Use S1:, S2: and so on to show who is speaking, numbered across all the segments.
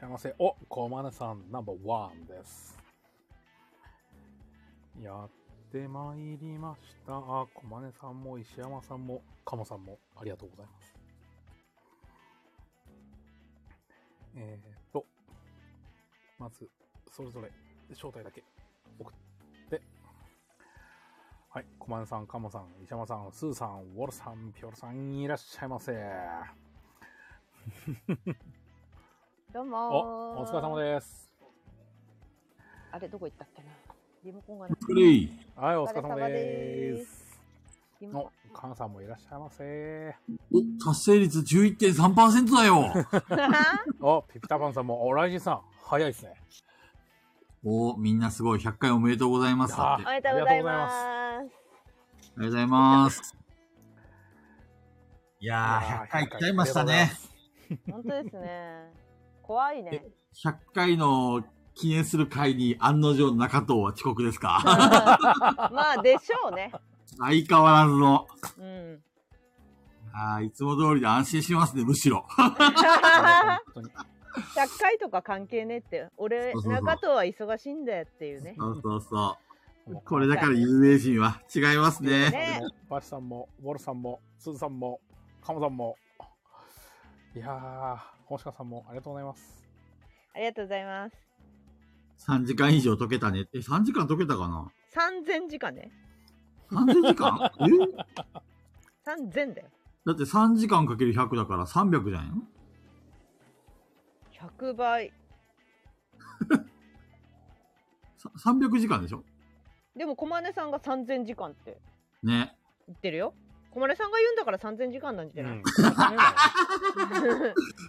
S1: 幸せ。お、コマネさん、ナンバーワンです。やってまいりました。あ、コマネさんも石山さんも、カモさんも、ありがとうございます。えー、と、まず、それぞれ、招待だけ送って、はい、コマネさん、カモさん、石山さん、スーさん、ウォルさん、ピョルさん、いらっしゃいませ。
S2: どうも
S1: お、お疲れ様
S2: で
S1: です。
S2: あれ、どこ行ったっけなリモコンがない。
S3: プレイ
S1: はい、お
S2: お
S1: 疲れ様で。
S2: 疲れ様ですリモコ
S1: お、カンさんもいらっしゃい ませ。
S3: お、達成率11.3%だ よ
S2: ン。
S1: お、ピピタパンさんも、お、ライジンさん、早いですね。
S3: お、みんなすごい。100回おめでとうございます。だって
S2: お
S3: あ
S2: めでとうございます。
S3: りがとうございます。いやー、100回来ちゃいましたね。。
S2: 本当ですね。怖いね。
S3: 100回の記念する回に案の定中藤は遅刻ですか
S2: まあ、でしょうね。
S3: 相変わらずの。
S2: うん。
S3: あーいつも通りで安心しますね、むしろ。
S1: あ
S2: 100
S1: りがとうございます
S2: 回とか関係ねえって。俺、
S3: そうそうそう
S2: 中藤は忙しいんだよっていうね。
S3: そうそうそ
S1: 本当に
S3: う。これだから有名人は違いますね。
S2: ね
S1: でもバチさんも、ウォルさんも、スズさんも、カモさんも、いやー、星川さんもありがとうございます。
S2: ありがとうございます。
S3: 3時間以上解けたね。え、3時間解けたかな
S2: 3000時間ね。
S3: ?30 時 間え
S2: 3000だよ。
S3: だって3時間かける100だから300じゃんよ。
S2: 100倍。
S3: さ300時間でしょ
S2: でも、駒根さんが3000時間って
S3: ね。
S2: 言ってるよ。駒根さんが言うんだから3000時間なんじゃない、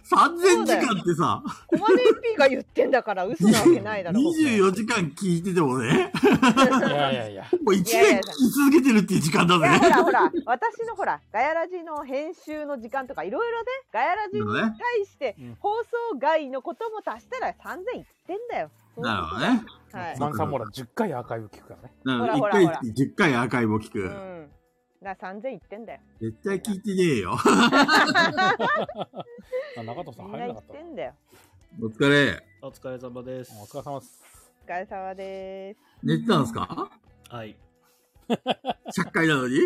S3: 3000時間ってさ、
S2: コマネ P が言ってんだから嘘なわけないだろ。
S3: 24時間聞いててもね、
S1: いやいやいや、
S3: もう1
S2: いや
S3: 年
S2: いや
S3: 聞き続けてるっていう時間だ
S2: いやほ
S3: ぜ。
S2: らほら、私のほら、ガヤラジの編集の時間とかいろいろね、ガヤラジに対して
S1: うん
S2: 放送外のことも足したら3000いってんだよ。
S3: なるほどね。
S2: はい
S1: マンさんもほら、10回アーカイブ聞くからね。
S3: だから
S2: ほ
S3: 1回
S2: らほらほら
S3: 10回アーカイブを聞
S2: う
S3: く。
S2: ん。だから3000いってんだ よ。
S3: 絶対聞いてねえよ。
S1: あ中藤さ
S2: み
S1: ん
S2: ん
S1: 入
S2: な
S1: れ
S2: い
S1: なか
S2: っ
S1: った
S2: て。んだよ。
S3: お疲れ。
S4: お疲れ様です。
S1: お疲れ様です。
S2: お疲れ様でーす。
S3: 寝てたんですか
S4: はい。
S3: 100回なのに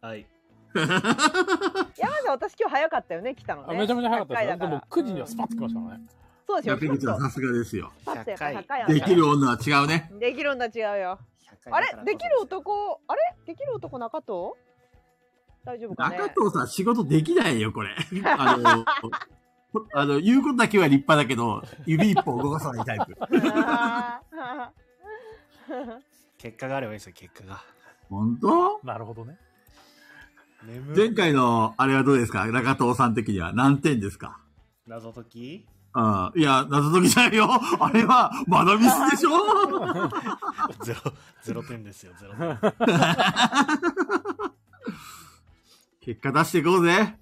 S4: はい。
S2: 山さん、私今日早かったよね、来たの
S1: あ
S2: ね。
S1: めちゃめちゃ早かったです
S2: 100
S1: よ。
S2: 回だ
S1: で
S2: ら
S1: も9時にはスパッと来ましたからね。
S2: そうです
S3: や
S2: よ、
S3: って
S2: ちょっ
S3: みたら
S2: と。
S3: さすがですよ。
S2: スパッとやっぱ高い
S3: で
S2: や
S3: きる女は違うね。
S2: できるんだ違うよ。あれできる男、あれできる男中藤大丈夫かね
S3: 中藤さん仕事できないよ、こ れ。あの、ほあの、言うことだけは立派だけど、指一本動かさないタイプ。
S2: あー
S4: 結果があればいいですよ、結果が。
S3: 本当
S1: なるほどね。
S4: 眠
S3: 前回のあれはどうですか中藤さん的には何点ですか
S4: 謎解き
S3: うん。いや、謎解きじゃないよ。 あれは、まだミスでしょ
S4: ゼロ、ゼロ 点ですよ、ゼロ点。
S3: 結果出していこうぜ。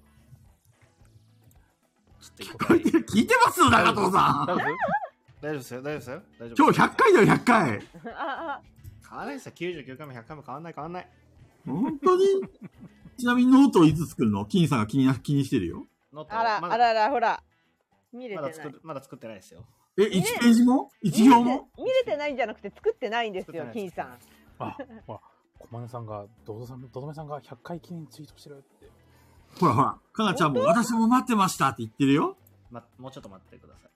S4: ちょっと
S3: これ
S4: 一回。
S3: 聞いてます中藤さ
S1: 大
S3: ん。
S1: 丈
S4: 大丈夫で
S1: 夫
S4: すよ、大丈夫ですよ。大丈夫
S3: 今日100回だよ、100回。
S2: あ
S4: 変わらないですよ、99回も100回も変わらない、変わらない。
S3: 本当に ちなみにノートをいつ作るの金さんが気にな気にしてるよ。
S4: ノート
S2: あら、
S4: ま
S2: あ
S4: だ
S2: らら、ほら。見れ
S4: ま
S2: てない
S4: だ。作るまだ作ってないですよ。
S3: え、1ページも ?1 行
S2: 見れて
S3: も
S2: 見れてないんじゃなくて作ってないんです
S4: 作、
S2: よ
S4: ってない
S2: 金さん。
S1: あ、ほら、駒根さんが、どどさん、どどめさんが100回記念ツイートしてるって。
S3: ほらほら。かなちゃんも私も待ってましたって言ってるよ。
S4: ま、もうちょっと待ってくださ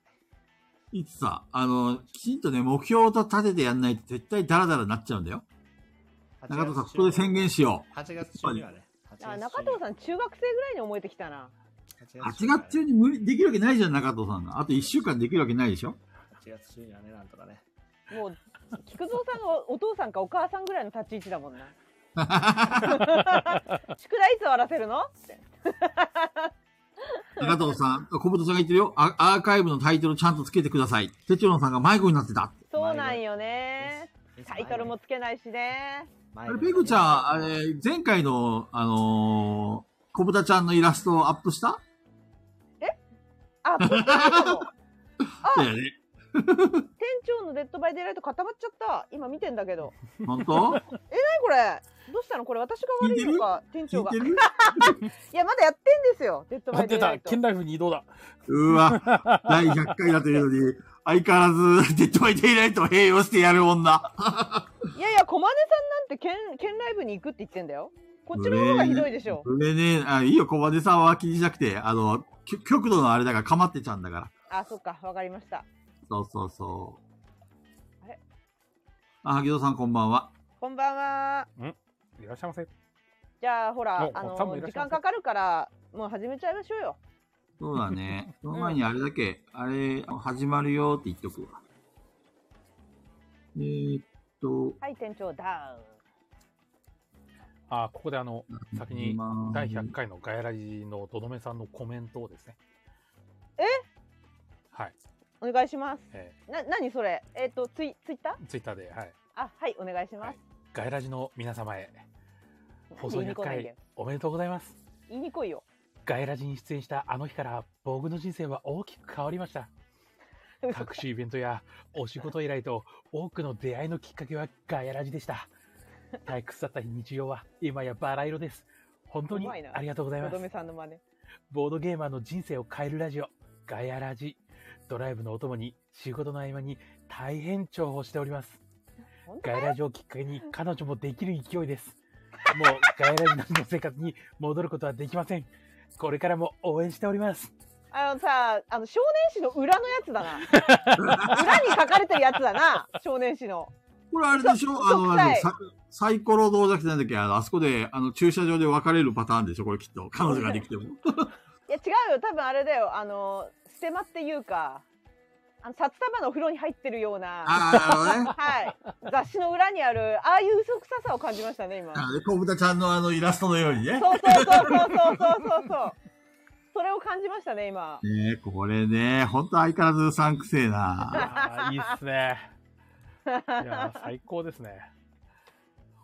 S4: い。
S3: いつさ、あの、きちんとね、目標を立ててやんないと絶対ダラダラになっちゃうんだよ。中藤さん、ここで宣言しよう。
S4: 8月中にはね。
S2: あ中藤さん、中学生ぐらいに思えてきたな。
S4: ん
S3: 8月中に無理できるわけないじゃん、中藤さんが。あと1週間できるわけないでしょ
S4: 8月中にはね、なんとかね。
S2: もう、菊蔵さんがお父さんかお母さんぐらいの立ち位置だ もんな。宿題いつ終わらせるのって。
S3: 中藤さん、小本さんが言ってるよ。あアーカイブのタイトルちゃんとつけてください。テチロンさんが迷子になってた。
S2: そうなんよね。
S4: いつ
S2: タイトルもつけないしね。
S4: 前
S3: あ
S4: に。
S3: れ、ペグちゃん、あれ、前回の、あのー、小豚ちゃんのイラストをアップした
S2: あ、ポッドキャストも
S3: だよね。
S2: 店長のデッドバイデイライト固まっちゃった。今見てんだけど。
S3: 本当
S2: 何これどうしたのこれ私が悪いのか、店
S3: 聞
S2: 長
S3: い
S2: が。
S3: て
S2: い
S3: る
S2: や、まだやってんですよ。デッドバ
S1: 待
S2: イデ
S1: って
S2: イラ
S1: た
S2: イト。
S1: 剣ライフに移動だ
S3: うわ、第100回だというのに、相変わらず、デッドバイデイライトを併用してやる女。
S2: いやいや、駒根さんなんて剣、剣ライブに行くって言ってんだよ。こっちの方がひどいでしょ。
S3: それね、あいいよ、小金さんは気にしなくて、あの、き極度のあれだから、かまってちゃうんだから。
S2: あ、そっか。わかりました。
S3: そうそうそう。
S2: あれ
S3: あ、萩戸さんこんばんは。
S2: こんばんは。
S1: いらっしゃいませ
S2: じゃあ、ほら
S1: お、
S2: あの
S1: お多分い、らっ
S2: 時
S1: しゃいませ
S2: 間かかるから、もう始めちゃいましょうよ。
S3: そうだ ね。その前にあれだけ、あれ、始まるよって言っとくわ。えー、っと、
S2: はい、店長、ダウン。
S1: あここであの先に
S3: まあ
S1: 第100回のガヤラジのどどめさんのコメントをですね
S2: え
S1: はい、
S2: お願いします。
S1: え
S2: な、なにそれえっ、と、ツイ、ツイッター
S1: ー、ツイッターで、はい、
S2: あ、はい、お願いします。
S1: ガヤラジの皆様へ放送
S2: 言い
S1: 100
S2: に来ないで
S1: 回。おめでとうございます
S2: 言いに来いよ。
S1: ガヤラジに出演したあの日から僕の人生は大きく変わり ました各種イベントやお仕事依頼と多くの出会いのきっかけはガヤラジでした。退屈だった日常は今やバラ色です。本当
S2: う
S1: に
S2: まいな
S1: ありがとうござい
S2: と
S1: ます
S2: ど。めさんの真似。
S1: ボードゲーマーの人生を変えるラジオ、ガヤラジ。ドライブのお供に仕事の合間に大変重宝しております。
S2: 本当
S1: ガ
S2: か
S1: ヤ
S2: よ
S1: ラジをきっかけに彼女もできる勢い です。もうガヤラジ並みの生活に戻ることはできません。これからも応援しております。
S2: あのさ、あの少年誌の裏のやつだな。裏に書かれてるやつだな。少年誌の。
S3: これあれでしょあの、
S2: 嘘く
S3: あ
S2: さ
S3: の
S2: い
S3: ササイコロどうだっけなんだっけあのあそこで、あの、駐車場で別れるパターンでしょこれきっと。彼女ができても。
S2: いや違うよ。多分あれだよ。あのステマっていうか、あの札束のお風呂に入ってるような。
S3: ああ、あのね。
S2: はい。雑誌の裏にあるああいう嘘くささを感じましたね今。
S3: あのね、小豚ちゃんのあのイラストのようにね。
S2: そうそうそうそうそうそうそうそう。それを感じましたね今。
S3: ねえ、これね、ほんと相変わらずうさんくせえな。
S1: あーいいっす ね。いやー最高ですね。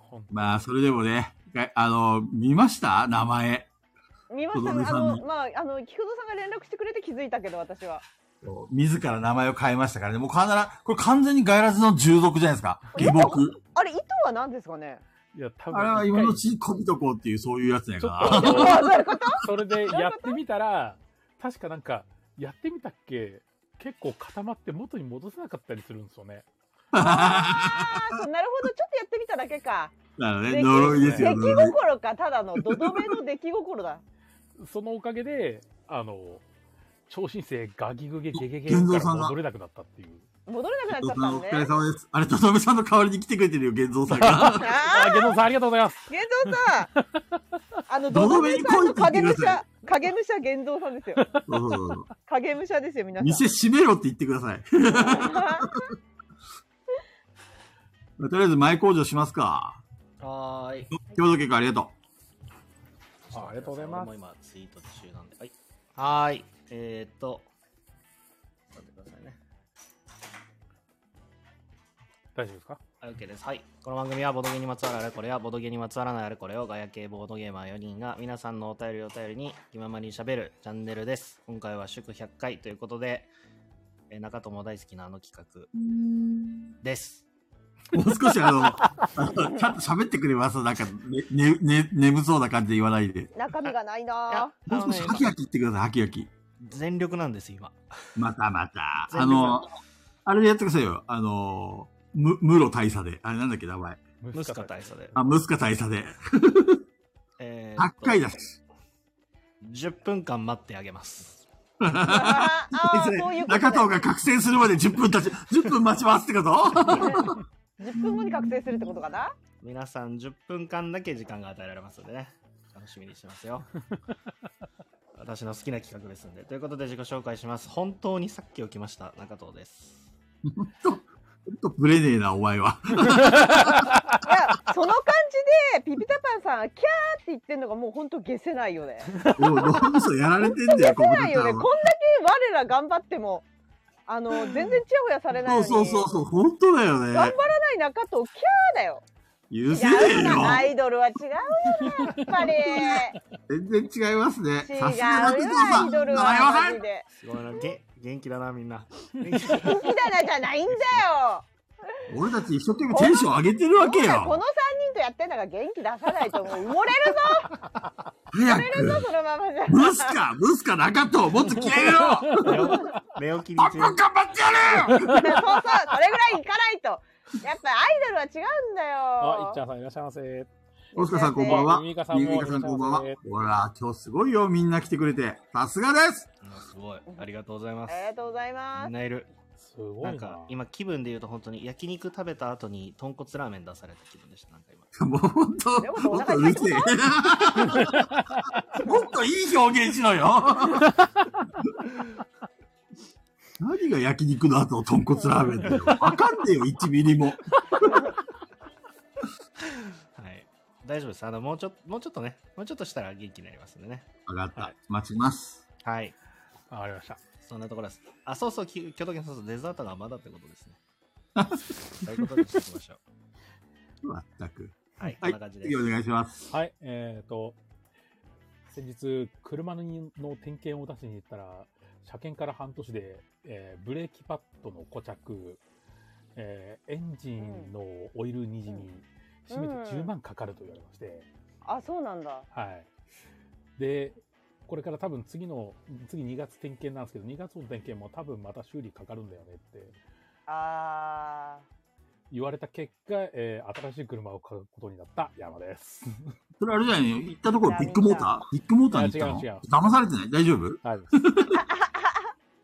S1: ほん
S3: まあ、それでもね、があの、見ました名前。
S2: 見まし
S3: と
S2: た
S3: どめ
S2: ね。あ
S3: さんの
S2: のまああの菊蔵さんが連絡してくれて気づいたけど私は。
S3: 自ら名前を変えましたからね。もう必ず、これ完全にガイラズの従属じゃないですか。下僕。
S2: あれ意図は何ですかね。
S1: いや、多分
S3: あれは今のうちにこびとこうっていう、そういうやつや
S1: ち
S3: か
S1: ょ
S3: ら。
S1: っと、
S2: あそういう こと
S1: それでやってみたら、確かなんか、やってみたっけ、結構固まって元に戻せなかったりするんですよね。
S2: あーそうなるほどちょっとやってみただけか。
S3: だからね、
S2: 出来
S3: 呪いですよ、
S2: 出
S3: 呪
S2: 来
S3: い。
S2: 心かただのドドめの出来心だ。
S1: そのおかげで、あの、超新星ガギグゲゲゲゲ
S3: 玄
S1: か
S3: 三
S1: ら
S3: さんが
S1: 戻れなくなったっていう。
S2: 戻れなくなっちゃ
S3: お
S2: ったん
S3: 疲れ
S2: ね。
S3: 様です。あれ、とどめさんの代わりに来てくれてるよ、玄三さんが。
S2: あ
S1: あ、ゲノさんありがとうございます。
S2: あ、玄三さん。あの、
S3: ド
S2: ド
S3: ド
S2: ド
S3: メ
S2: メ
S3: に
S2: さん
S3: 来いって言っ
S2: の
S3: て
S2: 影武
S3: くださ
S2: 者、影武者玄三さんですよ。
S3: そうそうそう
S2: 影武者ですよ、皆さん。
S3: 店閉めろって言ってください。 とりあえず前工場しますか。
S4: はーい。
S3: 今日の結果ありがと
S1: あありがとうございます
S4: 俺も今ツイート中なんで。はい。はーい。えー、っと。待ってくださいね。
S1: 大丈夫ですか
S4: はい、OK です。はい。この番組はボドゲにまつわるあれこれやボドゲにまつわらないあれこれをガヤ系ボードゲーマー4人が皆さんのお便りを頼りに気ままにしゃべるチャンネルです。今回は祝100回ということで、えー中友大好きなあの企画です。
S3: う。もう少しあの、 あのちゃんと喋ってくれますなんか、ね、ね、ね、眠そうな感じで言わないで。
S2: 中身がない
S4: いや
S2: なぁ。
S3: もう少しハキハキ言ってください、ハキハキ。
S4: 全力なんです、今。
S3: またまた。
S4: 全力
S3: あの、あれでやってくださいよ。あの、む、室大佐で。あれなんだっけ、名前。
S1: ム
S4: ムスカ大佐で。
S3: あ、ムスカ大佐で。
S4: えーっ
S3: 8
S4: と
S3: 回だし。
S4: 10分間待ってあげます。
S2: ああ、そういうこと
S3: 中藤
S2: ね。
S3: が覚醒するまで10分たち、10分待ちますってこと
S2: 10分後に覚醒するってことかな
S4: 皆さん10分間だけ時間が与えられますのでね。楽しみにしてます よ。私の好きな企画ですんで。ということで自己紹介します。本当にさっき起きました。中藤です。
S3: ほんとブレねえな、お前 は。
S2: いや、その感じで、ピピタパンさん、キャーって言ってんのがもうほんと消せないよね。
S3: もう脳みそやられてん だよ、こ
S2: ないよね。こんだけ我ら頑張っても、あ の、全然チヤホヤされないの
S3: そう
S2: に。
S3: そうそうそう、ほんとだよ
S2: 頑張
S3: ね。
S2: らない中とキャーだよ。
S3: 許
S2: い
S3: せ
S2: や
S3: ねえよ。
S2: アイドルは違うよな、やっぱり。
S3: 全然違いますね。
S2: 違う
S3: さす
S2: よ、
S3: が中藤
S2: アイドル
S3: さん。習いま
S2: は
S3: せ
S2: マ
S3: ん
S2: ジで。
S4: すごいな。げ現元気だな、みんな。
S2: 好きだなじゃないんだ よ
S3: 俺たち一生懸命テンション上げてるわけ
S2: この3
S3: よ。
S2: 人とやってんだから元気出さないともう埋もれるぞ
S3: 早
S2: 埋もれる
S3: く。
S2: ぞそのままじゃ
S3: ムスカ、ムスカ中藤、もっと気合い入れろ
S4: 寝起寝起きに
S3: パ
S4: チ
S3: パ
S4: ェン
S3: 頑張ってやれよ
S2: そうそうそれぐらいいかないとやっぱアイドルは違うんだ
S1: あ、い
S2: よ
S1: っちゃんさんいらっしゃいませ。
S3: オスカさんこんばんは。
S1: ゆ
S3: ゆみ
S1: みか
S3: か
S1: さ
S3: さ
S1: んも
S3: んこんばんは
S1: お願いし。
S3: ほら、今日すごいよ。みんな来てくれて。さすがです。
S4: すごい。ありがとうございます。
S2: ありがとうございま
S4: みん
S2: す
S4: ないる。
S1: すごい
S4: な
S1: な。
S4: んか今気分で言うと本当に焼肉食べた後に豚骨ラーメン出された気分でした。なんか今。
S3: もう本
S2: どういうこ
S3: 当、
S2: とお
S3: 本
S2: 腹
S3: 当う
S2: 痛
S3: る
S2: いってこと
S3: せえ。もっといい表現しろよ。何が焼肉の後の豚骨ラーメンだよ。わかんねえよ、1ミリも。
S4: はい。大丈夫です。あのもうちょもうちょっとね、もうちょっとしたら元気になりますんでね。
S3: わかっ
S1: は
S3: た
S1: い。
S3: 待ちます。
S4: はい。
S1: わかりました。
S4: そんなところです。あ、そうそう、き京都県そうそうデザートがまだってことですね。 そういうことにしていきましょう。
S3: まったく。
S4: はい。こ
S3: は
S4: ん
S3: い
S4: な感じ、です
S3: 次お。願いします。
S1: はい、えーと、先日、車の点検を出しに行ったら、車検から半年で、えーブレーキパッドの固着、えーエンジンのオイルにじみ、
S2: うん
S1: 締めて
S2: うん
S1: 10万かかると言われまして、
S2: あそうなんだ
S1: はい。で、これから多分次の、次2月点検なんですけど、2月の点検も多分また修理かかるんだよねって
S2: あ
S1: 言われた結果、えー新しい車を買うことになった山です。
S3: それあれじゃない行ったところビッグモータービッグモーターに行ったの
S1: いや違う違う
S3: 騙されてない大丈夫
S1: はい。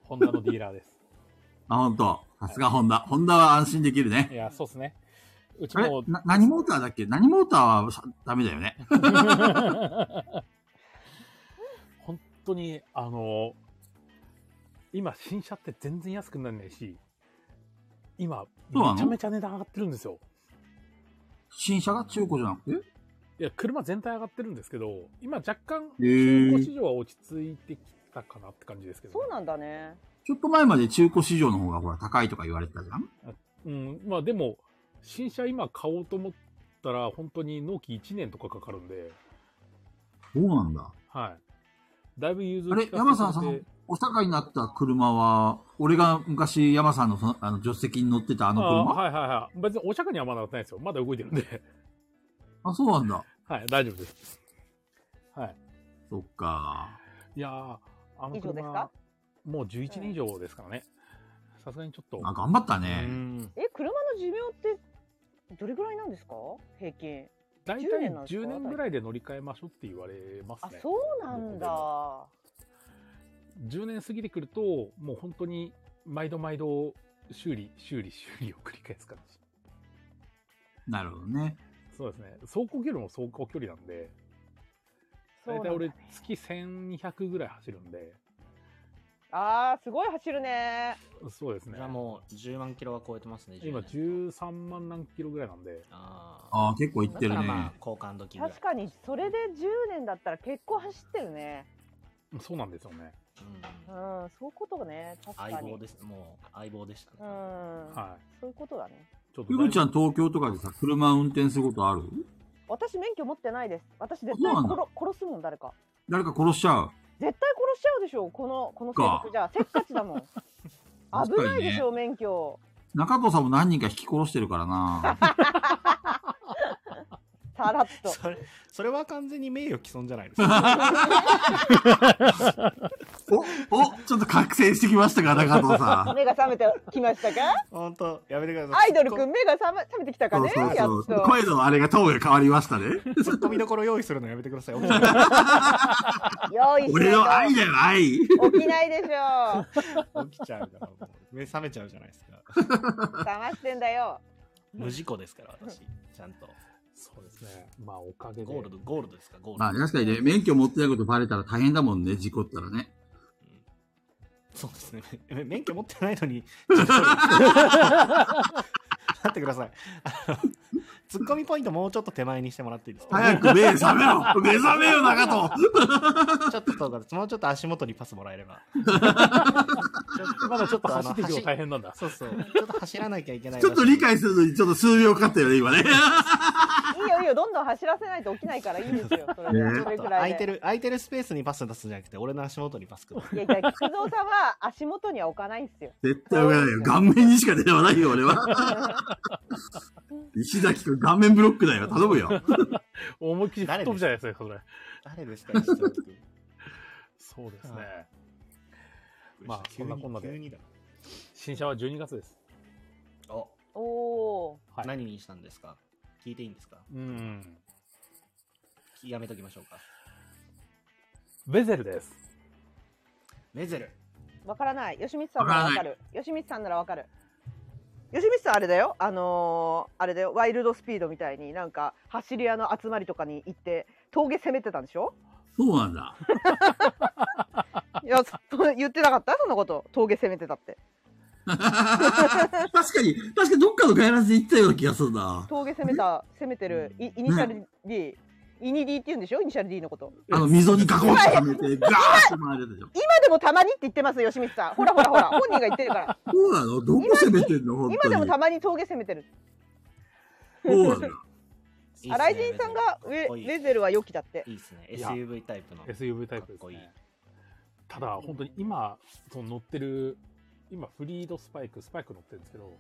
S1: ホンダのディーラーです。
S3: あ、本当。さすがホンダ。ホンダは安心できる
S1: い
S3: ね。
S1: や、そうですね。うち
S3: あれ
S1: も、
S3: な何モーターだっけ何モーターはさダメだよね。
S1: 本当に、あの、今、新車って全然安くならないし、今、
S3: そうなの
S1: めちゃめちゃ値段上がってるんですよ。
S3: 新車が中古じゃなくて
S1: いや、車全体上がってるんですけど、今若干、
S3: へー
S1: 中古市場は落ち着いてきたかなって感じですけ
S2: ー
S1: ど、
S2: そうなんだね
S3: ちょっと前まで中古市場の方がほら高いとか言われてたじゃん
S1: うん、まあでも、新車今買おうと思ったら、本当に納期1年とかかかるんで、
S3: そうなんだ。
S1: はい。だいぶ融通
S3: あれ
S1: 利、かせて
S3: 山さん、
S1: く
S3: そ
S1: れ
S3: の
S1: て、
S3: お高になった車は、俺が昔山さんのそのあの助手席に乗ってたあの車
S1: あ
S3: あ,、
S1: はいはいはい。別にお釈迦にはまだなってないですよ。まだ動いてるんで。
S3: そうなんだ。
S1: はい、大丈夫です。はい。
S3: そっか。
S1: いやー、あの
S2: 以上です
S1: 車
S2: か、
S1: もう11年以上ですからね。さすがにちょっと。
S3: あ、頑張った
S4: う
S3: ね。
S4: ん
S2: え車の寿命ってどれぐらいなんですか平均
S1: 大体
S2: 10年なんですか
S1: 10年ぐらいで乗り換えましょうって言われます
S2: あ
S1: ね。
S2: そうなんだ
S1: 10年過ぎてくると、もう本当に毎度毎度修理、修理、修理を繰り返す感じ。
S3: なるほどね。
S1: そうですね。走行距離も走行距離なんで、
S2: そう
S1: 大
S2: なん
S1: 体
S2: だ
S1: 俺
S2: ね
S1: 月1200ぐらい走るんで、
S2: あーすごい走るね
S1: そうですね
S4: じゃあ。もう10万キロは超えてますね。10
S1: 今
S4: 年
S1: 13万何キロぐらいなんで、
S4: ああ。
S3: ああ、結構行ってる
S4: だ
S3: ね
S4: から。まあ、交換時ぐらい
S2: 確。かにそれで10年だったら結構走ってるね
S1: そうなんですよね。
S4: うん
S2: うんそういうことがね確か
S4: 相
S2: に
S4: 棒です。もう相棒でしたね。
S2: うん、
S1: は
S2: そういうことだね
S1: い。ちょっと
S3: ゆ
S1: だい
S3: ぐ
S1: ぶ
S3: ちゃん東京とかでさ、車運転することある
S2: 私免許持ってないです私絶
S3: そ
S2: 対
S3: うな
S2: 殺
S3: んだ
S2: 殺すもん誰か
S3: 誰か殺しちゃう
S2: 絶対殺しちゃうでしょこのこの性格じゃせっかちだもん
S3: 確
S2: 危
S3: かにね
S2: ないでしょ、免許
S3: 中藤さんも何人か引き殺してるから な。
S2: さらっと
S4: それそれは完全に名誉毀損じゃ ないですか。
S3: お、お、ちょっと覚醒してきましたか、中藤さん。
S2: 目が覚めてきましたか
S4: 本当やめてください。
S2: アイドルくん目が覚め覚めてきたか
S3: そう
S2: ね
S3: そう
S2: や
S3: そ
S2: っ
S3: う。
S2: と
S3: 声のあれがトーンが変わりましたね。
S4: ツッコミどころ用意するのやめてくださ い。
S2: 用意し
S3: 俺の
S2: な
S3: 愛
S2: い
S3: だよ、愛。
S2: と起きないでしょ
S4: 起きちゃうからもう目覚めちゃうじゃないですか
S2: 覚ましてんだよ
S4: 無事故ですから私ちゃんと
S1: そうですね。まあおかげで。
S4: ゴールドゴールドですかゴールド、
S3: まあ確かにね、免許持ってないことバレたら大変だもんね、事故ったらね。
S4: うんそうですねめめ免許持ってないの に待ってくださいあのツッコミポイントもうちょっと手前にしてもらっていいですか、
S3: 早く目覚めろ目覚めよ、中藤
S4: ちょっとそうかもうちょっと足元にパスもらえ れば
S1: まだちょっと
S4: あ
S1: 走
S4: の
S1: っていくの
S4: 走
S1: 大変なんだ。
S4: そうそうちょっと走らなきゃいけない
S3: ちょっと理解するのにちょっと数秒かかったよね、今ね。
S2: いいいいよいいよ、どんどん走らせないと起きないからいいですよ。それ
S3: ね
S2: でそれくら
S4: 空
S2: い
S4: いて
S2: で。
S4: る、空いてるスペースにパス出すんじゃなくて、俺の足元にパスくる。
S2: いやいや、菊蔵さんは足元には置かないんですよ。
S3: 絶対置かないよ。顔面にしか出てこないよ、俺は。石崎君、顔面ブロックだよ。頼むよ。
S1: 思いっきり吹っ飛ぶじゃないですか、それ。
S4: 誰ですか、石崎君
S1: そうですね。
S4: は
S1: まあ
S4: 急に
S1: そんなこんなで
S4: 急にだ
S1: 新車は12月です。
S4: お、
S2: おお
S1: はい
S4: 何にしたんですか聞いていいんですか
S1: うん。
S4: やめときましょうか。
S1: ベゼルです。
S4: メゼル。
S2: ー、わからない。吉光さんならわかる。吉光さんならわかる。吉光さんあれだよ。あのーあれだよ。ワイルドスピードみたいになんか走り屋の集まりとかに行って峠攻めてたんでしょ？
S3: そうなんだ。
S2: いや、そ言ってなかった？そんなこと。峠攻めてたって。
S3: 確かに、確かにどっかのガイランスで行ったような気がするな。
S2: 峠攻めた攻めてるイイニシャル D。イニ D って言うんでしょイニシャル D のこと
S3: あの、溝に囲ってはめて、ガーッて回るでしょ。
S2: 今でもたまにって言ってます吉光さんほらほらほ ら本人が言ってるから
S3: そうなのどこ攻めてんの本当
S2: 今
S3: に
S2: でもたまに峠攻めてる
S3: そうなんだ。
S4: いいっすね
S2: 新井仁さんがウ
S4: メゼルかっこい
S2: ェ
S4: い
S2: レゼルは良きだって
S4: いいですね。
S1: いや
S4: SUV タイプの。
S1: SUV タイプ
S4: か
S1: です、ね。
S4: っこいい
S1: ただ、本当に今、その乗ってる、今、フリードスパイク、スパイク乗ってるんですけど、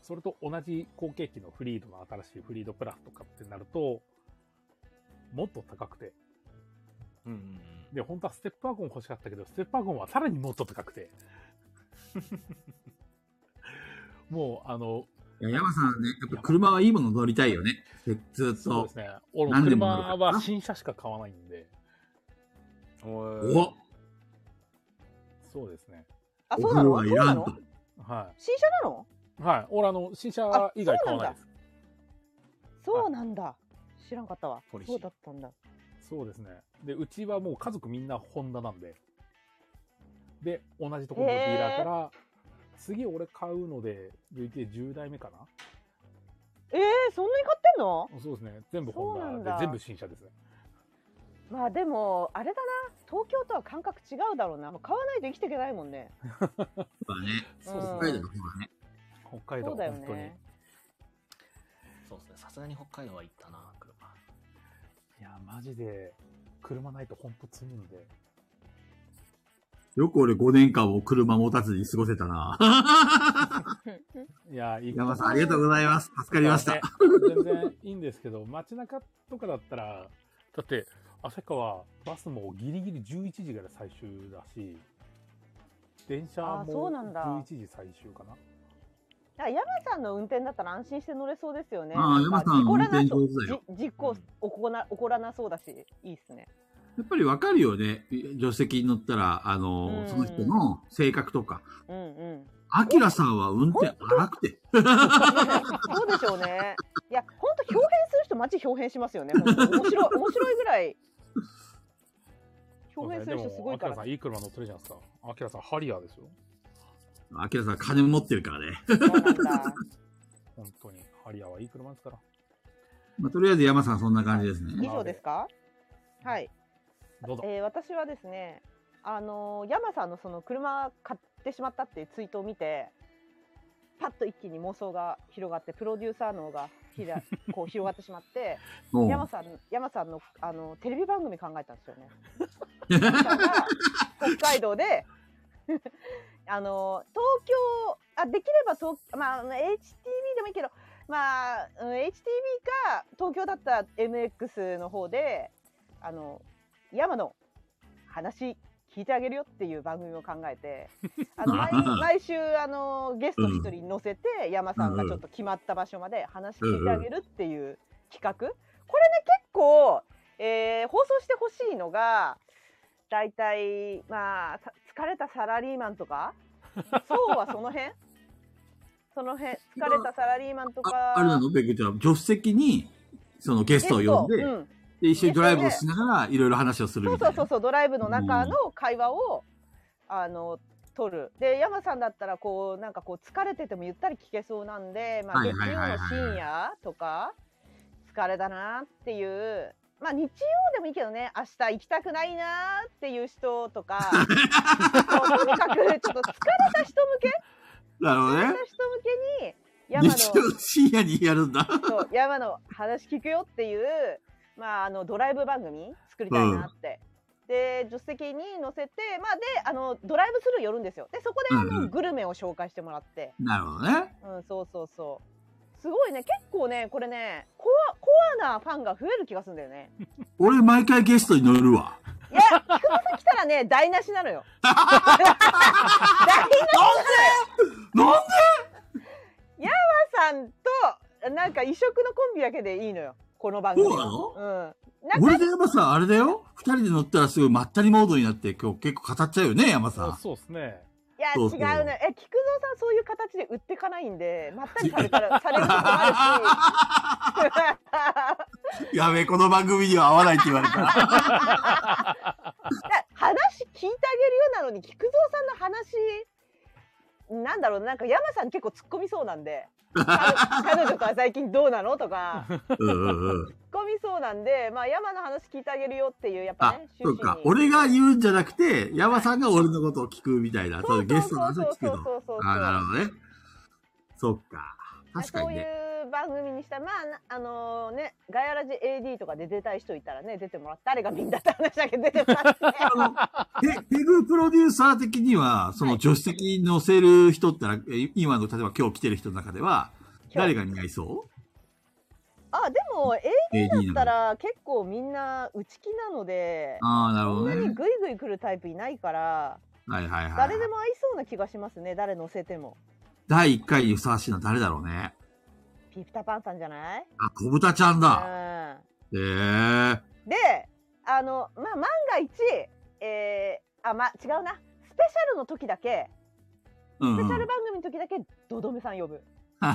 S1: それと同じ後継機のフリードの新しいフリードプラスとかってなると、もっと高くて。
S4: うんうんうん。
S1: で、本当はステップワゴン欲しかったけど、ステップワゴンはさらにもっと高 くて。もう、あの、
S3: いや、山さんね、やっぱ車はいいもの乗りたいよね。ずずっ
S1: そうで
S3: と
S1: す。ね。俺も
S3: 何でも乗る
S1: 車は新車しか買わないんで、
S4: お
S3: お
S4: ー
S1: そうですね。
S2: あ
S3: お
S2: そうな
S3: 風呂
S2: の
S3: は
S2: そ
S3: いう
S2: な
S3: らん
S2: の
S3: と。
S1: は
S2: 新車なの
S1: い。はい。俺、あの、新車以外買わないです。
S2: そうなんだ知らんかったわ
S4: ポリシー
S2: そうだったんだ
S1: そうですね。で、うちはもう家族みんなホンダなんで。で、同じところのデ
S2: へー
S1: ィーラーから、次俺買うので、累計10代目かな
S2: えー、そんなに買ってんの
S1: そうですね。全部
S2: そうな
S1: ホン
S2: ん
S1: ダ
S2: だ
S1: で、全部新車ですね。
S2: まあでもあれだな東京とは感覚違うだろうなもう買わないと生きていけないもんね
S3: そうだね。
S1: そうです
S2: ん
S1: ね。
S3: 北海道の方がね。
S1: 北海道、
S2: そうだよ
S1: 本当に。い
S2: ね
S4: そうですね。さすがに北海道は行ったな、車。
S1: や、マジで、車ないと本当積むんで。
S3: よく俺5年間を車持たずに過ごせたな。
S1: いや、いい
S3: 山さん、ありがとうございます。助かりました。
S1: そうね全然いいんですけど、街中とかだったら、だって、旭川、バスもギリギリ11時から最終だし、電車
S2: あそ
S1: も
S2: うなんだ
S1: 11時最終かな。
S2: だから山さんの運転だったら安心して乗れそうですよね
S3: ああ山さん
S2: 事故らな
S3: 運転上手だよ
S2: じ事故起こな起こらなそうだしいいっすね
S3: やっぱりわかるよね。助手席に乗ったら、あの、
S2: うん
S3: その人の性格とか。
S2: うんうん
S3: アキラさんは運転荒くて。
S2: そうでしょうね。いや、本当表現する人、マジ表現しますよね。本当面白い、面白いぐらい。表現する人すごいか
S1: アキラさ
S2: ら。
S1: ん、いい車乗ってるじゃないですか。アキラさん、ハリアーですよ。
S3: アキラさん金持ってるからね。
S2: そうなんだ。
S1: 本当に。ハリアーはいい車ですから。
S3: まあ、とりあえず山さんそんな感じですね。
S2: 以上ですか。はい、
S1: どうぞ。
S2: えー私はですね。あのー、山さんのその車買ってしまったっていうツイートを見て。パッと一気に妄想が広がって、プロデューサー脳が ひら、こう広がってしまって。
S3: もう。
S2: 山さん、山さんの、あの、テレビ番組考えたんですよ ね。山さんが北海道で。あの、東京、あ、できれば、東、まあ、あの H. T. V. でもいいけど。まあ、うん H. T. V. か、東京だったら M. X. の方で。あの、山の。話。聞いてあげるよっていう番組を考えて、あの毎毎週あのゲスト一人乗せて、山さんがちょっと決まった場所まで話聞いてあげるっていう企画、これね結構、えー放送してほしいのが大体まあさ疲れたサラリーマン とかそうはその辺その辺疲れたサラリーマンと
S3: あ
S2: か
S3: あれなのペグちゃん、助手席に、そのゲストを呼んで、
S2: ゲストうん
S3: で一緒にドライブをしながら、いろいろ話をする
S2: そう
S3: み
S2: そ
S3: た
S2: う
S3: い
S2: そ
S3: な
S2: う。そうドライブの中の会話を、あの撮るで山さんだったらこうなんかこう疲れててもゆったり聞けそうなんで、まあ、
S3: はい
S2: 月
S3: はい
S2: 曜
S3: はいはい
S2: の深夜とか疲れだなっていうまあ日曜でもいいけどね明日行きたくないなっていう人と かそうとにかくちょっと疲れた人向け
S3: なるほ
S2: 疲
S3: ど
S2: れた
S3: ね
S2: 人向けに山 の
S3: 日曜深夜にやるんだ。
S2: そう山の話聞くよっていう、まあ、あのドライブ番組作りたいなって。で助手席に乗せて、まあ、であのドライブスルー寄るんですよでそこであの、
S3: うんうん
S2: グルメを紹介してもらって、
S3: なるほどね。
S2: うん、そうそうそうすごいね結構ねこれねコアコアなファンが増える気がするんだよね
S3: 俺毎回ゲストに乗るわ。
S2: いや菊間さん来たらね台無しな のよ台
S3: なんで
S2: さんとなんか異色のコンビだけでいいのよこの番組
S3: そうな
S2: のうんなんか
S3: 俺で山さん、あれだよ。二人で乗ったらすごいまったりモードになって、今日結構語っちゃうよね、山さ
S1: あ
S3: ん。
S1: そうですね。
S2: いや
S3: そうそう
S2: 違うのよえ菊蔵さんそういう形で売ってかないんでまったりされたらされることも あるし
S3: やべえ、この番組には合わないって言われ た。
S2: だ話聞いてあげるようなのに菊蔵さんの話なんだろうなんか山さん結構突っ込みそうなんで彼女とは最近どうなのとか突っ
S3: うんうんうん。
S2: 込みそうなんでまあ山の話聞いてあげるよっていうやっぱ
S3: あ
S2: ね、趣
S3: そう
S2: 旨
S3: か
S2: に。
S3: 俺が言うんじゃなくて、山さんが俺のことを聞くみたいな。
S2: そうそう
S3: ゲストの話を聞く
S2: そう
S3: と。
S2: そうそうそう
S3: あなるほどね。そっか。確かにね。
S2: そういう番組にしたらまあなあのねガヤラジ AD とかで出たい人いたらね出てもらって誰がみんなって話だけど出て もらって
S3: で、ペグプロデューサー的には、その助手席に乗せる人ってのは、え今の、例えば今日来てる人の中では、誰が似合いそ
S2: あでも AD
S3: う ?AD
S2: だっ
S3: の。
S2: た
S3: あ
S2: ら結構みんな内気なので
S3: あー、なる
S2: そ
S3: ほ
S2: んな
S3: ど
S2: に
S3: ね。
S2: グイグイ来るタイプいないから
S3: はいはいはい。
S2: 誰でも合いそうな気がしますね誰乗せても
S3: 第1回にふさわしいのは誰だろうね。
S2: ピピタパンさんじゃない
S3: あ、小豚ちゃんだ。へえ
S2: うんであのまあ万が一えー、あまあ違うなスペシャルの時だけ
S3: うん
S2: ス
S3: う
S2: ペシャル
S3: ん。
S2: 番組の時だけドドメさん 呼ぶ。
S3: そ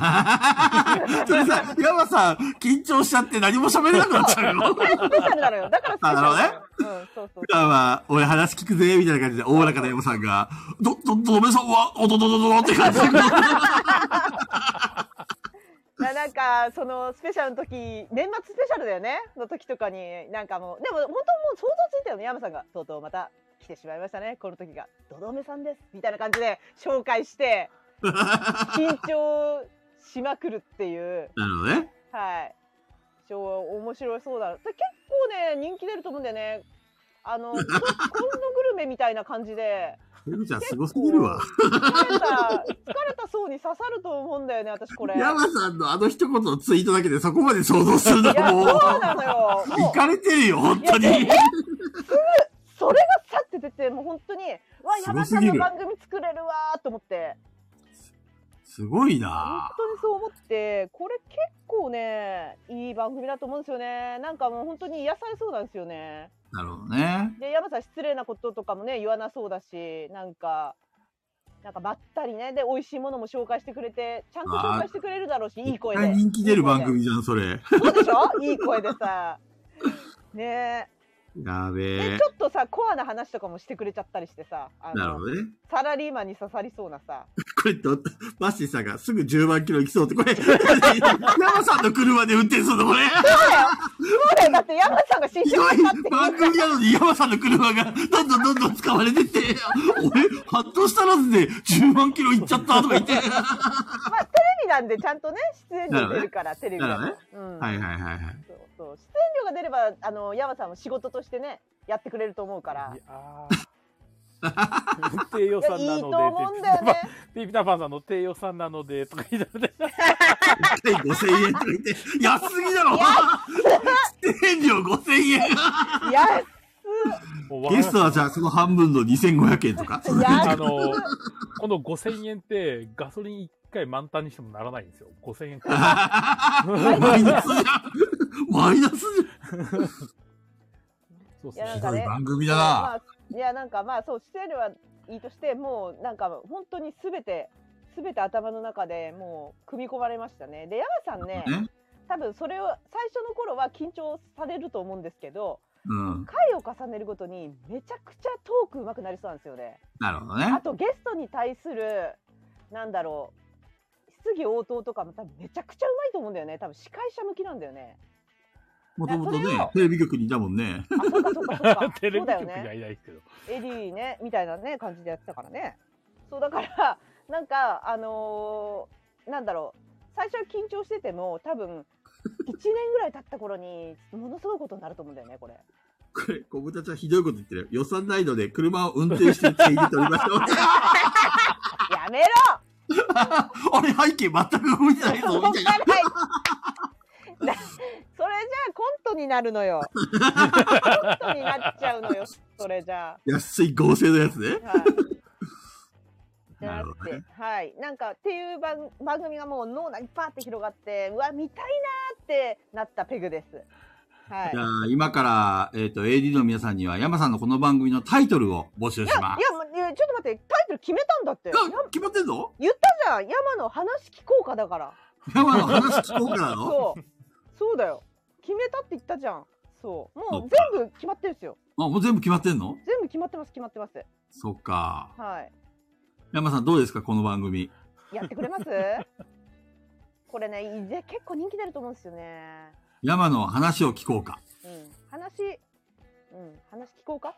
S3: れさ、山さん、緊張しちゃって何も喋れなくなっちゃう よ。
S2: スペシャルなの よ。だからスペシャルなのよ。うん、そうそう
S3: 普。段は、俺話聞くぜ、みたいな感じで、おおらかな山さんが、ど、ど、どめさんは、おどどどどどって感じで。
S2: ななんかそのスペシャルの時年末スペシャルだよねの時とかになんかもうでも本当もう想像ついたよね山さんがとうとうまた来てしまいましたねこの時が「どどめさんです」みたいな感じで紹介 して緊張しまくるっていう
S3: なるほどね。
S2: はい超面白そうだで結構ね人気出ると思うんだよね あのこんのグルメみたいな感じで
S3: ペグちゃんすごすぎるわ。
S2: 疲れた疲れた層に刺さると思うんだよね私これ。
S3: 山さんのあの一言のツイートだけでそこまで想像するの
S2: いや、
S3: もう、
S2: そうなのよ。も
S3: 行
S2: う、
S3: かれてるよ、本当に。
S2: いや
S3: い
S2: いやそれがさって出て、もう本当に、わ、
S3: すご
S2: 山
S3: す
S2: ちゃん
S3: ぎ
S2: の
S3: る
S2: 番組作れるわーと思って、
S3: すごい
S2: 本
S3: な
S2: 当にそう思って、これ結構ね、いい番組だと思うんですよね。なんかもう本当に癒されそうなんですよね。
S3: なるほどね。
S2: で、山さん失礼なこととかもね、言わなそうだし、なんか、なんかまったりね、で、美味しいものも紹介してくれて、ちゃんと紹介してくれるだろうし、いい声
S3: 絶
S2: で。
S3: 対人気出る番組じゃん、それ。
S2: そうでしょいい声で さ。ねえ。
S3: やべ
S2: で
S3: え
S2: ち。ょっとさコアな話とかもしてくれちゃったりしてさあ
S3: なるほ
S2: の
S3: どね。
S2: サラリーマンに刺さりそうな さ
S3: これど、マッシーさんがすぐ10万キロ行きそうって、これ、山さんの車で運転するの、これ。
S2: そうだよだって山さんが新
S3: ひ
S2: 車
S3: ど
S2: 買
S3: い
S2: ったって
S3: 番組なのに山さんの車がどんどんどんどん使われてって、俺、ハッとしたらずで10万キロ行っちゃったとか言って。は
S2: まあテレビなんでちゃんとね出演料出るからテレビだと、
S3: なる
S2: うん
S3: いはいはいはい。
S2: そうそう出演料が出ればあの山さんも仕事としてねやってくれると思うから
S1: いやー低予
S2: いや
S1: 算
S2: い
S1: ない
S2: と
S1: ので
S2: 思うんだよね
S1: ピピタパンさんの低予算なのでとか言いながら
S3: はい、5000円とか言って、安すぎだろ出演料5000円
S2: いや
S1: もうわか
S3: ゲ
S1: り
S3: ス
S1: ます
S3: トはじゃあその半分の2500円とか。
S2: いや
S1: あの、この5000円ってガソリン1回満タンにしてもならないんですよ。5000円かか
S3: マイナスじゃんマイナスじ
S1: る。そう
S2: いやな
S1: です
S2: ん
S3: ゃんすご
S2: か。
S1: ね
S3: い番組だ
S2: ま
S3: な。
S2: あいやなんかまあそう出演料はいいとしてもうなんか本当にすべてすべて頭の中でもう組み込まれましたねで山さんね
S3: ね
S2: 多分それを最初の頃は緊張されると思うんですけど
S3: うん。
S2: 回を重ねるごとにめちゃくちゃトーク上手くなりそうなんですよね。
S3: なるほど
S2: あ
S3: ね。
S2: とゲストに対するなんだろう質疑応答とかも多分めちゃくちゃうまいと思うんだよね多分司会者向きなんだよね。
S3: もともと
S2: それを
S3: ね、テレビ局にいたもんね。
S2: あそうかそうかそうか
S1: テレ
S2: そう
S1: ビ
S2: だよ
S1: 局に
S2: ね
S1: はいないですけど。
S2: エディねみたいなね感 じでやってたからねそうだからなんかあのーなんだろう最初は緊張してても、多分、1年ぐらい経った頃に、ものすごいことになると思うんだよね、これ。
S3: これ、小豚ちゃんひどいこと言ってるよ。予算ないので車を運転して手入れておりましょう。
S2: や めろ
S3: あれ、背景全く動いてないぞ、
S2: 動
S3: みた
S2: か
S3: いな。
S2: ない だそれじゃあコントになるのよ。コントになっちゃうのよ、それじゃあ。
S3: 安い合成のやつね。
S2: はい。じゃ
S3: な
S2: な
S3: るほど
S2: くて
S3: ね。、
S2: はい、なんかっていう番番組がもう脳内にパーって広がって、うわ見たいなーってなったペグです。はい。い
S3: じゃ
S2: や
S3: あ、今から、えっ、と、AD の皆さんには、山さんのこの番組のタイトルを募集しま
S2: いやもういやちょっと待って、タイトル決めたんだって。
S3: す。い
S2: や
S3: や、決まってんぞ
S2: 言ったじゃん、山の話聞こうかだから。
S3: 山の話聞こうからの
S2: そう、そうだよ。決めたって言ったじゃん。そう、も
S3: そうっか
S2: 全部決まってるんですよ。
S3: あ、もう全部決まってんの
S2: 全部決まってます、決まってます。
S3: そっか。
S2: はい。
S3: 山さんどうですかこの番組。
S2: やってく れますこれね、いぜ結構人気出ると思うんですよね。
S3: 山の話を聞こうか。
S2: うん、話、うん、話聞こうか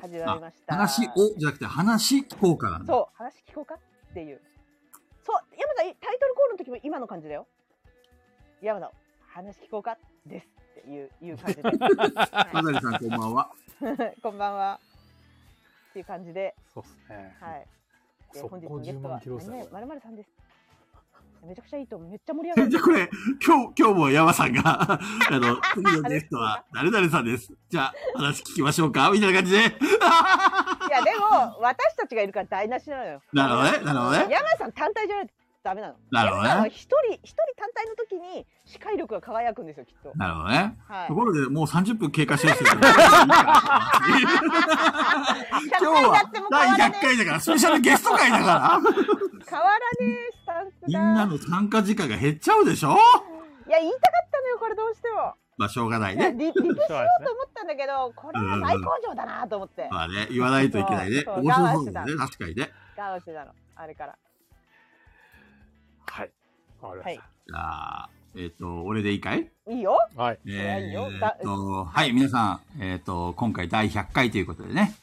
S2: 始まりました。
S3: 話を、じゃなくて話聞こうかなんだ
S2: そう、話聞こうかっていう。そう、山田、タイトルコールの時も今の感じだよ。山田、話聞こうかですっていうい う感じで、
S3: 飾
S2: は
S3: りさんこんばんは。
S2: い、 こんばんは。っていう感じで、
S1: そうっすね。
S2: はい。で
S1: 速
S2: 本日
S1: 攻
S2: のゲ
S1: 10
S2: ストは
S1: 万キロですね。こ
S2: まるまるさんです。めちゃくちゃいいと思う、めっちゃ盛り上が
S3: え
S2: る
S3: じゃあ。これ、今日、今日も山さんが、 あの、次のゲストは、誰々さんです。じゃあ、話聞きましょうかみたいな感じで。
S2: いや、でも、私たちがいるから台無しなのよ。
S3: なるほどねなるほどね
S2: 山田さん単体じゃないとダメなの。
S3: なるほど
S2: あの
S3: ね。
S2: 一人一人単体の時に視界力が輝くんですよきっと。
S3: なるほどね。
S2: はい
S3: と。ころで、もう30分経過してますけど。今日は第100
S2: 今 変わらね
S3: 回だから、スペシャルゲスト会だから。
S2: え変わらねえスタンス
S3: みん
S2: が。
S3: なの参加時間が減っちゃうでしょ
S2: いや言いたかったのよこれどうしても。
S3: まあ、しょうがない
S2: いや
S3: ね。
S2: リリプしよう
S1: しょう
S2: と
S1: が
S2: 思
S1: ないですね
S2: ったんだけどこれは大工場だなと思って。
S3: まあね、言わないといけないね。
S2: そうそう
S3: 面白そうだね。確かにね。
S2: 我慢してたのあれから。
S1: はい。わかりまし
S3: じゃあ、えっ、と、俺でいいかい
S2: いいよ。
S1: た。はい。
S2: れはいい
S3: え
S2: よ
S3: ーっと、はい、皆さん、えーっと、今回第100回ということでね、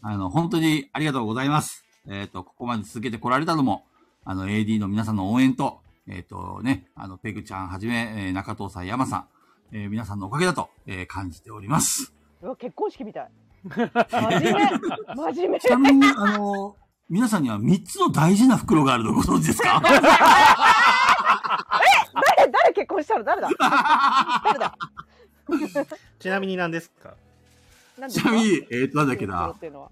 S3: あの、本当にありがとうございます。えーっと、ここまで続けてこられたのも、あの、AD の皆さんの応援と、えーっとね、あの、ペグちゃんはじめ、えー中藤さん、山さん、えー皆さんのおかげだと、えー感じております。
S2: うわ結婚式みたい。 真面目真面目。
S3: ちなみに、あの、皆さんには3つの大事な袋があるのご存知ですか
S2: 誰誰結婚したの誰だ。誰だ。
S4: ちなみに何ですか
S2: なんで
S3: ちなみに、えーっと、なんだっけ な、
S2: っていうのは。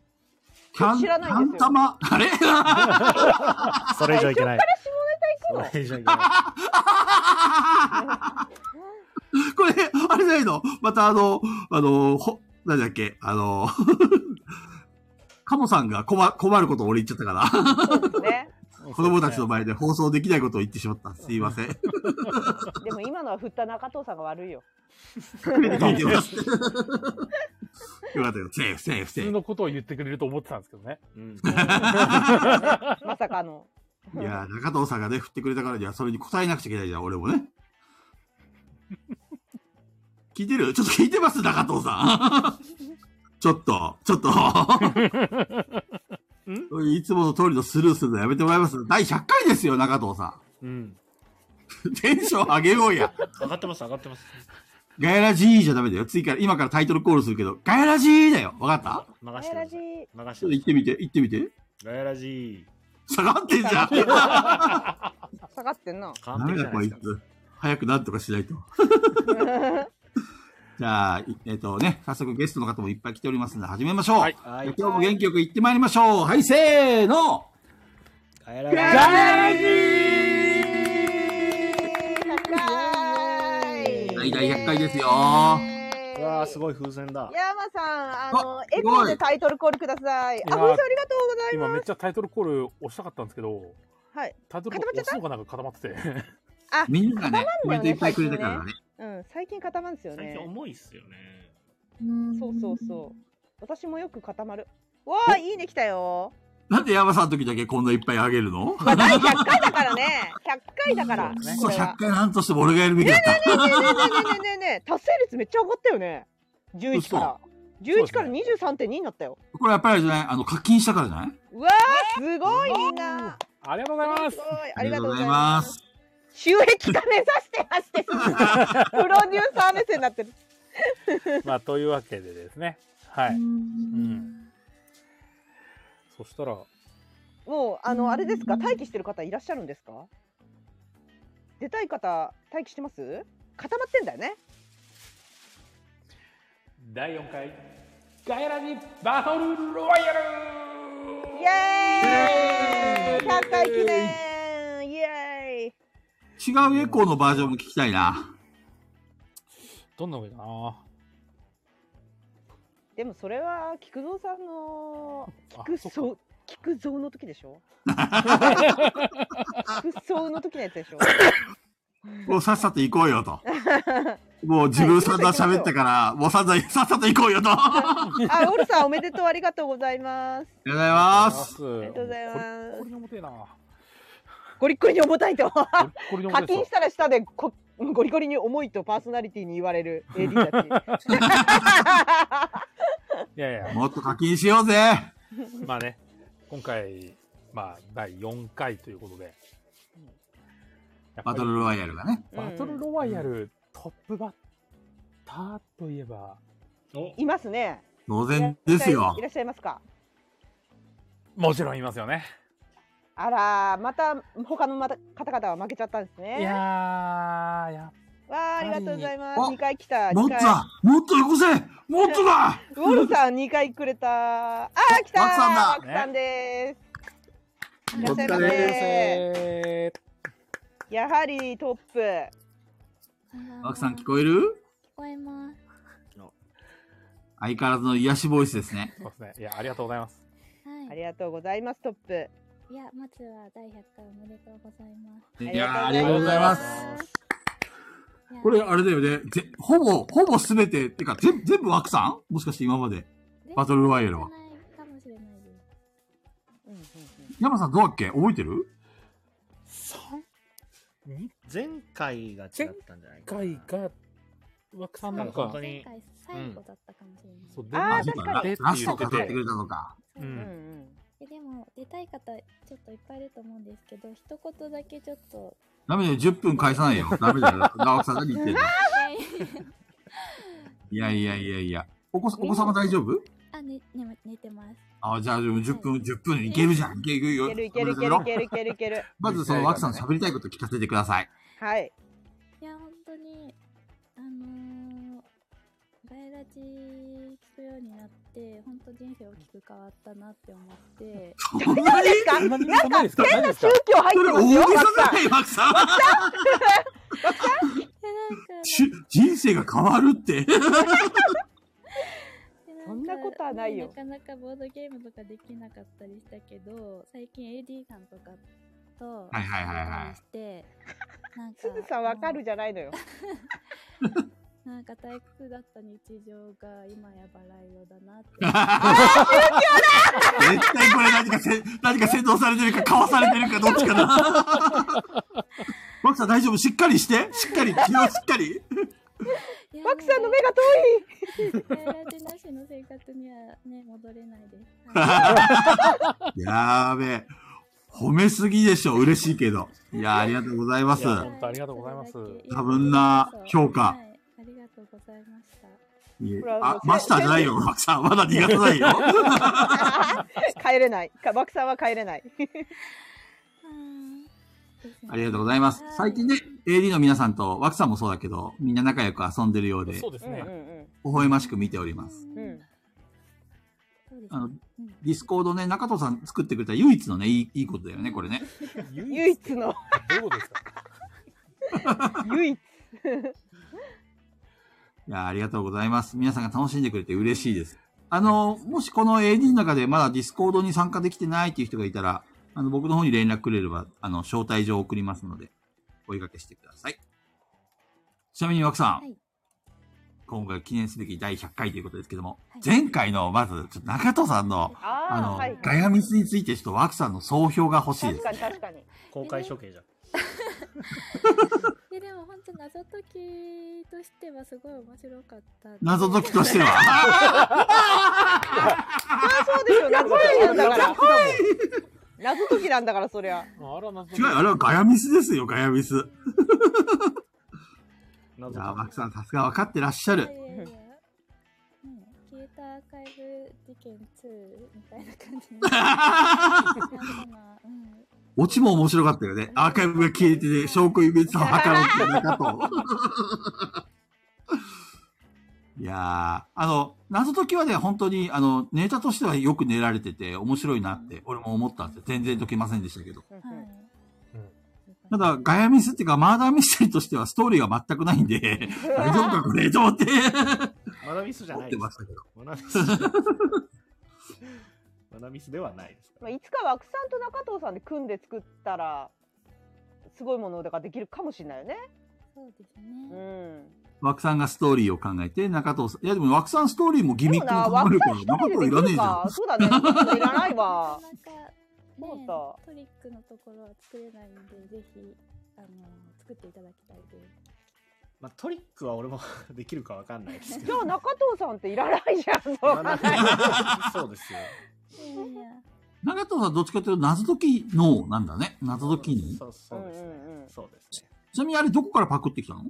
S3: キャン、
S2: 知
S3: キ
S2: らない
S3: ャ
S2: ん
S3: ン
S2: ですよ
S3: 玉あれ
S4: それ以上いけない。
S2: から下ネタ行くの
S4: それ以上いけな
S3: これ、あれじゃないのまたあの、あの、ほ、なんだっけあの、 カモさんが困困ることを俺言っちゃったから、
S2: そうですね。
S3: 子供たちの前で放送できないことを言ってしまった。すいません。
S2: でも今のは振った中藤さんが悪いよ。
S3: 隠れて聞いてます。よかったよ。セーフ、セーフ、セ
S1: 普通
S3: ー
S1: のことを言ってくれると思ってたんですけどね。
S4: うん。
S2: まさかの。
S3: フ。いやー、中藤さんがね、振ってくれたからには、それに答えなくちゃいけないじゃん、俺もね。聞いてるちょっと聞いてます中藤さん。 ちょっと、ちょっと。 そういういつもの通りのスルーするのやめてもらいます。第100回ですよ、中藤さ
S4: うん。
S3: ん。テンション上げようや。
S4: 上がってます、上がってます。
S3: ガヤラジーじゃダメだよ。次から、今からタイトルコールするけど、ガヤラジーだよ。わかった
S4: 任
S2: ガ
S4: せ
S2: ヤ
S4: て
S2: ラ
S4: くだ
S2: ジ
S4: さい。任せ
S3: ちょってと行ってみて、行ってみて。
S4: ガヤラジ
S3: 下がってんじゃん。ダ
S2: 下がってんな。
S4: 完
S3: メ
S4: 璧じ
S3: だ、
S4: ゃな
S3: こ
S4: い
S3: い
S4: です
S3: つ
S4: か。。
S3: 早くなんとかしないと。じゃあ、いえっ、とね、早速ゲストの方もいっぱい来ておりますので、始めましょう。
S1: はい
S4: は
S3: じゃあ
S4: い。
S3: 今日も元気よく行ってまいりましょう。はい、せーの。
S4: ガヤラジ
S3: ガヤラジー
S2: 高い。
S3: はい第100回ですよ
S4: うわーす
S2: ごい。
S4: ごい風船だ。
S2: 山さん、あの
S3: あ、
S2: エコーでタイトルコールください。
S1: す
S2: あ、
S1: ごい
S2: ごさんありがとうござい
S1: 今
S2: ま
S1: めっちゃタイトルコール押したかったんですけど、
S2: す。はい。
S1: タイトルコール押すのがなんか固まってて。
S2: あ、
S3: みんながね、コメントいっぱいくれたからね。
S2: うん、最近固まるんですよね。
S4: 重いっすよね。
S2: そうそうそう。私もよく固まる。わあ、いいね来たよ。
S3: なんで山さんの時だけこんないっぱいあげるの
S2: まあ、第100回だからね。100回だから。
S3: く
S1: ね
S3: そ、
S2: これは
S3: 100回なんとしても俺がやるべきだった。
S2: ねえねえねえねえねえねえ達成率めっちゃ上がったよね11から
S1: そう
S2: 11から23.2になったよ
S3: これやっぱりあれじゃないあの、課金したからじゃないう
S2: わーすごいみんな
S1: ありがとうございます
S2: すごいありがとうございます
S3: す。
S2: 収益化目指して走ってる プロデューサー目線になってる。
S1: まあ、というわけでですね。はい。うん。そしたら、
S2: もうあのあれですか待機してる方いらっしゃるんですか出たい方待機してます固まってんだよね
S1: 第4回、ガヤラジバトルロワイヤル
S2: イエーイ100回記念イ
S3: 違う
S2: エ
S3: エコーのバージョンも聞きたいな。
S1: どんなわけかな
S2: ーイでもそれは菊蔵さんの
S1: あ
S2: 菊
S1: そっか
S2: 蔵菊蔵の時でし ょ菊蔵の時のやつでし ょ
S3: もうさっさと行こうよと。もう自分散々喋ったから、もう散々さっさと行こうよと。あ
S2: あ、オルさんおめでとうありがとうございます。
S3: りがとうございま
S1: あ
S3: す。
S1: り
S2: がとうございます
S1: これ重てえな。
S2: ゴリッゴリに重たいと。課
S1: これ重て
S2: 金したら下でこゴリゴリに重いとパーソナリティに言われる AD たち。
S1: いやいや、
S3: もっと課金しようぜ。
S1: まあね、今回、まあ、第4回ということで。やっぱ
S3: バ
S1: り
S3: トルロワイヤルがね。
S1: バトルロワイヤルトップバッターといえば、
S4: お
S2: いますね。
S3: 当然ですよ
S2: い。らっしゃいますか。
S1: もちろんいますよね。
S2: あらー、また他のまた方々は負けちゃったんです
S1: い
S2: ね。わ
S1: やー、や
S2: あ、ありがとうございま
S3: あ
S2: す。二回来た。
S3: もっ
S2: 二
S3: と
S2: 回。
S3: だもっとよこせもっとだ
S2: ウォルさん二回くれた。あー、来たー。
S3: ワクさんだ
S2: ワクさんです。いら
S3: お
S2: っしゃい
S3: 疲
S2: ま
S3: れ
S1: っ
S2: せ。
S1: え
S2: やはりトップ。
S3: ワクさん聞
S5: 聞
S3: こえる
S5: こえます。
S3: 相変わらずの癒しボイスですね。
S1: ー、そうですね。いや、ありがとうございます。
S5: は
S2: あ
S5: い。
S2: りがとうございます。トップ。
S5: いや、まずは第100回おめでとうございます。
S3: い
S2: りがとう
S3: やー
S2: ございます
S3: ありがとうございます。
S5: いや
S3: これ、あれだよね。ぜほぼ、ほぼすべて、ってか、全全部ワクさんもしかして今まで。バトルロワイヤルは
S5: 全然ないかもしれないです。
S2: うんうん
S3: 山さんどうだっけ覚えてる
S1: 2
S4: 前回が違ったんじゃないかな。
S1: 回が、枠さんなん
S4: そう本
S1: か
S4: 当、に
S5: 前回最後だったかもしれない。
S1: そう、
S2: あー
S1: 出
S3: そ
S1: て
S3: うか
S2: 確か
S1: き
S2: に
S1: てって
S3: ラス
S1: 言
S3: ト
S1: って
S3: 語ってく
S1: て、
S3: れたのか。
S5: そう
S1: うん
S2: うん
S5: で
S2: うん
S5: ででも、出たい方、ちょっといっぱいいると思うんですけど、一言だけちょっと。
S3: ダメだよ、10分返さないよ。ダメだよ。ワクさん何言ってるのいやいやいやいや。お子さん、お子様大丈夫
S5: あ、ね、ね、寝てます。
S3: あ、じゃあ、でも10分、10分いけるじゃん。いける
S2: い
S3: よ。
S2: けるいけるいけるいけるいけるいける。
S3: まずそのワクさんの喋りたいこと聞かせてください。
S2: はい。
S5: いや、本当に、あのー、ガヤラジ聞くようになって、本当人生大きく変わったなって思って、
S2: 大丈夫ですか？
S1: そ
S2: な
S1: んなんに
S2: か
S1: そんなにですか
S2: 変な宗教入
S3: そ
S2: っ
S3: れ大
S2: てます
S3: げ
S2: よ。
S3: さじゃ
S2: 松さん
S3: ない、ワクさん。
S5: いや、なんか、
S3: し人生が変わるって。
S5: で
S2: そんなことはないよ
S5: なかなかボードゲームとかできなかったりしたけど、最近 AD さんとかと、
S3: はいはいはいはい
S5: して、なんか、
S2: すずさんわかるじゃないのよ。
S5: なんか退屈だった日常が今やバラ色だ なって。
S3: 絶対これ何かせ、何か先導されてるか、かわされてるか、どっちかな。マクさん大丈夫しっかりしてしっかり気をしっかり
S2: マクさんの目
S5: が
S2: が遠い。
S5: ガヤラジなしの生活にはね、戻れないです。
S3: やーべえ。褒めすぎでしょ嬉しいけど。いやーありがとうございます。
S1: いや本当ありがとうございます
S3: 多分な評価
S5: はいありがとうございました。
S3: いえあ、マスターじゃないよ、マスター。まだ苦手ないよ。
S2: 帰れない。かマクさんは帰れない。
S3: ありがとうございます。最近ね、AD の皆さんと、ワクさんもそうだけど、みんな仲良く遊んでるようで、微
S1: そうです
S2: うん
S1: ね。
S3: 笑ましく見ております。
S5: う
S2: うんうんん。
S5: そうですね
S3: あの、
S5: うん
S3: ディスコードね、中藤さん作ってくれた唯一のね、いいいいことだよね、これね。
S2: 唯一の
S1: どうですか
S2: 唯一。
S3: いや、ありがとうございます。皆さんが楽しんでくれて嬉しいです。あの、もしこの AD の中でまだディスコードに参加できてないっていう人がいたら、あの、僕の方に連絡くれれば、あの、招待状を送りますので、お追いかけしてください。ちなみに、枠さん。
S5: はい
S3: 今回記念すべき第100回ということですけども、
S5: はい
S3: 前回の、まず、ちょっと中藤さんの、あ
S2: ああ
S3: の、
S2: はい。
S3: ガヤミスについて、ちょっと枠さんの総評が欲しいで
S2: 確
S3: す
S2: か。に確か に。
S4: 公開処刑じゃん。
S5: ででも本当謎解きとしてはすごい面白かった。
S3: 謎解きとしては。
S2: ああそうですよ。謎解きなんだから。謎謎解きなんだから、そりゃ。
S1: あら、な
S3: 違うよ、あれはガヤミスですよ、ガヤミス。い
S4: なぜ
S3: やー、
S4: か
S3: マックさん、さすが分かってらっしゃ
S5: いや
S3: る。
S5: いやいや。 ね消えたアーカイブ事件2みたいな感 じになんかなうん
S3: オチも面白かったよね。アーカイブが消えてて、証拠隠滅を図ろうってなかと。いやー、あの、謎解きはね、本当に、あの、ネタとしてはよく練られてて、面白いなって、俺も思ったんですよ。全然解けませんでしたけど。
S5: はい。
S3: ただ、ガヤミスっていうか、マーダーミステリーとしてはストーリーが全くないんで、大丈夫かこれと思って、
S4: マナミスじゃ
S3: 思
S4: な
S3: っ
S4: い
S3: て
S4: です
S3: ましたけど。
S4: マナミスじゃないです。マナミスではないですか
S2: まあ、いつか枠さんと中藤さんで組んで作ったら、すごいものができるかもしれないよね。
S5: そうです
S2: う
S5: ね。
S2: ん。
S3: 枠さんがストーリーを考えて、中藤さん。いや、でも枠さんストーリーもギ
S2: で
S3: ミ
S2: も
S3: ック
S2: な、
S3: も考え
S2: 枠
S3: るか
S2: さん
S3: ら、
S2: 一人
S3: 中
S2: で
S3: 藤いらねえ
S2: できる
S3: じゃん
S2: か。。そうだね。中藤いらないわ
S5: な。か
S2: そう
S5: な
S2: だ
S5: か、ね、トリックのところは作れないんで、ぜひ、あの、作っていただきたいです。
S4: まあ、トリックは俺も できるかわかんないですけ
S2: じゃ
S4: ど。
S2: あ中藤さんっていらないじゃん。そう
S4: まあ
S2: 考
S4: なん
S2: えたら
S4: かそうですよ。
S5: いやいや、
S3: 中藤さんどっちかというと謎解きのなんだね。謎解きに。
S4: そうそうですね
S2: うんうんう。ん
S4: そうですね。
S3: ちなみにあれどこからパクってきたの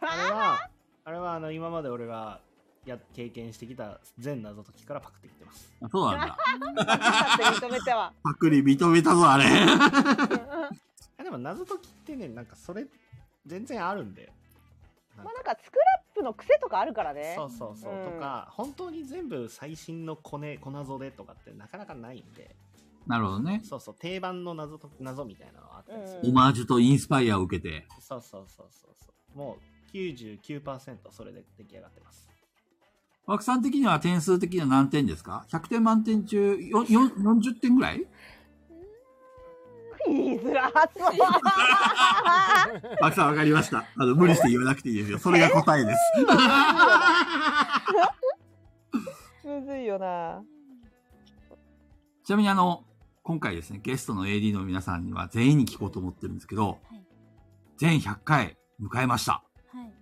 S4: あれは、あれはあの今まで俺がや経験してきた全謎解きからパクってきてます。
S3: あそう なんだ。
S2: 勝手に認めては。
S3: パクリ認めたぞ、あれ。
S4: あでも謎解きってね、なんかそれ全然あるんで。
S2: まあなんかスクラップの癖とかあるからね。
S4: そうそうそう、
S2: うん
S4: とか本当に全部最新のコネ小謎でとかってなかなかないんで
S3: なるほどね。
S4: そうそう定番の謎と謎みたいなのはあったりする、
S3: オマージュとインスパイアを受けて。
S4: そうそうそうそうそうもう99%それで出来上がってます
S3: 枠さん的には点数的には何点ですか ?100 点満点中、よよ40点ぐらい
S2: 言いづらそう。
S3: 枠さんわかりました。あの、無理して言わなくていいですよ。それが答えです。
S2: むずいよな。
S3: ちなみにあの、今回ですね、ゲストの AD の皆さんには全員に聞こうと思ってるんですけど、
S5: はい。
S3: 全100回迎えました。
S5: はい。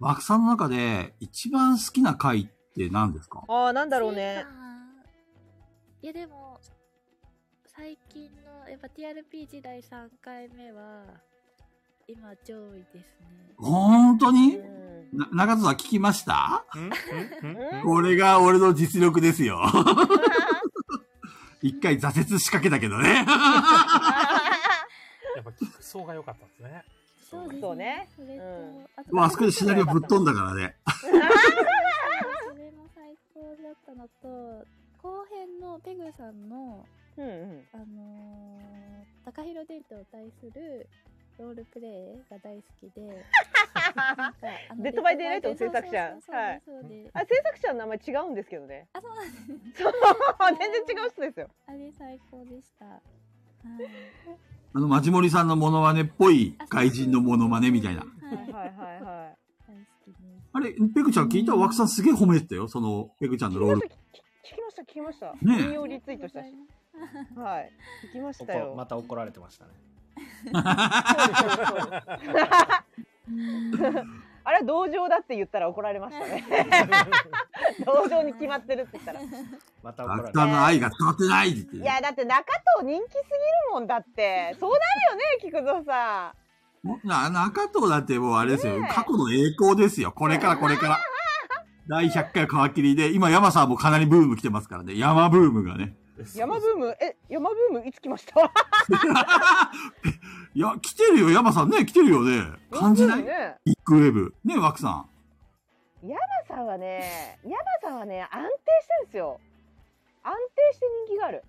S3: 枠さんの中で一番好きな回って何ですか
S2: ああ、なんだろうね。
S5: いやでも最近のやっぱ TRP 時代3回目は今上位ですね。
S3: 本当に
S2: うん
S3: な中戸さん聞きました
S4: んんん
S3: これが俺の実力ですよ。一回挫折しかけたけどね。
S1: やっぱ菊草が良かったですね。
S5: そうですね。
S2: そうね
S5: それと、
S2: うん
S5: あと
S3: もうあそこでシナリオぶっ飛んだからね。
S5: それも最高だったのと後編のペグさんの
S2: うんうん。
S5: あのー、高広電灯を対するロールプレイが大好き でなんかあの
S2: デッドバイデイライトの制作者
S5: そうそうそうそうそうです
S2: あ、制作者の名前違うんですけどね。
S5: あそうなんです
S2: そう、全然違う人ですよ。
S5: あれ最高でした。はい。
S3: あの、マジモリさんのモノマネっぽい外人のモノマネみたいな
S5: は。
S2: はい
S5: い。
S2: はいはいは
S5: 大好きです。
S3: あれ、ペグちゃん聞いた枠さんすげえ褒めてたよ。その、ペグちゃん
S2: い。
S3: の
S2: 聞
S3: ロール。
S2: きました聞きました聞きま
S3: ね
S2: した。
S3: え
S2: 引用リツイートしたし。はい。聞きました
S4: 怒
S2: よ。
S4: また怒られてましたね
S2: そうそうそう あれは同情だって言ったら怒られましたね。同情に決まってるって言ったら。い
S4: また怒ら
S3: 枠
S4: れて
S3: さんの愛が伝わってないって言って
S2: やだって中藤人気すぎるもんだって。そうなるよね、菊蔵さん。
S3: な中藤だってもうあれですよ。
S2: ねえ
S3: 過去の栄光ですよ。これからこれから。第100回皮切りで、今山さんもかなりブーム来てますからね。山ブームがね。
S2: 山ブーム、え、山ブームいつ来ました
S3: いや、来てるよ、山さんね、来てるよね。 感じない、
S2: 山ブームね
S3: ビッグウェーブ。ね、枠さん。
S2: 山さんはね、山さんはね、安定してるんですよ。安定して人気がある。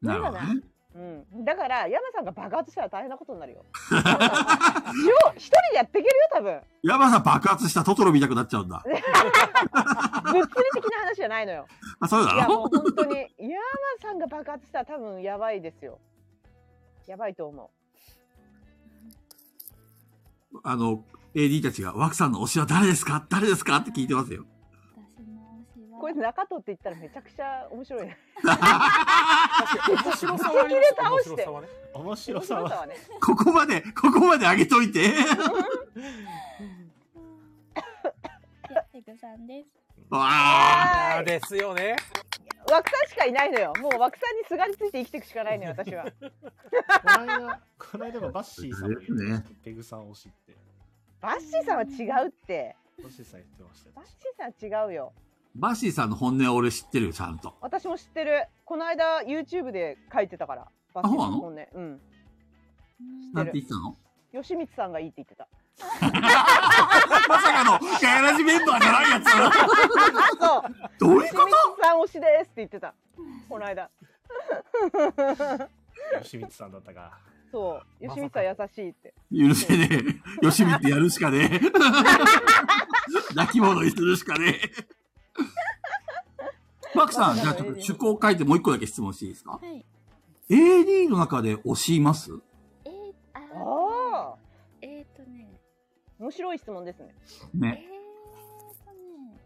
S3: なるほどね。
S2: うん、だから山さんが爆発したら大変なことにな るよ。よう一人でやっていけるよ多分。
S3: 山さん爆発したトトロ見たくなっちゃうんだ。
S2: 物理的な話じゃないのよ。
S3: あ、そう
S2: い
S3: だ
S2: や
S3: ろ
S2: もう本当に山さんが爆発したら多分やばいですよ。やばいと思
S3: あの、AD たちが、枠さんの推しは誰ですか誰ですかって聞いてますよ。
S5: 私の推しは。
S2: う。これ中藤って言ったらめちゃくちゃ面白いね。
S1: 面白さはあります。面白さはね。
S4: 面白さ
S2: 面白さ
S4: は
S2: はね。
S3: ここまで、ここまで上げといて。
S5: いやペグさんです。
S3: わあ。
S2: は
S1: あーですよね。
S2: ーい枠さんしかいないのよ。もう枠さんにすがりついて生きていくしかないのよ、私は。
S4: この間、この間もバッシーさんも言ってましたペグさん推しって。
S2: バッシーさんは違うって。
S4: バッシーさん言ってましたよ
S2: バッシーさんは違うよ。
S3: バッシーさんの本音は俺知ってるよ、ちゃんと。
S2: 私も知ってる。この間 YouTube で書いてたから。バッシーさんの本音。うん。
S5: うん
S2: 知
S3: な
S2: っ
S3: ん
S2: て
S3: て
S2: る
S3: 言ってたの
S2: 吉光さんがいいって言ってた。
S3: まさかの、ガヤラジメンバーじゃないやつ。
S2: そう。
S3: どういう
S2: 吉光さん推しですって言ってた。こ の間。
S4: 吉光さんだったか。
S2: そう。吉光さん優しいって。
S3: 許せねえ。よしみってやるしかねえ。泣き者にするしか ねえ。マークさん、じゃあちょっと趣向を書いてもう一個だけ質問していいですか
S5: はい。
S3: ?AD の中で推しいます
S5: えー、あー
S2: ああ。
S5: えー、とね、
S2: 面白い質問ですね。
S5: えー、
S3: ね。
S5: とね、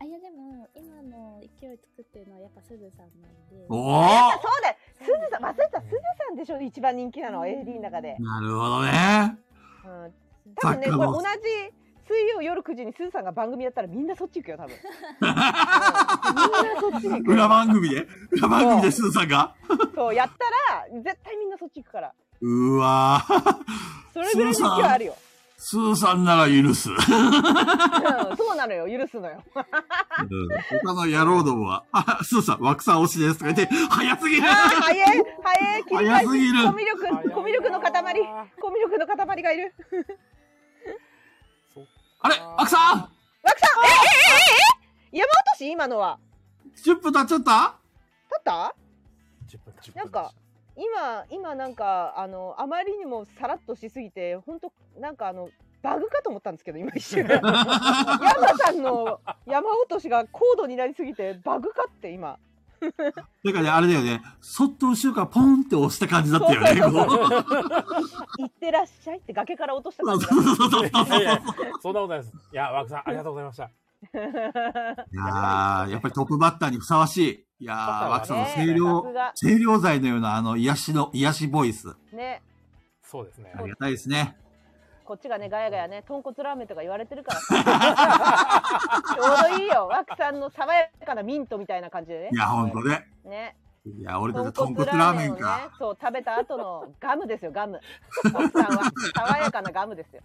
S5: あ、いやでも、今の勢い作ってるのはやっぱすずさんなんで。
S3: お
S2: あ、
S3: ー
S2: そうだよ。すずさん、忘れてた。すず
S1: ね
S2: さんでしょ一番人気なの。AD の中で。
S3: なるほどね。
S2: うん。多
S3: 作家
S2: 分ね、これ
S3: の
S2: 同じ水曜夜9時にすずさんが番組やったらみんなそっち行く よ、多分。うんみんなそっちに行くよ。
S3: 裏番組で裏番組で鈴さんが
S2: そう、やったら、絶対みんなそっち行くから。
S3: うわぁ。
S2: それぐらいの勢いあるよ。
S3: 鈴さんなら許 す。
S2: うんそうなのよ、許 すのよ。
S3: うん他の野郎どもは、 あ、そうさ、枠さん推しですとか言って、早すぎる
S2: ああ、早え、早え、切り返し
S3: 早すぎる
S2: コミュ力、コミュ力の塊、コミュ力の塊がいる。
S1: そっ
S3: あれ枠さん
S2: 枠さん、ええええええ山落とし今のは。
S3: !10 分経っちゃった
S2: 立った
S1: 10分10分
S2: なんか、今、今なんか、あの、あまりにもさらっとしすぎて、本当なんかあの、バグかと思ったんですけど、今 一瞬。山さんの山落としが高度になりすぎて、バグかって今。
S3: てかね、あれだよね、そっと後ろからポンって押した感じだったよね、
S2: そ
S3: こ
S2: うそううそう行ってらっしゃいって崖から落とした感じ
S3: そうそうそう そう
S1: いやいや、そんなことないです。いや、枠さん、ありがとうございました。
S2: が。
S3: いやー、やっぱりトップバッターにふさわしい。いやー、枠さんの清涼
S2: ね、さ
S3: 清涼剤のようなあの癒しの、癒しボイス。
S2: すがね、
S1: そうですね
S3: あ。りがたいですね。
S2: こっちがね、ガヤガヤね、豚骨ラーメンとか言われてるか らさ。ちょうどいいよ、枠さんの爽やかなミントみたいな感じでね
S3: い。や、ほんとね。
S2: ね、
S3: いや、俺たち豚骨ラーメンか。、
S2: そう、食べた後のガムですよ、ガム。枠さんは爽やかなガムですよ。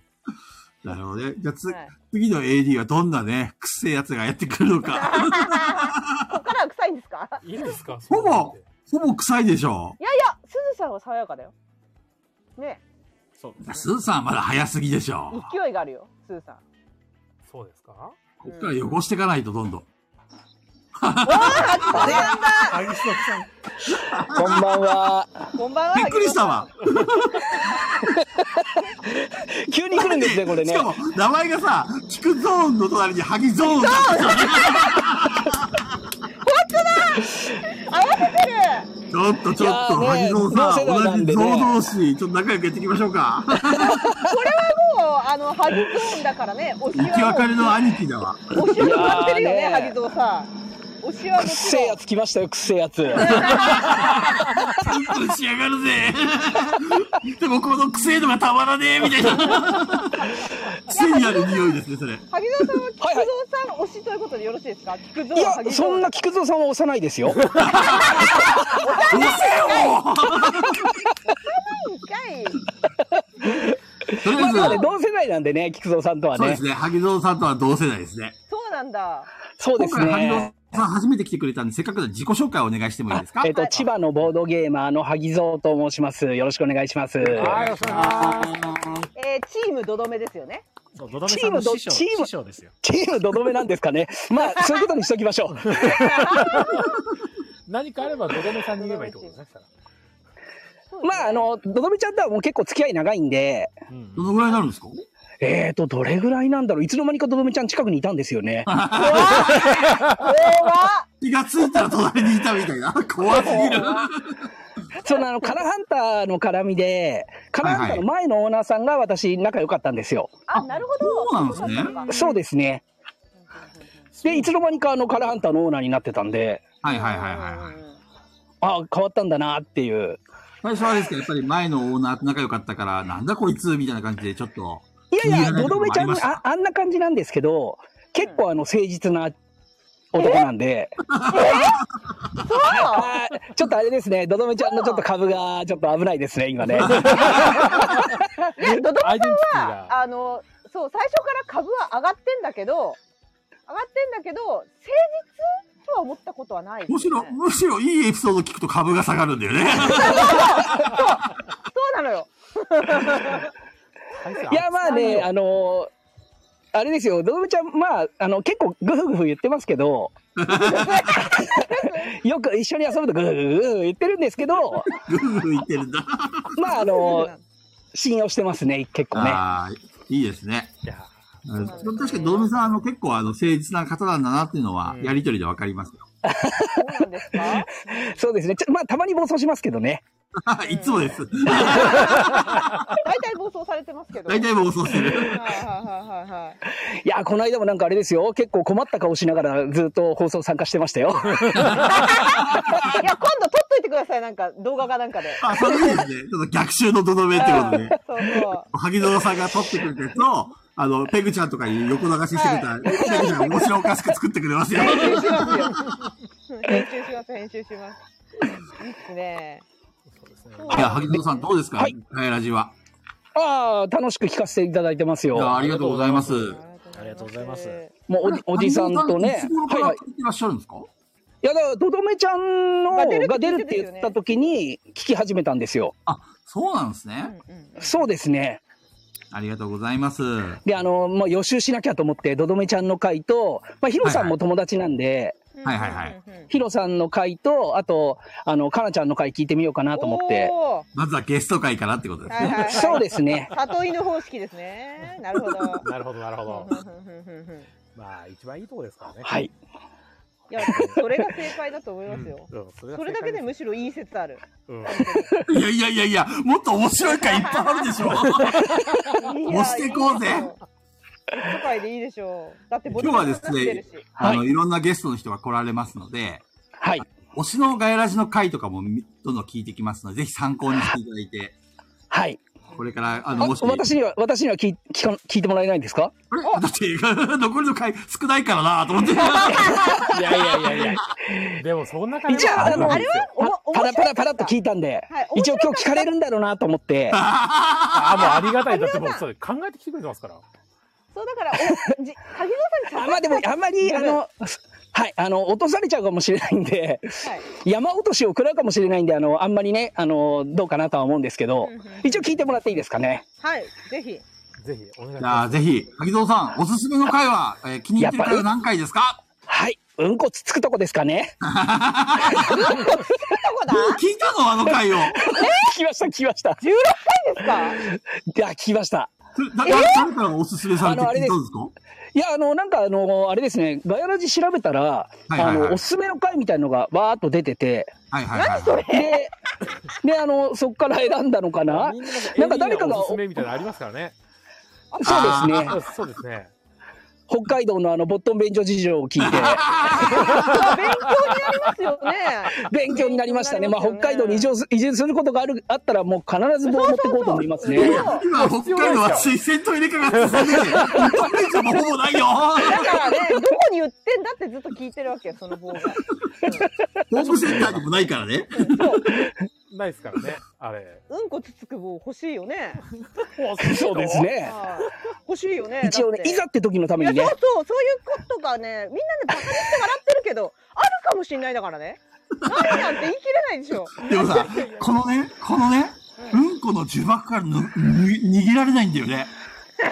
S3: なるほどね。じゃあつ、
S2: はい
S3: 次の AD はどんなね、くっせえやつがやってく るのか。
S2: こっからは臭いんですか。
S1: いいですか
S3: ほぼほぼ臭いでしょ。
S2: いやいや、すずさんは爽やかだよ。ね、
S4: そうですね。
S3: スーさんはまだ早すぎでしょ。
S2: 勢いがあるよ、すずさん。
S1: そうですか
S3: こっから汚していかないと、どんどん。
S2: あ、なんだ。
S4: 萩野さん。
S6: こんばんは。
S2: こんばんは。
S3: びっくりしたわ。
S6: 急に来るんですね、これ
S3: し
S6: ね
S3: か。も、名前がさ、聞くゾーンの隣にハギゾーンだ
S2: 合わせてる。
S3: ちょっとちょっと、
S6: いやーね
S3: 萩野さん、
S6: 同世代な
S3: 同
S6: ん
S3: じ
S6: で
S3: ゾ
S6: ね
S3: ウ同士、ちょっと仲良くやっていきましょうか。
S2: もう、あの、ハギゾーンだからね、推し
S3: 生き
S2: は
S3: 別
S2: も
S3: れの兄貴だわ。
S2: う。推しは決まってるよ
S6: い
S2: ね、
S6: やーね
S2: ハギゾーさん。推しは
S6: くっ
S2: もち
S6: せ
S2: ろ
S6: え
S2: ん
S6: や。つ来ましたよ、くっせえやつ。
S3: プンプンしやがるぜ。でも、この癖のがたまらねえ、みたいな。癖になる匂いですね、それ。
S2: ハギゾーさんは、菊
S6: はいはい
S2: 蔵さん推しということでよろしいですか。菊蔵
S6: い
S2: は。ハギ
S6: や、
S2: ゾー
S6: そんな菊蔵さんは押さないですよ。
S3: 押せよ
S2: かい。
S3: とりあえ
S6: まあね
S3: ず、
S6: 同世代なんでね、菊蔵さんとは
S3: そうで
S6: ね
S3: す。ね、萩野さんとは同世代ですね。
S2: そうなんだ。
S6: そうで
S3: 今
S6: す
S3: 回、萩
S6: ね
S3: 野。さん初めて来てくれたんで、せっかくなんで自己紹介をお願いしてもいいですか
S6: えっと、千葉のボードゲーマーの萩蔵と申します。よろしくお願いします。
S1: はい、よろしくお願いします。
S2: えー、チームどどめですよね。
S4: そう、ドドメさんの師匠、
S6: チームとチーム
S4: 師匠ですよ。
S6: チームどどめなんですか ね。まあ、そういうことにしときましょう。
S1: 何かあれば、ドドメさんに言えばいいってことですね。
S6: まあ、あの、どどめちゃんとはもう結構付き合い長いんで、
S4: うんうん
S3: どのぐらいになるんですか
S6: えーと、どれぐらいなんだろう。いつの間にかどどめちゃん近くにいたんですよ ね。
S2: 怖っ。怖っ。
S3: 気がついたら隣にいたみたいな。怖すぎる。
S6: そのあの、カラーハンターの絡みで、カラーハンターの前のオーナーさんが私仲良かったんですよ。
S2: あ、なるほ
S3: そ
S2: ど。
S3: うなんですね
S2: そうかそうか
S6: そうですね。で、いつの間にかあの、カラーハンターのオーナーになってたんで、
S3: はいはいはいはいはい。
S6: ああ、変わったんだなっていう。
S3: 最初はあれですけど、やっぱり前のオーナーと仲良かったから、なんだこいつみたいな感じで、ちょっと。
S6: いやい
S3: いや
S6: や、どどめちゃん
S3: ありました
S6: あ、あんな感じなんですけど、結構あの、誠実な男なんで。
S2: そう
S6: はいちょっとあれですね、どどめちゃんのちょっと株がちょっと危ないですね、今ね。
S2: いや、ドド
S1: ア
S2: さ
S1: イデンティテ
S2: ん
S1: ィ
S2: は、
S1: が
S2: あの、そう、最初から株は上がってんだけど、上がってんだけど、誠実とは思ったことはない、
S3: むしろ、
S2: そう
S3: むしろいいエピソード聞くと株が下がるんだよね。
S2: なのよ。
S1: あいつ
S6: いや、まあ
S2: あ
S6: ね、
S2: の
S6: あのあれですよ、どどめちゃん、まあ、あの、結構グフグフ言ってますけど、よく一緒に遊ぶとグフグフグフ言ってるんですけど、
S3: ぐんぐん言ってるんだ。
S6: まあ、あの信用してますね、結構ね。
S3: ああ、いいですね。
S1: いや
S3: うん
S2: そうなんですね
S3: 確かに、ドームさん、あの、結構、あの、誠実な方なんだなっていうのは
S1: う、ん
S3: やりとりでわかりますよ。
S2: そうなんですか
S6: そうですね。ちょまあ、たまに暴走しますけどね。
S3: いつもです。
S2: 大体暴走されてますけど。
S3: 大体暴走して
S2: はい
S3: る。
S2: はいはいはいはい。
S6: いや、この間もなんかあれですよ。結構困った顔しながらずっと放送参加してました よ。
S2: いや、今度撮っといてください、なんか、動画かなんかで。
S3: あ、それいいですね。ちょっと逆襲のとどめってことで。
S2: そうそう。
S3: 萩野さんが撮ってくれたやつを、あの、ペグちゃんとかに横流ししてくれたら、
S2: はい
S3: ペグちゃんが面白おかしく作ってく れますよ。
S2: 編集しますよ。 編集します、編集します。いいっすね。
S1: そうですね。
S3: いや、萩野さんどうですか
S6: はい
S3: ガイラジは。
S6: ああ、楽しく聞かせていただいてます
S3: いや、
S6: よ。
S3: ありがとうございます。
S4: ありがとうございます
S6: もうおじおじさんとね
S3: 萩野さいつ。頃か
S6: はい
S3: ら
S6: は
S3: 聞
S6: い。
S3: いてらっしゃるんですか
S6: いや、だから、どどめちゃんの
S2: が出るって
S6: が出るって言った時に聞き始めたんですよ。
S3: あ、そうなんです
S2: う
S3: ね。
S2: んうん
S6: そうですね。
S3: ありがとうございます。は
S6: で、あの、もう予習しなきゃと思って、どどめちゃんの回と、まあ、ヒロさんも友達なんで、
S2: うん
S3: はいはいはい
S2: うんうんうん
S6: ヒロさんの回と、あと、あの、かなちゃんの回聞いてみようかなと思って。
S2: おー
S3: まずはゲスト会からってことです
S2: はい
S3: ね。
S2: はいはい、
S6: そうですね。
S2: 里犬方式ですね。なるほど。
S1: なるほど、なるほど。
S2: い
S1: まあ、一番いいとこですからね。
S6: はい。
S2: や、それが正解だと思いますよ。
S1: うん。うんそれが
S2: それだけでむしろいい説ある。
S1: うん
S3: いやいやいやいや、もっと面白い回いっぱいあるでしょ。押してこうぜ
S2: いやいいでしょう世界でいいでしょう。だって、
S3: 今日はですね
S2: ボトルも出てるし
S3: あの、いろんなゲストの人が来られますので、
S6: はい。
S3: 推しのガイラジの回とかもみどんどん聞いてきますので、ぜひ参考にしていただいて、
S6: はい。
S3: これから、あ
S6: あ
S3: の、もし、
S6: 私には、私には聞い聞か聞いてもらえないんですか
S3: あれだって、 残りの回少ないからなと思って。
S1: いやいやいやいや。でも、そんな感じ
S6: 一応あの
S1: あれは
S2: おも
S6: パラパラパラっと
S2: 面白かった
S6: 聞いたんで、
S2: はい
S6: 一応今日聞かれるんだろうなと思 って、
S1: あ、もうありがたい。だってもう、それ考えてきてくれてますから。
S2: そうだから、おじ萩野さん
S6: あ
S2: に
S6: まあで も、あんまり、
S2: ご
S6: あ
S2: めん
S6: の、はい、あの、落とされちゃうかもしれないんで、
S2: はい
S6: 山落としを食らうかもしれないんで、あの、あんまりね、あの、どうかなとは思うんですけど
S2: うんうん、
S6: 一応聞いてもらっていいですかね。
S2: はい、ぜひ。
S1: ぜひ、お願い
S3: じ
S1: し
S3: ゃ
S1: ま
S3: あ、
S1: す。
S3: ぜひ、萩蔵さん、おすすめの回は、えー気に入ってる回は何回ですか
S6: はい、うんこつつくとこですかね。
S2: どこだ
S3: もう 聞いたのあの回を。
S6: 聞きました、聞きました。
S2: 16回ですか
S6: いや、聞きました。
S3: それだ誰からおすすめされて
S6: あのあ
S3: 聞
S6: れ
S3: い
S6: で
S3: た
S6: す
S3: んですか
S6: いや、あの、なんか、あの、あれですね、ガヤラジ調べたら、
S3: いはいはい
S6: あの、おすすめの回みたいのが、わーっと出てて、
S3: はいはいはい。それ
S6: で、で、あの、そっから選んだのかな
S1: みん
S6: なか
S1: なんんか
S6: 誰
S1: 誰
S6: か
S1: か
S6: が
S1: がおすすめみたいなのありますからね。
S6: そうですね。
S1: あそうですね。
S6: 北海道のあの、ボットン便所事情を聞いて、
S2: 勉強になりますよね。
S6: 勉強になりましたね。まあ、
S2: 勉強
S6: 北
S2: にな
S6: 海
S2: り
S6: 道
S2: ます
S6: に移住す
S2: よね
S6: 移住することがある、あったら、もう必ず棒を持ってこうと思いますね。
S3: 今、北海道は水洗トイレ化が進んでて、トイレじゃもうほぼないよ。
S2: だからね、どこに売ってんだってずっと聞いてるわけよ、その方が。
S3: ホームセンターにもないからね。
S1: ないですからね、あれ。
S2: うんこつつく棒欲しいよね。
S6: そうですね。
S2: はい欲しいよね。
S6: 一応ね
S2: だっ、て
S6: いざって時のた
S2: い
S6: め
S2: や、
S6: にね
S2: そう。 そう、そういうことがね、みんなでバカにして笑ってるけど、あるかもしれないだからね。ないなんて言い切れないでしょ。
S3: でもさ、このね、このね、うんこの呪縛からのぬ逃げられないんだよね。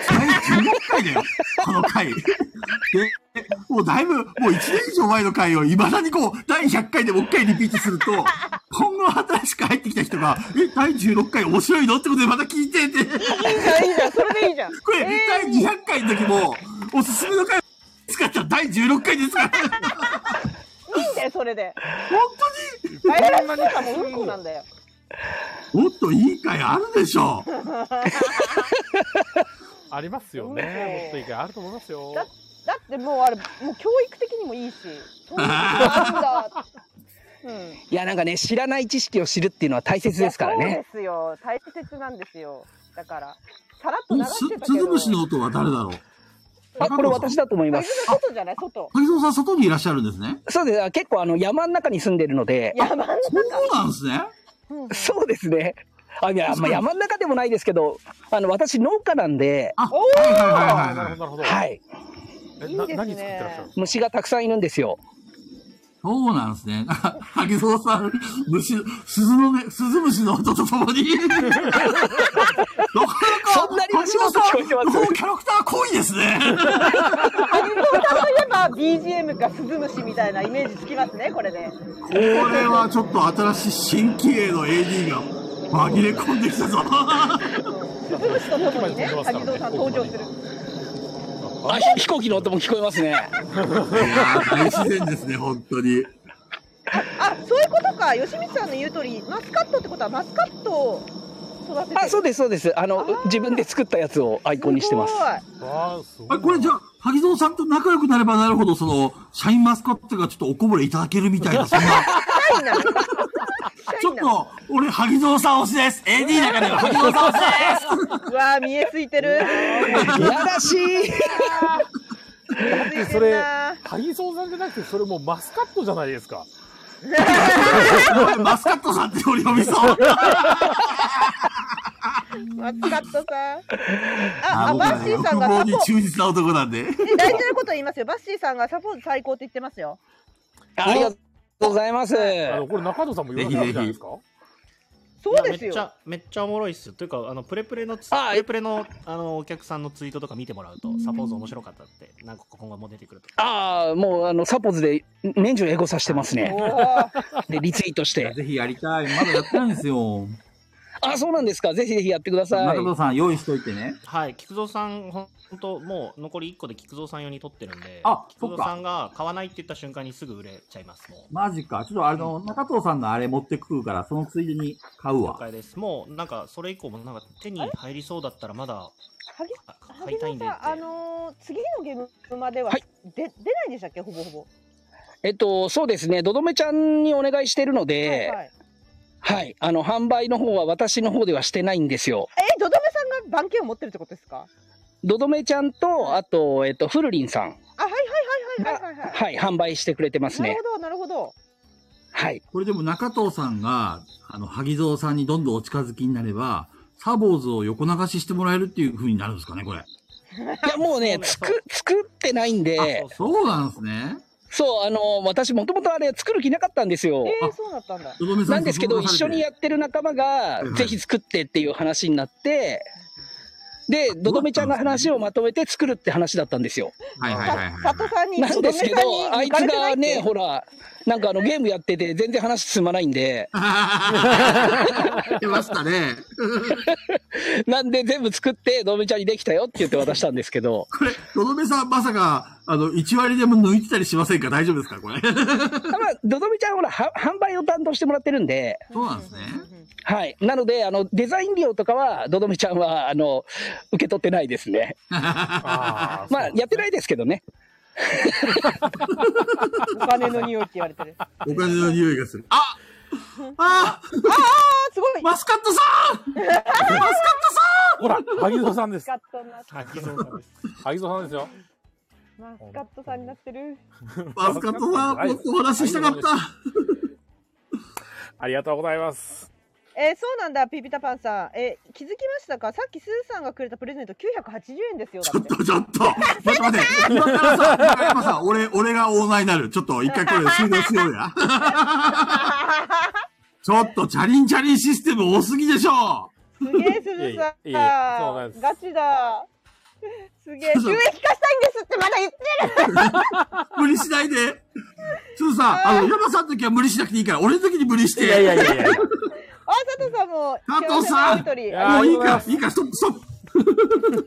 S3: 最16回だよ、この回。で、でもうだいぶ、もう1年以上前の回を、いまだにこう、第100回でもう1回リピートする と、今後新しく入ってきた人が、え、第16回面白いのってことでまた聞いてて、
S2: いいじゃん、いいじゃん、それでいいじゃん。
S3: これ、
S2: 永
S3: 第
S2: 遠に
S3: 200回の時も、おすすめの回使ったら第16回ですから、
S2: いいんだよ、それで。
S3: 本
S2: ガイラジとかもうんこなんだよ。
S3: 当に、もっといい回あるでしょ。
S1: ありますよね。もっといい回あると思いますよ。
S2: だだってもうあれ、もう教育的にもいいし。そういうのがあるんだ。うん。
S6: いや、なんかね、知らない知識を知るっていうのは大切ですから
S2: いやそう
S6: ね。
S2: ですよ。大切なんですよ。だから。さらっと
S3: う
S2: 流
S3: んす
S2: してた
S3: ス
S2: け
S3: ズ
S2: ど。
S3: ムシの音は誰だろう
S6: あ、これ私だと思います。
S2: の外じゃない外。
S3: 滝沢さん、外にいらっしゃるんですね。
S6: そうです。あ結構あの山の中に住んでるので、
S2: 山の
S3: そうなんですね。
S2: 中。
S6: そうですね。あいや、まあ、山の中でもないですけど、あの私農家なんで、
S3: あ、
S2: お
S3: は
S2: ー
S3: いはい
S1: ああ、
S3: はい
S1: な
S3: はい
S1: る
S3: は
S1: ほ
S3: い。
S1: ど、なるほど。
S6: はい。
S1: え
S2: いい
S1: な
S2: ですね
S1: 何作ってらっしゃるんですか
S6: 虫がたくさんいるんですよ。
S3: そうなんですね。滝沢さん、虫、鈴のね、鈴虫の音とともに。なかなか、
S6: そんなに虫の音聞こえてます
S3: 滝沢さんこのキャラクター濃いですね。
S2: アニソンさんといえば BGM がスズムシみたいなイメージつきますね、これ で。
S3: これはちょっと新しい新気鋭の AD が紛れ込んできたぞ。
S2: スズムシとともにね、滝蔵さん登場する。
S6: あ、飛行機の音も聞こえますね。
S3: いやー大自然ですね、本当に。
S2: あ、そういうことか。吉光さんの言う通り、マスカットってことはマスカットを育ててる。
S6: あ、そうです、そうです。あの
S2: あー
S6: 自分で作ったやつをアイコンにしてます。
S2: ご
S1: わあ、すご
S3: あ
S1: い
S3: これじゃ
S1: ゃ
S3: あ、萩蔵さんと仲良くなればなるほど、その、シャインマスカットがちょっとおこぼれいただけるみたいな、そんな。
S2: い。シャイな。シ
S3: ち
S2: ャ
S3: ょ
S2: イ
S3: っ
S2: な。
S3: と、俺、萩蔵さん推しです !AD の中では萩蔵さん推し
S2: うわー見えついてる。
S6: いやらし い。
S2: 見えついて
S1: そ
S2: る
S1: れ
S2: な。
S1: 萩蔵さんじゃなくてそれもうマスカットじゃないですか
S3: です マスカットさんって俺呼びそう
S2: マスカットさん。あ、
S3: あ
S2: あ
S3: 僕
S2: バ
S3: は
S2: ッシ
S3: ね
S2: ー
S3: 欲
S2: さんが
S3: 望
S2: サポ
S3: に忠実な男なんで。
S2: え 大事なこと言いますよ。バッシーさんがサポート最高って言ってますよ。
S6: ありがとうございます。
S1: あのこれ中野さんも言われたんじゃないですか
S2: そう
S4: いや
S2: で
S4: め
S2: す
S4: っち
S2: よ。
S4: ゃめっちゃおもろいっすというかあのプレプレのツ
S6: あ
S4: プレプレのあのお客さんのツイートとか見てもらうとサポーズ面白かったってなんか今後も出てくると
S6: ああ、もうあのサポーズで年中エゴさしてます
S2: お
S6: ね。
S2: ー
S6: でリツイートして。
S3: ぜひやりたい。まだやってないんですよ。
S6: あ、そうなんですか。ぜひぜひやってください。
S3: 中野さん用意しといてね。
S4: はい菊蔵さんほんともう残り1個で菊蔵さん用に取ってるんで
S3: あ
S4: 菊
S3: そっ
S4: 蔵
S3: か
S4: さんが買わないって言った瞬間にすぐ売れちゃいますもう
S3: マジか。ちょっとあの、中藤さんのあれ持ってくるから、そのついでに買う
S4: 了
S3: わ。
S4: 解ですもうなんかそれ以降もなんか手に入りそうだったらまだ
S2: 萩
S4: あ買
S2: 萩
S4: いたいん
S2: 野
S4: で
S2: さ
S4: って
S2: ん、あのー次のゲームまでは、
S6: はい
S2: で出ないんでしたっけ、ほぼほぼ。
S6: えっと、そうですね。どどめちゃんにお願いしてるので、
S2: はい
S6: はい、
S2: はい、
S6: あの、販売の方は私の方ではしてないんですよ。
S2: えー、どどめさんが番犬を持ってるってことですか。
S6: どどめちゃんと、あと、えっと、フルリンさん。
S2: あ、はいはいはいはいはいはい、はい。
S6: はい、販売してくれてます
S2: なる
S6: ね
S2: ほ。ど、なるほど。
S6: はい。
S3: これでも中藤さんが、あの、萩蔵さんにどんどんお近づきになれば、サボーズを横流ししてもらえるっていう風になるんですかね、これ。
S6: いや、もうね
S4: そ、うね
S6: つ
S4: そ
S6: く、作ってないんで、
S3: そうなんですね。
S6: そう、あの、私、もともとあれ、作る気なかったんですよ。
S2: えー、
S3: あ
S2: そうだったんだ。
S3: とどめさん
S6: なんですけど、一緒にやってる仲間が
S3: いは、い
S6: ぜひ作ってっていう話になって、で、どどめちゃんの話をまとめて作るって話だったんですよ。
S3: はいはいはい
S2: さ
S3: は
S2: とさんに、
S6: なんですけど、あいつがね、
S2: ほ
S6: ほら、なんかあのゲームやってて全然話進まないんで、
S3: い。 出ましたね。
S6: なんで全部作って、どめちゃんにできたよって言って渡したんですけ ど、
S3: これ、とどめさんまさか、あの、1割でも抜いてたりしませんか大丈夫ですかこれ。
S6: ただ、どどめちゃんはほら、は販売を担当してもらってるんで、
S3: そうなんですね。
S6: はい。なので、あの、デザイン料とかは、どどめちゃんは、あの、受け取ってないですね。
S1: あ
S6: まあ、やってないいですけどね。
S2: お金の匂いって言われてる。あ
S3: お金の匂いがする。ああ
S2: ー、すごい。
S3: マスカットさんマスカットさ
S1: ほら萩蔵さんです
S2: マスカットな、
S4: 滝蔵さんです
S1: 萩蔵さんですよ
S2: マスカットさんになってる。
S3: んマスカットさんもっとお話ししたかった
S1: ありがとうございます
S2: えー、そうなんだ、ピピタパンさん。えー、気づきましたかさっきスーさんがくれたプレゼント980円ですよ。だ
S3: ちょ
S2: っ。
S3: ってとちょっと待って待って今からさ、今からさ、俺、俺がオーナーになる。ちょっと一回これ終了しようや。 ちょっとチャリンチャリンシステム多すぎでしょ
S2: すげえ、すずさ
S1: いえいえいえ
S2: ん。
S1: そうなんです
S2: ガチだ。すげえ、収益化したいんですってまだ言ってる。
S3: 無理しないで。ちょっとさ、あの、山さんの時は無理しなくていいから、俺の時に無理して。
S1: いやいやいやいや
S2: あ、佐藤さんも。
S3: 佐藤さん
S2: 幸せなやりとり
S1: いや
S3: もういい
S1: ありがとうござ
S3: かいい
S1: いま、す
S3: か、ストップ、ストップ。スト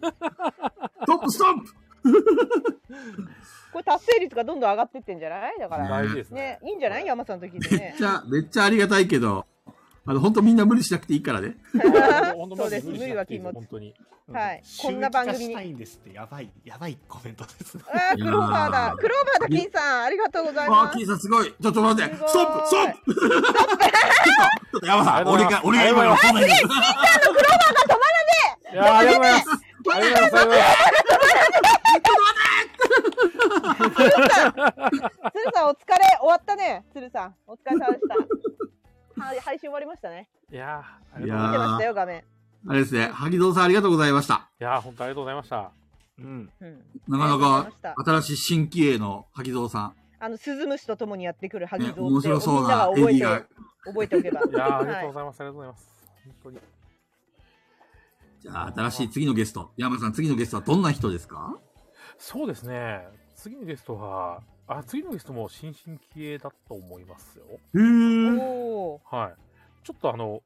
S3: ップ、ストップ。
S2: これ達成率がどんどん上がってってんじゃないだから。
S1: 大事ですね
S2: ね、いいんじゃない山さんの時で
S3: め
S2: ね
S3: っ。ちゃ、めっちゃありがたいけど、あの、本当みんな無理しなくていいからね。
S1: 本当
S2: そう
S1: マ
S2: です
S1: ジ無理しなくていいで
S2: 無理
S1: す
S2: は禁物
S1: 本当に
S2: はい
S4: 収
S2: こ
S4: 益化
S2: んな番組に
S4: したいんですってやばいやばいコメントですね
S2: あー、クローバーだ。クローバーだ、金さん。ありがとうござい
S3: あ
S2: ま
S3: あ、キ
S2: す。
S3: ーさんすごい。ちょっと待って
S2: すご。い
S3: ストップ、ストップ。ちょっと、山さん、俺が、俺が今のそんなに。
S1: いやありがとうございますありがとうございます
S2: 鶴さんお疲れ終わったね鶴さんお疲れ様でしたはい配信終わりましたね
S1: いやー、あり
S3: い
S1: が
S3: や
S2: 見
S1: とう
S2: てま
S3: ー
S2: したよ画面
S3: あれですね、萩蔵さんありがとうございました。
S1: いやー、本当ありがとうございました。
S4: うん。
S2: うん
S3: なかな
S2: ありがとうございました
S3: か新しい新規鋭の萩蔵さ
S2: あのスズムシと共にやってくるハ
S3: ん、
S2: ギ
S3: ね、
S2: ゾウ
S3: 面
S2: って
S3: 白そう
S2: みんな
S3: な
S2: が
S3: エディ
S2: 覚えて
S3: が
S2: る。覚えておけば
S1: いやー、ありがとう
S2: は
S1: ございます。ありがとうございます。本当に。
S3: じゃあ、新しい次のゲスト。山さん、次のゲストはどんな人ですか
S1: そうですね。次のゲストは、あ、次のゲストも新進気鋭だと思いますよ。
S3: へ
S2: い
S3: ー。
S2: おー
S1: はい。ちょっとあの、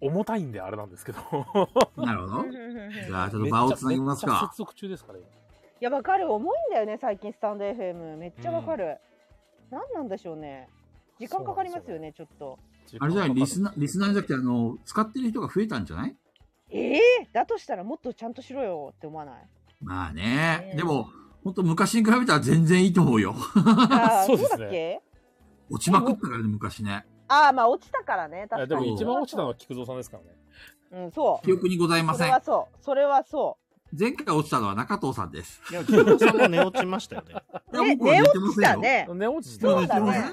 S1: 重たいんであれなんですけ ど。
S3: なる ほど。じゃあ、ちょっ
S1: め
S3: と
S1: っ
S3: 場を
S1: ちゃ
S3: つなぎます
S1: めっちゃ
S3: か。
S1: 接続中ですから、今
S2: いやわかる重いんだよね最近スタンド FM めっちゃわかる、なん、何なんでしょうね時間かかりますよねちょっと
S1: 時
S3: あ
S1: 間
S3: れじ
S1: か
S3: ゃ
S1: か
S3: な
S1: る
S3: い、リスナー、リスナーじゃなくて、あの、使ってる人が増えたんじゃない
S2: ええだとしたらもっとちゃんとしろよって思わ ない
S3: まあね
S2: ね。え
S3: でも、ほんと昔に比べたら全然いいと思うよ。
S2: あー
S1: そうですね
S2: だっけ
S3: 落ちまくったからね、昔ね。
S2: ああまあ落ちたからね
S1: いや
S2: 確
S1: で
S2: か
S1: も
S2: に
S1: 一番落ちたのは菊蔵さんですからね。
S2: うんそう
S3: 記憶にございま
S2: そ
S3: せ
S2: れ
S3: ん
S2: は。そうそれはそ
S3: 前回落ちたのは中藤さんです。
S4: いや、木村さんも寝落ちましたよね。
S2: う
S3: いや
S2: ね
S3: 僕は
S2: 寝
S3: 寝
S2: 落
S3: てま
S2: ち
S3: せん
S2: た
S3: よ
S2: ね
S1: 寝落ちて
S2: そうだ
S1: る
S2: ね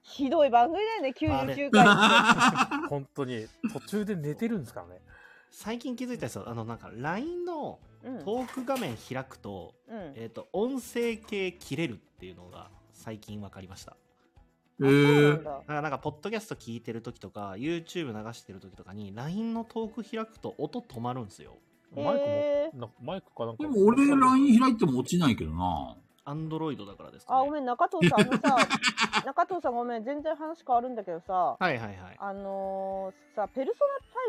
S2: ひどい番組だよね
S4: あれ
S2: 99回
S1: 本当に。途中で寝てるんですからね。
S4: 最近気づいたんですよ。あの、なんか LINE の
S2: うん
S4: トーク画面開くと、
S2: うん
S4: えっ、と、音声系切れるっていうのが最近分かりました。
S3: へ
S2: そうなん
S3: ー。
S2: だ
S4: だからなんか、ポッドキャスト聞いてる時とか、YouTube 流してる時とかに、LINE のトーク開くと音止まるんですよ。
S1: マイクも、
S2: へえ
S1: なんかマイクかなんか。
S3: でも俺 LINE 開いても落ちないけどな。
S4: Android だからですか、ね。
S2: あごめん中藤さんあ のさ中藤さんごめん全然話変わるんだけどさ
S4: はいはいはい。
S2: あのー、さペルソ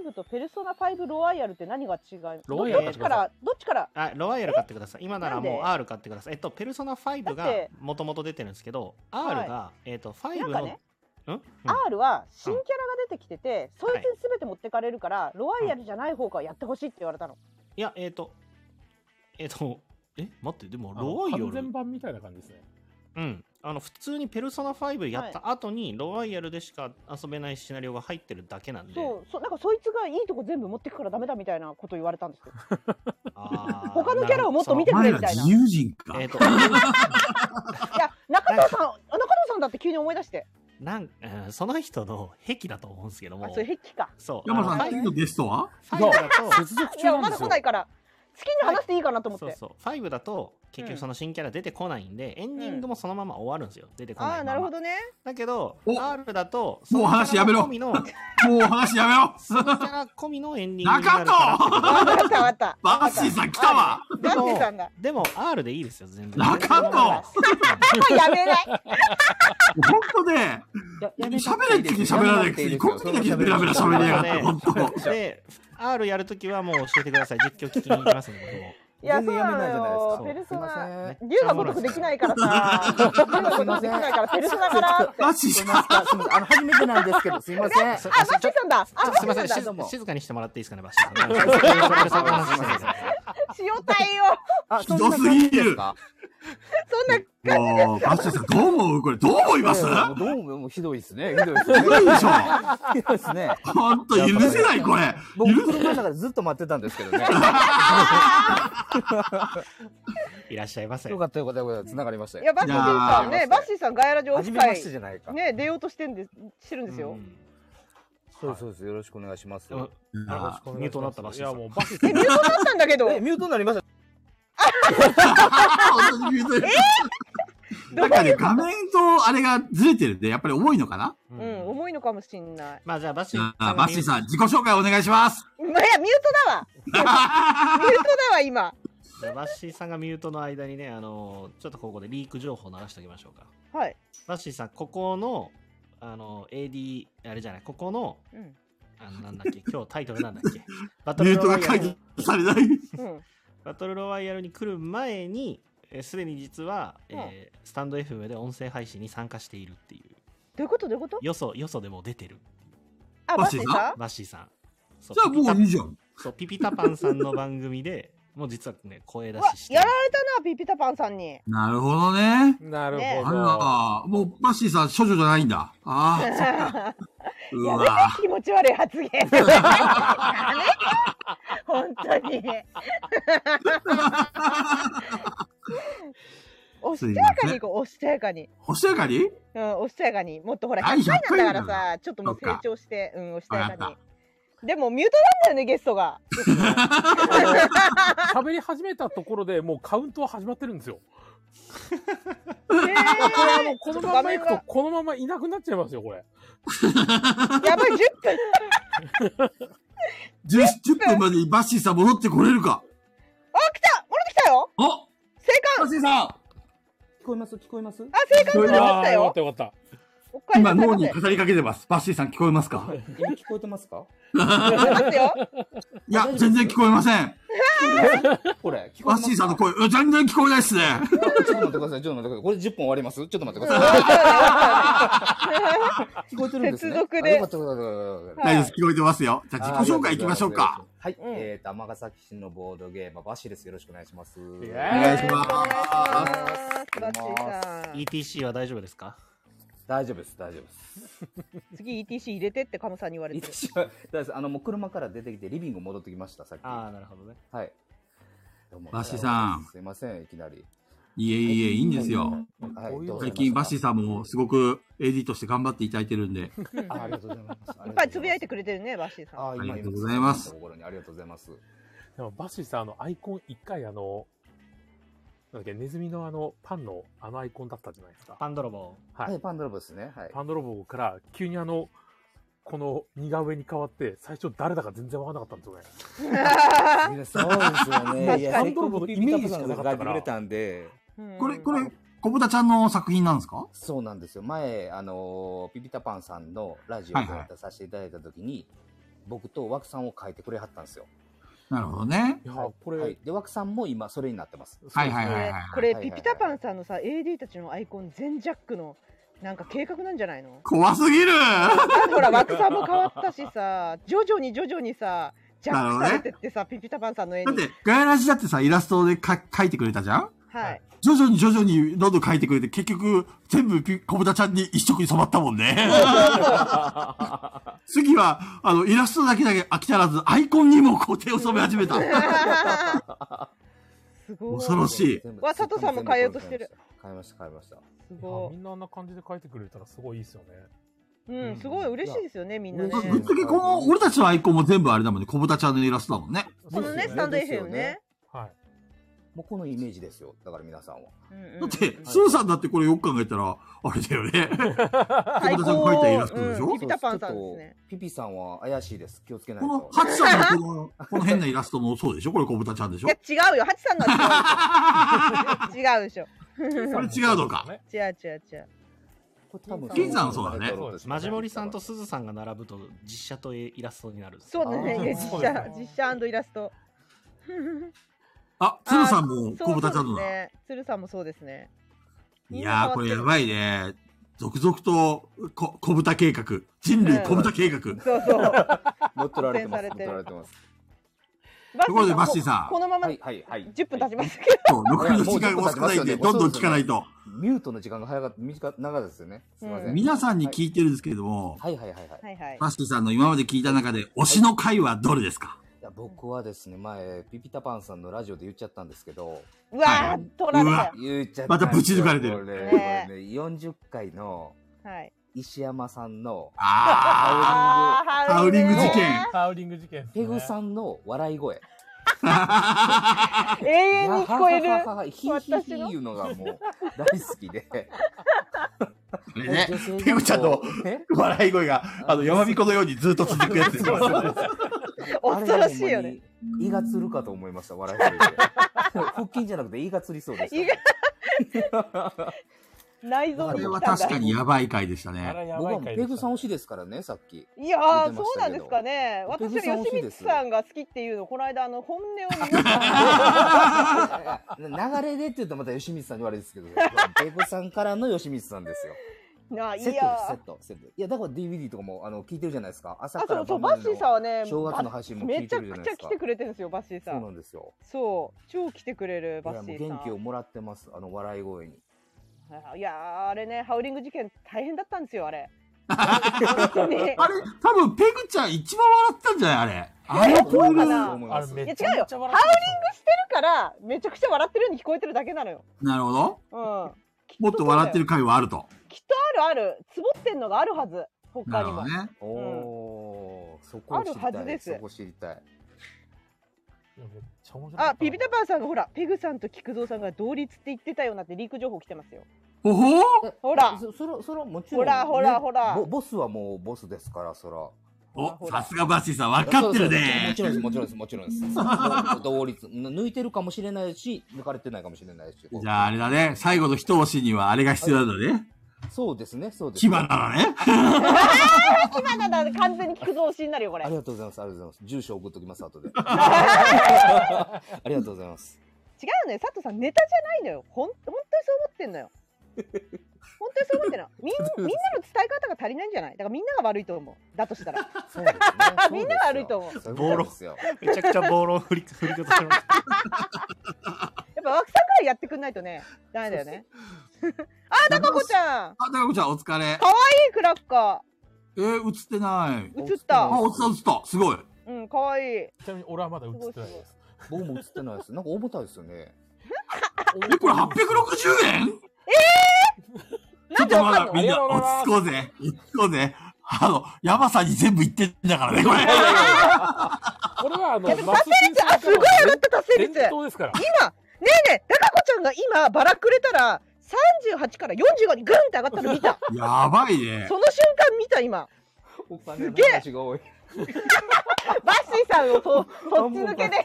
S2: ナ5とペルソナ5ロワイヤルって何が違う
S1: ロワイヤル
S2: どっちからどっちから
S4: あ、ロワイヤル買ってください。今なら
S2: なん
S4: もう
S2: で
S4: R 買ってください。えっと、ペルソナ5
S2: だっ
S4: が
S2: て
S4: もともと出てるんですけど、
S2: い
S4: R が、えっと、5
S2: なんか
S4: の、
S2: ね
S4: ん、うん、
S2: R は新キャラが出てきてて、そいつに全て持ってかれるから、ロワイヤルじゃない方からやってほしいって言われたの、
S4: いや、えっ、と、えっ、と、え、待って、でも、
S1: あの
S4: ロワイヤ
S1: 完全
S4: ル。
S1: 版みたいな感じです ね。
S4: うん。あの、普通にペルソナ5やった後に、ロワイヤルでしか遊べないシナリオが入ってるだけなんで。
S2: そうそうなんかそいつがいいとこ全部持ってくからダメだみたいなこと言われたんですよ
S4: あー
S2: 他のキャラをもっと見て
S3: お
S4: な
S2: くれ
S3: 前
S4: る
S3: ら
S2: みたいな
S3: 自由人
S4: ほ
S3: か
S4: ど。えっ、と、
S2: いや中藤さんあ中藤さんだって急に思い出して
S4: なん、うんその人の癖だと思うんですけども。
S2: あそれ
S4: そう。
S2: 壁か
S3: 山
S4: あ
S3: さ
S4: の
S3: ん、次のゲストは
S4: 5だと、
S1: 接続
S2: いや
S1: 中なん
S2: まだ
S1: です
S2: 来
S1: よ
S2: な。いから好きに話していいかなと思って、
S4: そうそう5だと結局その新キャラ出てこないんで、エンディングもそのまま終わるんですよ出てこないま
S2: あ
S4: ま
S2: あなるほどね
S4: だけど
S3: お
S4: R だと
S3: もう話やめろ
S4: そのキャラ込みの
S3: もう話やめろ
S4: そのキャラ込みのエンディングになるからってこと
S3: 中
S2: わかったわかった
S3: バッシーさん来たわ
S2: バッシーさんだ
S4: でも R でいいですよ全然
S3: 中野
S2: やめない
S3: 本当ね、喋れって時喋らないくせに、この時だけベラベラ喋りやがって、本当。
S4: で R やるときはもう教えてください実況聞きに行きますんで僕も
S2: いや、
S7: 全
S2: そう
S7: 然
S2: なのよ。
S4: 読め
S2: ペル
S4: ない
S2: ソナ、
S4: すいません
S2: 竜が如くできないからさ、竜が如くできないから、ペルソナからって。
S3: バッシー
S7: す
S3: さ
S7: い
S3: ん、
S7: ませんすいませんあの初めてなんですけどすいません。
S4: そ
S2: あ、マッ
S4: ち
S2: チ
S4: ょ
S2: さんだあ、マ
S4: ちょすいませ
S2: ッ
S4: ん
S2: チ
S7: ち
S2: さんだ
S7: ょっとどうも
S4: 静静かにしてもらっていいですかねバッシーさん
S2: 塩対応
S7: あ
S3: ひどすぎる
S7: そんな感じですか
S2: そんな、
S3: もう、バッシーさん、どう思うこれ、 どう思います
S7: い
S3: ひ
S7: やいやもうどうももうひどいですね。ひどいですね。
S3: どいでしょ
S7: ひどいですね。
S3: 本当許せない、これ。
S7: 僕車の中でずっと待ってたんですけどね。
S4: いらっしゃいませ
S7: よかったよかったよかった繋がりました
S2: い
S7: よ。
S2: や、バッシーさん
S7: いや
S2: ね、
S7: ー
S2: バッシーさんガヤラジオ
S7: 初
S2: フ
S7: めま
S2: 会
S7: して、じゃないか。
S2: ね、出ようとしてんで、してるんです
S4: う
S2: よ。
S4: ん
S7: そうですそうですよろしくお願いします。
S4: でも
S7: え
S3: い
S1: よろ
S3: や
S1: しくお願いします
S4: ミュートになったバッシーさん
S1: いや、もうバッシー
S2: え、ミュートになったんだけど、
S7: ミュートになりました。
S3: 本当に許せないなんかね、画面とあれがずれてるんで、やっぱり重いのかな
S2: う、
S4: うん
S2: 重いのかもしんない。
S4: まあじゃあバッシ
S3: じ
S4: ー
S3: ゃ
S4: さ
S3: あ、
S4: ん
S3: バッシーさん、自己紹介お願いします。
S2: いや、ミュートだわミュートだわ、今。
S4: バッシーさんがミュートの間にね、あのちょっとここでリーク情報流しておきましょうか。
S2: はい。
S4: バッシーさん、ここの、あの AD、あれじゃない、ここの、
S2: うん。
S4: あの、なんだっ け、今日タイトルなんだっけ。バト
S3: ミュ
S4: ル
S3: ート
S4: ロワ
S3: が
S4: イヤ
S3: 解
S4: ル
S3: 除、されない。
S2: うん。
S4: バトルロワイヤルに来る前に、えーすでに実は、えースタンド FM で音声配信に参加しているっていう。
S2: どういうことどういうこと
S4: よそ、よそでも出てる。
S2: あ、
S3: バッ
S2: バッ
S3: シ
S2: シ
S3: ー
S2: ー
S3: さん
S2: さん
S4: バッシーさん。そ
S3: じゃあ、
S4: ピピ
S3: もういいじゃん。
S4: タそうピピタパンさんの番組で、もう実はね、声出
S2: うわ
S4: しして
S2: や
S4: る
S2: ら。れたな、ピピタパンさんに。
S3: なるほどね。
S1: なるほ
S2: ね
S3: あ
S1: ど。
S3: ら、もう、バッシーさん、処女じゃないんだ。ああ、そっか。う
S2: や
S3: わ
S2: めて気持ち悪い発言。やめて本当に。 おしとやかに行こう、おしとやかに。
S3: おしとやかに
S2: うん、おしとやかに。もっとほら、100
S3: あ
S2: 回なんだ
S3: 100
S2: か
S3: 回なん
S2: ら
S3: だ
S2: さ、ちょっともう成長して、うん、おしとや
S3: わ
S2: か
S3: か
S2: に。でも、ミュートなんだよね、ゲスト が。
S1: 喋り始めたところでもうカウントは始まってるんですよ。
S2: えー
S1: これはもうこのままいく
S2: ちょ
S1: と
S2: っと
S1: このままいなくなっちゃいますよ、これ。
S2: 画面がやばい、10分。
S3: 10, 10分までにバッシーさん戻ってこれるか。
S2: あ、来た戻ってきたよ
S3: お
S2: 正
S3: バッシーさん
S7: 聞こえます聞こえます
S2: 解あ、正解
S3: これ
S2: 戻っ
S3: だ
S1: あ
S2: た
S1: あ、よか
S2: よ
S1: ったよかった。
S2: おかえり
S3: 今
S2: なさい
S3: 脳
S2: ま
S3: に
S2: せ。
S3: 語りかけてます。バッシーさん聞こえますか
S7: 今聞こえてますか
S2: 待ってよ。
S3: いや、全然聞こえません。
S7: これ聞こえ
S3: バ
S7: ま
S3: ッ
S7: す
S3: シーさんの声、うん全然聞こえないっす ね。
S8: ちょっと待ってください。ちょっと待ってください。これ10分終わりますちょっと待ってください。聞こえてるんですね。
S2: 接続で
S8: あよかったよかったよかった
S3: 大丈夫です。聞こえてますよ。じゃあ
S8: あ
S3: 自己紹介行きましょうか。。
S7: はい、
S2: うん
S7: えっ、と、尼崎市のボードゲーム、バシです。よろしくお願いします。
S1: イエ
S3: お願いし
S1: ーイ
S3: ます。
S2: バッチーさん
S4: ETC は大丈夫ですか
S7: 大丈夫です、大丈夫です。
S2: 次 ETC 入れてってカモさんに言われてる。
S7: 私は、大丈夫ですあの、もう車から出てきて、リビング戻ってきました、さっき。
S4: ああ、なるほどね。
S7: はい。どうも
S3: バシさん
S7: すいません、いきなり。
S3: いえいえ、いいんですよ。
S7: はい
S1: こういう
S7: どうぞ
S3: 最近、バッシーさんもすごく AD として頑張っていただいてるんで、
S7: あありがとうございます。
S2: いっぱいつぶやいてくれてるね、バッシーさん。
S7: あ今
S3: ありがとうございます
S7: 心にありがとうございます。
S1: でもバッシーさん、あの、アイコン一回あの、なんだっけ、ネズミのあの、パンのあのアイコンだったじゃないですか。
S4: パンドロボ。
S1: はい
S7: はい、パンドロボですね。はい。
S1: パンドロボから急にあの、この似顔絵に変わって、最初誰だか全然わからなかったんですよね。
S7: いやそうですよ ね。いや、
S1: パンドロボのイメージしかなかったから
S7: せっくくれたんで。
S2: うん
S3: これ、これ、小豚ちゃんの作品なんですか
S7: そうなんですよ。前、あのーピピタパンさんのラジオ
S3: はい
S7: で
S3: はい
S7: 出させていただいたときに、僕と枠さんを書いてくれはったんですよ。
S3: なるほどね。
S1: いや
S7: は
S1: ー、これ、
S7: はい。で、枠さんも今、それになってます。
S1: そう
S3: はいはい
S2: こ
S3: はい
S2: れ
S3: はい、
S2: これピピタパンさんのさ、AD たちのアイコン、全ジャックの、なんか計画なんじゃないの
S3: 怖すぎる
S2: ほら、枠さんも変わったしさ、徐々に徐々にさ、ジャックされてってさ、ピピタパンさんの絵
S3: だっ
S2: に。
S3: て、ガヤラジだってさ、イラストでか描いてくれたじゃん
S2: はい。
S3: 徐々に徐々にどんどん描いてくれて、結局、全部ピ小豚ちゃんに一色に染まったもんね。 次は、あの、イラストだけだけ飽き足らず、アイコンにもこう手を染め始 めた。
S2: すごい。
S3: 恐ろしい。
S7: 全部
S2: わ佐藤さんも変えようとしてる。
S7: 変えました、変えました。
S2: す
S1: いやー
S2: ご
S1: みんなあんな感じで描いてくれたらすごいいいですよね。
S2: い。うん、すごい嬉しいですよね、みんなね。
S7: 嬉し
S3: ぶっ
S7: い
S3: ちゃけこの、俺たちのアイコンも全部あれだもんね。小豚ちゃんのイラストだもんね。
S2: このね、
S1: そうですよ
S2: スタンド
S7: ですよ
S2: FM
S7: ね
S2: ね。
S1: はい。
S7: もうこのイメージですよ。だから皆さんは。
S2: うんうんうん
S3: だ って、スーさんだってこれよく考えたら、あれだよね。
S2: 最
S3: 小豚ちゃんが描いたイラ
S2: 高
S3: ストでしょ
S2: うんピピタパンさんですね。
S7: ピピさんは怪しいです。気をつけない
S3: この
S7: と、。
S3: ハチさんのこの、この変なイラストもそうでしょこれ小豚ちゃんでしょこ
S2: いや、違うよ。ハチさんのは 違うでしょ。
S3: れ違うのか。
S2: 違う違う違う。
S7: 多分
S3: 金さんはそうだね
S1: そうです
S4: マジモリさんと。鈴さんが並ぶと実写とイラストになるんです
S2: そうだね。
S7: あー
S2: いや実
S1: そうだ
S2: 写
S1: ね、
S2: 実写イラスト。
S3: あ、
S2: あー
S3: 鶴さんも小豚ちゃん
S2: そう
S3: の
S2: です
S3: だ。
S2: ね。鶴さんもそうですね。
S3: いやー、これやばいね。続々と、こ、小豚計画。人類小豚計画。と
S2: そう そう。
S7: 乗っ取られてま
S2: 発展さ
S7: す。乗っ
S2: れて
S7: 取
S2: る
S7: られてます。
S3: ころで、バッシーさん
S2: こ、のまま
S7: はい、
S2: 10
S7: はい、はい。
S2: 分経ちますけ
S3: そう残りの時間が少ないんで、
S7: も
S3: ど
S7: うんちょ
S3: ど
S7: っ
S3: ん
S7: と
S3: 聞かないと。
S7: ミュートの時間が早かった、短か長かったですよね。すみませ。
S2: うんん
S3: 皆さんに聞いてるんですけれども、
S7: はいはいはいはい。
S2: ど。
S7: い
S2: はいはい。
S3: バッシーさんの今まで聞いた中で、推しの回はどれですか
S7: や僕はですね、前、ピピタパンさんのラジオで言っちゃったんですけど、
S2: うわー、取られた
S7: 言っちゃった。
S3: またぶち抜かれてる
S7: これ
S2: ね
S7: これね、40回の
S2: よ。はい。
S7: 石山さんの、
S3: あ
S2: あー、
S3: ー、ハウリング事件。
S1: ハウリング事件ですね。
S7: ペグさんの笑い声。
S2: 件。 永遠に聞こえる
S7: いやははははヒーヒーヒーいうのがもう大好きで。
S3: あれね、ペグちゃんの
S7: ね
S3: 笑い声が、あの、山彦のようにずっと続くやつですよ。
S2: 恐ろしいよね。
S7: あれがほんまに胃がつるかと思いました、笑い声 で。腹筋じゃなくて胃がつりそうでした。
S2: 胃が 内臓
S3: こ
S2: に
S3: れ
S2: 行
S3: は
S2: ったん
S3: 確
S2: だ
S3: か。にやばい回でした
S1: あ
S3: ね。
S1: らや
S7: 僕
S1: ばい
S7: は
S1: 回
S7: ペグさん推
S1: し
S7: しですからね、さっき。
S2: いや
S7: 出
S2: ー、
S7: てま
S2: そ
S7: し
S2: う
S7: た
S2: な
S7: け
S2: ん
S7: ど
S2: ですかね。私は
S7: ペグさん推し
S2: 吉
S7: で
S2: 光
S7: す
S2: さんが好きっていうの、この間、あの、本音を見ま
S7: 流れでって言うとまた吉光さんに悪いですけど、 ペグさんからの吉光さんですよ。
S2: なあ、い
S7: セットです、セ
S2: や
S7: ット、セット。いや、だから DVD とかも、あの、聞いてるじゃないですか。朝
S2: あ、
S7: か
S2: そ
S7: ら
S2: うそう、
S7: 晩
S2: バ
S7: まで
S2: ッ
S7: の
S2: シーさんはね、
S7: 正月の配信も聞
S2: め
S7: い
S2: ち
S7: て
S2: ゃ
S7: るじゃ
S2: く
S7: ない
S2: ち
S7: で
S2: ゃ
S7: す
S2: 来
S7: か
S2: て。くれてるんですよ、バッシーさ
S7: そうんな。んですよ。
S2: そう、超来てくれる
S7: い
S2: バ
S7: や、
S2: ッシ
S7: もう
S2: ーさ
S7: 元気を
S2: ん。
S7: もらってます。あの、笑い声に。
S2: いやー、あれね、ハウリング事件大変だったんですよ、あれ。当に
S3: あれ、多分ペグちゃん一番笑ったんじゃないあれ。あのポー
S2: そうか
S3: ル
S2: な
S7: そう思い
S1: あ
S7: ま
S1: れ
S7: す
S1: め
S2: いや
S1: っち
S2: 違う
S1: ゃ
S2: よ
S1: めちゃ笑っ
S2: してるからめちゃくちゃ笑ってるように聞こえてるだけなのよ。
S3: なるほど。
S2: うん。
S3: もっと笑ってる回はあると。
S2: きっとあるある。つぼってんのがあるはず。
S3: な
S2: 他
S3: る
S2: に
S3: ほ
S2: も。
S3: どね。
S7: おおー、そこを知り
S2: あ
S7: たい。
S2: るはずです
S7: そこ知りたい。
S1: ためっちゃ面白かった
S2: あ、ピピタパンさんがほら、ペグさんと菊蔵さんが同率って言ってたよなってリーク情報来てますよ。
S3: ほほー
S2: ほら
S7: そそら、そら、もちろん。
S2: ほらほら
S7: ね
S2: ほら
S7: ボボスはもうボスですから、そら。
S3: お、さすがバッシーさん、わかってるね。
S7: そうそうもちろんです、もちろんです、もちろんです。同率。抜いてるかもしれないし、抜かれてないかもしれないし。
S3: じゃああれだね、最後の一押しにはあれが必要なんだね。
S7: そうですね、そうです
S3: 牙な
S7: ね。
S3: らね。
S2: 今なら完全に菊蔵推しになるよ、これ
S7: あ。りがとうございます、ありがとうございます。住所送っときます、後で。ありがとうございます。
S2: 違うのよ佐藤さんネタじゃないのよほん本当にそう思ってんのよ本当にそう思ってんのみんみんなの伝え方が足りないんじゃないだからみんなが悪いと思うだとしたら
S7: そうですね
S2: みんなが悪いと思う
S7: そういうことですよ。
S4: めちゃくちゃボールを振り、振り方しました。
S2: やっぱ枠さからやってくんないとねダメだよねあたかこちゃん
S3: あ、高子ちゃん、お疲れ。
S2: いいクラッカ
S3: えー、映ってない。
S2: ー映った
S3: あ、映った、映った。すごい。
S2: うん 可愛いい
S1: ちなみに俺はまだ映ってないです
S7: 僕も映ってないです。なんか重たいですよね。
S3: え、これ860円ちょっ
S2: なんで
S3: と
S2: わ
S3: ま
S2: かん
S3: だ
S2: の
S3: みんな落ち着こうぜ。落ち着こうぜ。あの、山さんに全部言ってんだからね、これ。
S1: これはあの
S2: いやでも
S1: マスシンさん
S2: あすごい上がった達成
S1: 伝
S2: 率
S1: 統ですから
S2: 今ねえねえたかこちゃんが今バラくれたら38から45にグンって上がったの見た
S3: やばいね。
S2: その瞬間見た今
S7: お金の
S2: げえ
S7: 話が多い。
S2: バッシーさんをそ そっち抜けで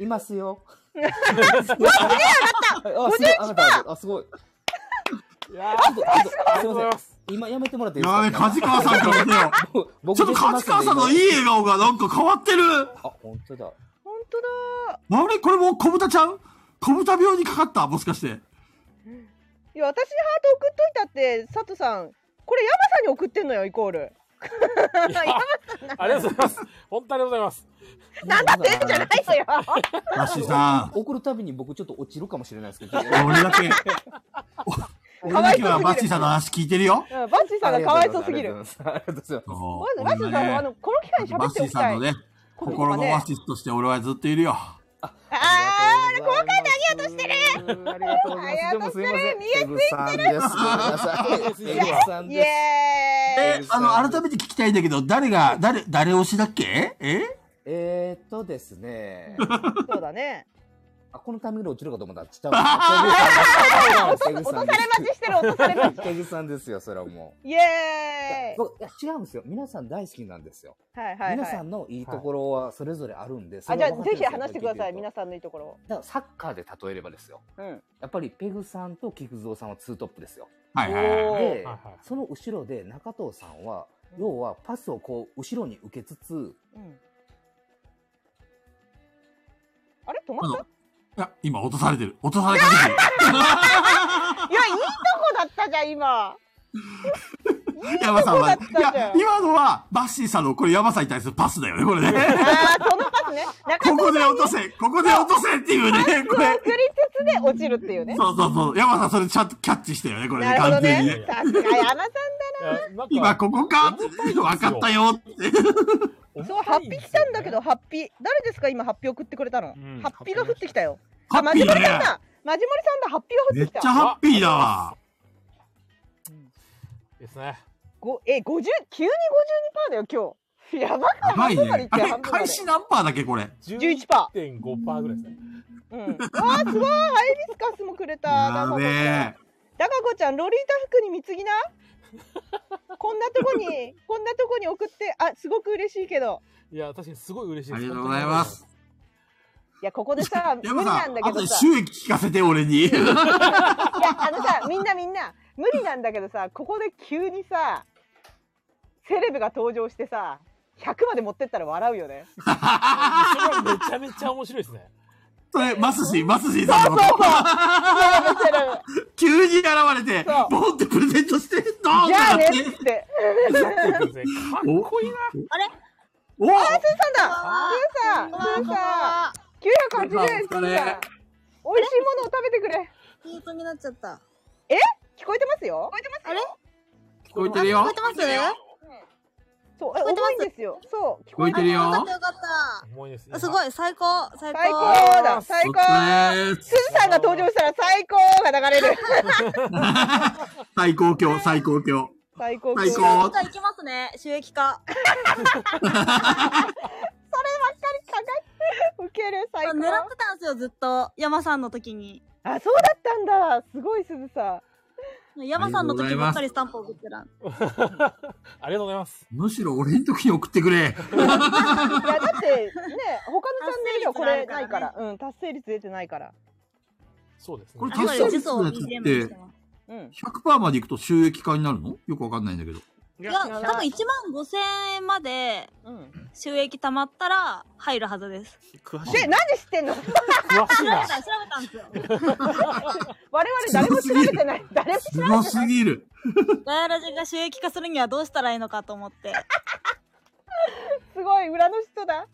S7: いますよ。
S2: 51%
S7: あ、すごいあなたあ、すごい。
S1: いや
S7: ちょっとちょっと
S1: ありが
S7: す
S1: と
S7: いうま
S1: ござい。ます
S7: せん今やめてもらっていいです
S3: や
S7: か
S3: べ、梶川さんからね。
S7: 僕僕
S3: ちょっと梶川さんのいい笑顔がなんか変わってる。
S7: あ、本当だ。
S2: 本当だ
S3: あれこれもう小豚ちゃん小豚病にかかったもしかして。
S2: いや私にハート送っといたって佐藤さんこれ山さんに送ってんのよイコール
S1: いやありがとうございます本当ありがとうございます
S2: なんだってんじゃないのよ
S3: らしいさん。
S7: 送るたびに僕ちょっと落ちるかもしれないですけど。
S3: 俺だけ、俺
S2: かわ
S3: だ
S2: い
S3: けは
S2: そう
S3: バ
S2: す
S3: ッチー
S2: ぎる
S3: さんの話聞いてるよ。
S2: うんバッチーさんがかわいそうすぎる
S7: ありがとうございます。ありがとうござ
S3: そ
S7: います
S2: まず
S3: う。
S2: バッチーさん
S3: 俺
S2: はあ
S3: はね
S2: のこの機会に
S3: バ
S2: 喋
S3: ッ
S2: っ
S3: チ
S2: てお
S3: ー
S2: き
S3: さ
S2: た
S3: ん
S2: い
S3: のね、心のオアシスとして俺はずっといるよ。
S2: あー
S7: ありがとうございます。ありがとうございます。でもすいません。ペグさんです。ごめんなさい。ペグさん
S2: イエー
S7: です。
S2: イ
S3: え、あの、改めて聞きたいんだけど、誰が、誰、誰推しだっけえ
S7: えーっとですね。
S2: そうだね
S7: あ、このタイミングで落ちるかと思ったら、ちたわ。ペグ
S2: 落と
S7: さ
S2: さ
S7: ん
S2: れ
S7: です。
S2: 待ちしてる落とされ待ち
S7: ペグさんですよ、それはも
S2: イ
S7: う。
S2: エーイ
S7: 僕いや違うんですよ。皆さん大好きなんですよ。
S2: はいはい
S7: 皆
S2: は
S7: さ
S2: い
S7: んのいいところはそれぞれあるんで、そ
S2: あ
S7: れ
S2: じゃ
S7: は
S2: あ
S7: 分
S2: ぜ
S7: かってるん
S2: ひ
S7: ですよ
S2: 話してください
S7: 聞てると
S2: 皆さんのいいところを
S7: だからサッカーで例えればですよ。
S2: うん
S7: やっぱりペグさんと菊蔵さんはツートップですよ。
S3: はいはいはい。
S2: おー
S7: で
S1: はいはい、
S7: その後ろで中藤さんは、要はパスをこう後ろに受けつつ、
S2: うんあれ止
S3: あ
S2: ま
S3: の
S2: っ
S3: いや、今落とされてる。落とされか けてる。
S2: たいやいいとこだったじゃ ん今
S3: 山さんは、い
S2: そうだったんだよ
S3: や、今のは、バッシーさんの、これ山さんに対するパスだよね、これね。
S2: ああそのパスね中
S3: ここで落とせ、ここで落とせっていうね、これ
S2: 送。りつつで落ちるっていうね。
S3: そうそうそう。山さん、それちゃんとキャッチしたよね、これ
S2: な
S3: ね、
S2: るほど
S3: 完全に
S1: いやい
S2: ね
S1: や。
S2: さすが山さん
S1: いやなんか
S3: 今、ここかって、分かったよって。
S2: だ。そう、ハッピー来たんだけど、ハッピー。誰ですか今、ハッピー送ってくれたの。
S1: うん
S2: ハッピーが降ってきたよ。
S3: ハ
S2: あ、
S3: ッ
S2: マ
S3: ピ
S2: ジ
S3: ー
S2: モ
S3: だ
S2: リさん
S3: ね。
S2: だ。マジモリさんだ、ハッピー
S3: め
S2: が降
S3: っ
S2: っ
S3: ち
S2: て
S3: ゃ
S2: きた。
S3: ハッピーだわ。
S1: ですね
S2: ごえ、50、急に52%だよ、今日。やばくな い
S3: やばいねあれ
S2: 半分までいっ。て半、分まで
S3: 開始何パーだっけ、これ。
S2: 11%。
S1: 1.5%ぐらいですね
S2: うん。わあ、すごい。ハイビスカスもくれた。
S3: やべ
S2: ダ
S3: え。
S2: カ子ちゃん、ロリータ服に貢ぎな。こんなとこに、こんなとこに送って、あ、すごく嬉しいけど。
S1: いや確かにすごい嬉しいです
S3: ありがとうございます
S2: いや、ここでさ、無
S3: 山さ
S2: 理なん
S3: ん
S2: だ、け
S3: あと
S2: ど
S3: で
S2: さ。
S3: 収益聞かせて、俺に。
S2: いやあのさみんなみんな無理なんだけどさここで急にさセレブが登場してさ100まで持ってったら笑うよね。
S1: それはめちゃめちゃ面白いですね
S3: それ、マスシー、マスシーさんのこと。
S2: セレブ
S3: 急に現れて
S2: そ、う
S3: ボンってプレゼントして、ドーンっ
S2: じ
S3: て
S2: ゃあ
S3: な
S2: ね
S3: っ。
S2: ってつって。
S1: かっこいいな
S3: お
S2: なんだスーさんスーさん980円ス
S3: こんばんは
S2: ーさん美味しいものを食べてくれ
S9: ミュートになっちゃった。
S2: 聞こえてますよ
S9: あれ
S2: 聞
S3: こえてる
S5: あ
S3: よ
S5: 聞こえてます
S2: そう、
S5: 聞こえてま
S2: 重
S5: す
S2: いんですよ。そう、聞
S3: こえてるよ
S5: あよかったよかっ
S1: 重いです
S5: た。すごい、最高、最高。
S2: 最高だ、最
S3: お
S2: 高
S3: 疲れ
S2: すずさんが登場したら最高が流れる。
S3: 最高強、最高強。
S2: 最高
S3: 最
S5: 収
S3: 高
S5: 益化いきますね、収益 化。
S2: 受ける、最
S5: 狙って
S2: 高。
S5: たんですよ、ずっと。山さんの時に。
S2: あ、そうだったんだ。すごい、すずさん。
S5: 山さんの時ばっかりスタンプ送ってた。
S1: ありがとうございます。
S3: むしろ俺の時に送ってくれ。
S2: いや、だって、ね、他のチャンネルにはこれないから。
S5: 達
S2: うん、達成率出てないから。
S1: そうですね
S3: これ。
S5: あと
S3: 達
S5: は
S3: 成
S5: 呪
S3: 率
S5: 詛を
S3: のやつ
S5: BGM
S3: っ
S5: にしててます。
S2: うん。
S3: 100%までいくと収益化になるのよくわかんないんだけど。
S5: いや、多分1万5000円まで
S2: うん。
S5: 収益貯まったら入るはずです。
S4: 詳し
S2: で、
S4: い
S2: なんで知ってんの
S1: 詳し
S5: 調
S1: い
S5: べ
S1: な
S5: た、。調べたんですよ。
S2: 我々誰も調べ てない。誰も
S3: すごすぎる。
S5: ガヤラジが収益化するにはどうしたらいいのかと思って。
S2: すごい、裏の人だ。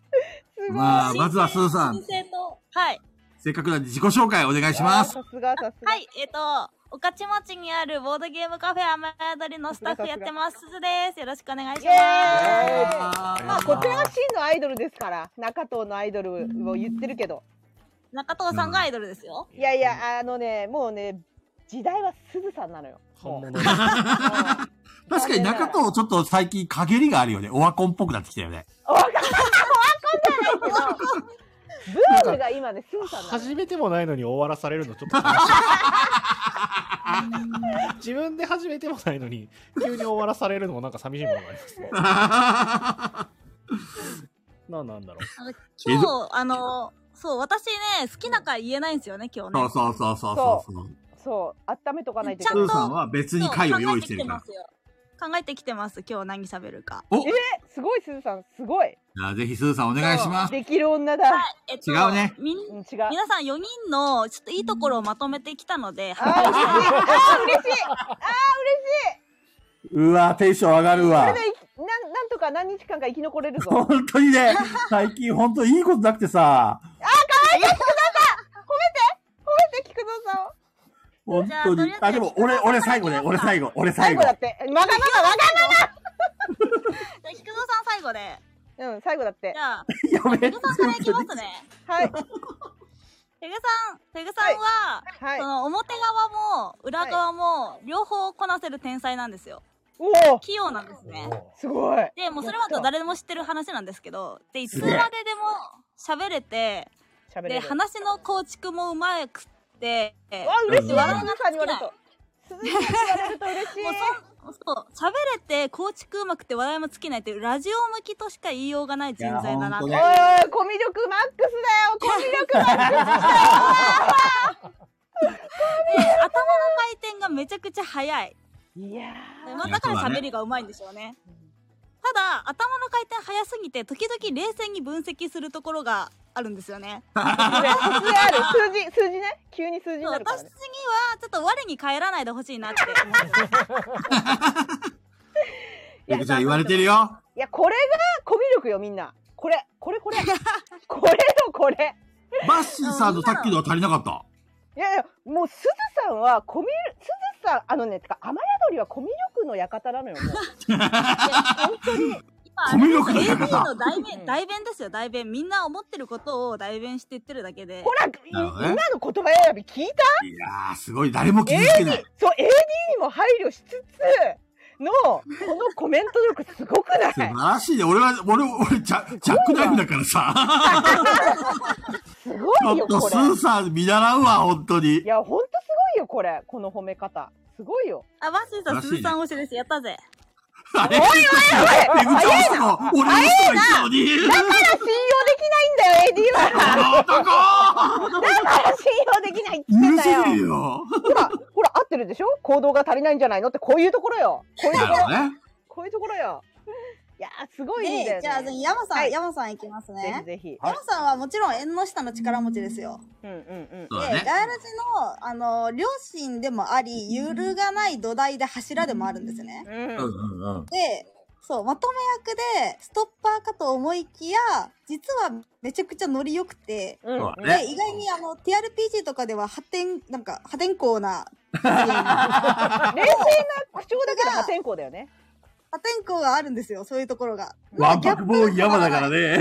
S2: す ごい。
S3: まあ、まずはすーさん
S5: 申、請と。はい。
S3: せっかくなんで自己紹介お願いします。
S2: さすが、さすが。
S5: はい、えっ、と、御徒町にあるボードゲームカフェ雨宿りのスタッフやってます。すずです。よろしくお願いし
S2: イ
S5: ます。
S2: エーイま
S3: ま
S2: あ、こちらは真のアイドルですから、中藤のアイドルを言ってるけど。
S5: 中藤さんがアイドルですよ。
S2: いやいや、あのね、もうね、時代はすずさんなのよ。
S4: 本物
S3: 確かに中藤ちょっと最近陰りがあるよね。オワコンっぽくなってきたよね。
S2: ブームが今ね、すずさんなのよ。
S4: 始めてもないのに終わらされるのちょっと悲しい自分で始めてもないのに急に終わらされるのもなんか寂しいものがありますね何なんだろ
S3: え
S5: 今日、あの、そう、私ね、好きだから言えないんですよね、今日
S3: そ
S5: ね
S3: う。そうそうそうそうそう。
S2: そう、温めとかないとい
S5: ち
S2: け
S5: ゃ
S3: す
S5: ん
S2: な
S3: ー
S5: と
S2: い。
S3: さんは別に会を用意してるから
S5: そう考えてきてますよ。考えてきてます、今日何喋るか。
S3: お
S2: えすごい、すずさん、すごい。
S3: じゃあぜひすーさんお願いします。
S2: できる女だ。
S5: えっと、
S3: 違うね
S5: みん
S2: うん、違う。
S5: 皆さん4人のちょっといいところをまとめてきたので、
S2: あー、嬉しい。あー、嬉し い。
S3: うわ、テンション上がるわ
S2: これで、なん、なんとか何日間か生き残れるぞ。褒め
S3: 本当にね、最近本当いいことなくてさ、
S2: て、菊蔵さんを。
S3: 本
S5: じゃあ
S3: 当
S5: と
S3: に
S5: りあえ。
S3: あ、
S5: ず
S3: でも俺、俺最後ね、俺最後、俺最
S2: 最
S3: 後
S2: 後だ。って。わがまま、わ
S5: じゃあ、菊蔵さん最後で。
S2: がまま。うん、最後だって
S5: じ。ゃあ、
S3: やべ
S5: ペグさんからいきますね。
S2: はい。
S5: ペグさん、ペグさんは、
S2: はい
S5: そ。の表側も裏側も両方こなせる天才なんですよ。
S2: おお、
S5: 器用なんですね。
S2: すごい。
S5: で、もうそれは誰でも知ってる話なんですけど、で、いつまででも喋れて、
S2: 喋れ
S5: で、
S2: る。
S5: 話の構築もうまくって、
S2: わあ、嬉しい。
S5: 笑い
S2: 鈴
S5: が
S2: 木さんに言われると。鈴木さんに言われると嬉しい。
S5: そう、喋れて構築うまくて笑いも尽きないっていうラジオ向きとしか言いようがない人材だなと
S3: い
S2: おい
S3: や
S2: おい、コミュ力マックスだよ。コミュ力マックス
S5: で、頭の回転がめちゃくちゃ速い。
S2: いや
S5: まあ、だから喋りがうまいんでしょうね。ただ、頭の回転速すぎて、時々冷静に分析するところがあるんですよね。
S2: ー、突然ある数字数字ね、急に数字になるか
S5: 私
S2: ら
S5: 的
S2: ね
S5: に。は、ちょっと我に返らないでほしいなって思ってます。
S3: ペグちゃん言われてるよ。
S2: いやこれがコミュ力よみんな。これこれ これこれよこれ。
S3: バッシーさんのさっきのは足りなかった。
S2: いやいやもうすずさんはコミュすずさんあのねてか雨宿りはコミュ力の館なのよ。もう
S5: 今
S3: コミュ力の
S5: AD
S3: 高さ
S5: の代弁、代弁ですよ、代弁。みんな思ってることを代弁して言ってるだけで
S2: ほ。ら、い
S3: なるほどね
S2: 今の言葉選び聞いた？
S3: いやー、すごい、誰も傷つけない。
S2: そう AD にも配慮しつつのこのコメント力すごくない
S3: 素？晴らしいね。俺は、俺、俺、ジャジャックナイフだからさ。ち
S2: すごい
S3: ょ
S2: よ
S3: っと
S2: こ
S3: ス
S2: れ。
S3: ーさん見習うわ、本当に
S2: い。やほんとすごいよこれこの褒め方すごいよ。
S5: あ、バッシーさ
S3: 素晴ら
S5: ん、
S3: しいね
S5: 鈴さん推しです。やったぜ。
S3: あれ、ペグちゃん押すの、俺の人がいたのに。
S2: 信用できないんだよ、AD は。
S3: あの男
S2: だから信用できないって言っ
S3: 許
S2: てた
S3: せねえ
S2: よ。
S3: よ。
S2: ほら、ほら、合ってるでしょ行動が足りないんじゃないのって、こういうところよ。こういう
S3: な
S2: と
S3: る
S2: こ
S3: ほど
S2: ろ。
S3: ね。
S2: こういうところよ。いやー、すごいんだよ、ね。
S5: じゃあ、山さ
S2: は
S5: ん、
S2: い
S5: 山さんいきます
S2: ぜ
S5: ね
S2: ひ。ぜひ。
S5: 山さんはもちろん縁の下の力持ちですよ。
S2: うんうん
S3: そう
S5: で、
S3: だね。
S5: ガヤラジの、あの、両親でもあり、揺るがない土台で柱でもあるんですね。
S2: うん。
S3: う
S2: うんん。
S3: うんうん。
S5: で、
S9: そう、まとめ役で、ストッパーかと思いきや、実はめちゃくちゃノリ良くて、
S3: そうだね
S9: で、意外にあの、TRPG とかでは破天、なんか、破天荒 な、
S2: 冷静な口調だけど破天荒だよね。
S9: 破天荒があるんですよ、そういうところが。
S3: わんぱくボーイ山だからね。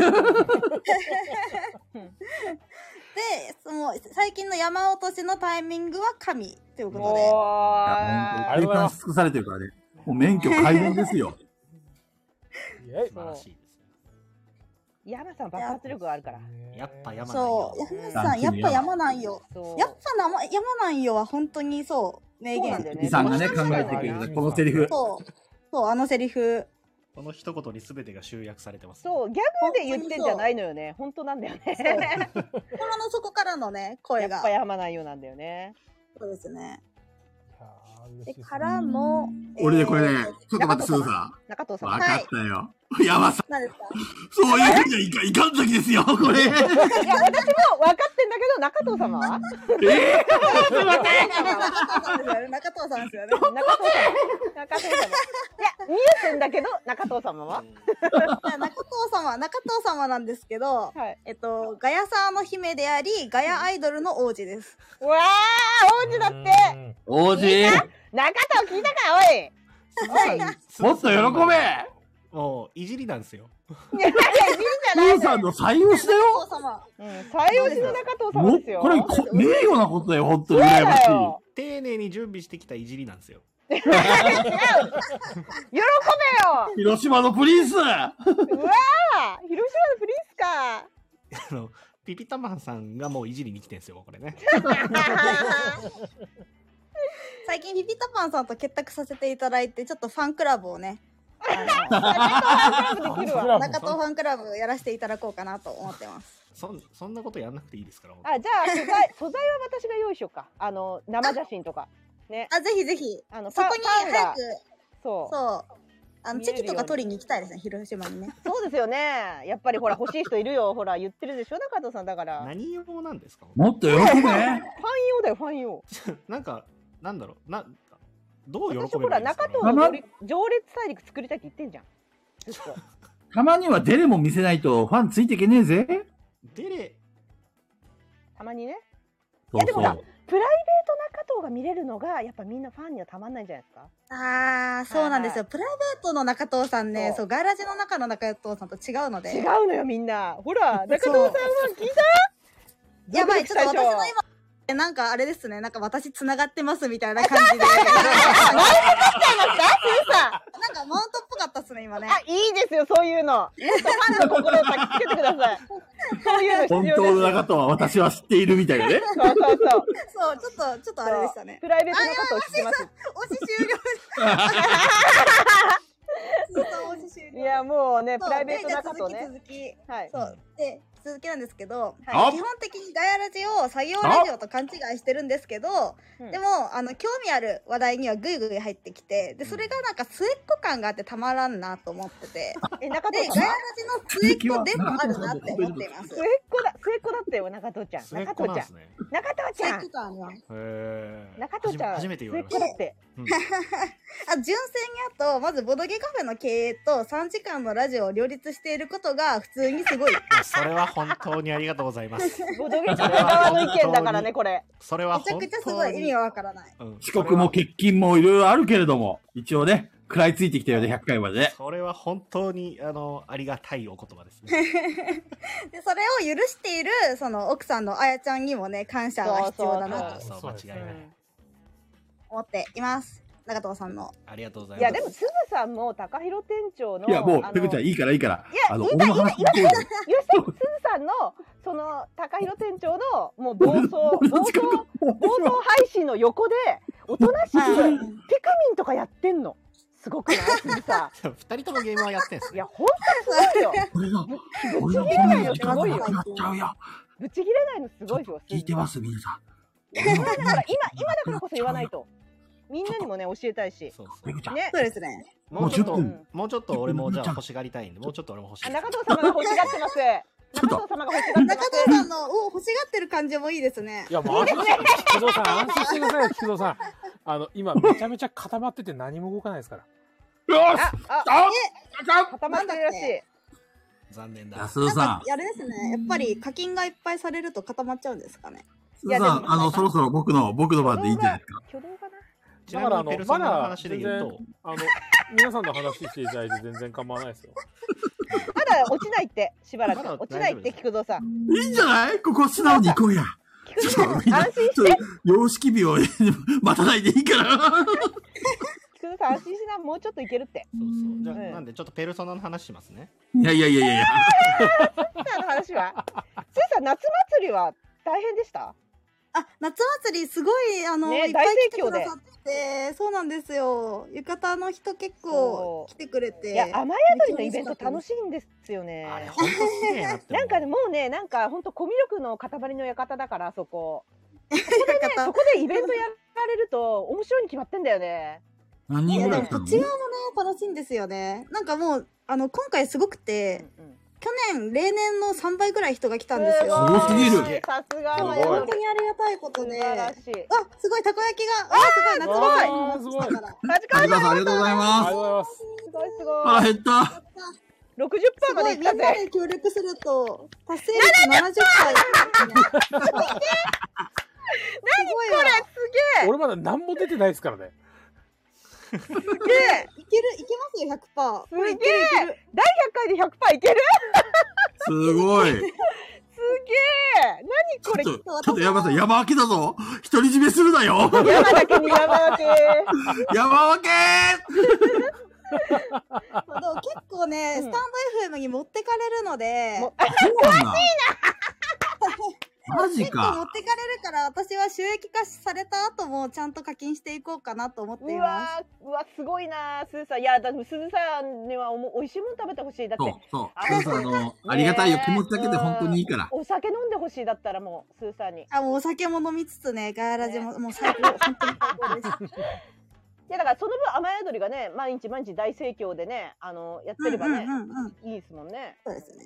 S9: で、その、最近の山落としのタイミングは神ということで。
S2: お
S3: あれは尽くされてるからね。もう免許解放ですよ。
S4: 素晴らしいです
S2: ー、山さん爆発力があるから。
S4: ね。やっぱ山ないよ
S9: そう、山さん、やっぱ山ないよ。
S2: そう
S9: やっぱなま山ないよは本当にそう、名
S2: そうな
S9: 言
S2: んだよ
S9: で。
S2: ね。
S3: イさんがね、考えてくれたこのセリフ。
S9: そう、そう、あのセリフ。
S4: この一言に全てが集約されてます。
S2: そう、ギャグで言ってんじゃないのよね。本当なんだよね。
S9: 心の底からのね、
S2: や
S9: 声
S2: っ
S9: が
S2: ぱ。山ないよなんだよね。
S9: そうですね。
S1: い
S9: で、
S1: やー
S9: からの、
S3: 俺でこれ
S9: え
S3: ね
S9: ー、
S3: ちょっと待って、すずさ
S2: 中藤
S3: ん。
S2: さん。
S3: わ
S2: は
S3: かったよ。山さん、
S9: 何ですか
S3: そういうふうにはいかいかんときですよ、これ。
S2: い、いや、私も分かってんだけど、中藤様は
S3: え
S9: 中藤さんですよね。中藤さんですよね。
S2: 中藤様。中藤様。いや、見えてんだけど、中藤様は
S9: じゃあ中藤様、中藤様なんですけど、
S2: はい。
S9: えっと、ガヤサーの姫であり、ガヤアイドルの王子です。
S2: うわー、王子だって。
S3: 王子、
S2: 中藤聞いたか、おい。
S3: もっと喜べ
S4: もう、いじりなんですよ。
S2: いや、いや、いいんじゃない
S3: 父さんの採用しだよ
S9: 中藤様。
S2: うん、最用しの中藤
S3: も
S2: 様
S3: う
S2: ですよ。
S3: これ、こ名誉なことだよ、本当に羨まし
S2: だ
S3: い。
S2: よ。
S4: 丁寧に準備してきたいじりなんですよ。
S2: 喜べよ。
S3: 広島のプリンス
S2: うわー、広島のプリンスか。
S4: あの、ピピタマンさんがもういじりに来てんすよ、これね。
S9: 最近ピピタパンさんと結託させていただいてちょっとファンクラブをね
S2: できるわ。
S9: 中東ファンクラブをやらせていただこうかなと思ってます
S4: そんそんなことやんなくていいですから、
S2: あ、じゃ あ素材素材は私が用意しようか。あの生写真とかね。
S9: あぜひぜひ
S2: あの
S9: そこ
S2: フ
S9: に
S2: ァン
S9: 早
S2: が
S9: く
S2: そう
S9: そうあの
S2: 見え
S9: チェキ
S2: る
S9: と
S2: よう
S9: か
S2: に
S9: 取りに行きたいですね広島にね
S2: そうですよね。やっぱりほら欲しい人いるよ。ほ ら言ってるでしょ中藤さんだから。ファン
S4: 何用なんですか
S3: もっと喜べ
S2: 用だよファン用。
S4: なんか、なんだろう、な、どう喜べばいいんです
S2: 私
S4: か
S2: ほら中藤
S3: まあ
S2: の
S3: まあ
S2: 上列上列大陸作りたいって言ってんじゃん。ずっと
S3: たまにはデレも見せないとファンついていけねえぜ。
S4: デレ、
S2: たまにね。
S3: そ
S2: や
S3: う
S2: で
S3: そ
S2: も
S3: う。
S2: ほらプライベート中藤が見れるのがやっぱみんなファンにはたまんないんじゃないですか。
S9: あーそうなんですよプライベートの中藤さんね
S2: そう
S9: そうガイラジの中の中藤さんと違うの
S2: 違
S9: で
S2: うのよみんな。ほら中藤さんは聞いた。
S9: やばいちょっと私の今えなんかあれですねなんか私つながってますみたいな感じでなんか
S2: さあ
S9: マウントっぽかったっすね今ね
S2: あ、いいですよ、そういう の。もっとファンの心を抱きつけてください。そういうの必要
S3: 本
S2: ですよ。
S3: 当の中とは私は知っているみたいなね。
S2: そうそう
S9: そ
S2: そう。
S9: うちょっとちょっとあれでしたね
S2: プライベート中と知ってます。
S9: 推し終了ずっと推し終了
S2: いや、もうね、
S9: そう
S2: プライベート中と
S9: でじゃあ
S2: ね。
S9: 続き続き
S2: はい。
S9: そうで続きなんですけ
S3: は
S9: ど、はいい、基本的にガヤラジを作業ラジオと勘違いしてるんですけど、
S2: うん
S9: でもあの興味ある話題にはグイグイ入ってきてでそれがなんか末っ子感があってたまらんなと思ってて
S2: え、中藤
S9: で
S2: さん。
S9: ガ
S2: 末
S9: ヤラジの末っ子でもあるなって思っています
S2: っ子だ、 末っ子だったよ、中藤ちゃん。
S4: 末っ
S2: 中
S4: 子なん
S2: 藤ち
S4: です
S2: ゃん。
S4: ね。
S2: 中藤ち
S9: 末
S2: ゃ
S9: っ
S2: ん
S9: 子。感は
S4: へー
S2: 中藤ちゃん。
S4: 初めて初めて言われま
S2: 末っ子だっ
S4: した。
S2: て。
S9: あ純粋にあとまずボドゲカフェの経営と3時間のラジオを両立していることが普通にすごい
S4: うんそれは本当にありがとうござい ます。
S2: ボドゲちゃん側の意見だからね、これ。
S4: それは
S9: めちゃ
S4: 本当
S9: く
S4: に
S9: ちゃすごい意味がわからない
S4: うん
S3: 遅刻も欠勤もいろいろあるけれども、一応ね、食らいついてきたよね、100回までね。
S4: それは本当にあのありがたいお言葉ですね。
S9: でそれを許しているその奥さんのあやちゃんにもね感謝が必要だ
S2: そう
S9: な
S4: あ
S9: と
S4: そう間違いない。
S9: 思っています中藤さんの
S4: ありがとうござい
S2: い
S4: ま
S2: や、
S4: す。
S2: でも、すぐさんも、高弘店長の。
S3: いや、も
S2: あの
S3: う、ペグちゃん、いいからいいから。あの、
S2: いい
S3: 俺
S2: か
S3: の
S2: ら
S3: 話聞こうよ。
S2: 吉田すずさんのその高弘店長のもう暴走暴
S3: 俺の
S2: 走
S3: 近く
S2: 暴走配信の横でおとなしくピク
S9: は
S2: ミ
S9: い
S2: ンとかやってんのすごくない鈴さ
S4: 二人ともゲームはやってんす
S2: ん
S4: ね
S2: いや本当にすごいよ
S3: 俺が、
S2: ぶ
S3: 俺
S2: ち
S3: の
S2: 切れない
S3: の
S2: のす
S3: 力
S2: ごい
S3: がな
S2: よ
S3: くなっちゃうよ。
S2: ぶち切れないのすごいよ
S3: 聞いてますす、皆さん。
S2: ほら今今だからこそ言わないとみんなにもね教えたいし
S4: そうそ
S3: ペ
S4: う
S3: グちゃん、
S2: ね
S9: そうですね
S4: もうちょっ
S3: も
S4: と
S3: う10
S2: 分
S4: もうちょっと俺もじゃあ欲しがりたいんでもうちょっと俺も欲し
S2: あ
S4: い。
S2: 中藤様が欲しがってます
S3: ちょっと
S2: 中藤様が欲しがってま
S9: 中
S2: す
S9: 藤さんのお欲しがってる感じもいいですね
S1: いや、もう安心して、菊蔵さん、安心してくださいよ、菊蔵さん。あの、今、めちゃめちゃ固まってて何も動かないですから。
S3: よし
S2: ああ
S3: あ
S2: 固まってるらしい。
S4: 残念だ。
S3: 安田さん
S9: あれですね。やっぱり課金がいっぱいされると固まっちゃうんですかね。
S3: スーさん、あの、そろそろ僕の、僕の番でいいんじゃないですか。
S4: ち
S1: だ
S4: なみ
S1: からあ
S4: に
S1: の
S4: ペルソ
S1: ま
S4: ナの
S1: だ
S4: 話で
S1: 全
S4: 言う
S1: 然
S4: と、
S1: あの皆さんの話していただいて全然構わないですよ。
S2: まだ落ちないって、しばら
S4: まだ
S2: く。落ちないって、菊蔵さん。
S3: いいんじゃないここ素直に行こうや。ちょっとみんな、ちょっと、様式美を 待たないでいい から。
S2: 菊蔵さん、安心しな、もうちょっといけるって。
S4: じゃあ、
S2: うん
S4: なんでちょっとペルソナの話しますね。
S3: いやいやいやいやいや。
S2: スーさんの話は。スーさん、夏祭りは大変でした。
S9: あ、夏祭りすごい、あの、
S2: ね
S9: いっぱい来て
S2: 大盛況
S9: く
S2: で
S9: ださってて、そうなんですよ。浴衣の人結構来てくれて。
S2: いや、雨宿りのイベント楽しいんですよね。
S4: あれ、ほんとすげえなって思う。
S2: なんかね、もうね、なんか本当コミュ力の塊の館だから、あそこ。
S9: 浴衣
S2: そこでイベントやられると、面白いに決まってんだよね。
S3: 何
S9: い
S3: 人
S9: や
S3: ぐらい来
S9: でも
S3: た
S9: こ
S3: の
S9: っち側もね楽しいんですよねなんかもうあの今回すごくて、去年例年の3倍ぐらい人が来たんですよ
S3: ごいすぎる
S2: さすが雨
S9: 本
S2: 宿
S9: 当
S2: り。
S9: にありがたいことで、
S2: 素晴ら
S9: あ
S2: しい。
S9: すごいたこ焼きがあすごい夏
S1: わー
S9: 場
S1: すごい
S9: から
S2: カジカ
S3: 田
S2: ジ
S3: 中さん、ありがとうござい
S1: ありが
S3: ます
S1: と。うございます。
S2: すごいす
S3: あ、
S2: ごい。
S3: 減った。
S2: 六十
S9: す
S2: パーま
S9: ご
S2: で
S9: い
S2: 行
S9: み
S2: っ
S9: ん
S2: た
S9: な
S2: ぜ。
S9: で協力すると達成率70回すごいわ
S1: 俺まだ何も出てないですからね。
S2: すげえ。
S9: いけるいけますよ100%
S2: すげえ。第百回で百パーいける。
S3: すごい。
S2: すげえ。何これ
S3: ち。ょっと、ちょっと山さん、山分けだぞ。独り占めするなよ。
S2: 山だけに山だけ。
S3: 山分け
S9: まあでも結構ね、スタンド FM に持ってかれるの で
S2: も
S3: そうなんだ。マジ
S9: 結構持
S3: か
S9: っ。てかれるから私は収益化された後もちゃんと課金していこうかなと思っていうます。
S2: わー、うわ、すごいなー、すずさん。いや、だって、すずさんにはおも、美味しいもの食べてほしい。だっ
S3: そう
S2: て。、
S3: そう。そうそうあの、ありがたいよ。気持ちだけで本当にいいから。
S2: お酒飲んでほしいだったら、もう、すずさんに。い
S9: あもうお酒も飲みつつねガヤラジも、もう最高本当に最高です。
S2: や、だから、その分、雨宿りがね、毎日毎日大盛況でね、あの、やってればね。
S9: うんうんうんうん
S2: いいですもんね。
S9: そうですね。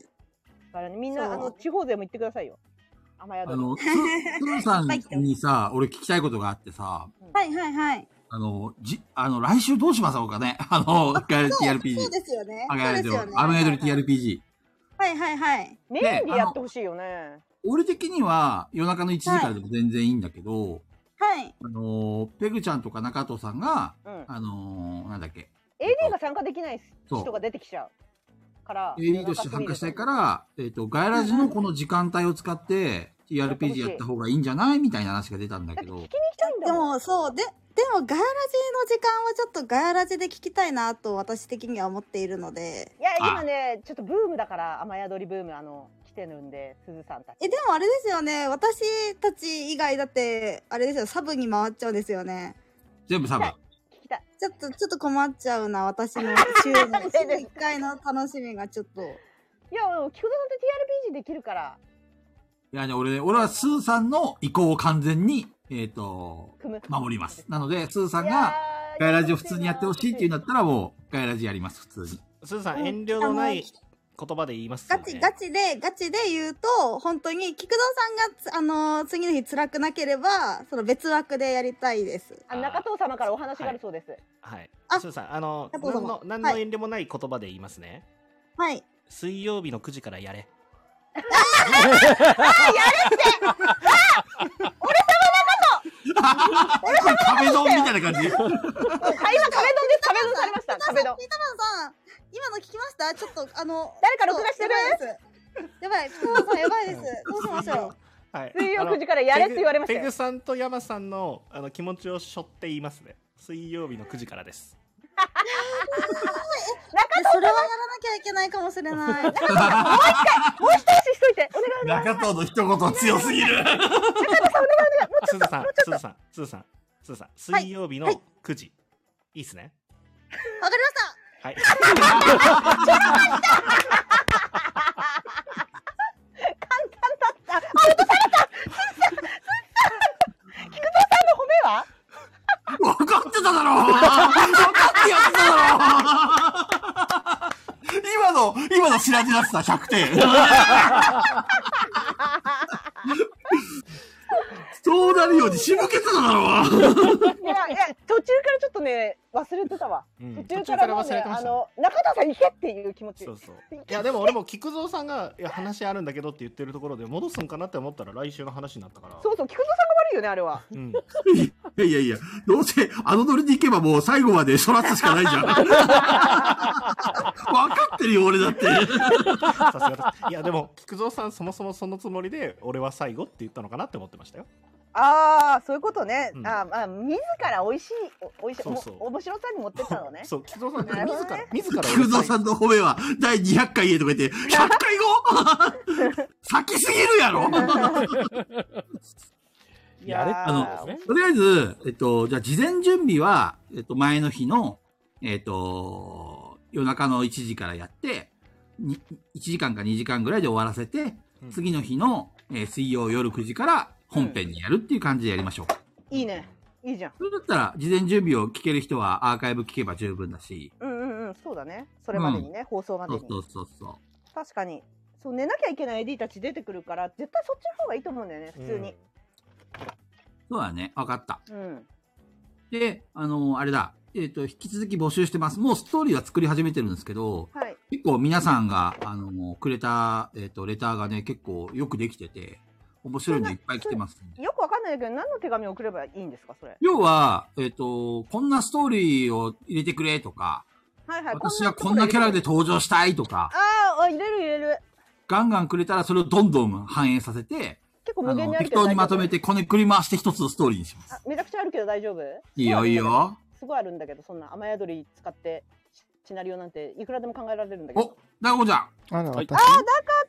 S2: だからね、みんな、
S9: そう
S2: あの、地方勢も行ってくださいよ。雨宿
S3: あ
S2: り。
S3: の、つつる さんにさ、俺聞きたいことがあってさ、
S9: はいはいはい。
S3: あの、じ、あの、来週どうしますかねあの、ガヤル
S9: そう
S3: TRPG
S9: そう。ですよね。
S3: あ、ガ
S9: そう
S3: ヤ
S9: です
S3: ル
S9: よね。
S3: アメイドル TRPG。
S9: はいはいはい。
S2: メインでやってほしいよね。
S3: 俺的には夜中の1時からでも全然いいんだけど、
S9: はい。
S3: あの、ペグちゃんとか中藤さんが、
S2: うん。
S3: あの、なんだっけ、
S2: AD が参加できない
S3: そう
S2: 人が出てきちゃう。から。
S3: AD として参加したいから、えっ、と、ガヤラジのこの時間帯を使って、TRPG やった方がいいんじゃないみたいな話が出たんだ
S2: だ
S3: け
S2: って聞きに
S3: ど
S2: 来、たいん
S9: で
S2: だもん。
S9: もそうででもガヤラジの時間はちょっとガヤラジで聞きたいなと私的には思っているので。
S2: いや、
S3: あ
S2: 今ね、ちょっとブームだから、雨宿りブーム、あの、来てるんで、すずさんたち。
S9: えでもあれですよね私たち以外だってあれですよサブに回っちゃうんですよね
S3: 全部サブ。
S2: 聞きたい。
S9: ちょっとちょっと困っちゃうな私 の週の週に1回の楽しみがちょっと
S2: いや、でも菊田さんって TRPG できるから、
S3: いやね、俺ね、俺はスーさんの意向を完全に、えっ、と、
S2: 組む。
S3: 守ります。なので、スーさん
S2: いや
S3: が、
S2: ー
S3: ガイラジを普通にやってほしいっていうんだったら、もう、ガイラジやります、普通に。
S4: すずさん、遠慮のない言葉で言いますよ
S9: ガ
S4: ね。
S9: チガチでガチで言うと本当に菊堂さんがつあのー次の日辛くなければその別枠でやりたいです
S2: あ中藤様からお話があるそう です。
S4: はい。
S9: あ
S4: すずさん、あの、
S9: 加藤様
S4: 何の、何
S9: は
S4: の
S9: い
S4: 遠慮もない言葉で言いますね。
S9: はい
S4: 水曜日の9時からやれ。
S3: これ壁ドンみたいな 感じ。
S2: もう会話壁ドンです。壁ドンされました。壁ドン。
S9: ピータマンさん今の聞きましたちょっとあの
S2: 誰か録画してる
S9: やばいですやばいピータマンさんやばいですどうしまし ょう
S4: はい。
S2: 水曜
S4: あの
S2: 9時からやれって言われました
S4: ペ
S2: よ
S4: グペグさんと山さんのあの気持ちを背負って言いますね。水曜日の9時からです。
S9: それはやらなきゃいけないかもしれない。
S2: もう一押ししといて。お願い。
S3: 中藤の一言強すぎる。
S4: すずさん、すずさん、すずさん、すずさん、
S9: はい
S4: 水曜日の9時。いいっすね。
S9: わかりました。
S4: はい。
S2: あ、アウトされた。菊田さんの褒めは？
S3: 分かってただろう分かってやってただろう今の、今の白地だった100点。そそうなるように仕向けてただ ろう
S2: いやいや途中からちょっとね忘れてたわ、
S4: うん
S2: 途中からもう
S4: 途中から忘れ
S2: ね
S4: てま
S2: あ
S4: した
S2: の中田さん行けっていう気持 ち
S4: そうそういやでも俺も菊蔵さんがいや話あるんだけどって言ってるところで戻すんかなって思ったら来週の話になった から
S2: そうそう菊蔵さんが悪いよねあれは
S4: うん
S3: いやいやいや、どうせ、あのノリで行けばもう最後までそらすしかないじゃん。分かってるよ、俺だって。
S4: さすがです いやでも菊蔵さんそもそもそのつもりで俺は最後って言ったのかなって思ってましたよ
S2: ああそういうことね、
S4: うん
S2: あーまあ自ら美味しいお美味しい
S4: そうそう
S2: も面白さに持ってったのね
S4: そう菊蔵さん
S2: なるほど
S4: 自
S2: ね
S4: ら自ら
S3: 菊蔵さんの褒めは第200回言えとか言って、100回後先すぎるや ろ
S2: いや
S4: やれって
S2: ー
S4: ことですね
S3: とりあえず、えっと、じゃあ事前準備は、えっと、前の日の、えっと、夜中の1時からやって、に1時間か2時間ぐらいで終わらせて、
S4: うん
S3: 次の日の、えー水曜夜9時から本編にやるっていう感じでやりましょう。
S2: いいねいいじゃん
S3: それだったら、事前準備を聞ける人はアーカイブ聞けば十分だし。
S2: うんうんうんそうだねそれまでにね、放送まで
S3: そ
S2: に
S3: うそうそうそ
S2: 確かにそう寝なきゃいけない AD たち出てくるから絶対そっちの方がいいと思うんだよね普通に、
S3: う。そうだね。わかった。
S2: うん
S3: で、あのーあれだ。えっ、と、引き続き募集してます。もうストーリーは作り始めてるんですけど、
S2: はい
S3: 結構皆さんが、あのーくれた、えっ、と、レターがね、結構よくできてて、面白いのいっぱい来てますんで。
S2: よくわかんないけど何の手紙を送ればいいんですかそれ
S3: 要は、えっ、と、こんなストーリーを入れてくれとか、
S2: はいはい
S3: 私はこんなキャラで登場したいとか、
S2: ああ入れる入れる
S3: ガンガンくれたらそれをどんどん反映させて、
S2: 結構
S3: あ
S2: 無限
S3: の
S2: にある
S3: 適
S2: けど
S3: 当にまとめて
S2: て
S3: こねくり回して一つのストーリーにします。
S2: めちゃくちゃあるけど大丈夫
S3: いいよ、いいよ。
S2: すごいあるんだけどそんな雨宿り使ってシシナリオなんていくらでも考えられるんだけど
S3: お、大悟ちゃん。
S10: あの、私。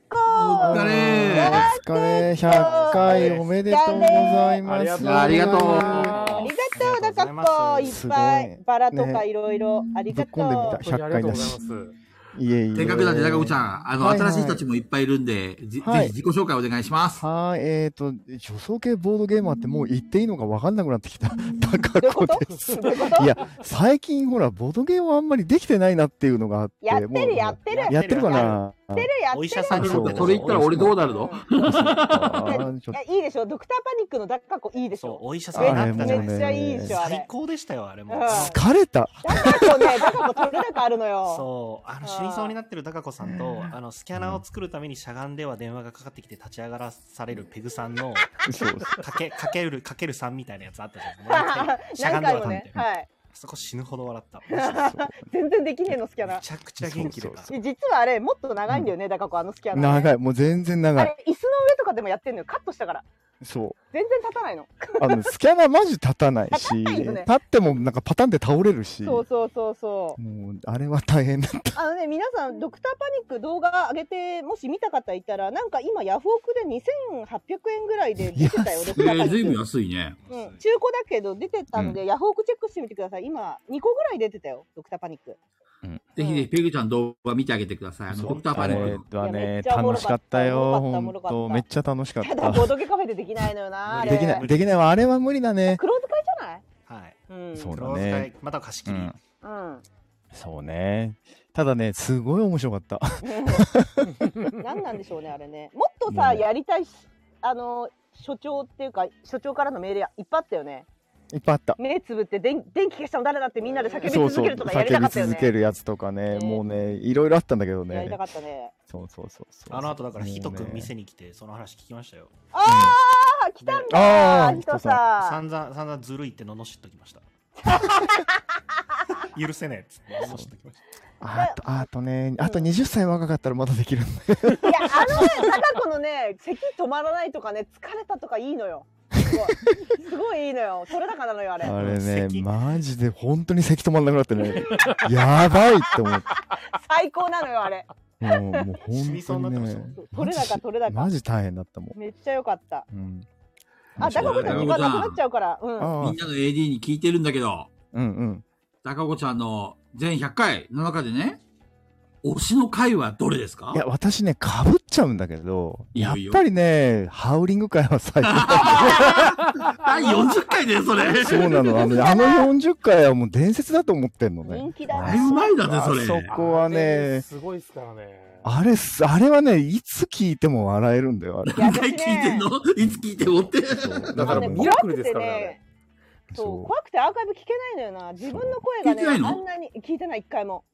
S2: こ
S3: お疲れ
S10: お疲れ100回おめでとうござい
S3: あ
S10: ます。
S3: りがとう
S2: ありがとう
S4: あ
S2: だ
S4: りがとうござい
S2: かっこい
S4: ます
S2: っぱい
S10: すごい
S2: バラとかいろいろあり
S10: ぶ
S2: が
S10: っ
S2: とう
S10: 込んでみた100回だし。いえいえ。
S3: せっかくなんで、大悟ちゃん。あの、
S10: はいはい
S3: 新しい人たちもいっぱいいるんで、じ
S10: はい
S3: ぜひ自己紹介お願いします。
S10: はい、えーと、女装系ボードゲーマーってもう言っていいのか分かんなくなってきた。高
S2: どういうこ
S10: 子
S2: と
S10: です。
S2: どういうこと
S10: いや、最近ほら、ボードゲームはあんまりできてないなっていうのがあって。
S2: やって
S10: もう
S2: るやってる
S10: やってるかな
S2: やってるやって
S4: お
S2: る
S4: 医者さんに
S10: そう
S3: それ言ったら俺どうなるの
S2: うん
S10: あーちょっ
S2: いやいいでしょドクターパニックのだっかっこいいでし
S4: そう
S2: ょ
S4: お医者さん
S2: め
S4: に
S10: あ
S4: な
S10: れ
S4: っ
S10: も
S4: た
S10: う
S4: じゃな
S10: ね
S4: い
S2: っ
S4: です
S2: ちゃいいでしょあれ
S4: 最高でしたよあれも、
S2: うん
S10: と疲れた。
S2: だからねだから取れ高あるの よ
S4: そうあの
S2: あー
S4: 死にそうになってる高子さんとあのスキャナーを作るためにしゃがんでは電話がかかってきて立ち上がらされるペグさんの
S10: そうそう
S4: かけかけるかける3みたいなやつあったじゃ ないですかしゃが
S2: 何
S4: んではたみ
S2: 回もね
S4: たいな、
S2: はい
S4: そこ死ぬほど笑った
S2: 全然できねえのスキャナ
S4: め
S2: ー
S4: ちゃくちゃ元気でた
S2: 実はあれもっと長いんだよねだからこうあのスキャナーね
S10: 長い。もう全然長
S2: あ
S10: い。
S2: れ椅子の上とかでもやってんのよカットしたから
S10: そ
S2: 全然立たないの
S10: う。あの、スキャナーマジ立たないし、
S2: 立たない
S10: 立
S2: よね
S10: ってもなんかパタンで倒れるし。
S2: そうそうそうそう
S10: もう、あれは大変だった。
S2: あのね皆さんドクターパニック動画上げてもし見た方いたらなんか今ヤフオクで2800円ぐらいで出てたよドクタ
S3: え
S2: ー
S3: ー、
S2: パニック
S3: ずいぶん安いね。
S2: うん、中古だけど出てたので、ヤフオクチェックしてみてください今2個ぐらい出てたよドクターパニック
S3: ぜひぜひ、ペグちゃん動画見てあげてください。あの、
S4: そう
S3: ドクターパ
S10: あ
S3: ニッ
S10: れ
S3: ク
S10: はい
S2: やめっ
S10: ね、
S2: ちゃおもろ
S10: 楽
S2: かっ
S10: したかったよ。
S2: おもろかったおも
S10: 本
S2: ろかった
S10: 当めっちゃ楽しかったた
S2: だ。ボードゲカフェでできないのよなあれ
S10: できない、できないわ。あれは無理だね。
S2: クローズ会じゃない
S4: はい
S2: うん
S10: そうだ
S4: 黒使
S10: ね
S4: い。また貸し切
S10: う
S4: り、
S10: ん。
S2: うん
S10: そうね。ただね、すごい面白か った。
S2: 何なんでしょうねあれねもっとさ、
S10: うん
S2: やりたいしあの所長っていうか所長からの命令いっぱいあったよね
S10: いっぱいあった。
S2: 目つぶって電電気消したの誰だってみんなで叫び
S10: そう
S2: 続
S10: そう、
S2: けるとかやりた
S10: 叫
S2: か
S10: び
S2: ったよ
S10: 続
S2: ね
S10: けるやつとかね、
S2: うん
S10: もうね、いろいろあったんだけど
S2: や
S10: ね
S2: りた。かったね
S10: そうそうそうそう。
S4: あの後だから
S10: もうね
S4: ひとくん店に来てその話聞きましたよ
S2: ああ来たんだ
S10: ねあー
S2: 人
S10: 人さ
S2: さ
S4: 散々散々ずるいって罵っとき ました許せねえっつって罵っときまし
S10: あと、あとね、あと20歳若かったらまだできるんだよ。
S2: いやあのね高子のね咳止まらないとかね疲れたとかいいのよすごいすごいいいのよ取れ高なのよあれ
S10: あれね、
S4: 咳
S10: マジで本当に咳止まんなくなってね、 やばいって思った。
S2: 最高なのよあれ
S10: もう、もう本当
S4: た死にそうになって
S10: に
S4: ました
S10: ね
S4: もん。
S2: 取れ高取れ高
S10: マジ大変だったもん。
S2: めっちゃ良かった
S10: うん。
S2: あ高子
S3: だ
S2: さん
S3: よ
S2: 時間なくなっちゃうからうん
S10: あ
S3: みんなの AD に聞いてるんだけど、
S10: うんうん。
S3: 高子ちゃんの全100回の中でね、推しの回はどれですか
S10: いや、私ね、かぶっちゃうんだけど、
S3: いい
S10: や
S3: よ
S10: っ
S3: いいよ
S10: ぱりね、ハウリング会は最高。
S3: 第40回だよ、それ。
S10: そうなの。あの、あの40回はもう伝説だと思ってんのね
S2: 人。気だ
S3: だいぶ
S2: ね
S3: 前だね、それ。
S10: あそこはね、
S8: すごいですからね。
S10: あれす、あれはね、いつ聞いても笑えるんだよ、あれ。
S3: 何回聞いてんのいつ聞いてもって。
S10: だから
S2: もうね
S10: ミラクル
S2: 怖く
S10: です
S2: て
S10: からねあ
S2: ねそう怖くてアーカイブ聞けないのよな自分の声が
S3: 聞いてな
S2: ね
S3: いの
S2: あんなに聞いてない一回も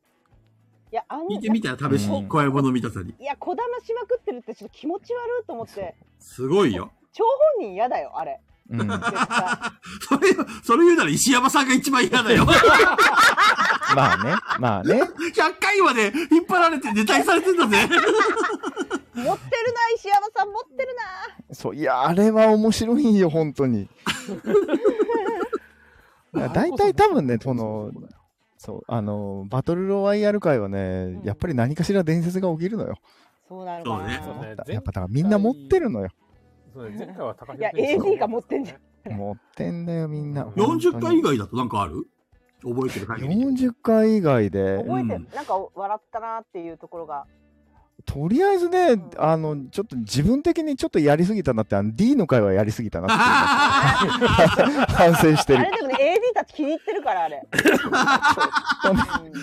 S2: いやあんな
S3: 聞いてみたら試し、
S2: うん
S3: 怖いもの見たさに。
S2: いやこだましまくってるってちょっと気持ち悪いと思って
S3: すごいよ。
S2: 張本人嫌だよあれ
S3: それ、それ言うなら石山さんが一番嫌だよ。
S10: まあね、まあ ね。
S3: 100回まで引っ張られて、ネタにされてんだ ぜ。
S2: 持ってるな石山さん持ってるな
S10: そう、いや、あれは面白いよ、本 当に。だいたい多分ね、その、そう、あの、バトルロワイヤル界はね、やっぱり何かしら伝説が起きるのよ。
S2: そうなのかな
S1: そうね
S10: やっぱだからみんな持ってるのよ。
S1: そうね前回は高
S2: いや AD が持ってんじゃん
S10: 持ってんだよ、みんな。
S3: 40回以外だとなんかある覚えてる限り。
S10: 40回以外で。
S2: 覚えてる、なんか笑ったなっていうところ が
S10: とりあえずね、あの、ちょっと自分的にちょっとやりすぎたなって、あの D の回はやりすぎたなっていうの が反省して
S2: あ
S10: る
S2: れ。でもね AD たち気に入ってるからあれ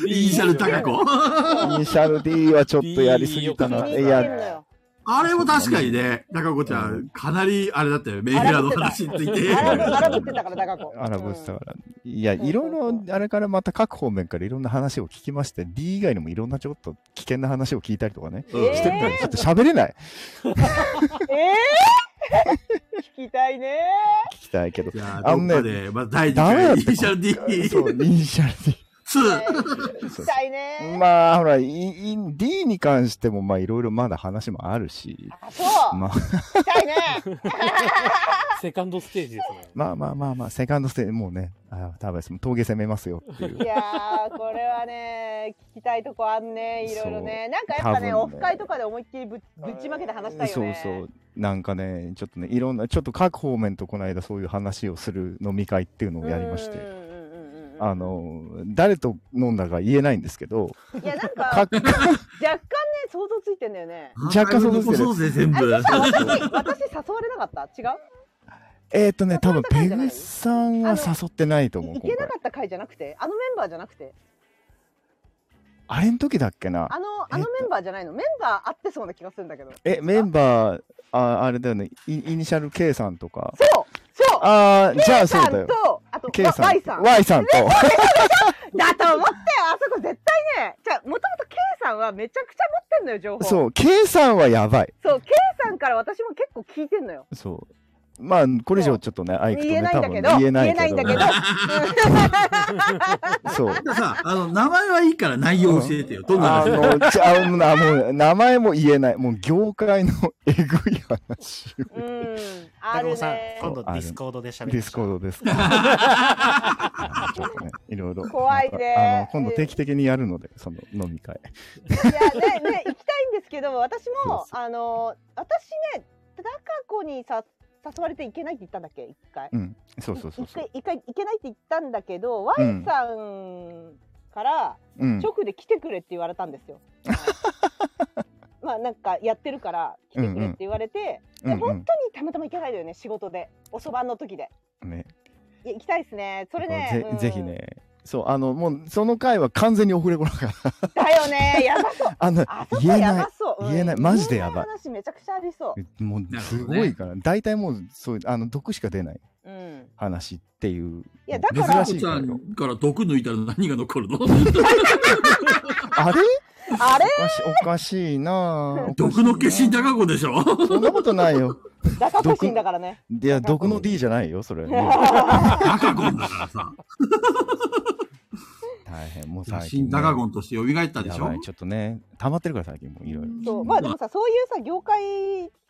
S3: イニシャル高子。
S10: イニシャル D はちょっとやりすぎたな。いや、
S3: あれも確かにね、高子ちゃん、かなりあれだったよ。メンヘラの話について。
S2: 荒ぶってたから高子
S10: アラブスタから。いや、いろいろ、あれからまた各方面からいろんな話を聞きまして、D 以外にもいろんなちょっと危険な話を聞いたりとかね、
S2: うんえー
S10: してるから、ちょっと喋れない。
S2: ええー、聞きたいね
S10: 聞きたいけど。
S3: あのね、で、まあ、第2回、イニシャル D。
S10: そう、イニシャル D。
S2: 聞きたいね
S10: まあ、ほら、いい D に関しても、まあ、いろいろまだ話もあるし。
S2: そう
S10: まあ、
S2: 聞きたいね
S1: セカンドステージですね。
S10: まあまあまあまあ、セカンドステージ、もうね、ああ、多分峠攻めますよっていう。
S2: いやーこれはね聞きたいとこあんねいろいろねなんかやっ
S10: 多
S2: ぱね
S10: 分ね
S2: オフ会とかで思いっきりぶぶちまけて話したいよ
S10: そう
S2: ね
S10: そう。なんかね、ちょっとね、いろんな、ちょっと各方面とこの間そういう話をする飲み会っていうのをやりまして、あの、誰と飲んだか言えないんですけど、
S2: いやなんか
S10: か
S2: 若干ね想像ついてんだよね
S10: 若干想像ついてる
S3: そうぜ、全部。
S2: あ私私誘われなかった違う
S10: えっ、ー、とね、多分ペグさんは誘ってないと思う。
S2: 行
S10: 今
S2: け
S10: 回
S2: なかった回じゃなくてあのメンバーじゃなくて
S10: あれの時だっけな
S2: あ。のあのメンバーじゃないのメンバー合ってそうな気がするんだけど
S10: え、メンバー、ああれだよね、イイニシャル K さんとか。
S2: そうそう
S10: ああ、じゃあそうだ
S2: K さんと
S10: よ。
S2: あと
S10: K さん
S2: Y さん
S10: Y さんと
S2: ねそうでしょでしょだと思ったよあそこ絶対ねじゃあもともと K さんはめちゃくちゃ持ってんのよ情報
S10: そう、K さんはやばい。
S2: そう K さんから私も結構聞いてんのよ
S10: そう。まあ、これ以上ちょっとね、アイクと
S2: 言え
S10: ね、
S2: ない
S10: 多
S2: んだけ
S10: 分
S2: ど
S10: 言えないけど。
S2: 言えないん だけど
S10: そう。
S3: さ、あの、名前はいいから内容教えてよ。どんな
S10: あ
S3: 話
S10: の、じゃあ、もうなもう、名前も言えない。もう、業界のえぐい話を。
S4: 高子さん、今度ディスコードで喋
S10: ディ
S4: る。
S10: スコードです。 ちょっとね、いろいろ。
S2: 怖い
S10: あ
S2: ね
S10: の今度定期的にやるので、その飲み会。
S2: いやねね行きたいんですけど私もあの私ね高子にさ誘われていけないって言ったんだっけ一回
S10: うん。そうそうそう
S2: 一
S10: そう。
S2: 回一回行けないって言ったんだけど、ワ
S10: うん
S2: イさんから
S10: うん
S2: 直で来てくれって言われた んですよ。まあなんかやってるから来てくれって言われて、
S10: うんうんうん
S2: で
S10: うん
S2: 本当にたまたま行けないのよね仕事でおそばの時で。
S10: ね。
S2: いや行きたいですね。それね。
S10: ぜ
S2: うん
S10: ぜひね。そう、あの、もう、その回は完全にオフレコだから。
S2: だよね。やばそ う。
S10: あの
S2: あそ、こ
S10: 言え
S2: や
S10: ない
S2: ばそう。。うん
S10: 言えない。マジでやばい。
S2: 話めちゃくちゃありそう。
S10: もうすごいから、大体もうそういうあの毒しか出ない
S2: うん。
S10: 話っていう
S2: いやだから
S10: 珍
S3: 高
S10: し
S3: 子
S10: い
S3: ち
S10: か
S3: ゃ
S10: らよ
S3: んから毒抜いたら何が残るの
S10: あれ
S2: あれ
S10: おかしおかしいなぁ
S3: 毒の化身高子でしょ
S10: そんなことないよ
S2: だかこしんだからね。
S10: いや毒の D じゃないよそ れ
S3: 高子だからさ。
S10: 大変もう最
S3: 新
S10: 近、
S3: 高子として蘇ったでし
S10: や
S3: ょ
S10: ばいちょっとね溜まってるから最近もういろいろ
S2: そうまあでもさそういうさ業界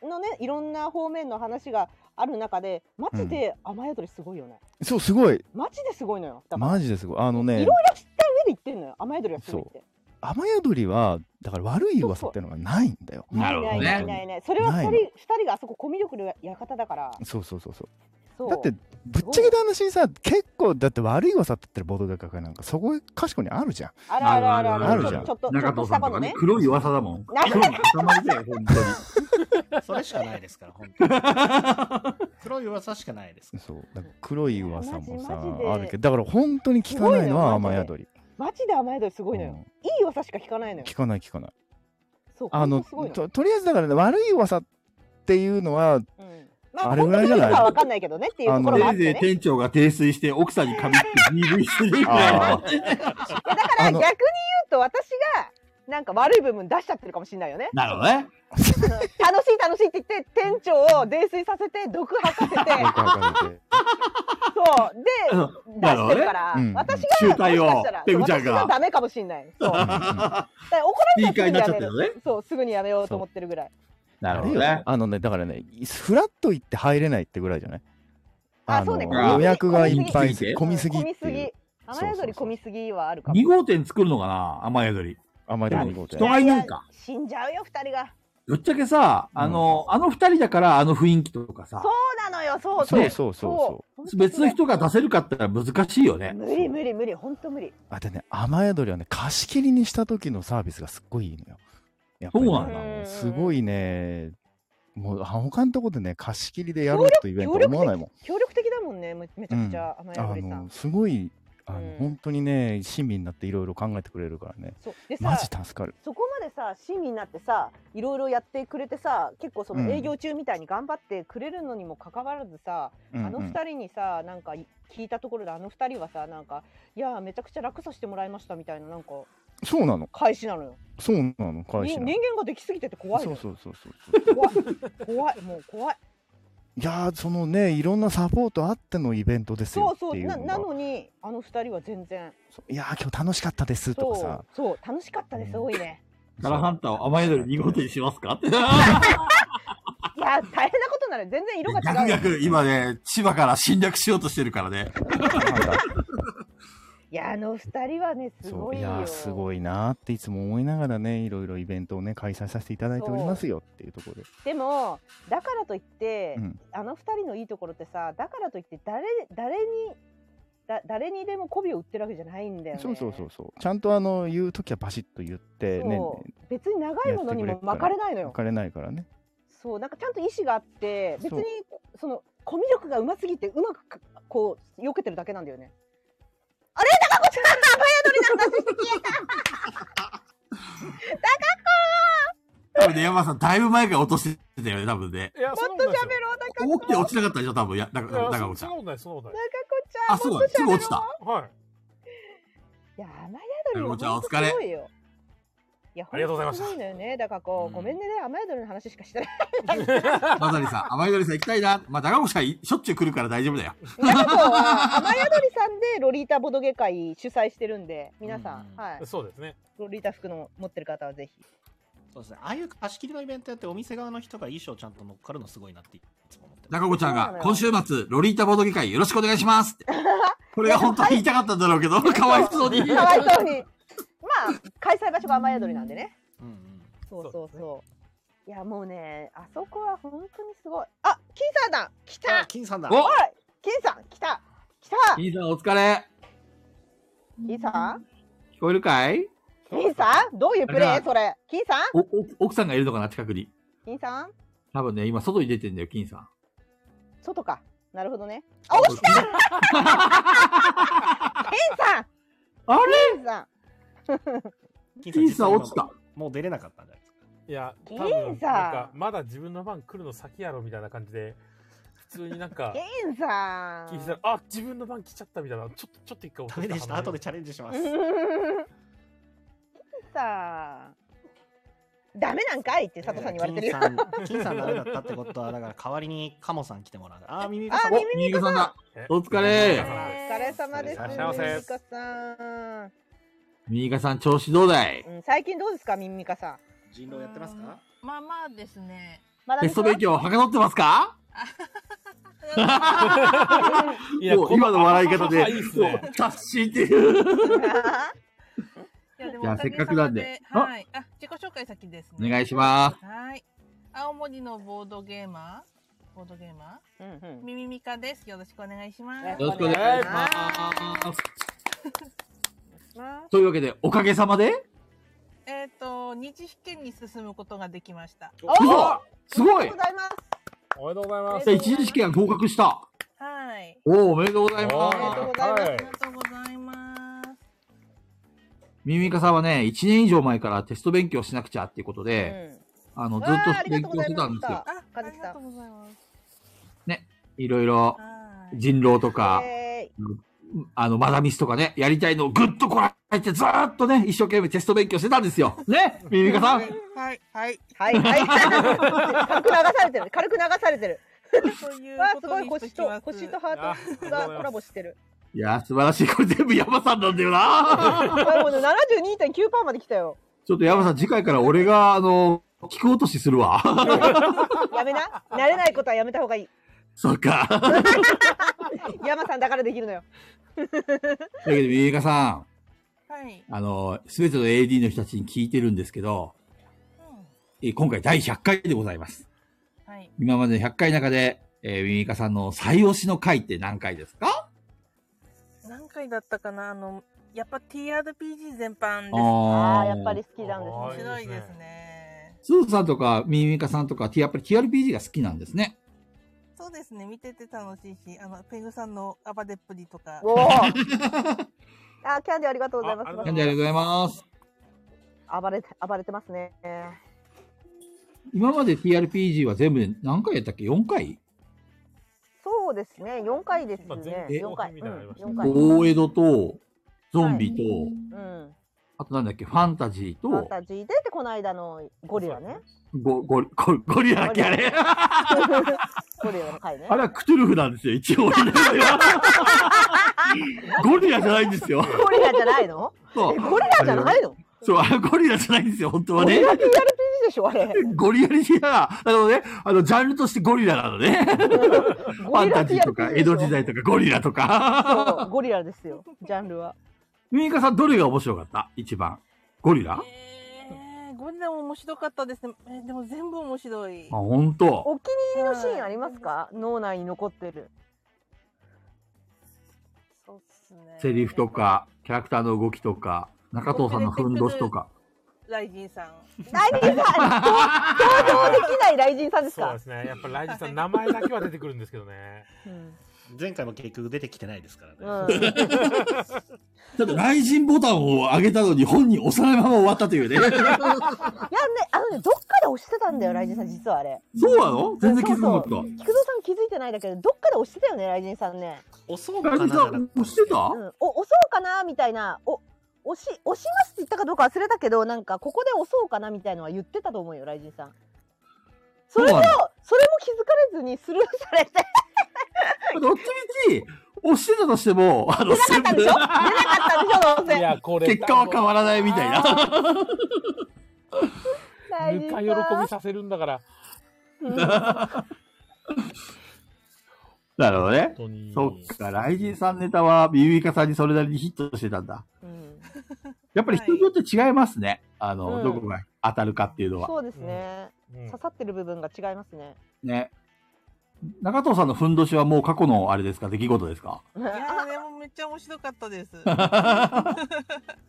S2: のねいろんな方面の話がある中でマジで雨宿りすごいよね、
S10: そうすごい
S2: マジですごいのよだから
S10: マジですごいあの
S2: いろ
S10: ね
S2: いろ知った上で言ってんのよ雨宿りはすごいって
S10: 雨宿りはだから悪い噂っていうのがないんだよ
S3: なる
S2: ないないないないそれは二人
S10: ない
S2: 二人があそこコミュ力の館だから
S10: そうそうそうそう
S2: そう
S10: だってぶっちゃけた話にさ結構だって悪い噂って言ったらボードゲーム会なんかそこかしこにあるじゃん
S2: あるあるあるある
S10: あるじゃん
S2: ちょっとちょ
S3: 中
S2: っと
S3: 藤
S2: し
S3: さ
S2: た
S3: ん
S2: ことと
S3: かね
S2: ね、
S3: 黒い噂だもん。
S2: な
S3: 黒い塊だよ、本当に。
S4: それしかないですから、本当に。黒い噂しかないです。
S10: そうだから黒い噂もさ
S2: マジマジで
S10: あるけどだから本当に聞かないのは
S2: すごいのよマジ
S10: 雨
S2: で
S10: 宿り
S2: マジで雨宿りすごいのよ、いい噂しか聞かないのよ
S10: 聞かない聞かない
S2: そう
S10: あの
S2: これもすごいな
S10: と、とりあえずだからね、悪い噂っていうのは、
S2: ま
S10: あれぐらいじゃない
S2: 本当かどうかは分かんないけどねっていうところもあ
S3: せい
S2: って
S3: ぜい
S2: ね。
S3: 店長が訂水して奥さんにかみつき DV するみたいな。
S2: いやだから逆に言うと私がなんか悪い部分出しちゃってるかもしれないよね。
S3: なるほどね。
S2: 楽しい楽しいって言って店長を泥酔させて毒吐かせて そうで出
S3: なるほど
S2: し
S3: ね
S2: てるから、
S3: うん
S2: 私
S3: 集
S2: がも
S3: 大
S2: し
S3: を
S2: かしたら
S3: ペグちゃんが
S2: そう私がダメかもしれない。そうだから怒られたらすぐにやめ
S10: スピーカーになっちゃってる
S2: る。そうすぐにやめようと思ってるぐらい。
S3: な
S10: るほどね。あのね、だからね、フラッと行って入れないってぐらいじゃないあ
S2: そう
S10: の
S2: ね
S10: 予約がいっぱい
S3: 混みすぎて
S10: 混みすぎ
S2: 混
S10: っ
S2: みす
S10: ていう
S2: ぎ。雨宿り混みすぎはあるかも。
S3: 2号店作るのかな雨宿り。
S10: 雨
S3: 宿り
S10: 号店
S3: 人がいないか。
S2: 死んじゃうよ二人が。
S3: ぶっちゃけさ、あの、あの二人だからあの雰囲気とかさ
S2: そ、うなのよそう
S3: そうそうそうそう別の人が出せるかって言ったら難しいよね。
S2: 無理無理無理本当無理。
S10: あとね、雨宿りはね、貸し切りにした時のサービスがすっごいいいのよ。やっぱりね
S3: そうなんだ
S10: もうすごいね、もうあ他のとこでね、貸し切りでやろうというイベント
S2: 協力
S10: 思わないもん
S2: 的。協力的だもんねめめちゃくちゃ雨宿りさん。
S10: あのすごいあの、本当にね親身になっていろいろ考えてくれるからね
S2: そうでさ
S10: マジ助かる
S2: そこまでさ親身になってさいろいろやってくれてさ結構そ
S10: うん
S2: の営業中みたいに頑張ってくれるのにもかかわらずさ、
S10: うんうん
S2: あの二人にさなんか聞いたところであの二人はさなんかいやーめちゃくちゃ楽させてもらいましたみたいななんか
S10: そうなの
S2: 返しなのよ
S10: そうなの返
S2: に
S10: し
S2: 人
S10: なの
S2: 間ができすぎてて怖い
S10: そう
S2: の
S10: そうそうそう
S2: 怖い怖いもう怖い
S10: いやーそのねいろんなサポートあってのイベントです
S2: そ
S10: よ
S2: う
S10: っ
S2: そう
S10: ていう
S2: な
S10: のが
S2: なのにあの二人は全然
S10: いやー今日楽しかったですとか
S2: そ
S10: さ
S2: うそう楽しかったです多いね
S3: カラハンターを雨宿り2号店にしますかって。
S2: いやー大変なことになる全然色が違う
S3: 逆
S2: よ
S3: 逆、今ね、千葉から侵略しようとしてるからね。
S2: いやあの二人はねす
S10: そ
S2: ご
S10: う
S2: い
S10: い
S2: よ
S10: やーすごいなーっていつも思いながらねいろいろイベントをね開催させていただいておりますよっていうところで
S2: でもだからといって、
S10: うん
S2: あの二人のいいところってさだからといって誰誰にだ誰にでも媚びを売ってるわけじゃないんだよね
S10: そうそうそうそうちゃんとあの言う時はバシッと言ってね
S2: そう別に長いものにも巻かれないのよ
S10: 巻かれないからね
S2: そうなんかちゃんと意思があって別
S10: そう
S2: にそのコミュ力がうますぎてうまくかこう避けてるだけなんだ よねあれ高子ちゃん雨宿りの話して消えた
S3: 多分ね、山田さん、だいぶ前から落としてたよね、多分ね。
S2: 高子もっと喋ろう
S3: 大
S2: 高子
S3: きくて落ちなかったでしょ、多分。や、だか
S1: いや
S3: ら、だか
S1: そ
S3: ら落ち
S1: そん
S3: た
S1: な。ことない、そんなことない。
S3: あ、そうだ、すぐ落ちた。
S1: はい。
S2: いや雨宿りは
S3: もちろん
S2: 本当すごいよいや
S3: ありがとうございました
S2: 本当すごいのよねだからこう、ごめんね雨宿りの話しかしてない
S3: まさりさん、雨宿りさん行きたいな。まあ、高子さんいしょっちゅう来るから大丈夫だよ。
S2: 中子は雨宿りさんでロリータボドゲ会主催してるんで皆さん、はい
S1: そうですね
S2: ロリータ服の持ってる方はぜひ
S4: そうですね。ああいう貸し切りのイベントやってお店側の人が衣装ちゃんと乗っかるのすごいなっていつも思ってます
S3: 中子ちゃん
S4: そうな
S3: が
S4: の、よ
S3: 今週末、ロリータボード議会よろしくお願いしますって。これが本当は言いたかったんだろうけど、かわいそうに。
S2: かわいそうにまあ開催場所が雨宿りなんでね、そうそうそういやもうねあそこは本当にすごいあ金さんだ来た
S4: 金さん
S3: だ
S2: おい金さん来た来た
S3: いいさん、お疲れ。
S2: 金さん
S3: 聞こえるかい
S2: 金さんどういうプレ
S3: あ
S2: ー
S3: れだ
S2: それ金さん
S3: お、お奥さんがいるのかな、近くに。
S2: 金さん
S3: 多分ね、今、外に出てんだよ、金さん。
S2: 外かなるほどねあ落ち た金
S3: あ
S2: さん金さん
S3: 金さん落ちた。
S4: もう出れなかったんだよ。
S1: いや、多
S2: 銀
S1: 分
S2: 座
S1: なんか、まだ自分の番来るの先やろみたいな感じで、普通になんか、
S2: 金さん
S1: 聞いてたら、あ、自分の番来ちゃったみたいな、ちょっと、ちょっと一回落と
S4: ダメでした後でチャレンジします
S2: さあ。ダメなんかいって佐藤さんに言われてるよ。
S4: 金さん、金さんダメだったってことは、だから代わりにカモさん来てもらう。あー、耳が
S2: あ、
S4: さん。
S2: ミミミカさん。
S3: お疲れ。
S2: お疲れ様です。
S3: いらっ
S2: ミ
S3: しゃいませ
S2: ミミカさん。
S3: ミニカさん、調子どうだい
S2: うん、最近どうですか、ミミミカさん。
S4: 人狼やってますか。
S11: まあまあですね。
S2: ま
S3: テスト勉強、はかどってますか
S1: いや
S3: もう今の笑い方で、
S1: いいっすね
S3: もう 達しっていう。
S11: いやでも
S3: じゃあ
S11: おかげさま
S3: せっかくなんで
S11: はい。あ、自己紹介先ですね。
S3: お願いします
S11: はい。青森のボードゲーマー、ボードゲーマ
S2: ー、
S11: ミミミカです。よろしくお願いします。。
S3: よろしくお願いしますというわけで、おかげさまで、
S11: えっと、二次試験に進むことができました。
S3: お嘘すごい
S11: ありがとうございます。
S1: おめでとうございま
S3: じゃあ一次試験合格した。
S11: はい。
S3: おお、おめでとうございます。
S11: おめでとうございます。ありがとうございます。
S3: ミミカさんはね、1年以上前からテスト勉強しなくちゃっていうことで、あの、ずっ
S2: わああ
S3: と
S2: り
S3: 勉
S2: がとうご
S3: 強
S2: ざ
S3: し
S2: い
S3: て
S2: ま
S3: たん
S2: し
S3: ですよ
S2: た。。ありがとうございます。
S3: いろいろ、人狼とか、
S2: え
S3: あの、マダミスとかね、やりたいのをぐっとこらえて、ずーっとね、一生懸命テスト勉強してたんですよ。ね、ミミカさん。
S11: はい、はい。
S2: はい、はい。軽く流されてる。軽く流されてる。わあ、すごい腰と、腰とハートがコラボしてる。
S3: いやー、素晴らしい。これ全部山さんなんだよ
S2: あ、
S3: な。
S2: もう七十二点九パーまで来た よ。
S3: ちょっと山さん、次回から俺が、あの、聞く落としするわ。
S2: やめな。慣れないことはやめた方がいい。
S3: そっか。だ
S2: 山さんだからできるのよ。
S3: けど、ミミカさん。
S11: はい。
S3: あの、すべての AD の人たちに聞いてるんですけど、えー今回第100回でございます。
S11: はい。
S3: 今までの100回の中で、えー、ミミカさんの最推しの回って何回ですか
S11: 何回だったかなあの、やっぱ TRPG 全般です。
S3: あーあーやっぱり
S2: 好きなんですね
S11: 面白いですね。
S3: スーさんとかミミカさんとか、やっぱり TRPG が好きなんですね。
S11: そうですね、見てて楽しいし、あの、ペグさんの暴れっぷりとか。
S2: おお。あ、キャンディーありがとうございます。
S3: なんでありがとうございます。
S2: 暴れて、暴れてますね。
S3: 今まで TRPG は全部で何回やったっけ ?4 回
S2: そうですね、四回ですね。
S3: 前
S2: 四回。うん四回。
S3: 大江戸と、ゾンビと、
S2: うん。
S3: あとなんだっけ、ファンタジー
S2: ファン
S3: と、
S2: タジーででこの間のゴリラね。
S3: ゴゴリゴリゴリラだっけあれ。
S2: ゴリラの回ね。
S3: あれはクトゥルフなんですよ、一 応俺の中では。ゴリラじゃないん ですよ。
S2: ゴリラじゃないの？
S3: そう
S2: えゴリラじゃないの？
S3: そう、あれゴリラじゃないんですよ、本当は
S2: ゴ
S3: ね
S2: リ。ラ TRPG でしょあれ。
S3: ゴリラリア、あのね、あの、ジャンルとしてゴリラなのね。 ファンタジーとか、江戸時代とか、ゴリラと か。
S2: そうゴリラですよ。ジャンルは。
S3: ミミカさん、どれが面白かった一番。ゴリラ
S11: えーゴリラも面白かったですね。えーでも全部面白い。
S3: あ、本当。
S2: お気に入りのシーンありますか？脳内に残ってる。
S3: セリフとか、キャラクターの動きとか、中藤さんのふんどしとか。
S11: ライジンさん。
S2: ラ イジンさん、想像できないライジンさんです
S4: そう
S2: か
S4: で？すね。やっぱライジさん
S1: 名前だけは出てくるんですけどね。
S4: 前回も結局出てきてないです から
S2: うん
S4: ね。
S3: だって、雷神ボタンを上げたのに本人押さないまま終わったという ね。
S2: いやね、あのね、どっかで押してたんだよ、ライジンさん、実はあれ。
S3: そうなの全然気づかな
S2: そう
S3: か
S2: そう
S3: っ
S2: 菊蔵さん気づいてないだけど、どっかで押してたよね、ライジンさんね。
S4: おそう
S3: た。
S4: か
S3: 雷
S4: な
S3: 神さん、押してた
S2: うん、お押そうかなみたいな、お、押し、押しますって言ったかどうか忘れたけど、なんか、ここで押そうかなみたいのは言ってたと思うよ、ライジンさん。それ
S3: そう
S2: も、それ
S3: な
S2: も
S3: の
S2: 気づかれずにスルーされて、
S3: どっちみち、押してたとしても、あの、
S2: 出なかったんでしょ出なかった んでしょ、どうせ。
S3: 結果は変わらないみたいな。
S2: ライジ
S1: ぬ
S2: ン
S1: か喜びさせるん だから。
S3: なるほどね。そっか、雷神さんネタは、ビビカさんにそれなりにヒットしてたんだ。やっぱり人によって違いますね。あ
S2: う
S3: の、
S2: ん
S3: どこが当たるかっていうの
S2: そ
S3: は。
S2: うですね、刺さってる部分が違いますね。
S3: ね。中藤さんのふんどしはもう過去のあれですか、出来事ですか
S11: いやーでもめっちゃ面白かったです。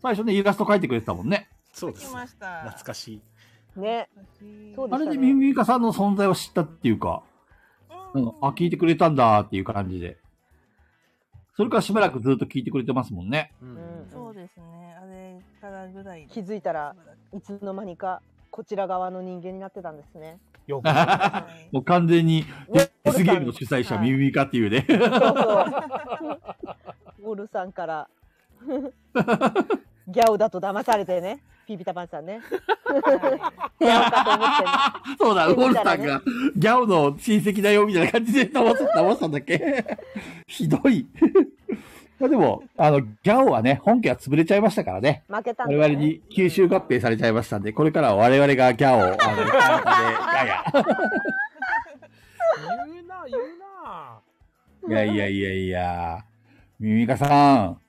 S3: 最初ね、イラスト描いてくれてたもんね。
S4: そうで
S11: 来ました。
S4: 懐かしい。
S2: ね。そうで
S3: あ
S2: し
S3: れ
S2: た
S3: で
S2: ね。
S3: ミミカさんの存在を知ったっていうか、うん、あ、聞いてくれたんだっていう感じで。それからしばらくずっと聞いてくれてますもんね。
S11: そうですね。あれからぐらい。
S2: 気づいたらいつの間にかこちら側の人間になってたんですね。
S1: よ
S3: もう完全に、デスゲームの主催者、ミミカっていうね。
S2: ゴルさんから。 ギャオだと騙されてね。ピピタパンさんね。ギャオかと思ってね。
S3: そうだ、ウォ
S2: で
S3: ル
S2: 見
S3: さ
S2: た
S3: ん
S2: らね
S3: が、ギャオの親戚だよ、みたいな感じで騙す、騙したんだっけ ひどい。 まあでも、あの、ギャオはね、本家は潰れちゃいましたからね。
S2: 負けたんだ
S3: 我
S2: よね
S3: 々に吸収合併されちゃいましたんで、これからは我々がギ ャオを、あの、
S1: 言うな、言うな。
S3: いやいやいやいや、ミミカさん、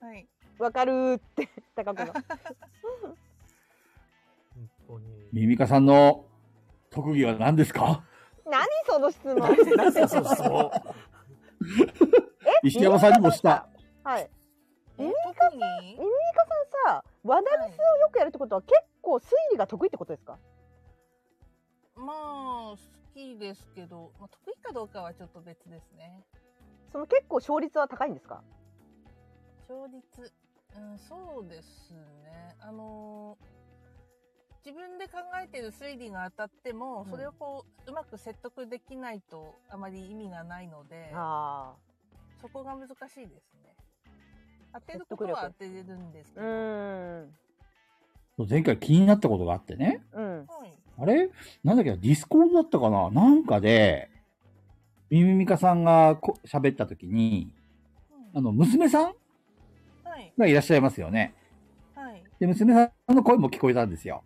S11: はい。
S2: わかるーって、高子が。
S3: ミミカさんの特技は何ですか
S2: 何その質問。え
S3: 石山さんにもした。
S2: はい。ミミカさん、ミミカさんさ、ワダミスをよくやるってことは結構推理が得意ってことですか
S11: まあ好きですけど、まあ、得意かどうかはちょっと別ですね。
S2: その結構勝率は高いんですか
S11: 勝率。ううん、そうですね。あのー自分で考えてる推理が当たっても、それをこう、うまく説得できないとあまり意味がないので、
S2: あ
S11: そこが難しいですね。当てることは当てれるんですけ
S2: ど。うん。
S3: 前回気になったことがあってね。
S2: うん。
S3: あれなんだっけなディスコードだったかななんかで、ミミミカさんがこ喋った時に、あの、娘さん
S11: はい。
S3: がいらっしゃいますよね。
S11: はい。
S3: で、娘さんの声も聞こえたんですよ。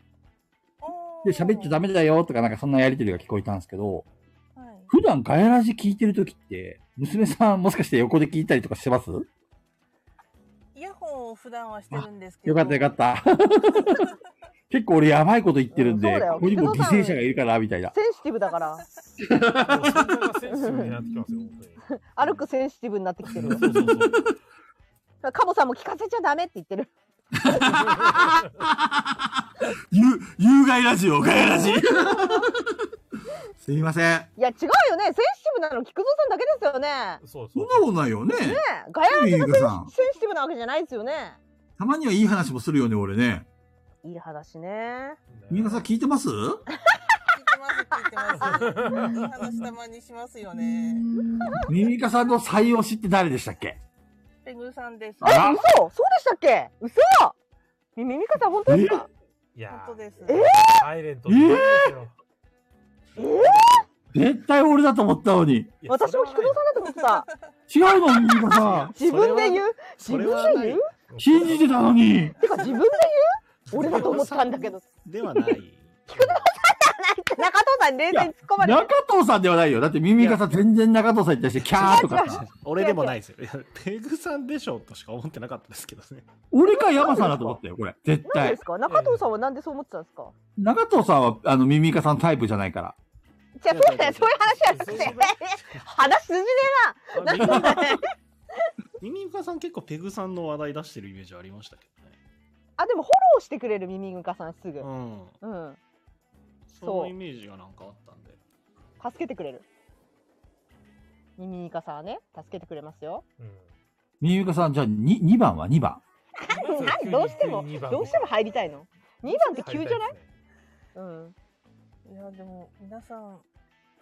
S3: で、喋っちゃダメだよとか、なんかそんなやりとりが聞こえたんですけど、普段ガヤラジ聞いてる時って、娘さんもしかして横で聞いたりとかしてます
S11: イヤホンを普段はしてるんですけど。
S3: よかったよかった。結構俺やばいこと言ってるん
S2: うんそ
S3: で
S2: うだよ、
S3: ここにも犠牲者がいるから、みたいな。
S2: センシティブだから。歩くセンシティブになってきてるよ。カモさんも聞かせちゃダメって言ってる。
S3: 有、有害ラジオ、ガヤラ ジ。すいません。
S2: いや違うよね。センシティブなの菊蔵さんだけですよね。
S1: そう
S3: そんなことないよね。
S2: ねえ、ガヤラジがセン
S3: ミミカさん
S2: センシティブなわけじゃないですよね。
S3: たまにはいい話もするよね、俺ね。
S2: いい話ね。
S3: 皆さん聞いてます
S11: 聞 いてます。いい話たまにしますよね。
S3: ミミカさんの最推しって誰でしたっけ
S11: ペグさんです。
S3: あらえ嘘
S2: そうでしたっけ嘘みみみかさん本当ですか
S1: いや
S11: 本当です。
S2: え
S1: サイレントに言うんですよ。
S2: え
S3: 絶対俺だと思ったのに。
S2: ー、私も菊蔵さんだと思ってた。
S3: 違うの、ミミカさん。
S2: 自分で言う自
S3: そ
S2: 分
S3: れは
S2: で言う
S3: 信じてたのに。
S2: てか自分で言う俺だと思ったんだけど。
S4: ではない。
S2: 中藤さん冷静に突っ込まれ
S3: 中
S2: て。
S3: 藤さんではないよ。だってミミカさん全然中藤さんに対してキャーと
S2: 違う違
S3: か
S2: う。
S4: 俺でもないですよ。いやペグさんでしょとしか思ってなかったですけどね。
S3: 俺か山さんだと思ったよ、これ。絶
S2: 何で
S3: 対
S2: す。か中藤さんはなんでそう思ってたんですか
S3: 中藤さんは、あの、ミミカさんタイプじゃないから。
S2: じゃあそうだよ、そういう話じゃなくて。話通じねえな。なんだね。
S4: ミミウカさん結構ペグさんの話題出してるイメージありましたけ
S2: あ、でもフォローしてくれるミミグカさんすぐ。
S4: ど。うん。
S2: うん。
S4: そ
S2: そ
S4: の
S2: う
S4: イメージがなんかあったんで。
S2: 助けてくれる。ミミイカさんはね、助けてくれますよ。
S3: ミミカさん、じゃあ2、2番は2番。
S2: 何どうしても、
S11: 急に二番
S2: どうしても入りたいの ?2 番って急じゃないうん。
S11: いや、でも、皆さん、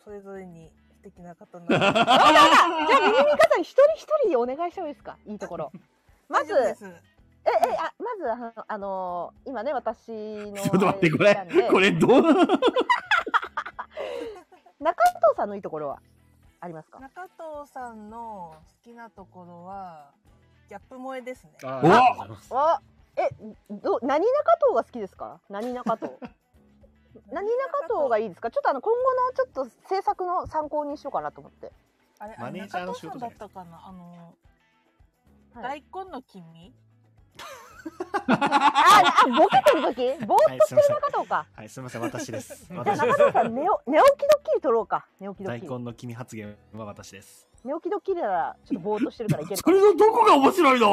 S11: それぞれに素敵な方なの
S2: あ
S11: で。
S2: らあらじゃあミミイカさん一人一人お願いした方がいいですかいいとこ ろ。まず、
S11: 大丈夫で
S2: え、
S11: す
S2: え、あ、まず、あのあのー、今ね、私の。
S3: ちょっと待って、これ、これどう、
S2: 中藤さんのいいところはありますか
S11: 中藤さんの好きなところは、ギャップ萌えですね。
S2: ありがとうございあ、え、ど、何中藤が好きですか何 中藤。何中藤がいいですかちょっとあの、今後のちょっと制作の参考にしようかなと思って。
S11: あれ、
S4: マネージャーの仕事じ
S11: だ
S4: ゃ
S11: っ
S4: ない
S11: たかなあの、
S2: はい
S11: 大根の君
S2: あ、あ、ボケてる時ぼーっとしてる中藤か。
S4: はい、すみません、私です。
S2: じゃあ
S4: 私で
S2: 中
S4: す
S2: 藤さん寝お、寝起きドッキリ撮ろうか。寝起きドッ
S4: 大
S2: キリ。
S4: 根の君発言は私です。
S2: 寝起きドッキリなら、ちょっとぼーっとしてるからいける
S3: そ。れのどこが面白いの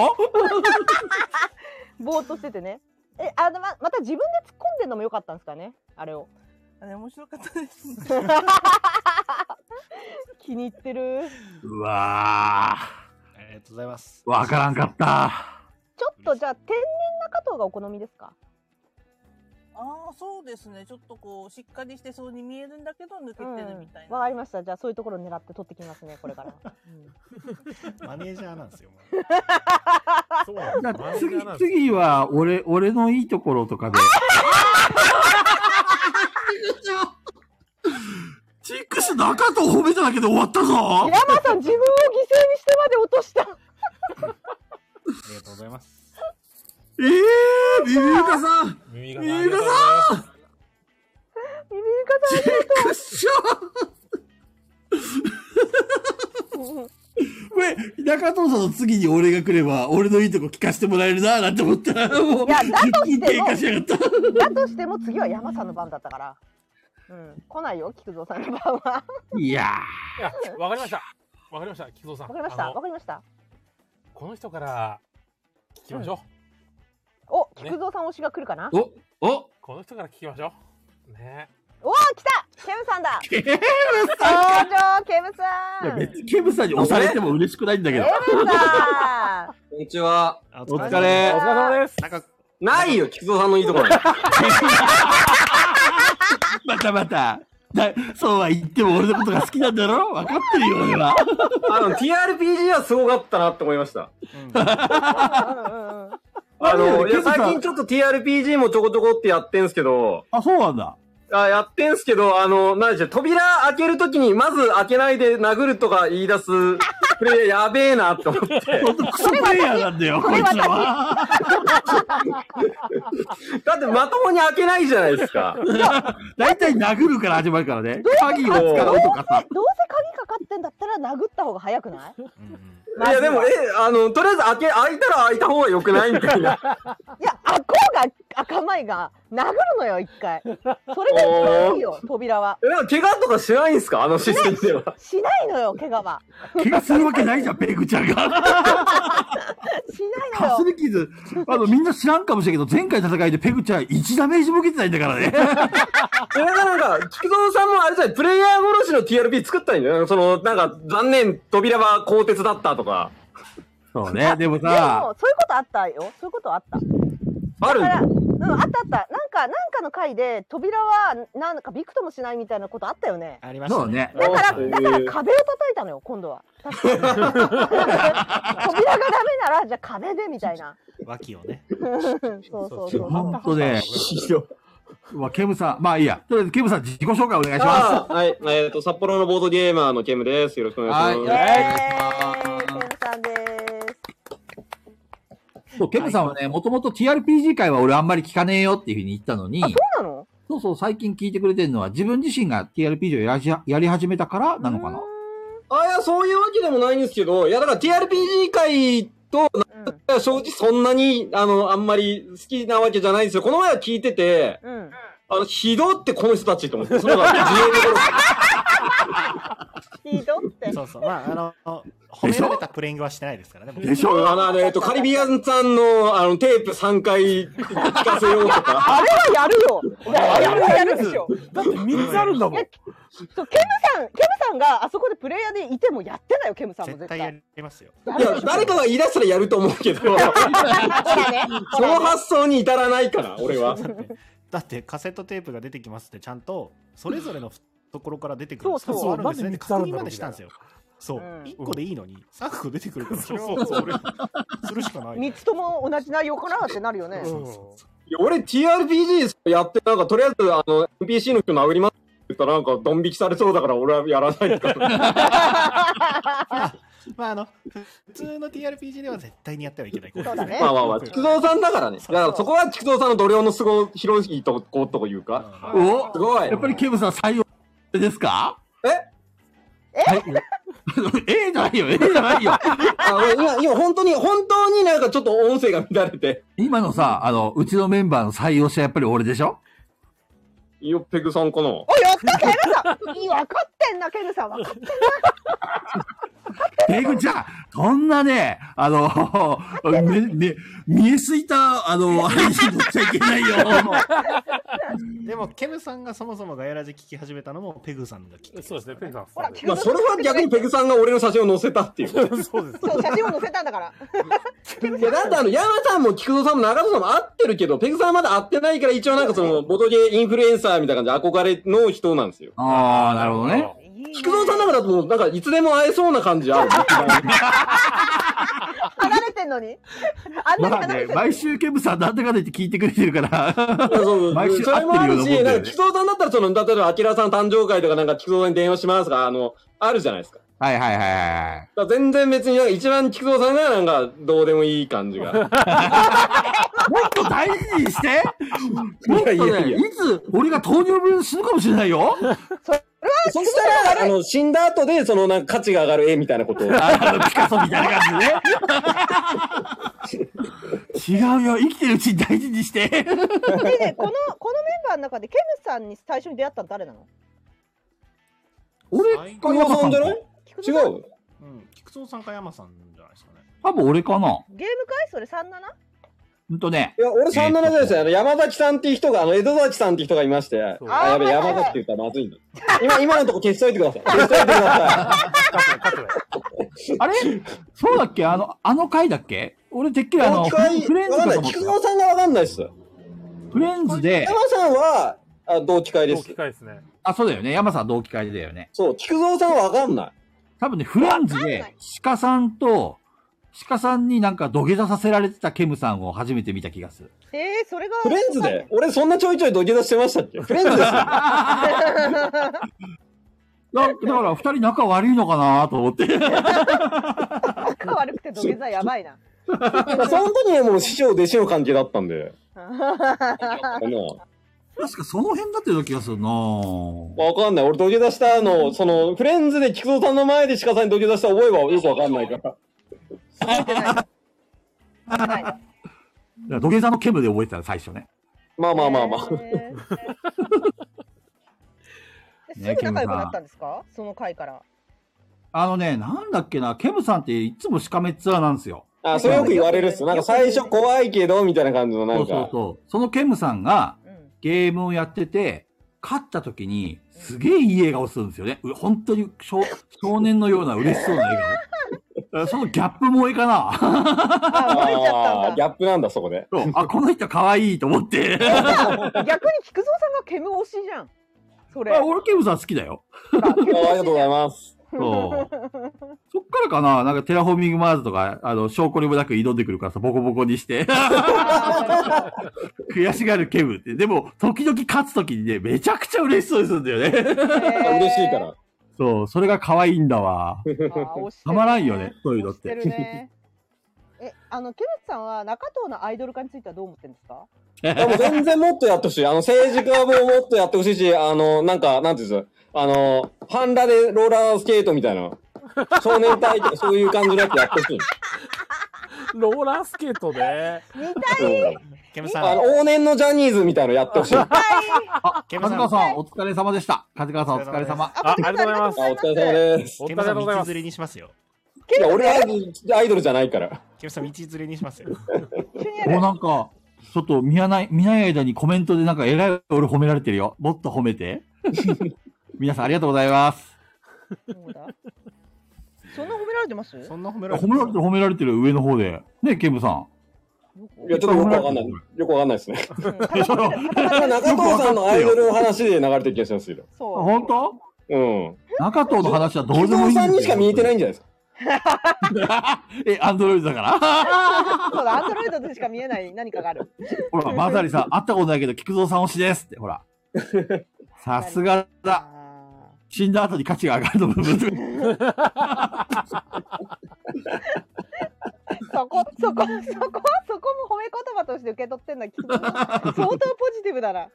S2: ぼーっとしててね。え、あの、ままた自分で突っ込んでるのも良かったんですかねあれを。
S11: あれ面白かったです。
S2: 気に入ってる。
S3: うわ
S4: ありがとうございます。
S3: ー。わからんかった。
S2: ちょっとじゃあ、天然中藤がお好みですか
S11: ああ、そうですね。ちょっとこう、しっかりしてそうに見えるんだけど、抜けてるみたい
S2: わかりました。じゃあそういうところを狙って取ってきますね、これから。
S4: マネージャーなんですよ。も
S1: そう
S3: じ
S1: な
S3: ゃ
S1: んで
S3: あ
S1: す
S3: 次
S1: マネージャーなんで、す
S3: 次は、俺、俺のいいところとかで。チックス中と褒めただけで終わったぞ
S2: 平間さん、自分を犠牲にしてまで落とした。
S4: うありがとうございます。
S3: ええー、ビビルカさん
S1: ミミ
S3: ビ
S1: ガ
S3: ビ
S1: さんあり
S3: ル
S1: が
S3: カ
S1: とう
S3: さん
S2: ビビンカさん、ありがと
S1: ござい
S3: くっし
S2: う。
S3: ょこれ、中藤さんの次に俺が来れば、俺のいいとこ聞かせてもらえるなぁなんて思ったら、もう、
S2: いやだとし
S3: 10
S2: ても
S3: 分経過しやがった。
S2: だとしても次は山さんの番だったから。うん、来ないよ、菊蔵さんの番は。
S3: いや
S1: いや、わかりました。わかりました。木造さ ん。
S2: わかりまし
S1: あ
S2: た、
S1: の
S2: わかりました。
S1: この人から聞きましょ
S2: お、菊蔵さん推しが来るかな。
S3: う。お、お、
S1: この人から聞きましょう。ね。
S2: おー、来た、ケムさんだ。
S3: ケムさん
S2: 登場、ケムさ
S3: いや
S2: ん。
S3: 別にケムさんに押されても嬉しくないんだけ
S2: ケ
S3: ど。
S2: ムさん。
S8: こんにちは。お
S1: 疲れお疲れ様です。
S8: ないよ、菊蔵さんのいいところ。
S3: またまた。だそうは言っても俺のことが好きなんだろ分かってるよ、俺は。
S8: あの、TRPG はすごかったなって思いました。あの、いや、最近ちょっと TRPG もちょこちょこってやってんすけど、
S3: あ、そうなんだ。
S8: あやってんすけど、あの、なんでしょう、扉開けるときに、まず開けないで殴るとか言い出す、プレイヤーやべえなって思って。
S3: 本当クソプレイヤーなん だよ、こいつらは。
S8: だってまともに開けないじゃないですか。
S3: 大体殴るから始まるからね
S2: どう。せ
S3: 鍵を使うとかさ。
S2: どうせ鍵かかってんだったら殴った方が早くない
S8: いや、でも、え、あの、とりあえず開け、開いたら開いた方が良くないみたい な。
S2: あこうが赤前が殴るのよ一回それが一番いいよ扉は
S8: え、でも怪我とかしないんすかあのシステムでは。
S2: しないのよ怪我は
S3: 怪我するわけないじゃん、ペグ ちゃんが。
S2: しないの
S3: かすり傷。あの、みんな知らんかもしれんけど、前回戦いでペグちゃん1ダメージも受けてないん だからね。
S8: え、だからなんか、菊蔵さんもあれじゃない、プレイヤー殺しの TRP 作ったらいいんじゃないその、なんか、残念、扉は鋼鉄だったとか。
S3: そうね、でも
S2: でもそういうことあったよそういうことあった
S8: あるんだ。
S2: うんあったあったなんかなんかの回で扉はなんかびくともしないみたいなことあったよね
S4: あ
S3: りましたね
S2: だから
S3: そうね
S2: だから壁を叩いたのよ今度は確 かに扉がダメならじゃあ壁でみたい な
S4: 脇をね。
S2: そうそうそう
S3: 本当ね。うわ、ケムさん、まあいいや。とりあえず、ケムさん、自己紹介お願いします。
S8: あーはい、えっ、と、札幌のボードゲーマーのケムです。よろしくお願いします。
S3: そう、ケムさんはね、もともと TRPG 界は俺あんまり聞かねえよっていうふうに言ったのに、
S2: そうなの
S3: そうそう、最近聞いてくれてるのは自分自身が TRPG をやらしやり始めたからなのかな。
S8: あいや、そういうわけでもないんですけど、いや、だから TRPG 界と、正直そんなに、あの、あんまり好きなわけじゃないんですよ。この前は聞いてて、
S2: うん
S8: あの、ひどってこの人たちと思って、それが自由で
S2: ひどって。
S4: そうそう。まあ、あの、褒められたプレイングはしてないですからね。僕
S8: あの、あのえっと、カリビアンさんの、あの、テープ3回聞かせようとか。
S2: あれはやるよあれはやるでしょ
S8: だって3つあるんだもん。
S2: そうケムさんケムさんがあそこでプレイヤーでいてもやってないよケムさんも絶対
S4: やりますよ
S8: いや、誰かが言い出したらやると思うけど、その発想に至らない から、俺は。
S4: だってカセットテープが出てきますってちゃんとそれぞれのところから出てくる
S1: そうそう
S4: 3個あるんですねって
S1: なんで
S4: 確認
S1: 三つあるんだろう
S4: までしたんですよ。そう、1個でいいのに3個出てくるからそれ
S2: そ
S4: を
S2: うそう
S4: それするしかない。
S2: 三つとも同じ内容かなってなるよね
S8: いや俺 TRPG やって、なんかとりあえず、あの、NPC の人殴りますって言ったら、なんかドン引きされそうだから俺はやらないから。
S4: まああの普通の TRPG では絶対にやってはいけない。
S2: そうだね
S8: まあまあまあ、畜造さんだからね。だからそこは畜造さんの度量のすご広いとこというか。
S3: お
S8: すごい。
S3: やっぱりケムさん採用ですか
S2: え
S3: ええじゃないよ、ええじゃないよ。
S8: あ俺今、今本当に、本当になんかちょっと音声が乱れて。
S3: 今のさ、あの、うちのメンバーの採用者やっぱり俺でしょ
S8: いいよ、ペグさんかな。
S2: おやったケムさんいい分かってんなケムさん分かってんな
S3: ペグちゃん、こんなね、あの、ね、ね、見えすいた、あの、あれに乗っちゃいけないよ。
S4: でもケムさんがそもそもガヤラジ聞き始めたのもペグさんが聞きそうですねペグさん。
S8: まあ、それは逆にペグさんが俺の写真を載せたっていう。 そうです。
S2: そう写真を載せたんだから
S8: いや、だってあの、山さんも菊蔵さんも中野さんも合ってるけど、ペグさんはまだ合ってないから、一応なんかその、ボトゲインフルエンサーみたいな感じで憧れの人なんですよ。
S3: ああ、なるほどね。
S8: 菊蔵さんだからもう、なんかいつでも会えそうな感じある。
S2: 離れてんのにあんなに
S3: まあ
S2: 離れ
S3: ね、
S2: てんの
S3: 毎
S2: に
S3: 週ケムさんなんだかんだ言って聞いてくれてるから、毎週
S8: それ
S3: 会っ
S8: も
S3: て
S8: あ
S3: るよ
S8: る
S3: うなもん
S8: し、な
S3: だ
S8: んか
S3: よね
S8: 菊蔵さんだったらその、例えば、アキラさん誕生会とかなんか菊蔵さんに電話しますとか、あの、あるじゃないですか。
S3: はいはいはいはいはい。
S8: だから全然別になんか一番菊蔵さんがなんかどうでもいい感じ が。
S3: もっと大事にしてもっと
S8: いやいやい
S3: ね、
S8: や
S3: いつ俺が糖尿病死ぬかもしれないよ
S8: そしたら、あの、死んだ後で、その、なんか価値が上がる絵みたいなことを。
S3: ピカソみたいな感じね。違うよ、生きてるうちに大事にして。
S2: でねこのこのメンバーの中でケムさんに最初に出会ったの誰なの
S3: 俺
S8: 菊蔵さんじゃない違う
S4: うん。菊蔵さんか山さんじゃないですかね。
S3: 多分俺かな。
S2: ゲーム会それ 37?
S3: ほんとね。
S8: いや、俺37ですよ。あの、山崎さんっていう人が、あの、江戸崎さんっていう人がいまして、あ、やべえ、山崎って言ったらまずいんだ。今、今のとこ消しといてください。消しといてください。
S3: あれそうだっけあの、あの回だっけ俺てっきりあの、
S8: もう一
S3: フレ
S8: 回
S3: ンフレン
S8: わ
S3: ズ
S8: かん
S3: か
S8: な
S3: と
S8: い
S3: 思って
S8: 菊
S3: た
S8: 野さんがわかんないっす。
S3: フレンズで、
S8: 山さんは、あ、同期会です。同期
S1: 会ですね。
S3: あ、そうだよね。山さん同期会だよね。
S8: そう、菊蔵さんはわかんない。
S3: 多分ね、フランズで、鹿さんと、鹿さんになんか土下座させられてたケムさんを初めて見た気がする。
S2: えー、それが。
S8: フレンズで俺そんなちょいちょい土下座してましたっけフレンズですよ。
S3: だだから二人仲悪いのかなと思って。
S2: 仲悪くて土下座やばいな。
S8: その時はもう師匠弟子の関係だったんで。
S3: 確かその辺だったような気がするなぁ。
S8: わかんない。俺土下座したの、その、フレンズで菊蔵さんの前で鹿さんに土下座した覚えはよくわかんないから。
S3: だから土下座のケムで覚えてた最初ね。
S8: まあまあまあまあ。
S2: えすぐ仲良くなったんですかその回から。
S3: あのね、なんだっけな、ケムさんっていつもしかめっ面なんですよ。
S8: あ、それよく言われるっすよ。なんか最初怖いけど、みたいな感じの、なん
S3: そうそう
S8: か。
S3: そう。そのケムさんが、ゲームをやってて、勝った時に、すげえいい笑顔するんですよね。う本当に少少年のような嬉しそうな笑顔。 だからそのギャップ萌えかな。
S8: あーギャップなんだ、そこで。
S3: そうあ、この人可愛いと思って。
S2: 逆に菊蔵さんが煙推しじゃん。それ。
S3: あ俺ケムさん好きだよ。
S8: ありがとうございます。
S3: そう。そっからかな、なんかテラフォーミングマーズとか、あの、証拠にもなく挑んでくるからさ、ボコボコにして。 悔しがるケムって。でも、時々勝つ時にね、めちゃくちゃ嬉しそうにするんだよね。
S8: 嬉しいから。
S3: そう、それが可愛いんだわ。たまらんよね、そういうのっ
S2: して
S3: て。
S2: るね。え、あの、ケムツさんは中藤のアイドル化についてはどう思ってるんですか
S8: でも全然もっとやってほしい。あの、政治家ももっとやってほしいし、あの、なんか、なんていうんですかあの、半裸でローラースケートみたいな。少年隊とかそういう感じのやつやってほしい。
S1: ローラースケートで。
S4: ケ
S1: ムさん
S8: あの、往年のジャニーズみたいなのやってほしい。
S3: あ、カズカワさん、お疲れ様でした。カズカワさん、お疲れ様。
S1: あありがとうございます。
S8: あお疲れ様です
S1: お疲れ様でございます。
S4: れにしますよ。
S8: いや、俺はアイドルじゃないから。
S4: ケムさん、道連れにしますよ。
S3: お、なんか、ちょっと見やない、見ない間にコメントでなんか偉い俺褒められてるよ。もっと褒め て。皆さんありがとうございます。
S2: そうだ。そんな褒められてます
S4: そんな褒め
S3: 褒められてる褒められてる上の方で。ね、ケムさん。
S8: いや、ちょっとよくわかんない。よくわかんないです ね。中藤さんの
S3: 藤さんのア
S8: ア
S3: イ
S8: イ
S3: ド
S8: ド
S3: ル
S8: ル
S3: の
S8: の
S3: 話
S8: 話で流れてる気がしますけど。
S3: 本当
S8: うん。
S3: 中藤の話はどう
S8: 菊
S3: でもい
S8: 蔵さ
S3: いんだ
S8: ん
S3: よ
S8: にしか見えてないんじゃないですか。
S3: え、アンドロイドだから。
S2: そうだ、アンドロイドでしか見えない何かがある。
S3: ほら、まさりさん、会ったことないけど、菊蔵さん推しですって、ほら。さすがだ。死んだ後に価値が上がるの部分。
S2: そこ、そこ、そこ、そこも褒め言葉として受け取ってんだ、きっと。相当ポジティブだな。
S3: い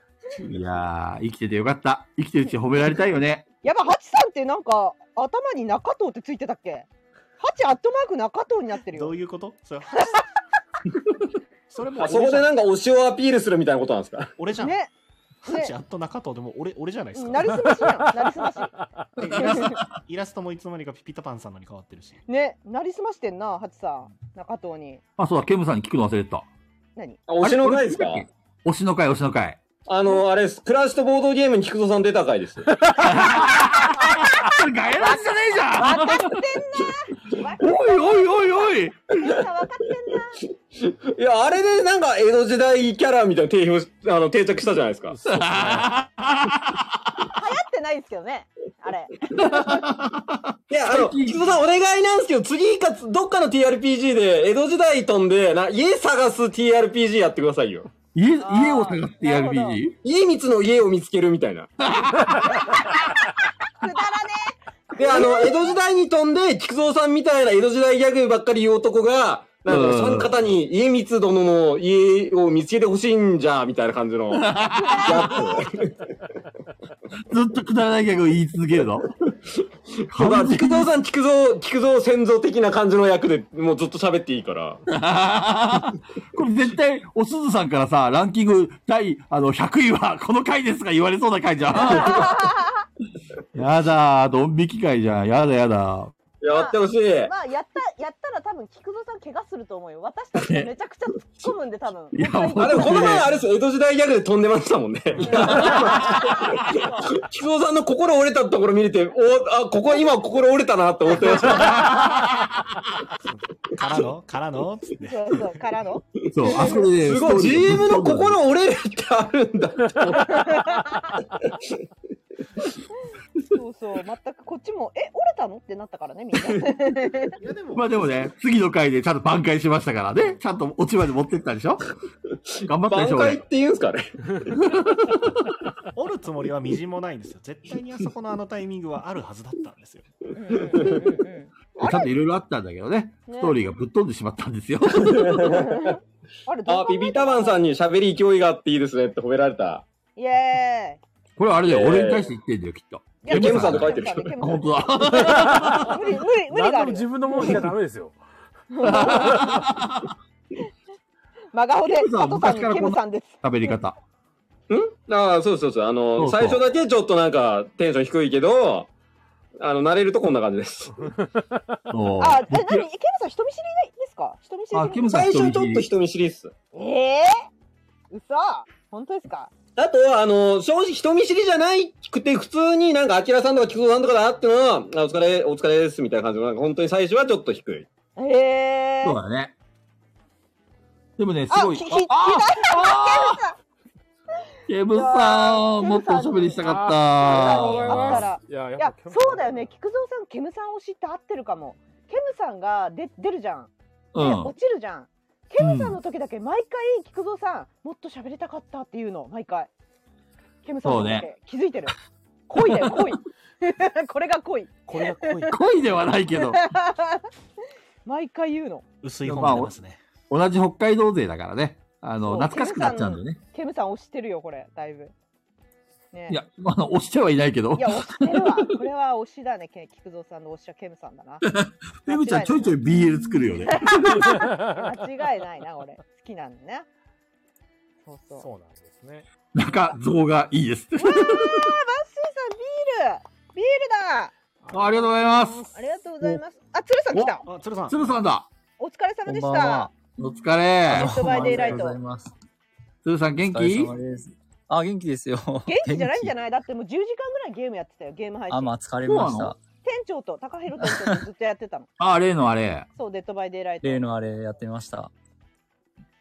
S3: やー、生きててよかった。生きてるうちに褒められたいよね。
S2: やば、ハチさんってなんか、頭に中藤ってついてたっけハチアットマーク中藤になってるよ。ど
S4: ういうことそれそれも
S8: あそこでなんか推しをアピールするみたいなことなんですか
S4: 俺じゃん。
S2: ね。
S4: ハンチアット中藤でも俺、俺じゃないですか。
S2: なりすま しやん、なりすまし。
S4: でイラストイラストもいつの間にかピピタパンさんのに変わってるし。
S2: ね、なりすましてんな、ハチさん。中藤に。
S3: あ、そうだ、ケムさんに聞くの忘れてた。
S2: 何
S8: 推しの回ですか
S3: 推しの会、推しの会。
S8: あの、あれです。クラッシュとボードゲームに菊蔵さん出た回です。ガ
S3: エラじゃねえじ ゃ
S2: ん
S3: おいおいおいお
S8: い
S3: い
S8: や、あれでなんか江戸時代キャラみたいな定評し、あの、定着したじゃないですか。
S2: 流行ってないですけどね、あれ。
S8: いや、あの、菊蔵さんお願いなんですけど、次かつ、どっかの TRPG で江戸時代飛んで、な、家探す TRPG やってくださいよ。
S3: 家、家を探す TRPG?
S8: 家光の家を見つけるみたい な。くだらねで、あの、江戸時代に飛んで、菊蔵さんみたいな江戸時代ギャグばっかり言う男が、なん
S3: うん
S8: か、その方に家光殿の家を見つけてほしいんじゃ、みたいな感じの。
S3: ずっとくだらないギャグを言い続ける の
S8: だから菊蔵さん、菊蔵、菊蔵先祖的な感じの役で、もうずっと喋っていいから。
S3: これ絶対、おすずさんからさ、ランキング第あの100位はこの回ですが言われそうな回じゃん。やだー、ドン引き回じゃん。やだやだ。
S8: やってほしい。
S2: まあ、やった、やったら多分、菊蔵さん怪我すると思うよ。私たちめちゃくちゃ突っ込むんで、多分。
S8: いや、あれ、この前あれですよ江戸時代ギャグで飛んでましたもんね。 菊蔵さんの心折れたと ころ見れて、おあ、ここ、今心折れたなって思ってました。
S4: からのからのつって。
S2: そうそう、からの
S3: そう、あそこで、ね、
S8: すごい、
S3: ストーリー
S8: GM の心折れるってあるん だ。
S2: そうそう、全くこっちも、え、折れたのってなったからね、みんな。
S3: まあでもね、次の回でちゃんと挽回しましたからね。ちゃんと落ちまで持ってったでしょ頑張ったでしょ
S8: 挽回って言うんすかね。
S4: 折るつもりはみじんもないんですよ。絶対にあそこのあのタイミングはあるはずだったんですよ。
S3: ちゃんといろいろあったんだけどね
S2: ね
S3: ストーリーがぶっ飛んでしまったん ですよ。
S2: あれ、ど
S8: あ、
S2: う
S8: ビビタマンさんに喋り勢いがあっていいですねって褒められた。
S2: イエ
S3: これはあれだよ、俺に対して言ってんだよ、きっと。
S8: いやケムさんと書いてる
S2: 人
S3: あ本当だ。
S2: ーイ。無理、無理、無理があ
S1: 何でも
S2: る。
S1: 自分のものじゃダメですよ。
S2: 真顔で、
S8: ケムさん
S2: 加
S8: は昔
S2: 藤さん
S8: からこ
S2: にケ
S8: んな
S2: ムさんです。
S3: 喋り方。
S8: んああ、そうそうそう。あの、
S3: そうそう
S8: 最初だけちょっとなんかテンション低いけど、あの、慣れるとこんな感じです。
S3: そう
S2: あ、え、何ケムさん人見知りですか人見知り
S3: あケムさん
S8: 最初ちょっと人見知りっす。
S2: ええー、嘘本当ですか
S8: あとは、あの、正直人見知りじゃないくて、普通になんか、アキラさんとか菊蔵さんとかだってのは、あお疲れ、お疲れですみたいな感じの、なんか本当に最初はちょっと低い。
S2: ええ
S3: そうだね。でもね、す
S2: あ、
S3: ごい
S2: ひ、。ひ、
S3: あ
S2: ひ、あ
S3: ケムさん、もっとおしゃべりしたか
S2: あった
S3: った。
S2: ら。いや、そうだよね。菊蔵さん、ケムさん推しって合ってるかも。ケムさんが出出るじゃん。
S3: う
S2: で
S3: ん
S2: 落ちるじゃん。ケムさんの時だけ毎回菊蔵さん、もっと喋りたかったっていうの、毎回。ケムさんの時だけ、
S3: そうね
S2: 気づいてる。恋だよ、恋。 これが恋。
S4: これが恋。
S3: 恋ではないけど。
S2: 毎回言うの。
S4: 薄
S3: い本出ますね。同じ北海道勢だからね。あの、
S2: そう
S3: 懐かしくなっちゃうんだよね。
S2: ケムさん押してるよ、これ、だいぶ。ね
S3: いや、あの、押してはいないけど。
S2: いや、押してるわ。これは押しだね、け菊蔵さんの押しはケムさん だな。
S3: ペグちゃんちょいちょい BL 作るよね。
S2: 間違いないな、俺。好きなんだね。そうそう。
S1: そうなんですね。
S3: 中、像がいいです。
S2: あー、バッシーさん、ビールビールだ
S3: あありがとうございます。
S2: ありがとうございます。あ、鶴さん来た
S4: あ、鶴さ
S3: 鶴さんだ。
S2: お疲れ様でし
S3: こんばん
S2: た
S3: は。お疲れ
S2: デ。ッドバイデイライト。元
S3: 鶴さん元
S12: お疲れ
S3: 気
S12: 様ですあ、元気ですよ。
S2: 気じゃないんじゃないだってもう10時間ぐらいゲームやってたよ、ゲーム配信。
S12: あまあ疲れました
S2: 店長と、高弘店長とずっとやってたの。
S3: あ、例のあれ。
S2: そう、デッドバイデイライト。
S12: 例のあれやってみました。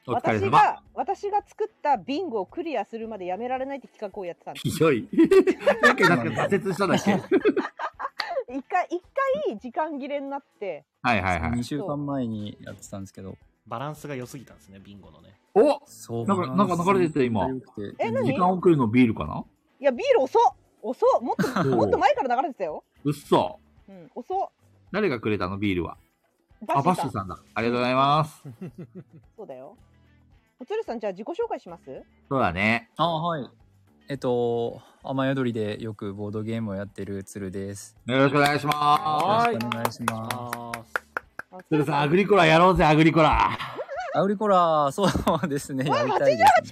S3: お疲れ
S2: 私
S3: 様。
S2: が、私が作ったビンゴをクリアするまでやめられないって企画をやってたの。
S3: ひど い。なんか、なんか挫折したんだっけ。
S2: 一回、一回時間切れになって、
S3: はいはいはい。
S12: 2週間前にやってたんですけど。
S4: バランスが良すぎたんですね、ビンゴのね。
S3: お
S12: そう
S3: なんか、なんか流れてた今。
S2: え何
S3: 時間遅れのビールかない
S2: や、ビール遅っ遅っもっと、
S3: そう
S2: もっと前から流れてたよ。
S3: うっそ。
S2: うん、遅っ
S3: 誰がくれたのビールは。
S2: バ
S3: あ、バッ
S2: ッシ
S3: シ
S2: ー
S3: ー
S2: さ
S3: さ
S2: ん。
S3: んだ。ありがとうございます。
S2: そうだよ。おつるさん、じゃあ自己紹介します
S3: そうだね。
S12: あ、はい。えっと、雨宿りでよくボードゲームをやってる鶴です。
S3: よろしくお願いしま
S12: よろしくお願いします。
S3: す。鶴さん、アグリコラやろうぜ、アグリコラ。
S12: アグリコラ、そうですね。やりた
S2: 88パー
S12: い
S2: に
S12: です。
S2: なっ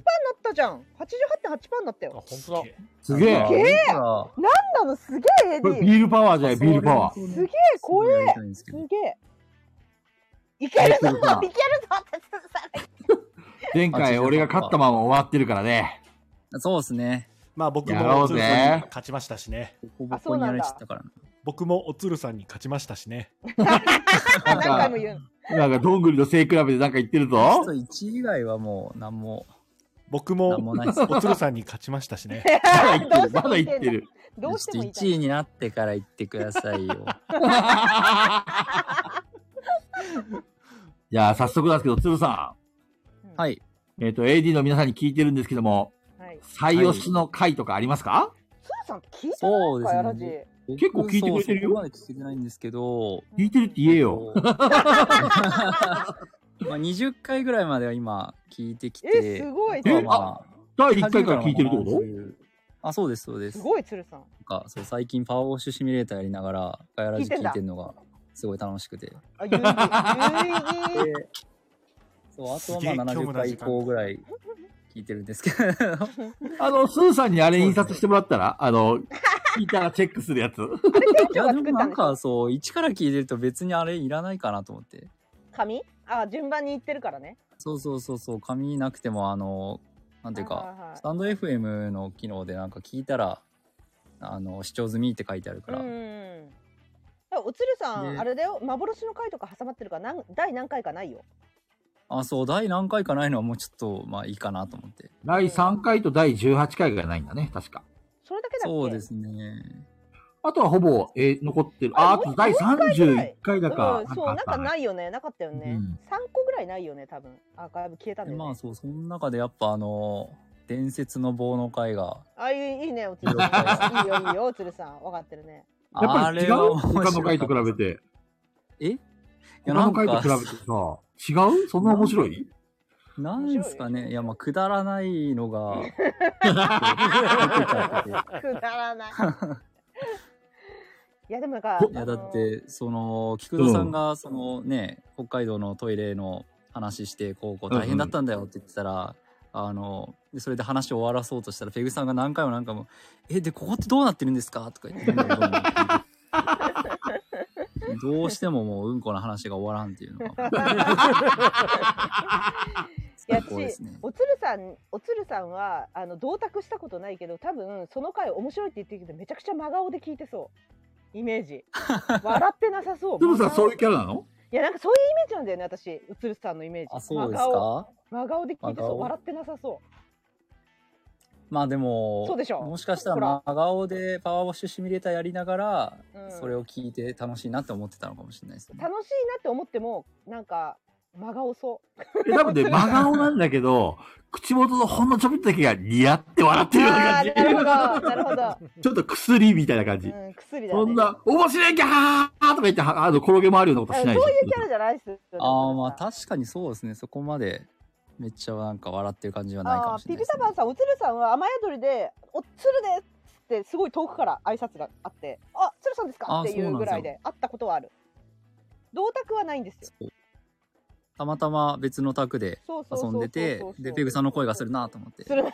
S2: たじゃん。88.8パーになったよ。あ、本当だ。
S3: すげえ。
S12: アグリコラ
S2: なんなのすげえ
S3: これビ
S2: AD。
S3: ールパワーじゃない、ビールパワー。
S2: すげえ怖え。すげえ。いけるぞいけるぞ
S3: はい
S2: って
S3: 前回俺が勝ったまま終わってるからね。
S12: そうですね。
S4: まあ僕
S3: やろ
S4: もお
S3: うぜ
S4: つるさんに勝ちましたしね。
S2: あそうなんだボコボコにやられちゃった
S12: から
S4: 僕もおつるさんに勝ちましたしね。
S2: 何回も言うの。
S3: なんか、どんぐりの背比べでなんか言ってるぞ。
S12: 1以外はもう何も。
S4: 僕も
S12: 何もないです
S4: おつるさんに勝ちましたし ね。
S12: まだ言ってる。
S2: どうしても言いたい
S12: 1位になってから言ってくださいよ。
S3: じゃあ、早速なんですけど、鶴さ
S12: ん。はい。
S3: えっ、と、AD の皆さんに聞いてるんですけども、
S2: はい。
S3: 採用しの回とかありますか、
S2: つるさん聞いて
S12: そうで
S2: ない
S12: す
S2: のか、
S12: ね。
S3: 結構聞いてくれてる
S12: 僕そうそ
S3: よ
S12: こまで聞けてないんですけど。
S3: 聞いてるって言 えよ。
S12: まあ20回ぐらいまでは今聞いてきて。
S2: えすごい
S12: あとはまあ
S3: 第1回から聞いてるってこと
S12: あ、そうです、そうです。
S2: すごい、つるさん。
S12: なんかそう最近パワーウォッシュシミュレーターやりながらガヤラジ聞いてるのがすごい楽しくて。
S2: あ、有意義有意義。
S12: そうあとは
S2: すげえ
S12: まあ
S2: 虚無
S12: 70
S2: な
S12: 回
S2: 時
S12: 以
S2: 間
S12: 降ぐらい聞いてるんです けど。
S3: あの、スーさんにあれ印刷してもらったら、あの、聞いたらチェックするやつ。
S12: いやでもなんかそう一から聞いてると別にあれいらないかなと思って。
S2: 紙あ、順番に言ってるからね。
S12: そうそうそうそう紙なくてもあのなんていう
S2: はいはいは
S12: か
S2: い
S12: スタンド FM の機能でなんか聞いたらあの視聴済みって書いてあるから。
S2: うん。おおつるさん、
S12: ね
S2: あれだよ幻の回とか挟まってるからなん第何回かないよ
S12: あ、そう、第何回かないのはもうちょっと、まあいいかなと思って。
S3: 第3回と第18回がないんだね、確か。
S2: それだけだっけ
S12: そうですね。
S3: あとはほぼ、えー残ってる。あ、あと第31回だか。。
S2: うん、そうなんかないいよねなかったよね、
S12: うん
S2: 三3個ぐらいないよね多分アーカイブ消えたんだよね、
S12: まあそう、その中でやっぱあの、伝説の棒の会が、
S2: ああいういいねおつるさんいいよいいよおつるさん分かってるね
S3: やっぱり違う
S12: あれは
S3: 他の回と比べて。
S12: えいや
S3: 他の回と比べ
S12: なん
S3: て
S12: か
S3: さ、違うそんな面白い
S12: なんですかね、いやまあくだらないの が、
S2: くだらないいやでもなんか
S12: いやだってその菊蔵さんがそのね、北海道のトイレの話してこうこう大変だったんだよって言ってたら、あのでそれで話を終わらそうとしたらペグさんが何回も何回も「えでここってどうなってるんですか?」とか言ってどんどんどんどんどうしてももううんこの話が終わらんっていうのが
S2: いや
S12: 最高ですね
S2: ちおつるさんおつるさんはあの同卓したことないけど多分その回面白いって言ってるけどめちゃくちゃ真顔で聞いてそうイメー ジ笑ってなさそう
S3: でも
S2: 真
S3: さ、
S2: 顔
S3: そういうキャラなの
S2: いやなんかそういうイメージなんだよね私うつるさんのイメージ
S12: あそうですか
S2: 真顔真顔で聞
S12: 真
S2: いてそう
S12: 顔
S2: 笑ってなさそう
S12: まあでも
S2: そうでしょ
S12: もしかしたら真顔でパワーウォッシュシミュレーターやりながら、
S2: うん
S12: それを聞いて楽しいなって思ってたのかもしれないですね。
S2: 楽しいなって思ってもなんか真顔そ
S3: え多分ね、真顔なんだけど、口元のほんのちょびっとだけがニヤって笑ってるような感じ。
S2: なるほどなるほど
S3: ちょっと薬みたいな感じ。
S2: うん薬だね
S3: そんな、面白いギャーとか言って、はあの、転げ回るようなこと
S2: あ
S3: し
S2: の
S3: ない
S2: そ
S3: でし
S2: う
S3: ょ
S2: いうキャラじゃないっすよね
S12: ああまあ確かにそうですねそこまでめっちゃなんか笑ってる感じはないかも
S2: あ
S12: し
S2: ーピピタパンさんおつるさんは雨宿りで「おつるです」ってすごい遠くから挨拶があって「あつるさんですか?」
S12: あー
S2: っていうぐら
S12: そうな
S2: い
S12: んです
S2: で会ったことはある同卓はないんですよ
S12: たまたま別の宅で
S2: そうそうそう
S12: 遊んでて
S2: そうそうそう
S12: でペグさんの声がするなと思って
S2: つる
S3: もう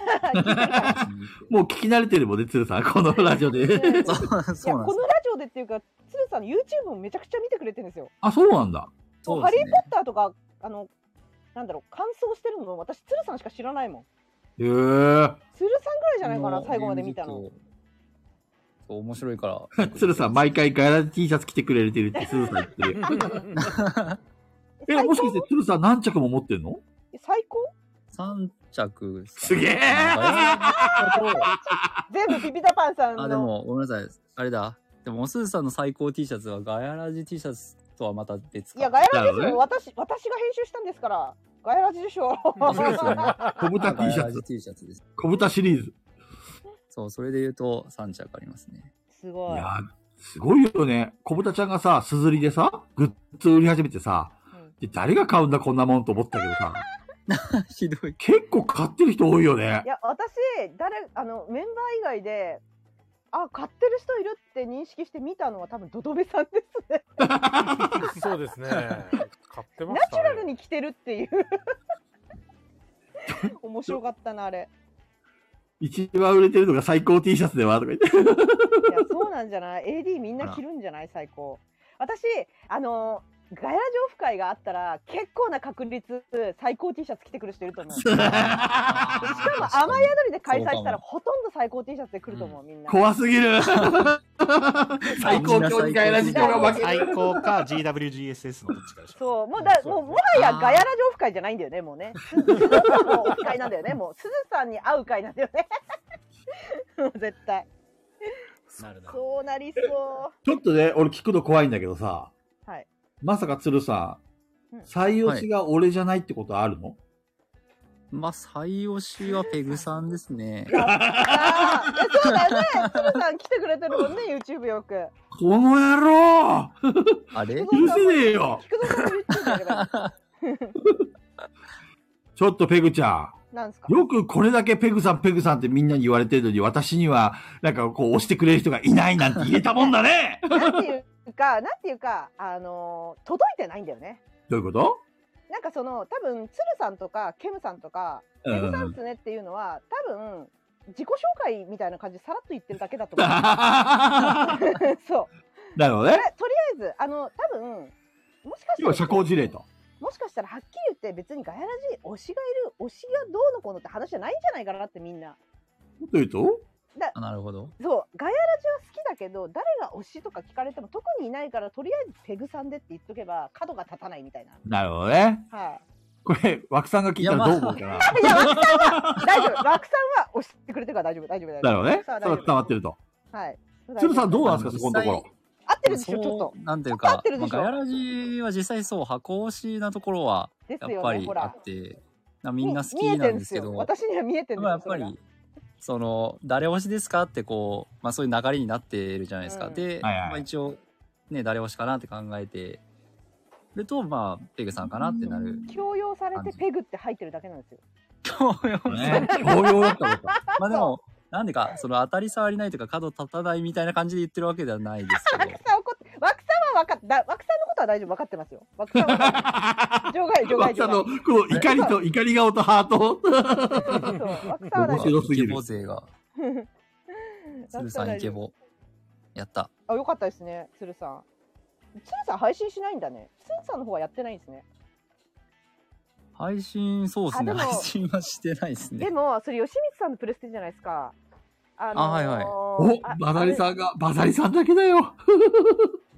S3: 聞き慣れてるもんね、鶴さん。このラジオで。
S2: いやこのラジオでっていうかつるさんの YouTube もめちゃくちゃ見てくれてるんですよ
S3: あ、そうなんだ。
S2: もうハリー・ポッター」とかあのなんだろう感想してるのも私つるさんしか知らないもん
S3: へえ。
S2: つるさんぐらいじゃないか
S12: あ
S2: な
S12: の
S2: 最後まで見たの
S12: そう面白いから
S3: 鶴さん、毎回ガラ T シャツ着てくれてるって鶴さん言 ってる。え、もしかして鶴さん何着も持ってんの
S2: 最高
S12: 3着す,、
S3: すげえ
S2: 全部ピピタパンさんの
S12: あでもごめんなさいあれだでもおすずさんの最高 T シャツはガヤラジ T シャツとはまた別か
S2: いや、ガヤラジですよ。私、私が編集したんですから。ガヤラジでしょ。
S12: そうですよね。
S3: 小豚 T シャツ
S12: T シャツです。
S3: 小豚シリーズ。
S12: そう、それで言うと3着ありますね。
S2: すご
S3: いやすごいよね。小豚ちゃんがさ、すずりでさ、グッズ売り始めてさ、で誰が買うんだこんなもんと思ったけどさ。
S12: ひどい。
S3: 結構買ってる人多いよね
S2: い。や、私、誰、あの、メンバー以外で、あ、買ってる人いるって認識して見たのは多分、ドドベさんですね。
S1: そうですね。買ってま
S2: ナ
S1: し
S2: チ
S1: た
S2: ュラ
S1: ね。
S2: ルに着てるっていう。面白かったな、あれ。
S3: 一番売れてるのが最高 T シャツではとか言って。
S2: いや、そうなんじゃない ?AD みんな着るんじゃない最高。私、あの、ガヤラジオフ会があったら、結構な確率、最高 T シャツ着てくる人いると思う。しかも、雨宿りで開催した、
S12: そうからも
S2: ほとんど最高 T シャツで来ると思う、みんな。
S3: 怖すぎる最高競技会ラジコが負ける
S4: 最高か GWGSS のどっちかでしょ。
S2: そう、もうだ、もう、もはやガヤラジオフ会じゃないんだよね、もうね。すずさんのオフ会なんだよね、もう。すずさんに会う会なんだよね。 もう絶対。
S4: なるな。
S2: そうなりそう。
S3: ちょっとね、俺聞くの怖いんだけどさ、
S2: はい。
S3: まさか鶴さん
S2: うん、
S3: 採用しが俺じゃないってことあるの、
S12: まあ、採用しはペグさんですね。
S2: あーえそうだよね。鶴さん来てくれてる もんね、YouTube よく。
S3: この野郎
S12: あれ
S3: 許せねえよ
S2: 菊蔵さんも YouTube だけど。
S3: ちょっとペグちゃ
S2: なんですか
S3: ん。よくこれだけペグさんペグさんってみんなに言われてるのに、私には、なんかこう押してくれる人がいないなんて言えたもんだ ね
S2: なんていうか、なんていうか、あのー届いてないんだよね。
S3: どういうこと
S2: なんかその、多分、鶴さんとか、ケムさんとか、
S3: う
S2: ペ
S3: ん
S2: グさんっすねっていうのは、多分、自己紹介みたいな感じでさらっと言ってるだけだと思 う。そう。
S3: なるほ
S2: と
S3: ど
S2: りあ
S3: ね。
S2: えず、あの、多分、もしか
S3: 要は
S2: した
S3: 社
S2: ら、
S3: 交辞令と。
S2: もしかしたらはっきり言って別にガヤラジ推しがいる、推しがどうのこうのって話じゃないんじゃないかなってみんな。
S3: もっと言うと
S2: だ
S12: あなるほ ど。
S2: そうガヤラジは好きだけど誰が推しとか聞かれても特にいないからとりあえずペグさんでって言っとけば角が立たないみたいな。
S3: なるほどね。
S2: はい、
S3: これ、枠さんが聞いたらどう思うかな。
S2: いや、枠さん は、大丈夫。枠さんは押してくれてるから大丈夫、大丈
S3: な
S2: 夫、大丈
S3: る
S2: 夫。
S3: ほどね。それ
S2: 枠さんは大
S3: が
S2: 丈
S3: 伝わってると。
S2: 夫はい。
S3: 鶴さんどうなんですか、そこのところ。
S2: 合ってるでしょ、ちょっと。
S12: なんていう
S2: ちょっと合
S12: か
S2: ってる、で
S12: まあ、
S2: しょ
S12: ガヤラジは実際そう、箱推しなところは、や
S2: で
S12: っ
S2: すよね
S12: ぱり
S2: ほら
S12: あって、なみんな好
S2: 見え
S12: き
S2: て
S12: な
S2: る
S12: んで
S2: んですす
S12: け
S2: よ。
S12: ど、
S2: 私には見えてるんですよ。やっ
S12: やっぱり、その、誰推しですかってこう、まあそういう流れになっているじゃないですか。で、
S3: はいはい
S12: まあ一応、ね、誰推しかなって考えてると、まあ、ペグさんかなってなる。
S2: 強要されてペグって入ってるだけなんですよ。
S12: ね、応用だったこと。 まあでも、なんでか、その当たり障りないとか角立たないみたいな感じで言ってるわけではないですけど。
S2: 枠さんは分かっだ枠さんのことは大丈夫、分かってますよ。枠さん は分かってます。場外、
S3: 枠
S2: 場
S3: さん
S2: 外、場
S3: の、
S2: 外
S3: こ。の怒りと、怒り顔とハー ト。
S2: 枠さんは
S12: 面
S2: 大丈
S12: 白
S2: 夫。
S12: すぎる。イケボ勢が。 鶴
S2: 枠
S12: さ
S2: は
S12: んイ
S2: 大丈
S12: ケ
S2: 夫
S12: ボ。やった。
S2: あ、よかったですね、鶴さん。鶴さん配信しないんだね。鶴さんの方はやってないんですね。
S12: 配信、そうですね。
S2: あでも
S12: 配信はしてないですね
S2: で。も、それ吉光さんのプレステじゃないですか。あ
S12: あ、はいはい。
S2: あ
S3: が、バザリさんだけだよ。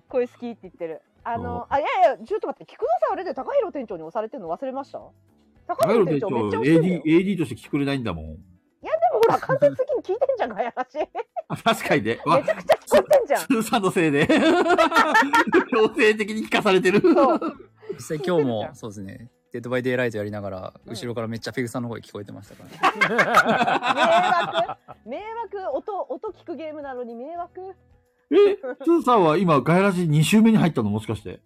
S2: 声好きって言ってる。あの、あ、いやいや、ちょっと待って、菊野さん、あれで高弘店長に押されてるの忘れました高
S3: ガイロ
S2: 弘
S3: 店
S2: 店
S3: 長
S2: 長めっちゃ、押してるよ
S3: AD、。AD として来てくれないんだもん。
S2: いや、でもほら、間接的に聞いてんじゃん、ガヤラジ。め
S3: あ確かにね。わ
S2: ちゃくちゃ聞こえてんじゃん。
S3: 鶴さんのせいで。 強制的に聞かされてる。
S12: 実際今日も、そうですね。デッドバイデイライトやりながら、後ろからめっちゃペグさんの声聞こえてましたからね。
S2: 迷惑、音、音聞くゲームなのに迷惑。
S3: え、鶴さんは今、ガイラジ2周目に入ったのもしかして。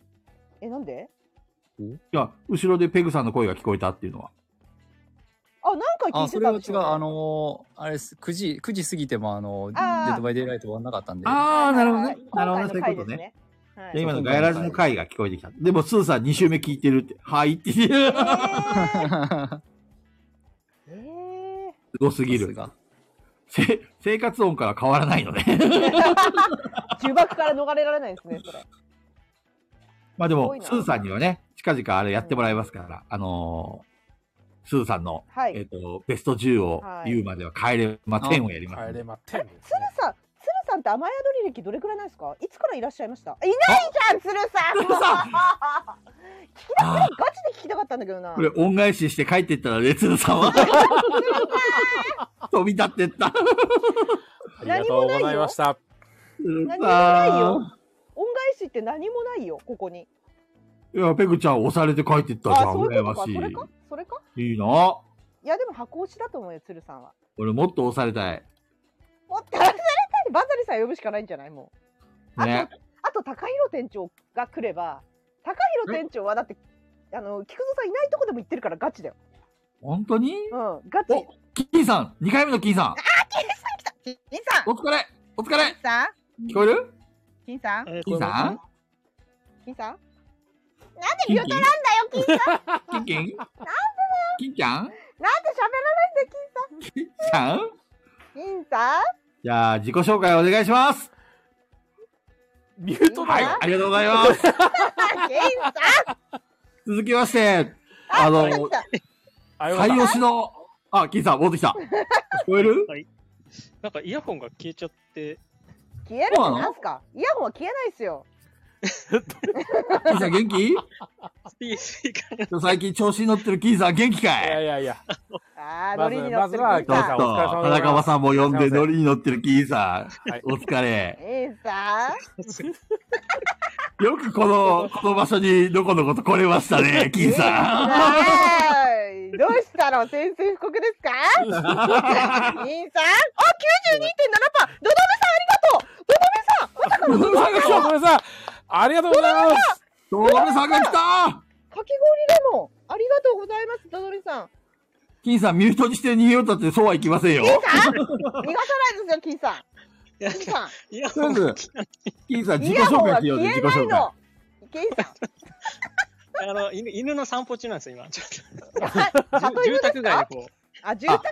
S2: え、なんで
S3: いや、後ろでペグさんの声が聞こえたっていうのは。
S2: あ、何回聞
S12: あ、
S2: い
S12: そ
S2: て
S12: れ
S2: た
S12: は
S2: んで
S12: 違
S2: しょ
S12: う。
S2: うね
S12: あのー、あれです。9時、9時過ぎても、あのー、デ
S2: あー
S12: ッドバイデイライト終わんなかったんで。
S3: ああ、なるほどね。な
S2: 今
S3: るほ
S2: 回
S3: どね。そういうこ
S2: の回で
S3: と
S2: す
S3: ね
S2: ね。。はい
S3: で今のガイラジの回が聞こえてきた。でも、スーさん2周目聞いてるって。はいって言って。 すごすぎる。せ生活音から変わらないのね。
S2: 呪縛から逃れられないですね、それ。
S3: まあですも
S2: ごい、な
S3: スーさんにはね、近々あれやってもらいますから、あのースーさんの、
S2: はい
S3: えっ、と、ベスト10を
S2: はい
S3: 言うまでは帰れま10をやります。
S1: 帰れまてんです。
S2: 鶴さん、鶴さんって雨宿り歴どれくらいなんですかいつからいらっしゃいましたいないじゃん、鶴さん
S3: 鶴 さ
S2: ん聞きたかった、ガチで聞きたかったんだけどな。
S3: これ、恩返しして帰ってったらね、鶴さん は飛び立ってった。
S1: ありがとうございました。
S3: 鶴
S2: 何もない
S3: さ
S2: よ
S3: ん。。
S2: 恩返しって何もないよ、ここに。
S3: いや、ペグちゃん押されて帰ってったじゃん、
S2: そうい
S3: 羨ま
S2: うことか。
S3: し
S2: それか
S3: い。
S2: それか
S3: いいな。
S2: いや、でも箱推しだと思うよ、鶴さんは。
S3: 俺もっと押されたい。
S2: もっとやらされたいバザリさん呼ぶしかないんじゃないもう。
S3: ね。
S2: あと、高弘店長が来れば、高弘店長はだって、あの、菊蔵さんいないとこでも行ってるからガチだよ。
S3: 本当に
S2: うん、ガチ。
S3: 金さん !2 回目の金さ
S2: 金さん
S3: お疲れお疲れ
S2: 金さん
S3: ん聞こえる
S2: 金さん
S3: 金さん
S2: 金さん
S13: なん
S3: でビオトランだよ
S13: 金さん
S3: キンキンキンちゃん
S2: なんで喋らないんだよ、金
S3: ちゃん
S2: さん金さん
S3: じゃあ、自己紹介お願いします
S1: ミュート
S3: はい、ありがとうございます
S2: 金さん
S3: 続きまして、あの、最推しの、あ、金さん戻ってきた聞こえる
S14: なんかイヤホンが消えちゃって、
S2: 消えるって
S14: そうなの
S2: なんすかイヤホンは消えないっすよ。
S3: 金さん元気最近調子に乗ってる金さん元気かいいや
S1: いやいや。
S2: ああ、ノ
S1: ま
S2: リ
S1: ず
S2: に乗
S1: ま
S2: っ
S1: ず
S2: てる。
S1: は、
S3: ちょっ
S1: さん
S3: と、田中間さんも呼んでノリに乗ってる金さん。お疲れ。
S2: 金さ
S3: よくこの、この場所にどこのこと来れました ね、金さん。
S2: んどうしたの先生布告ですか金さんあ、92.7%! ド
S1: ドドメさんが来たドドメさんありがとうございます
S3: ドドメさんが来た
S2: かき氷レモンありがとうございます、ドドリさん。
S3: 金さんミュートにして逃げようったってそうはいきませんよ。
S2: 金さん逃がさないですよ、金さん。金さん。
S3: とりあえず金さん
S2: イ
S3: 自己
S2: ヤホ
S3: 紹
S2: ンは
S3: 介しよ
S2: 消
S3: うぜ、
S2: え
S3: 自己
S2: な
S3: 紹
S2: い
S3: 介
S2: の。。金さ
S14: あの犬犬の散歩中なんですよ、今。ちょっ
S2: ん。里
S14: と
S2: 犬
S14: 住
S2: です
S14: 宅
S2: か
S14: 街でこ
S2: あ、住宅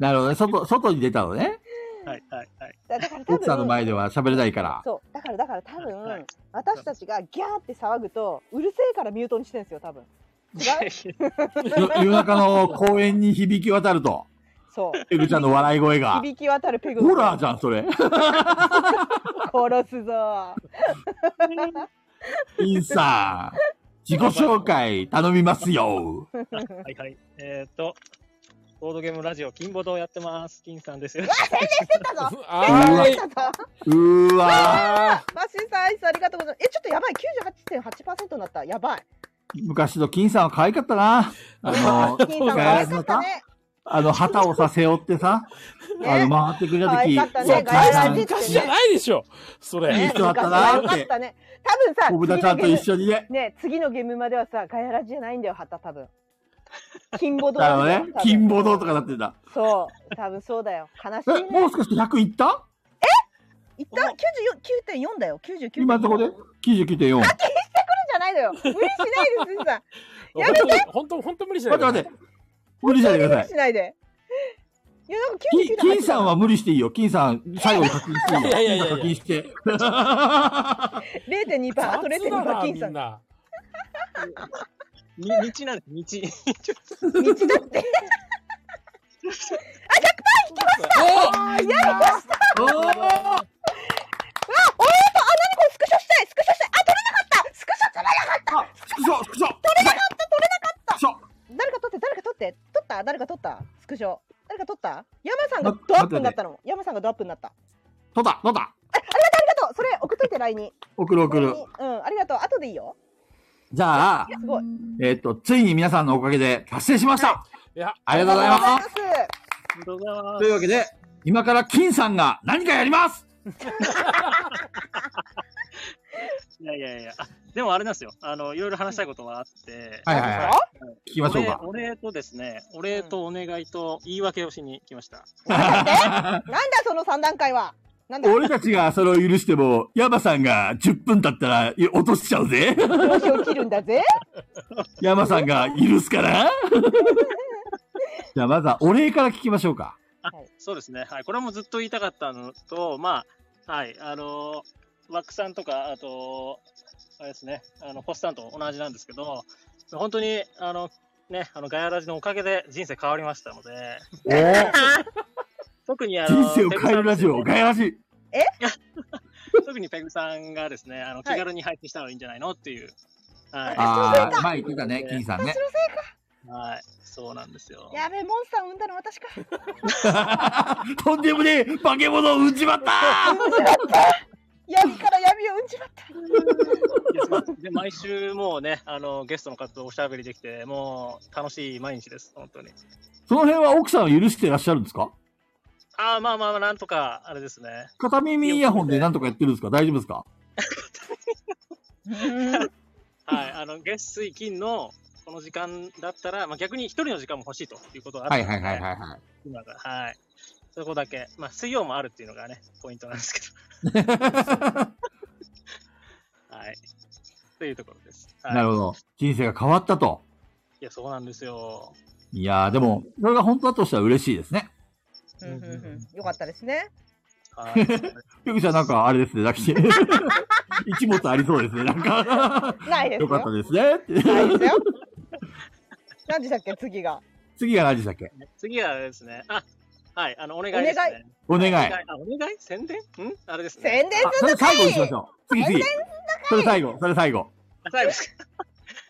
S3: なるほどね、外、外に出たのね。
S14: う。はいはいはい。
S2: だから多
S3: 奥さんの
S2: 分、
S3: 前では喋れないから。
S2: そう、だからだから多分、私たちがギャーって騒ぐと、うるせえからミュートにしてんすよ、多分。違う
S3: 夜夜中の公園に響き渡ると。
S2: そう。
S3: ペグちゃんの笑い声が
S2: 響き渡るペグ。
S3: ホラーじゃん、それ。
S2: 殺す ぞ。
S3: インさん、自己紹介頼みますよ。
S14: はいはい。えーっと、ボードゲームラジオ、金ボドをやってます。金さんですよ。
S3: 宣伝して
S2: たぞ
S3: うーわ
S2: マシンさん、アイスありがとうございます。え、ちょっとやばい。98.8%になった。やばい。
S3: ー昔の金さんは可愛かったな。あの、
S2: 金さん、可愛かったね。
S3: あの、旗をさ、背負ってさ、あの、回ってくれた時、
S2: 可愛かったね
S3: そう
S2: ガヤラジっ
S3: 金
S2: てね
S3: さん
S2: 昔じゃない
S1: でしょ。それ
S3: いい人だったなーっ
S2: 昔は良
S3: て
S2: か。たね。多分さ、
S3: 小豚ちゃんと一緒にね
S2: 次のゲームね、次のゲームまではさ、ガヤラジじゃないんだよ、旗多 分。金ボド
S3: だからね、金ボドと
S2: か。
S3: かなってた。
S2: そう、多分そうだよ。悲しいね。
S3: え、もう少し100いった
S2: いった ?99.4 だよ。99.4。
S3: 今のところで ?99.4。
S2: 課金してくるんじゃないのよ。無理しないで、すず さん。やめて。
S1: 本当、本当無理し
S3: 待って待って。無理しないでくださ
S2: 無理
S3: い
S2: し。ないで。いや、なんか
S3: 金金さん
S2: は
S3: は無理していいよ。金さん、最後に課金していいよ。
S2: いやいやいやいや
S3: 金さん課金して。
S2: 0.2%、あと
S14: 雑だな
S2: 0.2%金さん。
S1: 道
S14: み道なんです、道。
S2: だって。あ、100%いきましたやりました
S3: おー
S2: わ、おーと、あ、なにこれスクショしたいスクショしたいあ、取れなかったスクショ取れなかった
S3: スクショ、スクショ取
S2: れなかった取れなかった誰か取って、誰か取って取った誰か取ったスクショ。誰か取った山さんがドアップになったの。山さんがドアップになった。
S3: とだ、とだ。
S2: ありがとうそれ送っといて LINE に。
S3: 送る送る。
S2: うん、ありがとう。後でいいよ。
S3: じゃあ
S2: い、やすごい。。
S3: えっと、ついに皆さんのおかげで達成しました。
S1: いや、
S3: ありがとうございます
S2: ありがとうございま
S3: というわけで、今から金さんが何かやります
S14: いやいやいや、あでもあれなんですよ。あの、いろいろ話したいことがあって。
S3: はいはいはい聞きましょうか
S14: お礼お礼とですね、お礼とお願いと言い訳をしに来ました。
S2: なんだその三段階は。なんだ。
S3: 俺たちがそれを許しても、ヤマさんが10分経ったらい落としちゃうぜ。
S2: 上司を切るんだぜ。
S3: ヤマさんが許すから。 じゃあまずはお礼から聞きましょうか。
S14: そうですね。はい。これもずっと言いたかったのと、まあ、はい。あのー、ワックさんとか、あと、あれですね、あの、ポスタンと同じなんですけど、本当に、あの、ね、あの、ガヤラジのおかげで人生変わりましたので、
S3: おー
S14: 特にあの、
S3: 人生を変えるラジオ、ガヤラジ。
S14: 特にペグさんがですね、あの、気軽に配信したらいいんじゃないのっていう。はい。
S3: ああ、前言ってたね、金さんね。
S14: はい。そうなんですよ。
S2: やべえ、モンスターを産んだの私か。
S3: とんでもねえ化け物を産んじまった
S2: 産んじまった闇から闇を産んじまった。
S14: で毎週もうね、あの、ゲストの方とおしゃべりできて、もう楽しい毎日です、本当に。
S3: その辺は奥さんを許してらっしゃるんですか
S14: ああ、まあまあ、なんとか、あれですね。
S3: 片耳イヤホンで何とかやってるんですか大丈夫ですか
S14: はい、あの、月水金のこの時間だったら、まあ逆に一人の時間も欲しいということがあった
S3: は
S14: の
S3: い
S14: で
S3: はいはいはいはい。
S14: 今が、はい。そこだけ、まあ水曜もあるっていうのがね、ポイントなんですけ ど。はい。というところです。はい、
S3: なるほど。人生が変わったと。
S14: いや、そうなんですよ。
S3: いやー、でも、それが本当だとしたら嬉しいですね。
S2: うんうんうん。よかったです ね。
S3: ペグちゃんなんかあれですね、だけ一物ありそうですね、なんか。
S2: ないです
S3: よ
S2: よ
S3: かったですねって。
S2: 何でしたっけ次が。
S3: 次が何でしたっけ
S14: 次はあれですね。あ、はい、あの、お願いです、ね。
S3: お願い
S14: あ、お願い宣伝んあれですね。
S2: 宣伝
S3: あそれ最後にしましょう。次次。それ最後、それ最後。
S14: あ最後ですか。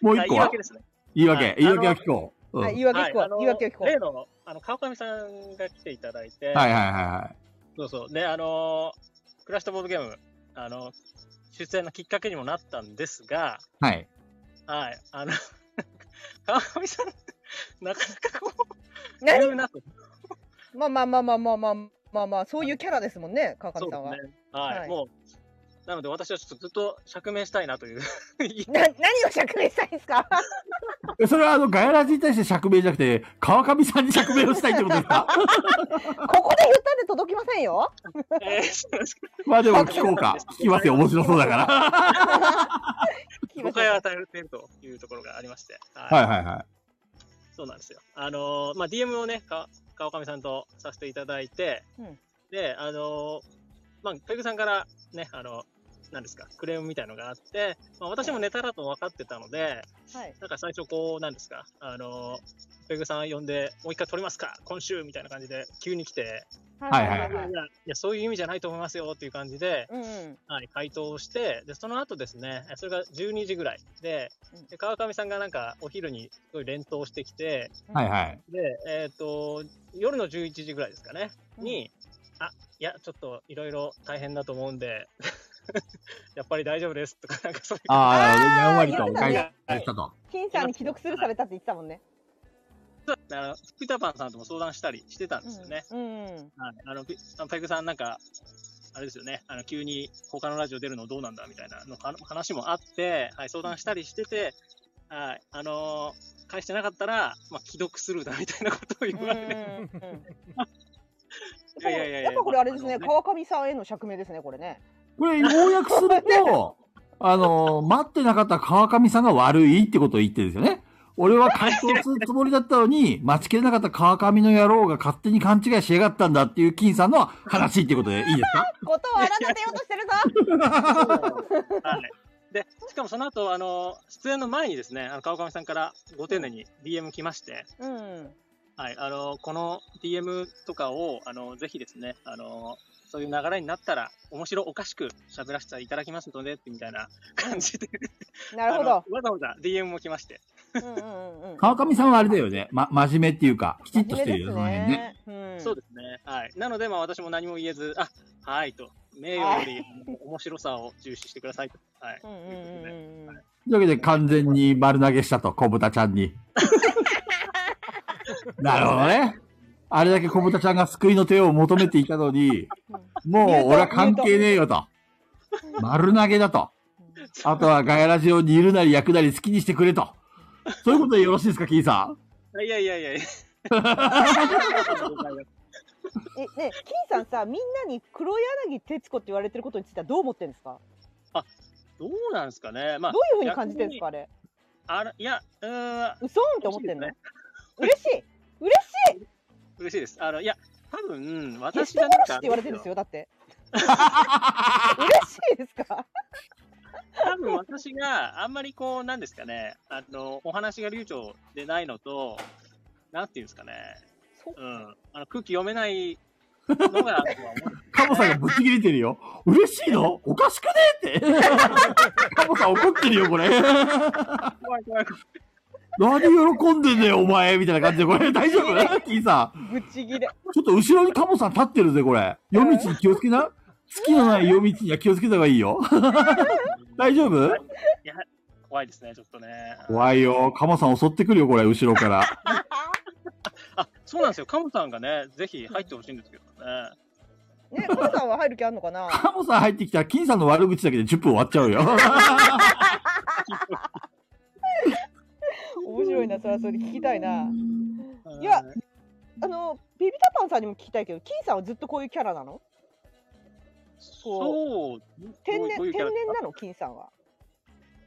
S3: もう一個
S14: あ言い
S3: は
S14: 訳ですね。
S3: 言い訳、
S14: はい
S3: 言い訳は聞こう。うん
S2: はい言い訳聞こう
S14: あの
S2: 言い訳聞こう
S14: 例の、あの、川上さんが来ていただいて、
S3: はいはいはいはい。
S14: そうそう。で、あのークラッシュとボードゲーム、あの、出演のきっかけにもなったんですが、
S3: はい。
S14: はい、あの、 川上さん、なかなかこう、
S2: 何
S14: 余裕なく
S2: まあまあまあまあまあまあまあまあそういうキャラですもんね、川上さんは。
S14: はい、
S2: はい
S14: もう、なので私はちょっとずっと釈明したいなという。
S2: な何を釈明したいんで すか。
S3: えそれはあの、ガヤラジに対して釈明じゃなくて、川上さんに釈明をしたいって ことですか
S2: ここで言ったんで届きませんよ。
S3: まあでも聞こうか。聞きますよ、面白そうだから。
S14: 誤解を与えているというところがありまして。は
S3: はいはいはい。
S14: そうなんですよ。あのーまあ、DM をね、か川上さんとさせていただいて、
S2: うん
S14: で、あのーまあ、ペグさんからね、あの、何ですか、クレームみたいのがあって、まあ、私もネタだと分かってたので、
S2: はい。
S14: なんか最初こう、なんですか、あの、ペグさん呼んで、もう一回撮りますか、今週みたいな感じで、急に来て、
S3: はいはいはい
S14: ややや、そういう意味じゃないと思いますよっていう感じで、
S2: うん。
S14: はい、回答をして、で、その後ですね、それが12時ぐらいで、で川上さんがなんかお昼にすごい連投してきて、
S3: はいはい。
S14: で、えっ、と、夜の11時ぐらいですかね、に、あ、いや、ちょっといろいろ大変だと思うんで、 やっぱり大丈夫ですとか、なんかそういう。
S3: ああ、やんわり
S2: あ
S3: と
S2: ー
S3: 返
S2: やったね
S3: したと。
S2: 金さんに既読するされたって言ってたもんね。
S14: そうですねあのピーターパンさんとも相談したりしてたんですよね。
S2: うん。
S14: はい、あのピあのペグさんなんか、あれですよね、あの急に他のラジオ出るのどうなんだみたいなのか話もあって、はい、相談したりしてて、はい、あのー返してなかったら、まあ、既読スルーだみたいなことを言われて、いやいやいやい
S2: やっぱこれあれですね、川上さんへの釈明ですね、これ ね。
S3: これ、要約すると、あの、待ってなかった川上さんが悪いってことを言ってるんですよね。俺は回答するつもりだったのに、待ちきれなかった川上の野郎が勝手に勘違いしやがったんだっていう金さんの話ってことでいいですか
S2: ことを荒立てようとしてるぞ
S14: で、しかもその後、あのー出演の前にですね、あの川上さんからご丁寧に DM 来まして、
S2: うん。
S14: はい、あの、この DM とかを、あの、ぜひですね、あの、そういう流れになったら、面白おかしく喋らせていただきますので、みたいな感じで。
S2: なるほど
S14: あのわざわざ DM も来まして。
S3: 川上さんはあれだよね。ま、真面目っていうか、きちっとしてるよ、その辺ね。
S14: そうですね。はい。なので、まあ私も何も言えず、あ、はいと、名誉より面白さを重視してくださいと。はい。
S3: というわけで、完全に丸投げしたと、小豚ちゃんに。なるほどね。あれだけ小豚ちゃんが救いの手を求めていたのに、もう俺は関係ねえよと。丸投げだと。あとはガヤラジオにいるなり焼くなり好きにしてくれと。そういうことでよろしいですか、キーさん。
S14: いやいやいや いや。
S2: え、ねえ、金さんさ、みんなに黒柳徹子って言われてることについてはどう思ってるんですか
S14: どうなんですかね。まあ、
S2: どういうふうに感じてるんですか、あれ。
S14: あら、いや、うーん。
S2: うそんって思ってん の嬉しい嬉しい
S14: 嬉しいです。あの、いや、多分、
S2: ゲ
S14: 私
S2: スト
S14: が
S2: 殺
S14: なんか
S2: しって言われてるんですよ、だって。嬉しいですか
S14: 多分私があんまりこう、なんですかね、あの、お話が流暢でないのと、なんていうんですかね、うん、あの空気読めないのが、
S3: カモさんがぶち切れてるよ。嬉しいのおかしくねえって。カモさん怒ってるよ、 これ。
S14: 怖い怖い怖い。
S3: 何喜んでんだよ、お前みたいな感じで、これ大丈夫キーさん。
S2: ぶち切
S3: ち
S2: れ。
S3: ょっと後ろにカモさん立ってるぜ、これ。夜道に気をつけな。月のない夜道には気をつけた方がいいよ。 大丈夫
S14: いや、怖いですね、ちょっとね。
S3: 怖いよ。カモさん襲ってくるよ、これ、後ろから。
S14: そうなんですよ、カモさんがね、ぜひ入ってほしいんですけどね。
S2: ねえ、金さんは入る気あんのかな
S3: カモさん入ってきたら、金さんの悪口だけで10分終わっちゃうよ。
S2: 面白いな、それはそれで聞きたいな。いや、あの、ビビタパンさんにも聞きたいけど、金さんはずっとこういうキャラなの
S14: そう。
S2: 天然、
S14: どういう
S2: 天
S14: キャラ
S2: 然なの、金さんは。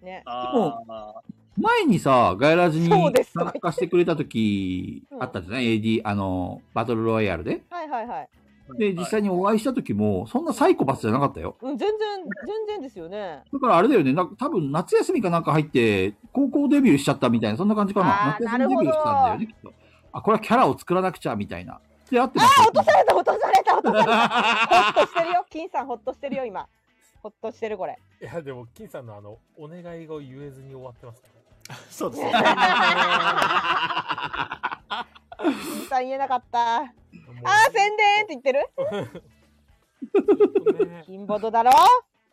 S2: ね。
S14: ああ。
S3: 前にさ、ガイラジに
S2: そうです
S3: 参加してくれた時
S2: うん
S3: あったんじゃない ?AD、あの、バトルロイヤルで。
S2: はいはいはい。
S3: で、実際にお会いした時も、そんなサイコパスじゃなかったよ。
S2: うん、全然、全然ですよね。
S3: だからあれだよね、なんか多分夏休みかなんか入って、高校デビューしちゃったみたいな、そんな感じかな。
S2: あ
S3: 夏
S2: ー
S3: 休みデビューしてたんだよね、きっと。あ、これはキャラを作らなくちゃ、みたいな。で、あってますよ
S2: 落とされた、落とされた、落とされた。ほっとしてるよ、金さん、ほっとしてるよ、今。ほっとしてる、これ。
S1: いや、でも、金さんのあの、お願いを言えずに終わってますから。
S4: そうです
S2: ね金さん言えなかった。ああ、宣伝って言ってる。金ボドだろ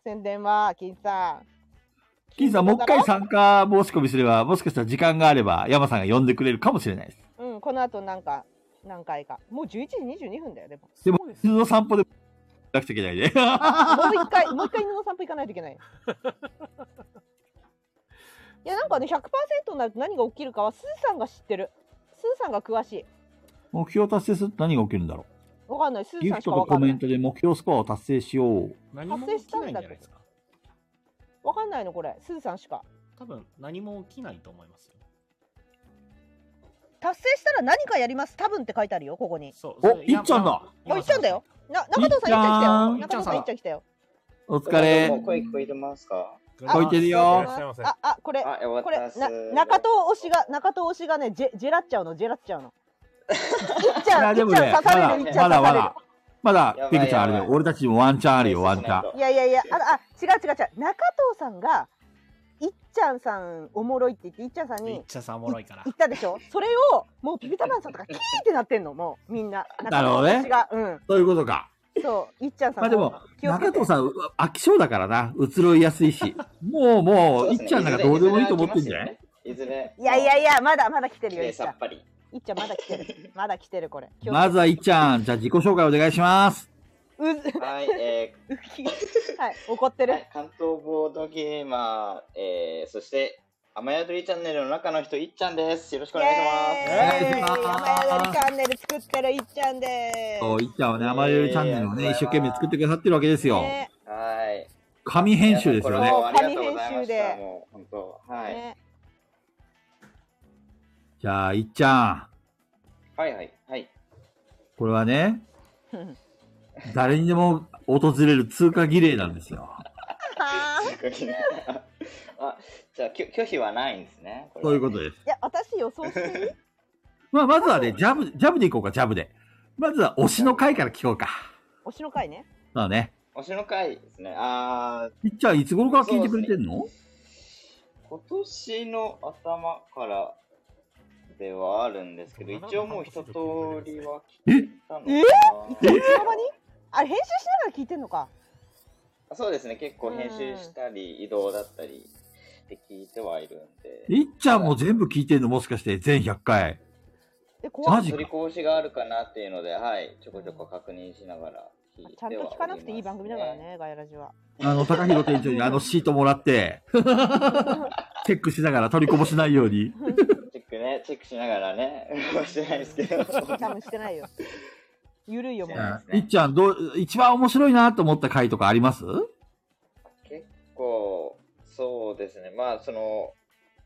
S2: 宣伝は、金さん。
S3: 金さん、もう一回参加申し込みすれば、もしかしたら時間があれば、山さんが呼んでくれるかもしれないです。
S2: うん、この後、なんか、何回か。もう11時22分だよ、でも。
S3: でも、犬の散歩で、なくちゃいけないね。
S2: もう一回、もう一回犬の散歩行かないといけない。いや、なんかね、100%になると何が起きるかは、スーさんが知ってる。スーさんが詳しい。
S3: 目標達成すると何が起きるんだろ
S2: わかんない、ス
S3: う。
S2: ー
S3: ギ
S2: さん
S3: フ
S2: し
S3: ト
S2: か
S3: と
S2: わか
S3: コ
S2: んな
S3: メ
S2: い
S3: ン。トで目標スコアを達成しよう。
S2: 発生したんだけど。わかんないの、これ、スーさんしか。
S4: 多分何も起きないと思いますよ。
S2: 達成したら何かやります、多分って書いてあるよ、ここに。
S4: そう
S3: おいっちゃんだ
S2: あ、いっちゃんだよ。な、中藤さん、いっちゃん来たよ。
S3: いっちゃん
S2: 中藤さん、いっちゃん来たよ。
S3: お疲れ。
S13: もう声聞こえてますか
S3: 聞こえてるよ。
S2: あ、あ、これ、
S13: あよか
S2: こ
S13: っ
S2: れ
S13: たっす、
S2: な、中藤推しが、中藤推しがね、ジェ、ジェラっちゃうの、ジェラっちゃうの。いっちゃ
S3: あ
S2: ん、い
S3: で
S2: っ
S3: も
S2: ちゃ
S3: ね
S2: ん、刺される、いっちゃ
S3: ま
S2: ん、
S3: だ
S2: 刺
S3: ま
S2: される
S3: だ。、まだ
S13: やば、い
S3: ピグちゃんあるよ。俺たちにもワンチャンあるよ、ワンチャン。
S2: いやいやいや、あの、あ、違う違う違う、中藤さんが。いっちゃんさんおもろいって言っていっちゃんさんに
S4: いっちゃんさんおもろいから
S2: 言ったでしょそれをもうピピタパンさんとかキーってなってんのもうみんな
S3: なるほどね
S2: 中藤推しがうん
S3: そういうことか。
S2: そういっちゃんさん
S3: まあでも、中藤さん、う飽き性だからな。移ろいやすい し。もう、もう、いっちゃんなんかどうでもいいと思ってんじゃない
S13: いずれ
S2: いやいやいやまだまだ来てるよいっちゃ
S13: さ
S2: ん
S13: っぱり
S2: いっちゃんまだ来てる まだ来てるこれ
S3: まずはいっちゃん、じゃあ自己紹介お願いします。
S2: うず
S13: はいえー
S2: はい怒ってる
S13: 関東ボードゲーマー、えー、そして、雨宿りチャンネルの中の人、いっちゃんです。よろしくお願いし
S2: えー
S13: ます。
S2: 雨宿りチャンネル作ってるいっちゃんで
S3: そう、いっちゃんはね、あまりよりチャンネルをね、一生懸命作ってくださってるわけですよ。
S13: はい。
S3: 紙編集ですよね。
S13: ありがとうございま
S2: 紙編集
S13: し
S2: で
S13: た。もう、本当。はい。
S3: じゃあ、いっちゃん、
S13: はいはい。はい。
S3: これはね、誰にでも訪れる通過儀礼なんですよ。
S13: あ、じゃあ、きょ拒否はないんですね。これ
S3: そういうことです。
S2: いや私予想してる
S3: まあ、まずはね、ジャブ、ジャブでいこうか、ジャブで。まずは推しの回から聞こうか。
S2: 推しの会ね
S3: そうだね。
S13: 推しの会ですね。あー
S3: いっちゃん、いつ頃から聞いてくれてんの
S13: 今年の頭からではあるんですけど、一応もう一通りは聞いたのかな。
S2: えいつの間にあれ編集しながら聞いてんのか
S13: そうですね、結構編集したり、移動だったりで聞いてはいるんで。
S3: いっちゃんも全部聞いてんのもしかして、全100回。
S2: え、
S3: 怖いマジか
S13: 取り講師があるかなっていうので、はい、ちょこちょこ確認しながら聞いてはおります、ね。
S2: ちゃんと聞かなくていい番組だからねガイラジは
S3: あの、高弘店長にあ のシートもらって、チェックしながら取りこぼしないように。
S13: チェックね、チェックしながらね、 はしてないですけ ど。
S2: 多分してないよゆるいよもう
S3: いっちゃん、どう、一番面白いなと思った回とかあります
S13: 結構、そうですね。まあ、その、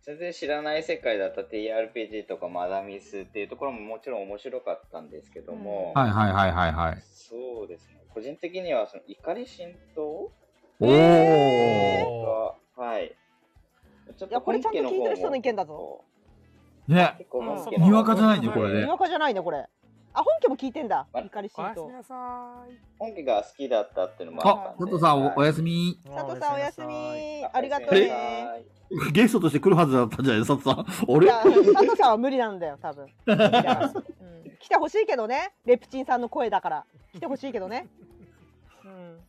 S13: 全然知らない世界だった TRPG とかマダミスっていうところももちろん面白かったんですけども、
S3: はいはいはいはいはい。
S13: そうですね。個人的には、その、怒り浸透
S3: おー。
S13: が、はい。ちょっ
S2: いやこれちゃんと聞いてる人の意見だぞ
S3: ね。
S2: うん
S3: にわかじゃないね、これ
S2: に
S3: ね
S2: わ。かじゃないねこれあ本家も聞いてんだ怒りシート
S13: 本家が好きだったっていうのもあった
S3: あ
S13: ん、で
S3: 佐藤さん、おおやすみ。
S2: 佐藤さんおやすみありがとう
S3: おやすみ
S2: ね
S3: ゲストとして来るはずだったんじゃない佐藤 さん。あ
S2: い
S3: れ
S2: や佐藤さんは無理なんだよ多分来てほしいけどねレプチンさんの声だから来てほしいけどねうん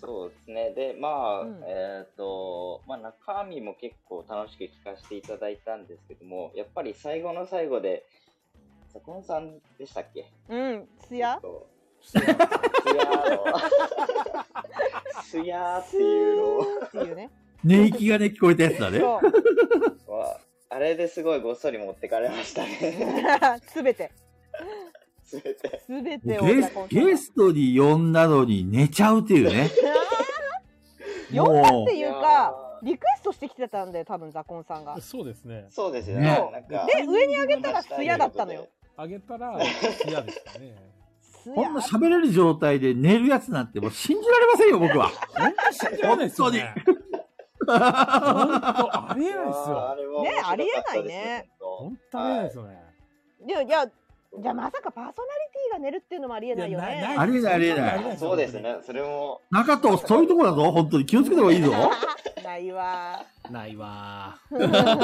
S13: そうですね。で、まあ、えっ、と、まあ、中身も結構楽しく聞かせていただいたんですけども、やっぱり最後の最後で、ザコンさんでしたっけ
S2: うんすや
S13: すやーっていうのを
S2: っていうね
S3: 寝息がね、聞こえたやつだね。
S2: そ
S13: わあれですごいごっそり持ってかれましたね。
S2: うすべて
S13: すべて
S2: すべてを
S3: ゲ
S2: ザ
S3: ス
S2: コンさん
S3: ゲストに呼んだのに寝ちゃうっていうね。
S2: 呼んだっていう
S3: も
S2: かリクエストしてきてたんで多分ザコンさんが
S1: そうですね
S13: そうです
S1: よね
S2: そう
S1: なんか
S2: で上に上げたら艶だったのよ
S1: あげたら、嫌でし たね。
S3: こんな喋れる状態で寝るやつなんてもう信じられませんよ、僕は。
S1: 本当信じられないですよね。本当ありえないですよ。
S2: ねありえないね
S1: 本当ありえないですよね。
S2: いやいやじゃあまさかパーソナリティが寝るっていうのもありえないよね
S3: ありえない、ありえない。
S13: そうですね。それも。
S3: 中藤、そういうとこだぞ、本当に。気をつけた方がいい ぞ。
S2: ないわ
S4: ないわ
S2: ーないわ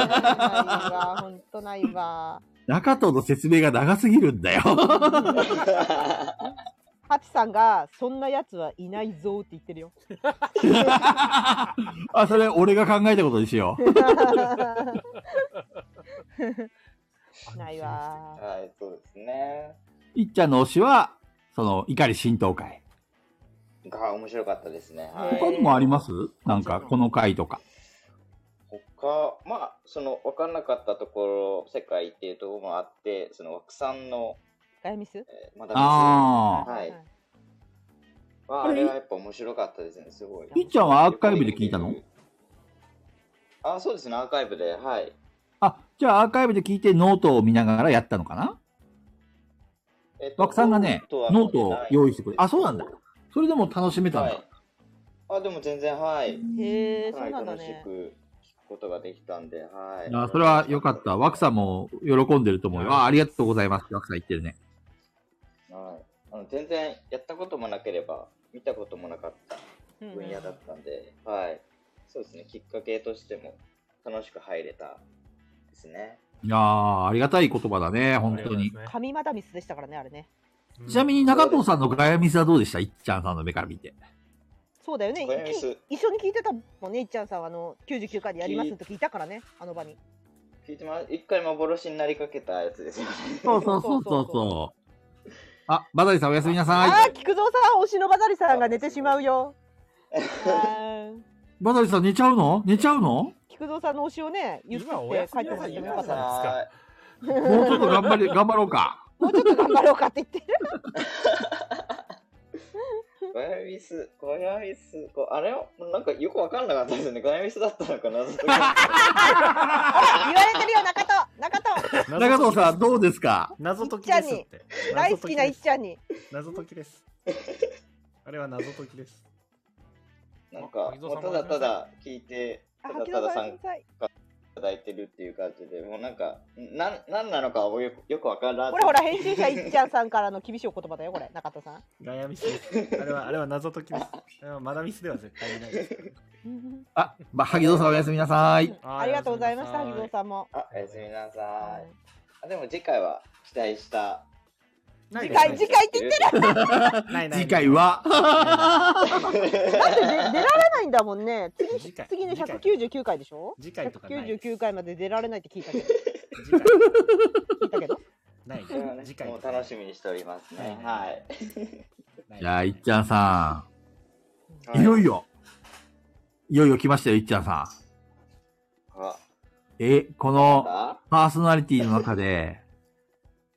S2: ーほんとない わ
S3: 中藤の説明が長すぎるんだよ。
S2: ーハピさんがそんなやつはいないぞーって言ってるよ
S3: あ、それ、俺が考えたことにしよう。
S2: ないわ
S13: はい、そうですね。
S3: いっちゃんの推しは、その、怒り浸透会。
S13: が面白かったですね。はい
S3: 他にもありますなんか、この回とか。
S13: 他、まあ、その、分かんなかったところ、世界っていうところもあって、その、枠さんの、
S2: ガヤミス
S13: まだ
S3: あー
S13: はい。まあ、あれはやっぱ面白かったですね、すごい。
S3: いっちゃんはアーカイブで聞いたの
S13: あ、そうですね、アーカイブで、はい。
S3: あ、じゃあアーカイブで聞いてノートを見ながらやったのかな
S13: えっと
S3: 枠さんがね、ノートを用意してくれあ、そうなんだ。それでも楽しめたんだ。
S13: あ、でも全然、はい。
S2: へえ、
S13: はい
S2: そうなんだね
S13: 楽しく聞くことができたんで、はい。
S3: あそれは良かった。ワクさんも喜んでると思うよ。あありがとうございます。ワクさん言ってるね。
S13: はい、あの全然やったこともなければ見たこともなかった分野だったんで、はい、そうですねきっかけとしても楽しく入れたですね。
S3: いやー、ありがたい言葉だね、本当に。
S2: 神マダミスでしたからね、あれね。
S3: ちなみに中藤さんのガヤミスはどうでしたいっちゃんさんの目から見て。
S2: そうだよね。
S3: 小林
S2: いき一緒に聞いてたもんね、いっちゃんさんはあの99回でやりますって聞いたからね、あの場に。
S13: 聞いてます一回幻になりかけたやつですよね。
S3: そうそうそうそうそう。あ、バザリさんおやすみなさい。
S2: ああ、菊蔵さん、おしのばざりさんが寝てしまうよ。あー
S3: バザリさん寝ちゃうの寝ちゃうの
S2: 菊蔵さんの推しをね、言ってって帰ってもらってもよかったです。
S3: もうちょっと頑張り、頑張ろうか。
S2: もうちょっと頑張ろうかって言ってる。
S13: ガヤミス、ガヤミス、こうあれをなんかよくわかんなかったですね。ガヤミスだったの かな。ずっと
S2: 言われてるよ、中戸中戸
S3: 中藤さんどう ですか
S4: 謎解
S2: いっ
S4: き
S2: ちゃ
S4: で
S2: ん
S4: す っ
S2: に
S4: て。
S2: 大好きないっちゃんに。
S4: 謎解きです。あれは謎解きです。
S13: なんか
S4: 木
S13: も
S4: 造さ
S13: うん
S4: も
S13: た
S4: おや
S13: だ
S4: すみ
S13: ただ聞
S4: なさい
S13: いて、ただただ参
S2: 加い
S13: ただいてるっていう感じで、もうなんかなんなんなのかはよくよくわからん。
S2: ほらほら、編集者いっ ちゃんさんからの厳しいお言葉だよ、これ、中田さん。
S4: ガヤミスです。あれは、あれは謎解きです。あれはマダミスでは絶対にないです。
S3: あ、ば、萩戸さんおやすみなさい。
S2: ありがとうございました、
S13: はい
S2: 萩蔵さんも。
S13: あ、おやすみなさい。あ、でも次回は期待した。
S2: 次回、次回って言 って る
S3: 次回は。
S2: だってで出られないんだもんね。次、
S4: 回
S2: 次の199回でしょ
S4: 次回とかないで
S2: ?199 回まで出られないって聞いたけど。
S4: ない
S13: それはねもう楽しみにしておりますね。はい。
S3: じゃあ、いっちゃんさ
S13: は
S3: ん。
S13: い
S3: いよいよ。いよいよ来ましたよ、いっちゃんさん。
S13: あ
S3: え、このパーソナリティの中で、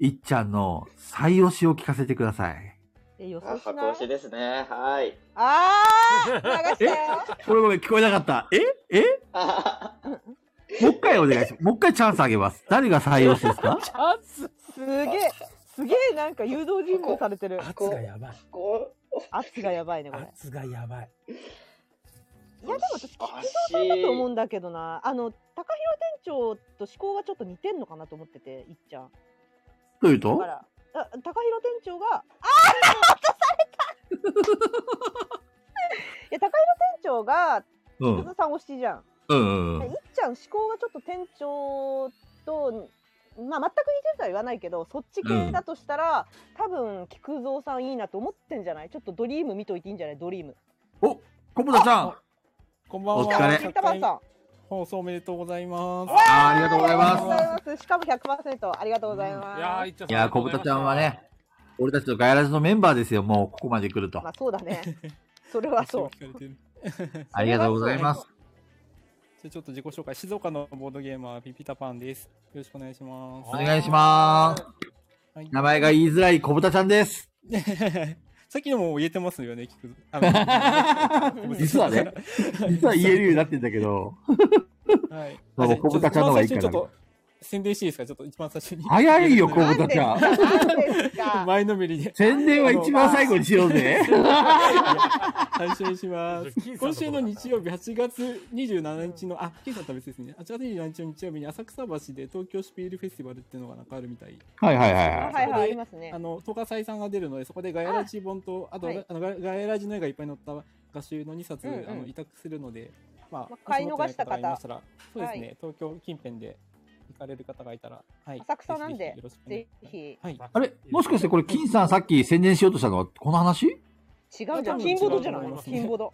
S3: いっちゃんの最推しを聞かせてください。
S2: え、予
S13: 想しない。箱推しですね。はい。
S2: あ あ流したよ
S3: これごめん、聞こえなかった。ええもう一回お願いします。もう一回チャンスあげます。誰が最推しです か
S2: チャンスすげえ、すげえなんか誘導尋問されてる。圧がやばい。圧がやばいね、これ。圧がやばい。いや、でも私、菊蔵さんだと思うんだけどな。あの、高広店長と思考がちょっと似てんのかなと思ってて、いっちゃん。
S3: というと
S2: だから、あ高広店長が、ああ落とされたいや、高広店長が、
S3: うん
S2: 菊蔵さん推しじゃん。
S3: うんうんう
S2: いっ
S3: ん。
S2: ちゃん思考がちょっと店長と、まあ、全く似てるとは言わないけどそっち系だとしたら、多分菊蔵さんいいなと思ってんじゃないちょっとドリーム見といていいんじゃないドリーム
S3: コモダちゃん。
S15: こんばんは。
S3: お疲れ
S2: 菊田さんあ
S15: 放送おめでとうございます。
S3: あありがとうございます。
S2: すしかも100%ありがとうございます、いやいっちゃ
S3: いやー、小豚ちゃんはね、俺たちのガヤラジのメンバーですよ、もうここまで来ると
S2: まあ。そうだ ね それはそう
S3: ありがとうございます。
S15: じゃあちょっと自己紹介、静岡のボードゲーマーピピタパンです。よろしくお願いします。
S3: お願いします。名前が言いづらい小豚ちゃんです。
S15: さっきのも言えてますよね、聞く。
S3: 実はね、実は言えるようになってんだけど。
S15: はい。
S3: そう
S15: あじゃあ
S3: 小豚ちゃんの方がいいかな
S15: ちょっと宣伝していいですかちょっと一番最初に。
S3: 早いよ小豚ちゃんなん
S15: ん。 前のめりで。
S3: 宣伝は一番最後にし ようぜ
S15: いや最初にします。今週の日曜日、8月27日の、あ、金さんとは別ですね。8月27日の日曜日に浅草橋で東京シュピールフェスティバルっていうのがなんかあるみたい。
S3: はいはいはいはい
S15: そこで
S3: はいはいあり
S2: ますね。
S15: あの、東海さんが出るので、そこでガヤラジ本と、あと、
S2: はい
S15: あのガガヤラジの絵がいっぱい載った画集の2冊、
S2: うんうん
S15: あの委託するので、まあ、
S2: 買い逃した方
S15: もし持ってないがいまらそうですね、
S2: はい
S15: 東京近辺で行かれる方がいたら、はい。
S2: 浅草なんで
S15: ぜひぜひよろしくお願い
S2: ぜひ、
S3: あれもしかしてこれ、金さんさっき宣伝しようとしたのはこの話
S2: 違うんじゃ
S15: 多分
S2: ん金ボードじゃない
S15: 違うと思います
S2: 金ボード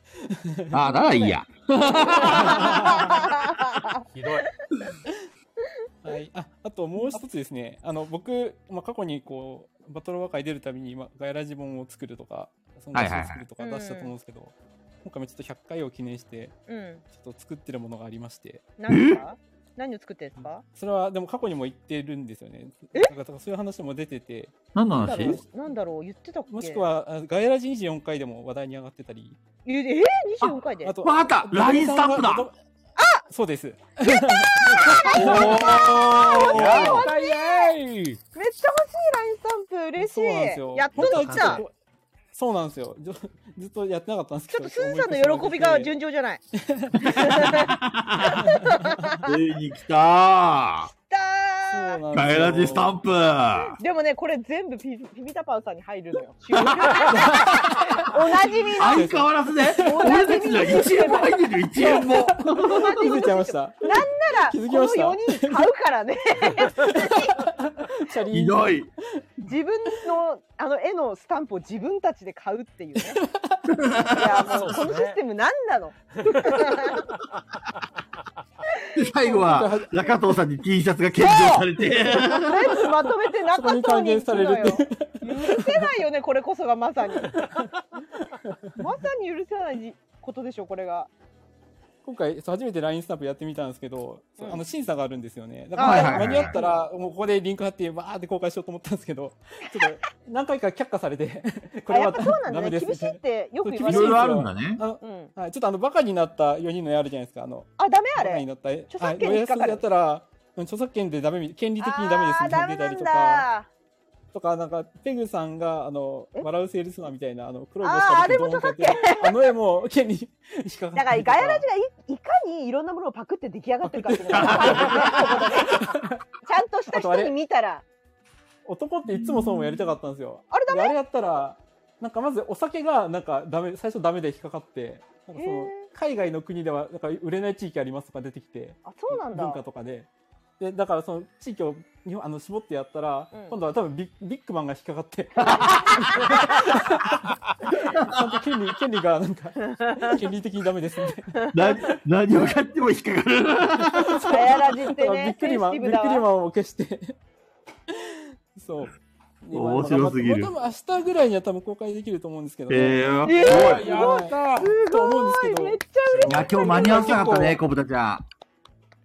S3: ああ、ならいいや。
S15: ひどい。はい、ああともう一つですね、あの僕、まあ、過去にこうバトル和解出るたびに、まあ、ガヤラジ本を作るとか、その
S3: はい
S15: 雑
S3: はいはい
S15: 誌を作るとか出したと思うんですけど、今回もちょっと100回を記念して、
S2: うん
S15: ちょっと作ってるものがありまして、
S2: 何ですか何を作ってるんですか
S15: それはでも過去にも言ってるんですよね。だからそういう話も出てて、
S3: 何
S2: の話なんだろう言ってたっけ
S15: もしくは、あガヤラジ24回でも話題に上がってたり。
S2: ええ24回で
S15: あと
S2: わかった
S15: ドラミさんは
S2: ラインスタンプだ
S15: ドラそうです。
S2: おーやった
S15: イエーイ
S2: めっちゃ欲しいラインスタンプ嬉しい
S15: そうなんですよ
S2: やっとできた
S15: 本当はそうなんですよ。ず ずっとやってなかったんですけど。
S2: スーさんの喜 びが順調じゃない。
S3: ついに来た
S2: そう
S3: ー
S2: なんですよ
S3: ガイラジスタンプ
S2: でもね、これ全部ピピピタパンさんに入るのよ。おなじみの。
S3: 相変わらずね、俺たちじゃ1円も入 ってるよ、1円も。
S15: 気づいちゃいました。
S2: なんなら、こ
S15: づ
S2: の
S15: きました
S2: 4人買うからね。
S3: ひどい。
S2: 自分のあの絵のスタンプを自分たちで買うっていうね。もうこのシステム何なの
S3: で最後は、中藤さんに T シャツが献上されて。
S2: 全部まとめて中
S15: そこに還
S2: 藤に
S15: 元
S2: 行
S15: さ
S2: く
S15: れる
S2: のよ
S15: っ。
S2: 許せないよね、これこそがまさに。まさに許せないことでしょ、これが。
S15: 今回、そう初めて LINE スタンプやってみたんですけど、そうあの審査があるんですよね。だ
S3: は
S15: か
S3: いはい
S15: ら、
S3: はい
S15: 間に合ったら、もうここでリンク貼って、わーって公開しようと思ったんですけ けど、ちょっと何回か却下されて、こ
S2: あ
S15: れ
S2: や
S15: は
S2: っぱそうなん
S15: ダ
S2: だ
S15: メ
S2: ね。
S15: です。
S2: 厳しいってよく言われ
S15: そう厳し
S2: る。
S15: いですよ
S2: あ
S15: あ
S2: うん
S15: はい、ちょっとあの、バカになった4人のやるじゃないですか。あの、
S2: あ、ダメあ
S15: バカに
S2: れ。
S15: なった、著
S2: 作権に引っかかる
S15: やったら、うん著作権でダメみ、権利的にダメですみたいなの出たりと
S2: あ
S15: か、とか、なんか、ペグさんが、あの、笑うセールスマンみたいな、あの、黒い帽
S2: あーあれも
S15: ドーンってやってあの絵も権利に引っかか
S2: だから、
S15: りとか
S2: ガヤラジがいいかにいろんなものをパクって出来上がってるかっていうのが分かるよねちゃんとした人に見たら。
S15: 男っていつもそうもやりたかったんですよ。
S2: あれダメ
S15: あれやったら、なんかまずお酒がなんかダメ、最初ダメで引っかかって、なんかその海外の国ではなんか売れない地域ありますとか出てきて、
S2: あ、そうなんだ。
S15: 文化とかで。で、だからその地域を日本あの絞ってやったら、
S2: うん
S15: 今度は多分ビッビッグマンが引っかか って。ちゃんと権利、権利がなんか、権利的にダメですみたい な。
S3: な何を買っても引っかか る。
S2: ガヤラジって
S15: だからビ
S2: ね
S15: ッ、クリマン、
S2: セン
S15: ビッ
S2: シティブだ
S15: クリ
S2: わ。
S15: マンを消して。そう。
S3: 面白すぎる
S15: もう多分明日ぐらいには多分公開できると思うんですけど、
S3: えー
S15: いや
S3: すごい
S15: いややったと思うんですけど。めっ
S2: ちゃ
S3: いや、今日間に合わなかったね、。コブタちゃ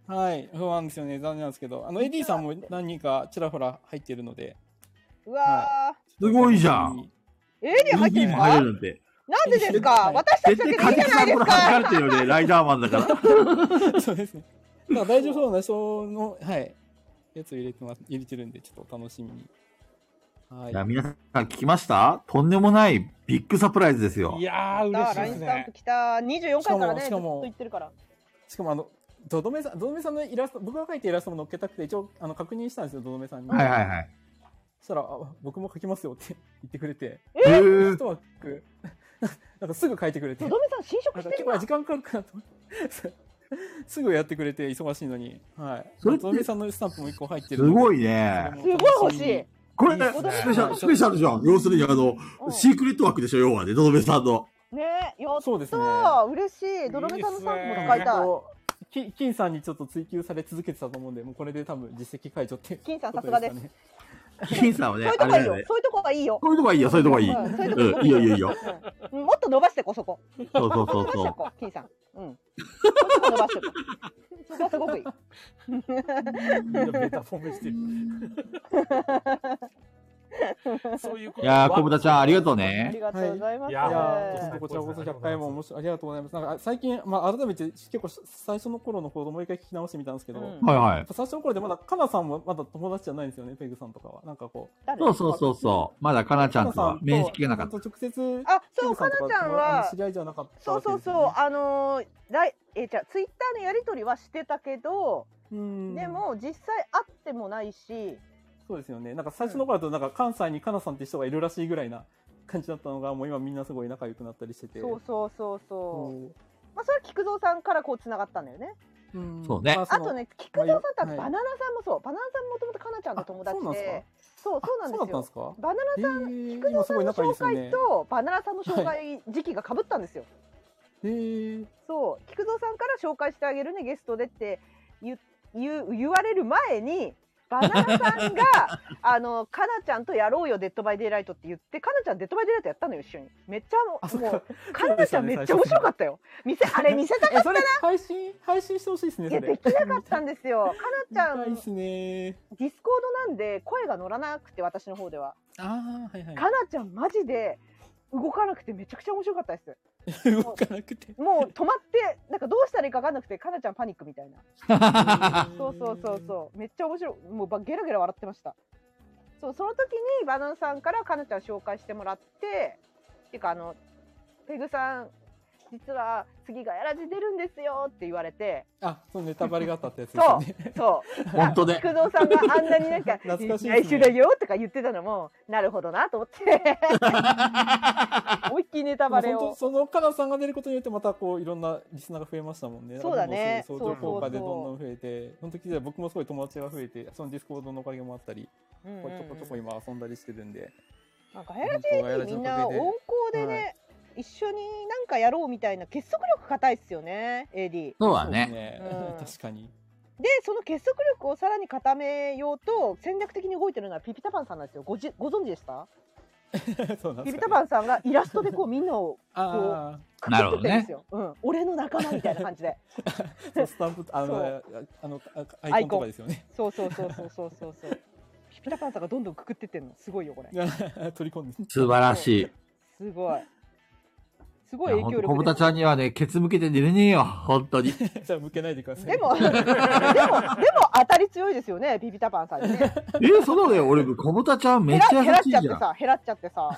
S15: はい、不安ですよね。残念なんですけど。あの、エディさんも何人かちらほら入ってる ので。
S2: う
S3: ん。
S2: わ
S3: すごいじゃん。
S2: ー。エリア入ってるんです
S3: 入
S2: か
S3: るなんて。
S2: なんでですか私たちだけでいいじゃないです
S3: 書か
S2: か
S3: れてるよね、ライダーマンだから。
S15: そうですね。だから大丈夫そうな人の、はい、やつを入れてます、入れてるんで、ちょっとお楽しみに。はい
S3: いや、皆さん聞きましたとんでもないビッグサプライズですよ。
S15: いやー、
S2: だ
S15: 嬉
S2: か
S15: し
S2: ら
S15: い
S2: ラ
S15: で
S2: イン
S15: す
S2: スタン
S15: ね
S2: プ。来た24回からねず
S15: しかもしか
S2: っと
S15: も
S2: 言ってるから
S15: しかもあの、どどめさん、どどめさんのイラスト、僕が描いたイラストも載っけたくて、一応、あの、確認したんですよ、どどめさんに。
S3: はいはいはい。
S15: そしたら、あ僕も描きますよって 言ってくれて、
S2: えー
S15: 一枠、 なんかすぐ描いてくれて。
S2: のどめさん侵食して
S15: 結
S2: る
S15: 構
S2: な
S15: 時間かかるかなと思って。すぐやってくれて、忙しいのに。はい。
S3: それっ
S15: ど
S3: て
S15: どめさんのスタンプも一個入って
S3: す
S15: るので。
S3: ごいね。
S2: すごい欲しい
S3: これね、スペシャル、スペシャルじゃん。要するに、あの、シークレット枠でしょ、要はね、ドドメさんの。
S2: ねやった
S15: そうですね
S2: 嬉しいどろめさんのスタンプも
S15: い
S2: 使いたい
S15: 金金さんにちょっと追求され続けてたと思うんで、もうこれで多分実績解除って。
S2: 金さんさすがです
S15: ね。
S3: 金さんはね
S2: そうい
S3: あれだ
S2: う、とこいい
S3: よ
S2: よ
S3: ね。
S2: そういうとこがいいよ
S3: そういうとこはいいよ、そういうとこはいい。
S2: うんそういうとこ
S3: うん、いいよ、いいよ、いいよ。
S2: うんもっと伸ばしてこそこ
S3: そうそうそう
S2: 伸ばして
S3: そ
S2: こ金さんうんもっと伸ばしてこそこはすごくいい
S16: ベタ褒めしてる。 そういう
S3: う。いやー、コブタちゃん、ありがとうね。
S2: がとうございます
S15: い
S2: いや
S15: やーこちらこそ100回も面白い。ありがとうございます。なんか最近、まあ、改めて結構最初の頃の方もう一回聞き直してみたんですけど、
S3: んはいはい
S15: やっぱ最初の頃でまだ、かなさんもまだ友達じゃないんですよね、ペグさんとかは。なんかこう。
S3: そうそうそうそう。まだかなちゃんとは面識がなかった。
S15: た。直接、
S2: あそうかなちゃんは
S15: あの知り合いじゃなかった。
S2: そうそうそうあのーライえじゃあツイッターのやり取りはしてたけど
S15: で
S2: も実際会ってもないし
S15: そうですよね。なんか最初の頃だと、なんか関西にかなさんって人がいるらしいぐらいな感じだったのが、もう今みんなすごい仲良くなったりしてて。。
S2: そうそうそうそうまあそれは菊蔵さんからこう繋がったんだよね。
S3: そうね
S2: あ
S3: あその
S2: とね菊蔵さんとあと
S3: は
S2: バ
S3: い
S2: ナナさんもそう。バナナさんもともとかなちゃんの友達
S15: あそうなん
S2: で
S15: で。
S2: そうそうなんです
S15: そうだ
S2: よ。
S15: ったんですか
S2: バナナさん、菊蔵さんの
S15: 今すごい仲いい
S2: 紹
S15: ですよね
S2: 介とバナナさんの紹介時期が被ったんですよ。
S15: へー
S2: そう菊蔵さんから紹介してあげるねゲストでって言う言う言われる前に。バナナさ んがあのかなちゃんとやろうよデッドバイデイライトって言ってかなちゃんデッドバイデイライトやったのよ一緒にめっちゃもうかなちゃんめっちゃ面白かったよ見せあれ見せたかった
S15: そ
S2: な
S15: れ配信配信してほしいですね。
S2: いや
S15: それ
S2: できなかったんですよ。かなちゃん、ディス
S15: コ
S2: ードなんで声が乗らなくて私の方では。
S15: ああはいはい。
S2: かなちゃんマジで動かなくてめちゃくちゃ面白かったです。
S15: 動かなくて。
S2: もう止まってなんかどうしたらいいか分かんなくてかなちゃんパニックみたいな。 そうそうそうそうめっちゃ面白いもうばゲラゲラ笑ってました。そうその時にバナナさんからかなちゃん紹介してもらって。っていうかあのペグさん実は次ガヤラジ出るんですよって言われて
S15: あ、そのネタバレがあったってやつです
S2: そ
S15: よ
S2: う
S15: ね。
S2: そう
S15: 本当ね
S2: 菊蔵さんがあんなになんか
S15: 懐かしいですね
S2: 来週だよとか言ってたのもなるほどなと思って 思いっきりネタバレ
S15: でも本
S2: を
S15: 当そのカナさんが出ることによってまたこういろんなリスナーが増えましたもんね。
S2: そうだね
S15: そうそう相乗効果で
S2: そう
S15: ど
S2: そうそうん
S15: どん増えて、その時で僕もすごい友達が増えて、そのディスコードのおかげもあったり、
S2: うんうんうん
S15: こうちょこちょこ今遊んだりしてるんで。
S2: なんかガヤラジ AD みんな温厚でね、
S15: は
S2: 一緒になんかやろうみたいな結束力固いっすよね AD
S3: そうだね
S2: うん
S15: 確かに。
S2: でその結束力をさらに固めようと戦略的に動いてるのはピピタパンさんなんですよごじご存知でした
S15: そうなん
S2: ピ
S15: で
S2: ピ
S15: す
S2: タ
S15: か。
S2: パンさんがイラストでこうみんなをこ
S15: あ
S2: う囲ってんですよ、うん、俺の仲間みたいな感じで
S15: そうスタンプあ
S2: そ
S15: のあのあアイコンとかですよね。
S2: そうそうそうそうそうそうそう ピピタパンさんがどんどんくくってってんのすごいよこれ
S15: 取り込んで。
S3: 素晴らしい。
S2: すごいす
S3: い
S2: ごい
S3: や
S2: 影
S3: ほん
S2: 響
S3: と、小
S2: 力
S3: 豚ちゃんにはね、ケツ向けて寝れねえよ。本当 に。
S15: じゃあ向けないでください。
S2: でもでもでも当たり強いですよねピピタパンさんにね
S3: え、そうだよ。俺、小豚ちゃ んめっちゃ
S2: 減
S3: 優
S2: らっ
S3: しい
S2: ち
S3: じ
S2: ゃ
S3: ゃ
S2: って
S3: ん。
S2: さ減らっちゃってさ、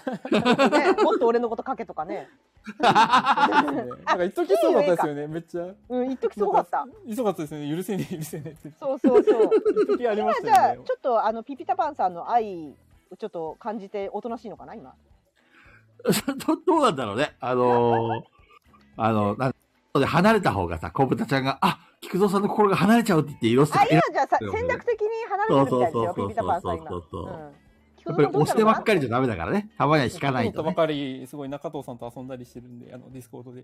S2: ね、もっと俺のこと書けとかね
S15: なんか一時そうだったですよね。めっちゃ。
S2: うん一時すごかった
S15: 忙かったですね。許せねえ許せねえって。
S2: そうそうそう
S15: 一時ありま
S2: 今
S15: し
S2: じ
S15: た
S2: ゃ
S15: よ
S2: あちょ
S15: ね。
S2: っとあのピピタパンさんの愛をちょっと感じておとなしいのかな今
S3: どどうなんだろうね。あ のー、あの、なんで離れた方がさ、小豚ちゃんが、あ、菊蔵さんの心が離れちゃうって言って色捨て
S2: あ今じゃあさ戦略的に離れてるみたいで
S3: そうそう
S2: すよ
S3: そうそう
S2: ピピタパンさん今
S3: そうそうそうや
S2: う
S3: っ
S2: ん
S3: ぱり押してばっかりじゃダメだからね。たまには引かないと
S15: とば
S3: ね。
S15: かりすごい中藤さんと遊んだりしてるんで、あのディスコードで。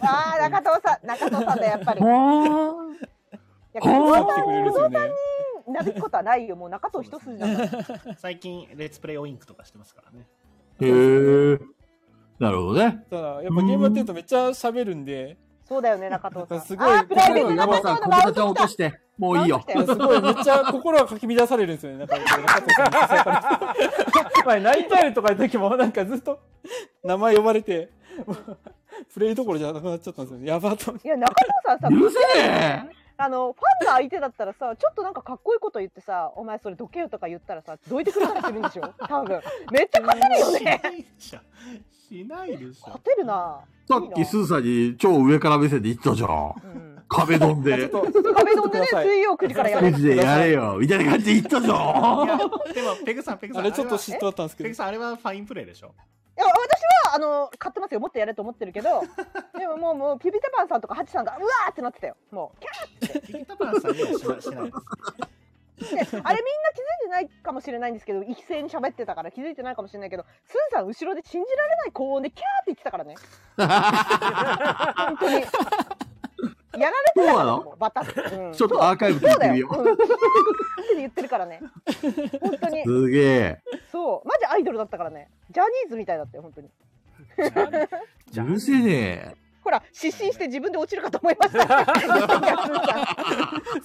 S2: ああ中藤さん中藤さんだやっぱりいや
S15: ほー
S2: 久保さん
S15: 来てくれるんですよね
S2: 久保さんになびくことはないよもう中藤一筋だから
S4: 最近、レッツプレイオインクとかしてますからね。
S3: へえ。なるほどね。
S15: ただやっぱゲームやってるとめっちゃ喋るんで。
S2: そうだよね中藤さん
S15: すごい。
S2: あープライベート
S3: 山
S2: 中藤
S3: さん、
S2: の
S3: 小
S2: マウ
S3: 豚
S2: ン
S3: ちゃん落として。もういいよ。
S15: すごい、めっちゃ心がかき乱されるんですよね。なん か、中藤さんに刺されて前、泣いたりとかの時も、なんかずっと、名前呼ばれて、もうプレイどころじゃなくなっちゃったんですよね。やばと。
S2: いや、中藤さんさ、
S15: 許せね
S2: あの、ファンが相手だったらさ、ちょっとなんかかっこいいこと言ってさ、お前それどけよとか言ったらさ、どいてくれたりするんで しょ多分。めっちゃ勝てるよね。
S4: しないでしょ。
S2: 勝てるな。
S3: さっきすずさんに超上から目線で言ったじゃん。壁ドンで。
S2: 壁ドンでね、水曜9時からや
S3: マジで
S2: る。
S3: やれ よ。みたいな感じで言ったじゃん。
S4: でも、ペグさん、ペグさん。
S15: あれちょっと嫉妬あったんですけど
S4: ペグさん、あれはファインプレーでしょ。
S2: いや、私は、あの、買ってますよ。もっとやれと思ってるけ ど、でももう、もう、ピピタパンさんとかハチさんが、うわーってなってたよ。もう、キャー
S4: パンさんにはし なしないです。
S2: って。あれみんな気づいてないかもしれないんですけど、一斉に喋ってたから気づいてないかもしれないけど、スーさん後ろで信じられない高音でキャーって言ってたからね。本当に。やられてたからも
S3: そう
S2: バタッ、うん
S3: ちょっとアーカイブ聞いてみよう
S2: そうだよ、うん、キャーって言ってるからね。本当に。
S3: すげえ。
S2: そう。マジアイドルだったからね。ジャニーズみたいだったよ、本当に。
S3: うるせえね
S2: ほら、失神して自分で落ちるかと思い ました。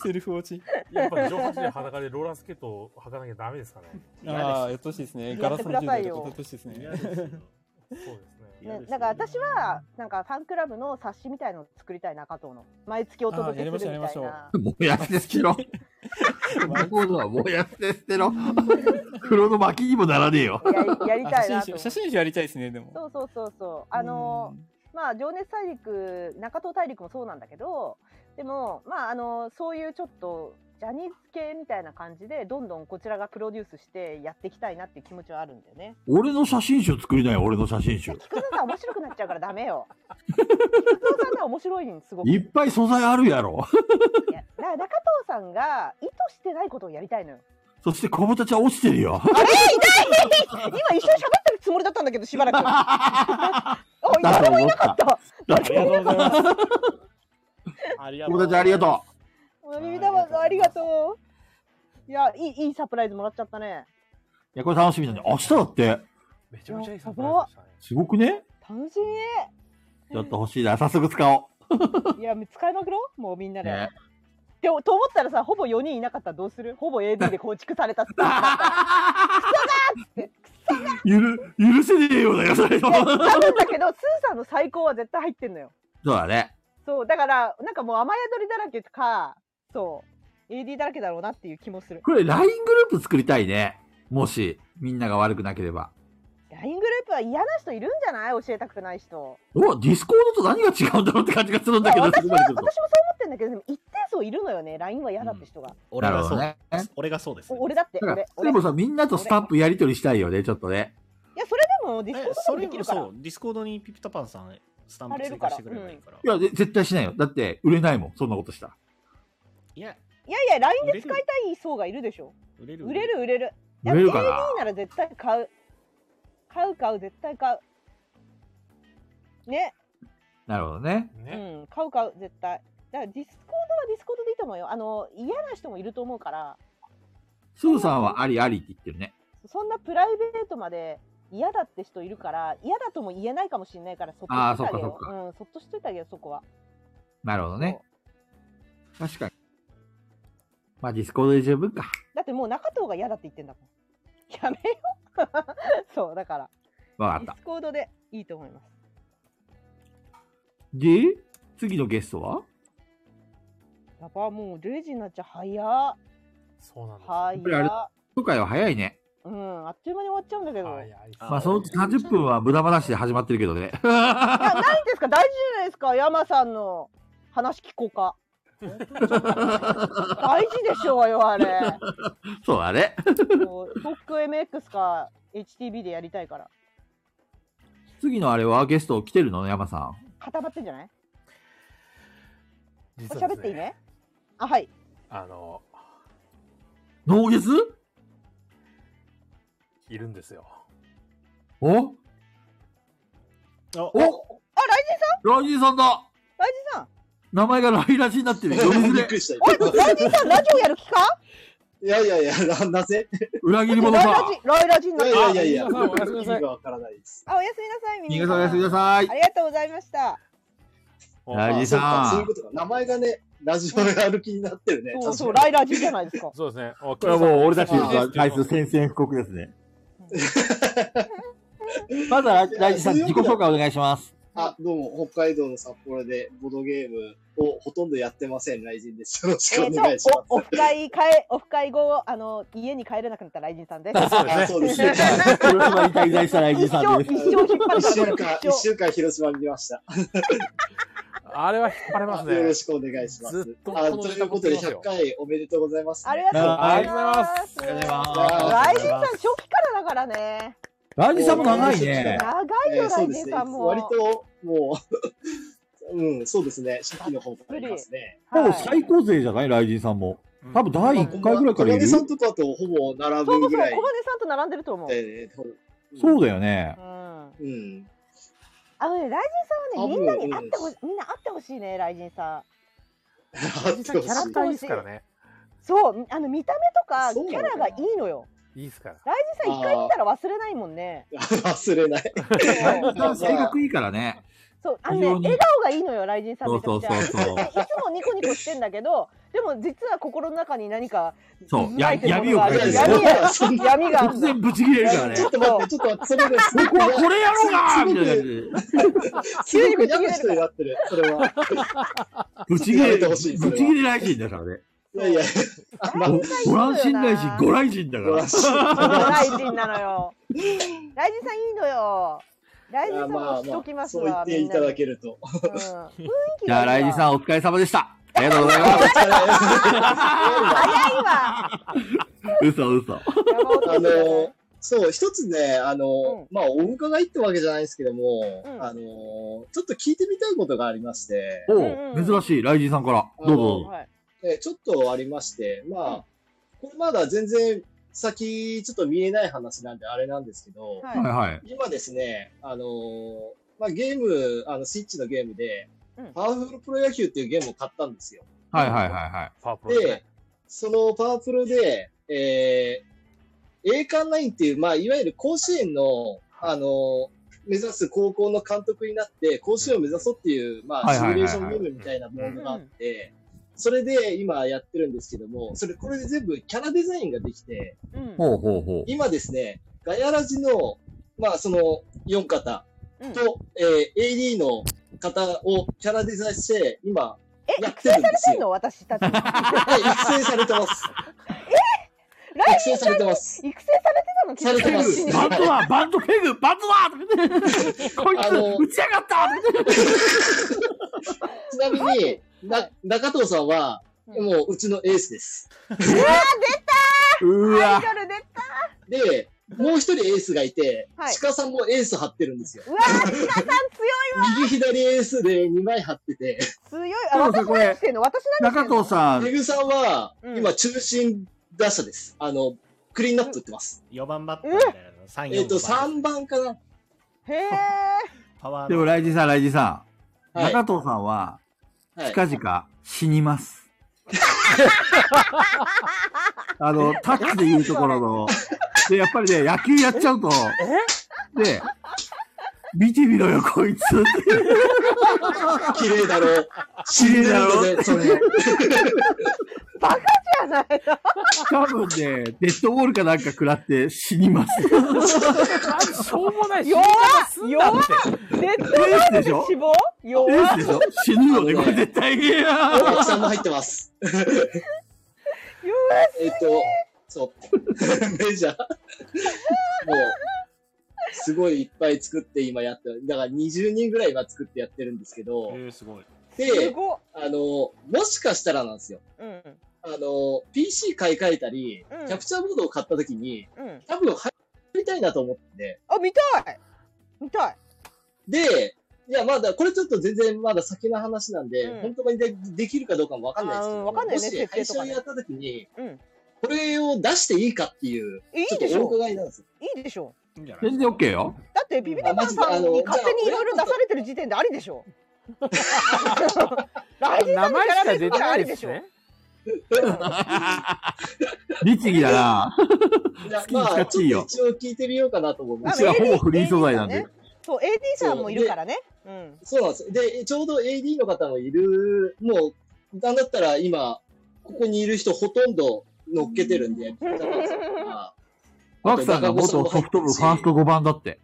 S15: セルフ落ち。
S16: やっぱ18時裸でローラースケートを履かなきゃダメですかね。
S15: ああ、やっとしいですね。ガラスの10代とかやっとしいですね。
S16: 嫌ですよ
S2: ね、だから私は、なんかファンクラブの冊子みたいのを作りたい中藤の。毎月お届けするみたい
S15: あーやりましょうやり
S2: な。
S3: え。もうやって捨てろ。今度はもうやって捨てろ。黒の巻きにもならねえよ。
S2: やりたいな
S15: あ写真集
S2: と
S15: 写真集やりたいですね、でも。
S2: そうそうそうそう。あのーまあ情熱大陸中東大陸もそうなんだけど、でもまああのーそういうちょっとジャニーズ系みたいな感じでどんどんこちらがプロデュースしてやっていきたいなっていう気持ちはあるんだよね。
S3: 俺の写真集作りなよ、俺の写真集。
S2: 菊田さん面白くなっちゃうからダメよ。菊田さんが面白いんすごく。
S3: いっぱい素材あるやろ。
S2: だから中藤さんが意図してないことをやりたいのよ。
S3: そして小豚ちゃん落ちてるよ。
S2: あれ痛い今一緒に喋ってるつもりだったんだけどしばらく。 おい
S3: だ
S2: 誰
S3: と
S2: もい
S3: 思っ
S2: なか
S3: た
S2: っ。た。
S3: だと思った
S16: ありがと
S3: 小
S16: う。
S3: 豚ちゃんありがと
S2: ビビタバンさんありがとう。いやいいいいサプライズもらっちゃったね。
S3: う。いや、これ楽しみだね。明日だって、
S16: めちゃめちゃいいサプ
S2: ライズ
S3: すごくね
S2: 楽し
S3: やってほしいな。早速使おう。
S2: み。いや使いまくろうもうみんなで。
S3: ね
S2: でもと思ったらさほぼ4人いなかったらどうするほぼ AD で構築さ れたっつって
S3: ゆる、許せねえようだよ、それ
S2: いや多分だけどスーさんの最高は絶対入ってんのよ
S3: そうだね。
S2: そうだからなんかもう雨宿りだらけかそう AD だらけだろうなっていう気もする
S3: これ LINE グループ作りたいね。もし、みんなが悪くなければ。
S2: LINE グルプは嫌な人いるんじゃない教えたくない人。
S3: うわ、ディスコードと何が違うんだろうって感じがするんだけど、
S2: いや私
S3: そこ
S2: は
S3: まで来
S2: 私も
S3: る
S2: そう
S3: と
S2: 思ってんだけど、でも一定数いるのよね。LINE は嫌だって人が。
S4: 俺がそう、
S3: なる
S4: 俺がそうです。
S2: お俺だって、
S3: だから
S2: 俺、俺。
S3: でもさ、みんなとスタンプやりとりしたいよね、ちょっとね。
S2: いや、それでもディスコード
S4: そ
S2: で
S4: れ
S2: もでき
S4: も
S2: るから
S4: そう、ディスコードにピピタパンさん、スタン
S2: 貼
S4: プ
S2: れ
S4: 追
S2: る
S4: 加
S2: から
S4: してくれればいいから。
S3: いや、で絶対しないよ。だって、売れないもん、そんなことしたら。
S4: いや、
S2: いやいや、LINE で使いたい層がいるでしょ。
S4: 売れる
S2: 売れる売れる。
S3: 売れるかな
S2: だって AD なら絶対買う。買う買う、絶対買う。ね。
S3: なるほどね。
S2: うん、買う買う、絶対。だからディスコードはディスコードでいいと思うよ。あの、嫌な人もいると思うから、
S3: スーさんはありありって言ってるね。
S2: そんなプライベートまで嫌だって人いるから、嫌だとも言えないかもしれないから、そっとしといてあげ
S3: あ
S2: よ
S3: ーそっかそっ
S2: う。うん、そっとしといてあげよう、そこは。
S3: なるほどね。確かに。まあ、ディスコードで十分か。
S2: だってもう中藤が嫌だって言ってんだもん。やめよう。 そう、だから、
S3: わかっ
S2: デ
S3: た
S2: ィス。コードでいいと思います。
S3: で、次のゲストは
S2: やば、もう0時になっちゃう早っ。
S16: そうなん
S2: です。早
S3: やっぱりあれ、今回は早いね。
S2: うん、あっという間に終わっちゃうんだけど。い
S3: まあ、その30分は無駄話で始まってるけどね。
S2: や、ないんですか大事じゃないですか山さんの話聞こ うか。大事でしょうよ、あれ。
S3: そうだね。
S2: もうトック MX か HTB でやりたいから。
S3: 次のあれはゲスト来てるの山さん。
S2: 固まってんじゃない
S16: 実はで
S2: 喋
S16: す
S2: っていい
S16: ね、
S2: ねあ、はい。
S16: あの、
S3: ノーゲス
S16: いるんですよ。
S3: お
S4: お
S3: お
S2: あ、ライジンさん
S3: ラジンさんだ
S2: ライジンさん
S3: 名前がライラジにな ってる。読みづれ。
S2: ライジンさん、ラジオやる気か
S17: いやいやいや、ななぜ
S3: 裏切り
S2: ライ
S3: 者
S2: ラ
S3: さ。
S2: ジ、ライラジに
S17: い
S2: なっ
S17: やい
S2: た。
S17: やいやいや、
S2: あおやすみ
S17: 意
S2: な
S17: 味
S2: さい。
S17: がわからないです。
S2: あ、おやすみなさい、みん
S17: 皆さんおやすみなさい
S2: ありがとうございました。
S3: ラジさん
S17: そうかそういうことか。名前がね、ラジオやる気になってるね。
S2: そうそう、
S17: 確か
S2: ライ
S17: に
S2: ラジじゃないですか。
S16: そうですね。
S3: これはもう俺たちの回数宣戦布告ですね。まずはラジさん、自己紹介お願いします。
S17: あ、どうも、北海道の札幌でボードゲームをほとんどやってません、ライジンです。よろしくお
S2: え
S17: 願い
S2: ー
S17: し
S2: と
S17: ま、
S2: おオフ会かえ、オフ会後、あの、家に帰れなくなったライジンさんです。
S17: あそうですねあ そうですね。
S3: 広島に滞在したライジンさんです
S2: 一生引っ張る
S17: 一週
S2: から
S17: 間、一週間広島にいました。
S16: あれは引っ張れますね。
S17: よろしくお願いします。
S16: と
S17: あ
S16: この
S17: と
S16: ネ
S17: い
S16: タ
S17: うことで、
S16: 持ってます
S17: 100
S16: よ
S17: 回おめでとうございます。
S2: ありがとうございます。
S17: ありがとうございます
S2: ライジンさん、初期からだからね。
S3: ラジさんも長いね。
S2: 長いよ、
S17: えー
S2: ラ
S17: そ
S2: イ
S17: うで
S2: ジン
S17: すね。
S2: さんも。
S17: 割と、もう、 うん、そうですね。初期の方からいますね。
S3: もう最高勢じゃないライジンさんも。多分第1回ぐらいからいる
S17: 小金さんとかとほぼ並
S2: そうそ
S17: ぶ
S2: うそ
S17: ぐ
S2: う、小
S17: ら
S2: 金
S17: い。
S2: さんと並んでると思う。
S17: えーほ
S3: そうだよね。
S17: うん。
S2: あのね、ライジンさんはね、
S17: あ
S2: みんなに
S17: もう
S2: 会ってほしい、みんな会ってほしいね、ライジンさん。
S17: ライジン
S16: さんキャラクターいいですからね。
S2: そう、あの見た目とか、
S17: そう
S2: キ
S17: な
S2: ャ
S17: の
S2: ラ
S17: か
S2: が
S17: ない
S2: いのよ。
S16: いいっすから。
S2: ライジンさん一回見たら忘れないもんね。
S17: 忘れない。
S3: 性格いいからね。
S2: そう、あの
S3: 非常
S2: ね、
S3: に
S2: 笑顔がいいのよ、ライジンさんめちゃくちゃ。
S3: そうそうそうそう
S2: でいつもニコニコしてんだけど、でも実は心の中に何か。
S3: そう、
S2: 渦
S3: や
S2: 巻いてる
S3: 闇を
S2: ものがあ
S3: か
S2: る
S3: けてる。
S2: 闇が。闇があ
S3: 突
S2: るんだ。
S3: 然ぶち切れるからね。
S17: ちょっと待って、ちょっと待って、それですごく
S3: 僕は これやろうがみたいな感じで。
S17: すごく嫌な人になってる、それ は。
S3: ぶち切
S17: や
S3: れ、
S17: めて
S3: ぶ
S17: ほ
S3: ち
S17: しい
S3: 切れ来人だからね。
S17: いやいや、まあ
S3: ご乱心来人、ご来人だ
S2: そうライ
S3: か
S2: ジンなのよ。 ライジンさんいいのよ。ライジンさんもしときます
S17: そう言
S2: わ
S17: っ、て
S2: みん
S17: い
S2: な
S17: ただ
S2: に。
S17: けると。
S3: ら。じゃあ、来人さんお疲れ様でした。ありがとうございます。
S2: 早いわ。
S3: 嘘嘘。
S17: あの、そう、一つね、あの、まあ、お伺いってわけじゃないですけども、あの、ちょっと聞いてみたいことがありまして、
S3: おう珍しい、ライジンさんから。どうぞどうぞ。
S17: えちょっとありまして、まあ、これまだ全然先、ちょっと見えない話なんであれなんですけど、
S3: はいはいはい
S17: 今ですね、あのーまあ、ゲーム、あの、スイッチのゲームで、パワフルプロ野球っていうゲームを買ったんですよ。
S3: はいはいはいはい。
S16: パープ
S17: で、そのパワープロで、えー、栄冠ナインっていう、まあ、いわゆる甲子園の、あのー目指す高校の監督になって、甲子園を目指そうっていう、まあ、
S3: はい
S17: シ
S3: はい
S17: ミュ
S3: はいはい
S17: レーションゲームみたいなものがあって、それで今やってるんですけども、それ、これで全部キャラデザインができて、
S3: ほうほうほう。
S17: 今ですね、ガヤラジの、まあ、その4方と、えー AD の方をキャラデザインして、今、やってるんですよ。
S2: 私たち。
S17: はい、育成されてます。
S2: ライジン
S17: 育成されてま
S2: 育成されてたの
S17: されてます
S2: 傷。
S17: バンドは
S3: バンドペグバンドはこいつ打ち上がった
S17: ちなみに、な中藤さんは、もううちのエースです。
S2: うわ
S17: う
S2: 出たアイドル出た
S17: で、もう一人エースがいて、
S2: はい
S17: 鹿さんもエース張ってるんですよ。
S2: うわー、鹿さん
S17: 右左エースで2枚張ってて。
S2: 強い。あ、私何してんの私何してんの
S17: ペグさんは、今中心打者です。あの、クリーンナップ打ってます。
S4: 4番バッターみたいなの、3、4
S17: えっと、3番かな。
S2: へえ。
S4: パワー
S3: でも、ライジさん、ライジさん。
S17: はい
S3: 中藤さんは、
S17: はい
S3: 近々死にます。 あの、タッチで言うところの、で、やっぱりね、野球やっちゃうと、で、見てみろよ、こいつ。
S17: 綺麗だろ。
S3: 綺麗だ
S17: 死んでるんだ
S3: ろ。
S17: ぜそれ
S2: バカじゃないの
S3: 多分ね、デッドボールかなんか食らって死にます。
S2: しょうもない弱っ弱っデッドボールで死亡弱
S3: エースでしょ死ぬよね、これ絶対。いや
S17: 大木さんも入ってます。えっと、そう。 メジャー。もう、すごいいっぱい作って今やって、だから20人ぐらいは作ってやってるんですけど。
S4: えすごい。
S17: で、あの、もしかしたらなんですよ。
S2: うん。
S17: あの、PC 買い替えたり、
S2: うん
S17: キャプチャーボードを買った時に、
S2: うん。
S17: 多分入りたいなと思って。
S2: あ、見たい見たい
S17: で、いや、まだ、これちょっと全然まだ先の話なんで、
S2: うん
S17: 本当にでできるかどうかもわかんないですけ
S2: あー
S17: ど、
S2: わかんないね
S17: も
S2: 設
S17: し
S2: 定
S17: 配
S2: とか
S17: 信
S2: ね
S17: やった時に、
S2: うん。
S17: これを出していいかっていう、
S2: いい
S17: ちょっ
S2: でし
S17: とお
S2: ょ
S17: 伺いなんですよ。
S2: いいでしょ
S3: 全然 OK よ。
S2: だってビビタパンさんに勝手にいろいろ出されてる時点でありで しょライジンさんのキャラクターありでしょ
S3: 律儀だな。
S17: いや
S3: 好きに使っていいよ
S17: まあちょっと一応聞いてみようかなと思いま
S3: う
S17: す。
S3: ちはほぼフリー素材なんで
S2: ね。そう AD さんもいるからねうん
S17: そうなんです。で、ちょうど AD の方もいる、もう、なんだったら今、ここにいる人ほとんど乗っけてるんで、
S3: ワクさんが元ソフト部ファースト5番だって。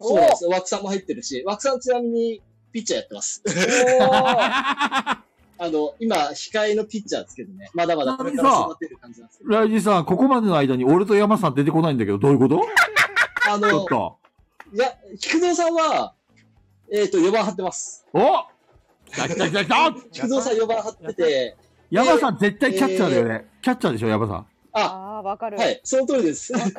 S17: そうなんです。枠さんも入ってるし、枠さんちなみにピッチャーやってます。あの、今、控えのピッチャーですけどね。まだまだこれから育てる感じなんですけ
S3: ライジさん、ここまでの間に俺と山さん出てこないんだけど、どういうこと
S17: ど。あ
S3: ちょっ
S17: の、
S3: と。
S17: いや、菊蔵さんは、えっと、4番張ってます。
S3: お来た来た来た来た
S17: 菊蔵さん4番張ってて、
S3: 山さん絶対キャッチャーだよね。キャッチャーでしょ、山さん。
S17: あ
S2: あ、わかる。
S17: はい、その通りです。わ
S2: かる。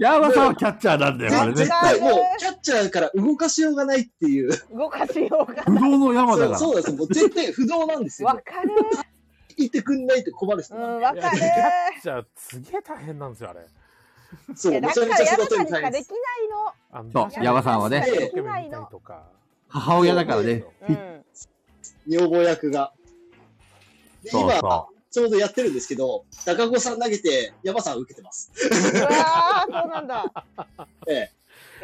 S3: 山さんはキャッチャーなんだよ、これ
S17: 絶
S3: 絶
S17: 対
S3: 対。
S17: もう、キャッチャーから動かしようがないっていう。
S2: 動かしようが。
S3: 不動の山だから。
S17: そうそうです。もう絶対不動なんですよ。わ
S2: かる。
S17: 言ってくんないと困る人。
S2: うんわかる
S16: じゃあ、すげえ大変なんですよ、あれ。
S17: そう
S2: だからヤマさんにしかでき
S16: あの
S3: そうヤマさんはね
S2: ないのできないの
S3: 母親だからね。
S17: 女房役が。で、
S3: そう
S17: 今、
S3: そ
S17: ちょうどやってるんですけど、高子さん投げて、山さん受けてます。
S2: うわーそうなんだ
S17: え
S2: いや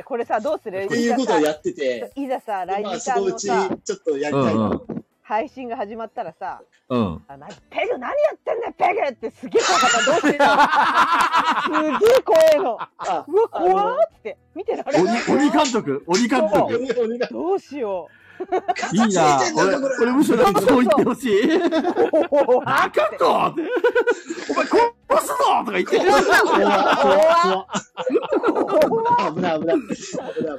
S2: これさどうする
S17: っていうことをやってて
S2: いざさいざさライ
S17: まあ、
S2: ジ
S17: そ
S2: さん
S17: のう
S2: の
S17: ち、
S2: さ
S17: ちょっとやり
S3: う
S17: たい。
S3: んうん。
S2: 配信が始まったらさ
S3: うん。
S2: あなペグ何やってんだよペグってすげえ怖かったどうしようすげえ怖えのうわ怖ーって見てられない
S3: 鬼、鬼監督、鬼監督。
S2: どうしよ
S3: いいな俺、俺むしろそう言ってほしい。あかんとお前、殺すぞとか言って。
S17: 危ない危ない。危ない危ない。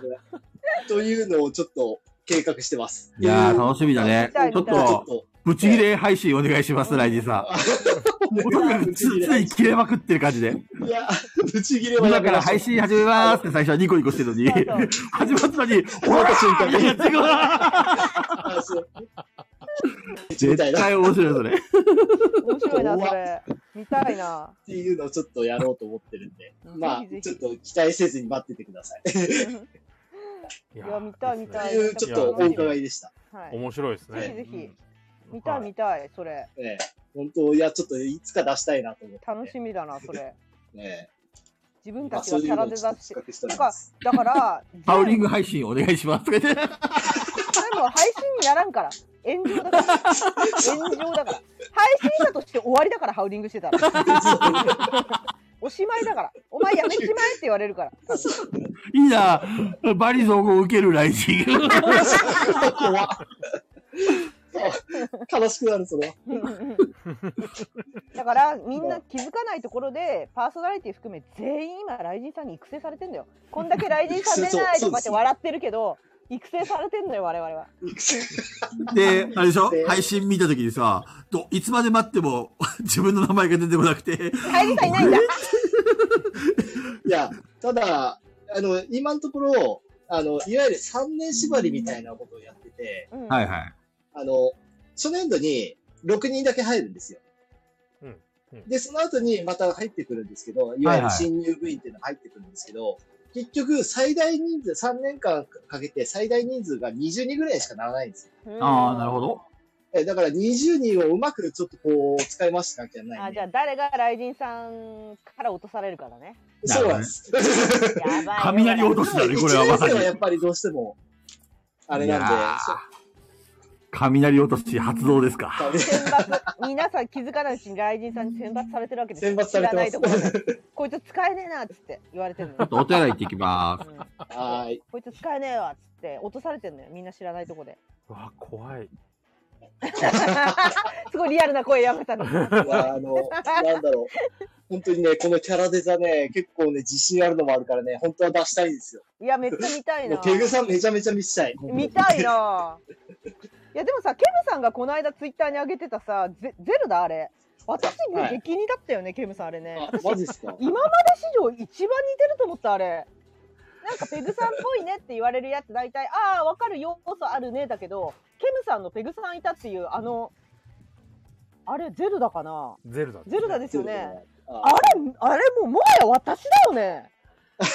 S17: というのをちょっと計画してます。
S3: いやー、楽しみだね。
S17: 見たい
S3: ちょっ
S17: 見たいちょっ
S3: と、ぶち切れ配信お願いします、ライジさん。もうとにかく、つ常に切れまくってる感じ で。
S17: いや、ぶち切れは
S3: 今
S17: や
S3: か
S17: めま
S3: ら
S17: しょう
S3: 配信始めまーすって最初はニコニコしてるのに、始まったの に、終わった瞬間に、絶対面白い、それ。
S2: う面白いなそれ見たいな
S17: っていうのをちょっとやろうと思ってるんで、まあ
S2: ぜ、
S17: ちょっと期待せずに待っててください。
S2: いや見たい見た
S17: っ
S2: い
S17: ていう ちょっとお伺いでした。
S2: はい
S16: 面白いです
S2: ぜひぜ
S16: ね。
S2: ひ見たい見たいそれ
S17: ええ、本当、いや、ちょっといつか出したいなと思って。
S2: 楽しみだなそれ
S17: ね
S2: 自分たちはキャラで出して
S17: そういうのをちょっと企画してお
S2: な
S17: り
S2: んか
S17: ます
S2: だから
S3: パウリング配信お願いしますとか言って。
S2: でも配信にならんから。炎上だから。炎上だから。配信者として終わりだから、ハウリングしてたら。おしまいだから。お前やめちまえって言われるから。
S3: いいな バリ雑言受けるライジング。
S17: 怖っ悲しくなる、それは。
S2: だからみんな気づかないところでパーソナリティ含め全員今雷神さんに育成されてんだよこんだけ雷神さん出ないとかって笑ってるけど育成されてんだよ我々は
S3: で、あれでしょ配信見たときにさ、どいつまで待っても 自分の名前が出てこなくて、
S2: 雷神さんいないんだ
S17: いや、ただ、あの、今のところ、あの、いわゆる3年縛りみたいなことをやってて、
S3: はいはい。
S17: あの、初年度に6人だけ入るんですよ。で、その後にまた入ってくるんですけど、いわゆる新入部員っていうのが入ってくるんですけど、結局最大人数、3年間かけて最大人数が20人ぐらいにしかならないんですよ。
S3: ああ、なるほど。
S17: えだから20人をうまくちょっとこう使い回してなきゃない。
S2: あじゃあ誰が雷神さんから落とされるからね
S17: そうなんです。
S3: 雷落としだね、これはま
S17: 1
S3: さ
S17: 年
S3: に
S17: 生は。やっぱりどうしても、 あれなんで
S3: いやー、雷落とし発動ですか。
S2: 皆さん気づかないうちに雷神さんに選抜されてるわけですよ
S17: 選抜されてます
S2: 知らないところでこいつ使えねえなっつって言われてるの
S3: ちょっとお手洗い行ってきます。
S17: はい。
S2: こいつ使えねえわっつって落とされてるのよみんな知らないとこで
S16: わ、怖い。
S2: すごいリアルな声やめたの
S17: いやあの、なんだろう。本当にね、このキャラデザね、結構ね、自信あるのもあるからね、本当は出したいんですよ。
S2: いやめっちゃ見たい
S17: も
S2: な
S17: うペグさんめちゃめちゃ見せたい。
S2: 見たいな。いやでもさケムさんがこの間ツイッターに上げてたさゼゼルダあれ私も
S17: はい
S2: 激似だったよね、ケムさんあれね
S17: あマジっすか
S2: 今まで史上一番似てると思ったあれなんかペグさんっぽいねって言われるやつ大体ああわかる要素あるねだけどケムさんのペグさんいたっていうあのあれゼルダかな
S16: ゼルダ
S2: ゼルダですよね
S17: あ
S2: れあれもうもはや私だよ ねマジ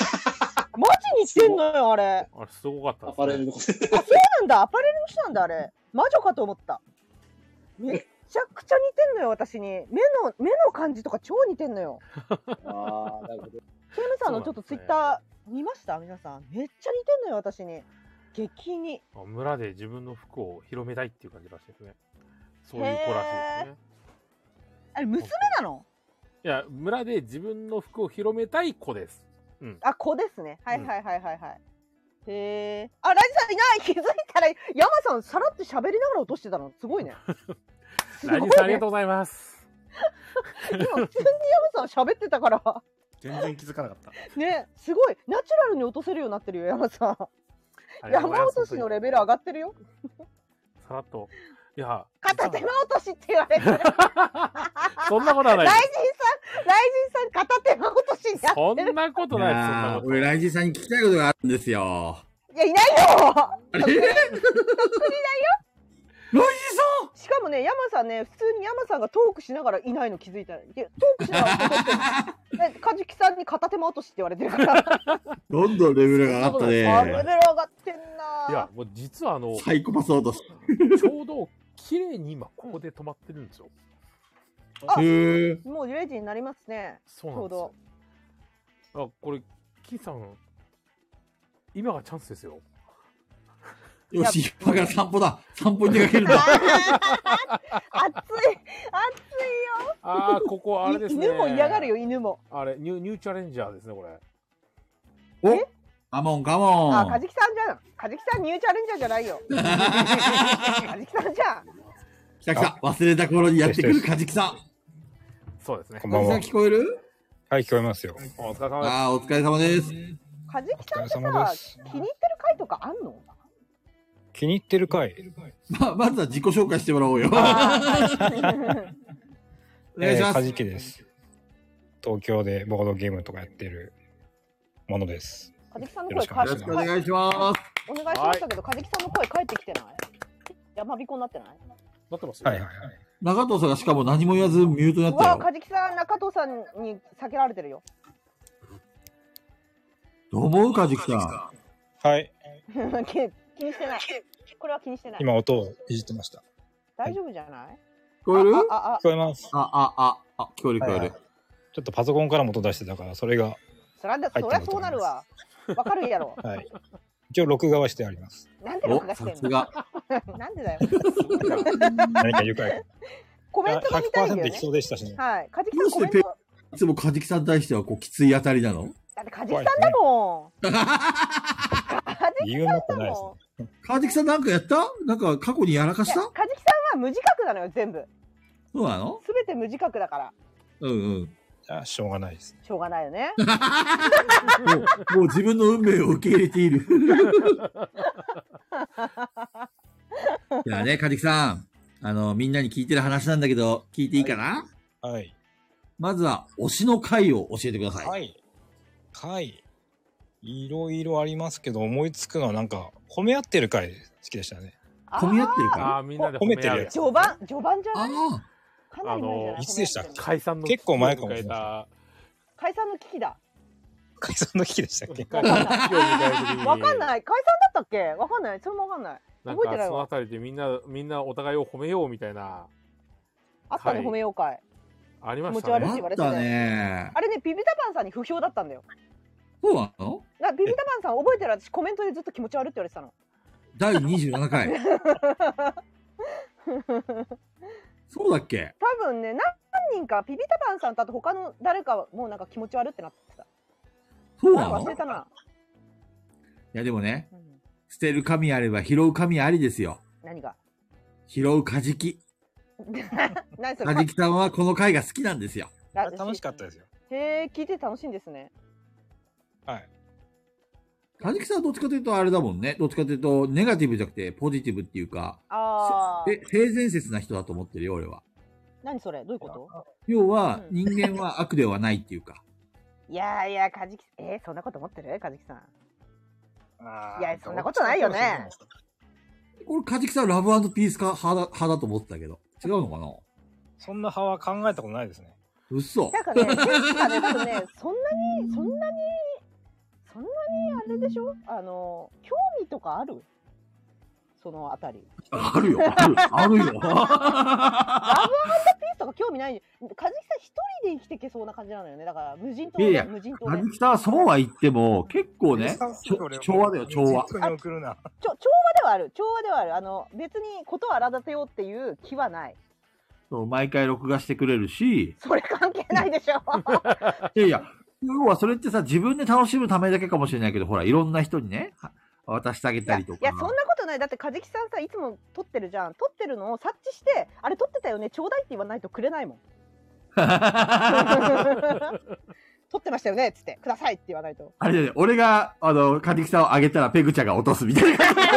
S2: 似てんのよあれ
S16: あれ、すごかったですね。
S17: アパレルの
S2: あ、そうなんだ。アパレルの人なんだ、あれ。魔女かと思った。めっちゃくちゃ似てんのよ、私に。目の、目の感じとか超似てんの よ。
S17: ああ、なるほど。
S2: ケムさんのちょっとツイッター見ました皆さん。めっちゃ似てんのよ、私に。激に。
S16: あ村で自分の服を広めたいっていう感じらしいですね。そういう子らしいですね。
S2: あれ、娘なの
S16: いや、村で自分の服を広めたい子です。 うん。
S2: あ、子ですね。はいはいはいはいはい。へえ。あ、ラジさんいない気づいたら、ヤマさんさらって喋りながら落としてたの。すごい ね。
S16: ラジさんありがとうございます。
S2: 今、普通にヤマさん喋ってたから。
S18: 全然気づかなかった。
S2: ね、すごい。ナチュラルに落とせるようになってるよ、山さ
S16: あ
S2: ん。
S16: りがとうござい
S2: 山
S16: ます
S2: 落としのレベル上がってるよ。
S16: さらっと。いや、
S2: 片手間落としって言われてる。
S16: そんなことはない
S2: 雷神さん、雷神さん片手間落としになってる。
S16: そんなこと
S3: いやー俺、ライジンさんに聞きたいことがあるんですよ。
S2: いや、いないよ
S3: あれ
S2: いないよしかもね、山さんね、普通に山さんがトークしながらいないの気づいたら、いやトークしながら残って る。え、カジキさんに片手間落としって言われてるから。
S3: どんどんレベルが上がった
S2: あレベル上
S3: ね。
S2: がってんな。
S16: いや、もう実はあの、
S3: サイコパス落とし。
S16: ちょうど綺麗に今ここで止まってるんですよ。
S2: あ
S3: へえ
S2: もう0時になりますね。
S16: そうなんですよあ、これ、キーさん、今がチャンスですよ。
S3: よし、今から散歩だ。散歩に出かけるんだ。
S2: ちょうど暑い、暑いよ。
S16: あーここあれですね
S2: い犬も嫌がるよ、犬も。
S16: あれ、ニューニューチャレンジャーですね、これ。
S3: おカモンカモ
S2: あ、
S3: ン
S2: カ。ジキさんじゃん。カジキさんニューチャレンジャーじゃないよ。カジキさんじゃん。
S3: 来た来た。忘れた頃にやってくるカジキさん。
S16: そうですね。
S3: カジキさん聞こえる
S18: はい、聞こえますよ。
S16: お疲れ様
S3: ああ、お疲れ様です。
S2: カジキさんって
S18: お疲れ様
S2: さ
S18: で、す
S2: 気に入ってる回とかあんの？
S18: 気に入ってる回。
S3: ま、まずは自己紹介してもらおうよ。お願いします
S18: えーカジキです。東京でボードゲームとかやってるものです。
S2: カジキさんの
S18: よろ
S2: 声
S18: しくお願いします。
S3: します。
S2: お願いしましたけど、カジキさんの声返ってきてない？山彦になってない？
S16: なってます
S3: はい
S18: はいはい。
S3: 中藤さんがしかも何も言わずミュートにな
S2: う
S3: った
S2: わ、
S3: よ。
S2: カジキさん中藤さんに避けられてるよ。
S3: どう思うカジキさ
S18: はい、
S2: 気気にしてない。これは気にしてない。
S18: 今音をいじってました。
S2: 大丈夫じゃない？
S3: 聞こえる
S2: ああ
S18: 聞こえます。
S3: あ、あ、あ、あ、聞こえる聞こえる
S18: ちょっとパソコンからも音出してたから、それが、
S2: そりゃだ
S18: 入
S2: そ
S18: ってんだと思い
S2: り
S18: ます
S2: ゃそうなるわ。わかるやろ。
S18: はい。一応録画はしてあります。
S2: なんで録画してんの？ なんでだよ。
S18: 何か愉快。
S2: コメントが見たいんだよね。
S18: 100%いきそうでしたしね
S2: はい、カジキ
S3: ん。ど
S2: さ
S3: うんし
S2: コメ
S3: てペ
S2: ント。
S3: いつもカジキさんに対してはこうきつい当たりなの
S2: だってカジキさんだもん。カジキさんはもう
S3: 川崎さんなんかやったなんか過去にやらか
S2: い
S3: し
S2: や
S3: た
S2: カジキさんは無自覚なのよ全部
S3: そうなの
S2: すべて無自覚だから
S3: うんうん。
S19: あ、しょうがないです。
S2: しょうがないよね
S3: もうもう自分の運命を受け入れている。いやね、カジキさん。あの、みんなに聞いてる話なんだけど、聞いていいかな
S19: はい。
S3: まずは、推しの回を教えてください。
S19: はい。はい。いろいろありますけど、思いつくのはなんか、褒め合ってる回好きでしたね。
S3: 褒め合ってる
S19: 回あーみんなで褒めてるやつ
S2: 序盤序盤じゃないかな
S19: あ
S2: り前じゃ
S19: の
S2: な、い
S19: いつでしたっけ
S1: 解散の
S19: 結構前かもしれな
S2: 解散の危機だ
S19: い。解散の危機でしたっけ
S2: わかんない解散だったっけわかんないそれもわかんない
S1: なん
S2: 覚えてな
S1: か
S2: い
S1: その
S2: わ
S1: あたりでみんな、みんなお互いを褒めようみたいな、
S2: あったね
S1: はい
S2: 褒めよう会
S1: ありま
S2: 気持
S1: し
S2: ち
S1: た
S2: 悪い
S1: ね。
S2: って言われてたよあれねビビタパンさんに不評だったんだよ
S3: そうなの
S2: だからビビタパンさん覚えてる私コメントでずっと気持ち悪いって言われてたの
S3: 第27回。 そうだっけ
S2: 多分ね何人かピピタパンさんとあと他の誰かはもうなんか気持ち悪ってなってた
S3: そうなの
S2: 忘れたない
S3: やでもね、捨てる神あれば拾う神ありですよ。
S2: 何が
S3: 拾うカジキ。
S2: 何そ
S3: カ
S2: れ
S3: ジキさんはこの回が好きなんですよ。
S2: 楽しかったですよへえ聞いて楽しいんですね
S3: カジキさんはどっちかというとあれだもんね。どっちかというとネガティブじゃなくてポジティブっていうか、
S2: ああ
S3: え、性善説な人だと思ってるよ、俺は。
S2: 何それどういうこと
S3: 要は、人間は悪ではないっていうか。
S2: いやいやカジキえー、そんなこと思ってるカジキさん
S19: あ
S2: いやそんなことないよね
S3: 俺、カジキさんラブピースか派だ派だと思ってたけど。違うのかな
S19: そんな派は考えたことないですね。
S3: 嘘。
S2: なんかね、センスがね、多分ね、そんなに、そんなに、そんなにあれでしょあの、興味とかあるそのあたり。
S3: あるよ、ある、あるよ。
S2: ラブハンタピースとか興味ない。カジキさん一人で生きていけそうな感じなのよね。だから、無人島
S3: いやいや
S2: ね、無人、島
S3: カ
S2: ね。
S3: ジキさんはそうは言っても、結構ね、ちょ調和だよ、調和。
S19: に送るな。
S2: ちょ調和ではある。調和ではある。あの、別にことを荒立てようっていう気はない。
S3: そう毎回録画してくれるし、
S2: それ関係ないでしょ
S3: いやいや、要はそれってさ、自分で楽しむためだけかもしれないけど、ほら、いろんな人にね、は渡してあげたりとか。
S2: いや、そんなことない。だって、カジキさんさ、いつも撮ってるじゃん。撮ってるのを察知して、あれ撮ってたよね、ちょうだいって言わないとくれな いもん。撮ってましたよねっつって「ください」って言わないと
S3: あれだよね、俺が、あの、カジキさんをあげたらペグちゃんが落とすみたいな。
S2: 神木さんのいい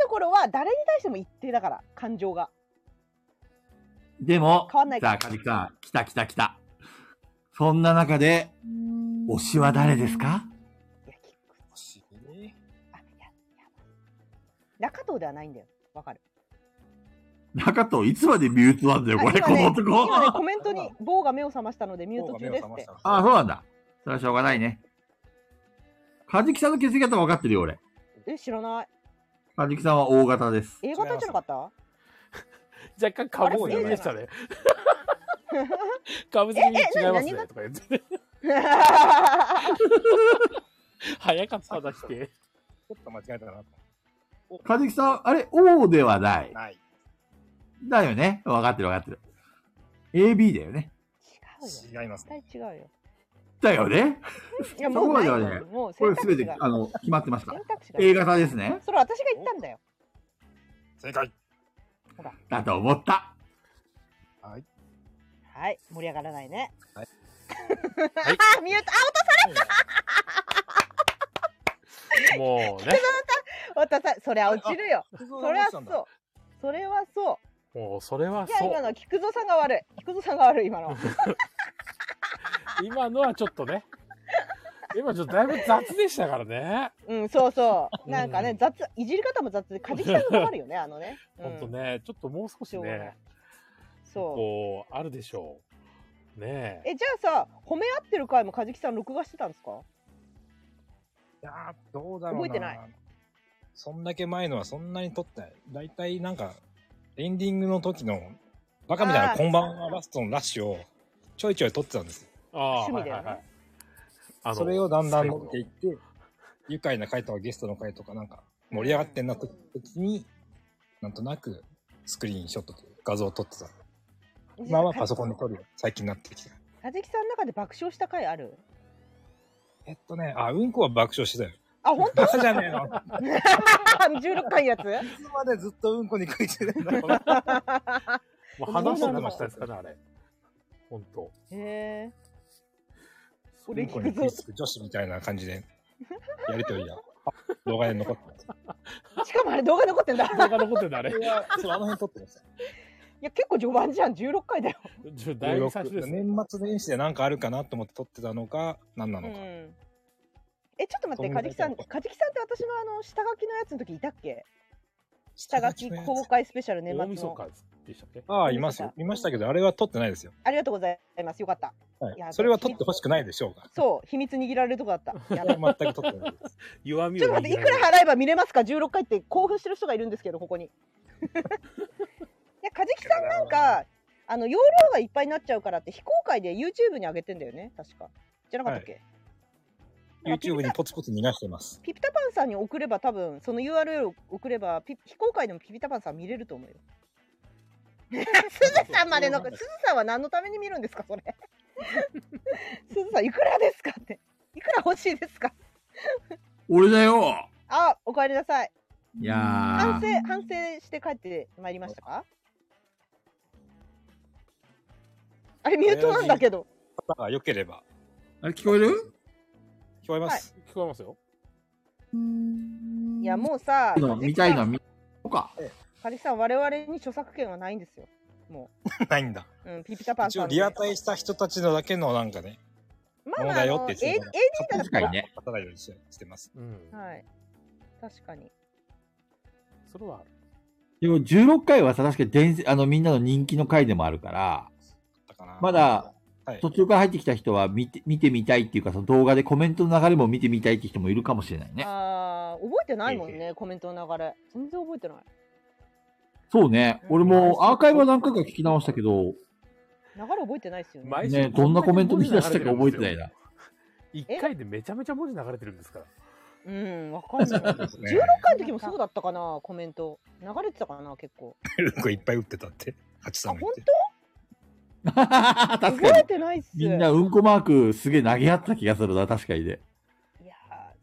S2: ところは誰に対しても一定だから感情が
S3: でも
S2: 変わんない、か
S3: さあ、
S2: ら
S3: カジキさん、来た来た来た。そんな中で、推しは誰ですか
S2: 中藤ではないんだよわかる
S3: 中藤、いつまでミュートなんだよ、これ、
S2: 今
S3: この
S2: ね
S3: 男。
S2: 今ねコメント に「棒が目を覚ましたのでミュート中です」って
S3: ああ、そうなんだ。それはしょうがないね。カジキさんの血液型分かってるよ、俺。
S2: え知らない
S3: カジキさんは O 型です。
S2: A 型じゃなかっ
S1: 若干カブ気味でしたね。カブ気味に違います
S2: え
S1: ね
S2: え何 が
S1: とか言って。
S2: た
S1: 早かっただして。
S19: ちょっと間違えたな。
S3: カジキさん、あれ、O ではない。
S19: ない。
S3: だよね。分かってる分かってる。AB だよね。
S19: 違います。
S2: 絶対 違うよ
S3: だよね。
S2: いやもうない
S3: そこま
S2: よ
S3: ではね
S2: もう
S3: これ
S2: 選択
S3: 全
S2: 肢
S3: て
S2: が、
S3: あの、決まってました
S2: 選。択肢が
S3: A 型ですね。
S2: それ私が言ったんだよ
S19: 正解
S3: だと思った。
S2: はい盛り上がらないね
S19: はい
S2: あ ミュートあ落とされた
S1: もうね。
S2: またさ、 そりゃ落ちるよ。
S1: あ
S2: それはそう
S1: 菊蔵さんだ。
S2: それはそ
S1: もうそれ
S2: う。
S1: はい
S2: や、
S1: そ
S2: 今
S1: う。
S2: のは菊蔵さんが悪い。菊蔵さんが悪い、今の。
S1: 今のはちょっとね。今ちょっとだいぶ雑でしたからね。
S2: うん、そうそう。なんかね、雑、いじり方も雑で、かじきさんのもあるよね、あのね。
S1: ほんとね、ちょっともう少しね、
S2: そ
S1: こう、あるでしょう。ね
S2: う。え、じゃあさ、褒め合ってる回もかじきさん録画してたんですか
S19: いやーどうだろうな。
S2: 覚えてない
S19: そんだけ前のはそんなに撮ってない。だいたいなんか、エンディングの時の、バカみたいな
S2: あー
S19: こんばんはラストのラッシュをちょいちょい撮ってたんですよ。
S1: あ
S2: 趣味だよね。
S19: それをだんだん撮っていって、愉快な回とかゲストの回とかなんか盛り上がってんなと時に、なんとなくスクリーンショットという画像を撮ってた。今はパソコンで撮るよ。最近になってきた。
S2: かじきさんの中で爆笑した回ある
S19: えっとね、あ、うんこは爆笑してたよ。
S2: あ、本当
S19: バカじゃねえの。
S2: 16回やつ
S19: いつまでずっとうんこに食いついてんだろう。
S1: もう話してましたですかね、あれ。本当。
S2: へえ。
S19: それこに食いつく女子みたいな感じで、やりと りが、動画で残って
S2: しかもあれ動画残ってんだ。動
S1: 画残ってんだ、あれ。
S19: いや、そう、あの辺撮ってました。
S2: いや、結構序盤じゃん、16回だよ。
S1: だいぶ最初ですね
S19: 年末年始で何かあるかなと思って撮ってたのか、何な
S2: う
S19: のか。
S2: ん。え、ちょっと待って、カジキさん、カジキさんって私のあの、下書きのやつの時いたっけ下書き公開スペシャル年末
S1: 大晦
S2: の。
S1: 日でしたっけ
S19: ああ、いますよ。いましたけど、あれは撮ってないですよ。
S2: ありがとうございます。よかった。
S19: はい
S2: いや
S19: それは撮ってほしくないでしょうが。
S2: そう、秘密握られるとこだった。やだ
S19: 全く撮ってないです。
S1: 弱み
S2: ちょっと待って、いくら払えば見れますか ?16 回って興奮してる人がいるんですけど、ここに。いや、カジキさんなんか、あの、容量がいっぱいになっちゃうからって、非公開で YouTube に上げてんだよね、確か。じゃなかったっけ、
S19: YouTube にポツポツ逃がしてます。
S2: ピピタパンさんに送れば多分、その URL を送れば、ピ非公開でもピピタパンさん見れると思うよ。すずさんまでの、すずさんは何のために見るんですか、それ。 すずさん、いくらですかって。いくら欲しいですか
S3: 俺だよ
S2: あ、お帰りなさい。
S3: いやー
S2: 反省、反省して帰ってまいりましたかあれ、ミュートなんだけど。
S19: 方が良ければ。
S3: あれ、聞こえる
S19: 聞こえます。
S1: 聞こえますよ。
S2: いや、もうさ、
S3: 見たいのは見そうか。
S2: カリさん、我々に著作権はないんですよ。も
S19: ないんだ。
S2: う。うん、ピピタパン
S19: 一
S2: さん
S19: 応
S2: の。
S19: リアタイした人たちのだけのなんかね、
S2: まあ
S19: も
S2: ま
S19: の
S2: あ、あ
S19: だよっ
S2: の、
S19: て
S2: A-
S19: 言っ
S2: AD
S19: て
S2: だったら、
S19: ね。働いようにししてます。
S2: はい。確かに。
S1: それはある。
S3: でも16回はさ、確かに伝説あのみんなの人気の回でもあるから、まだ
S19: はい
S3: 途中から入ってきた人は見て見てみたいっていうか、その動画でコメントの流れも見てみたいって人もいるかもしれないね。
S2: ああ、覚えてないもんね、コメントの流れ。全然覚えてない。
S3: そうね。俺もアーカイブは何回か聞き直したけど、
S2: 流れ覚えてないですよね。
S3: ね、どんなコメントの引き出したか覚えてないな。
S1: 1回でめちゃめちゃ文字流れてるんですから。
S2: うん、わかんない。16
S1: すね
S2: 回の時もそうだったかな、コメント。流れてたかな、結構。
S19: うんこいっぱい打ってたって、ハチさんが言って。
S3: あ、確
S2: 覚
S3: か
S2: え
S3: に。
S2: てないっす。
S3: みんなうんこマークすげえ投げ合った気がするな、確かにね。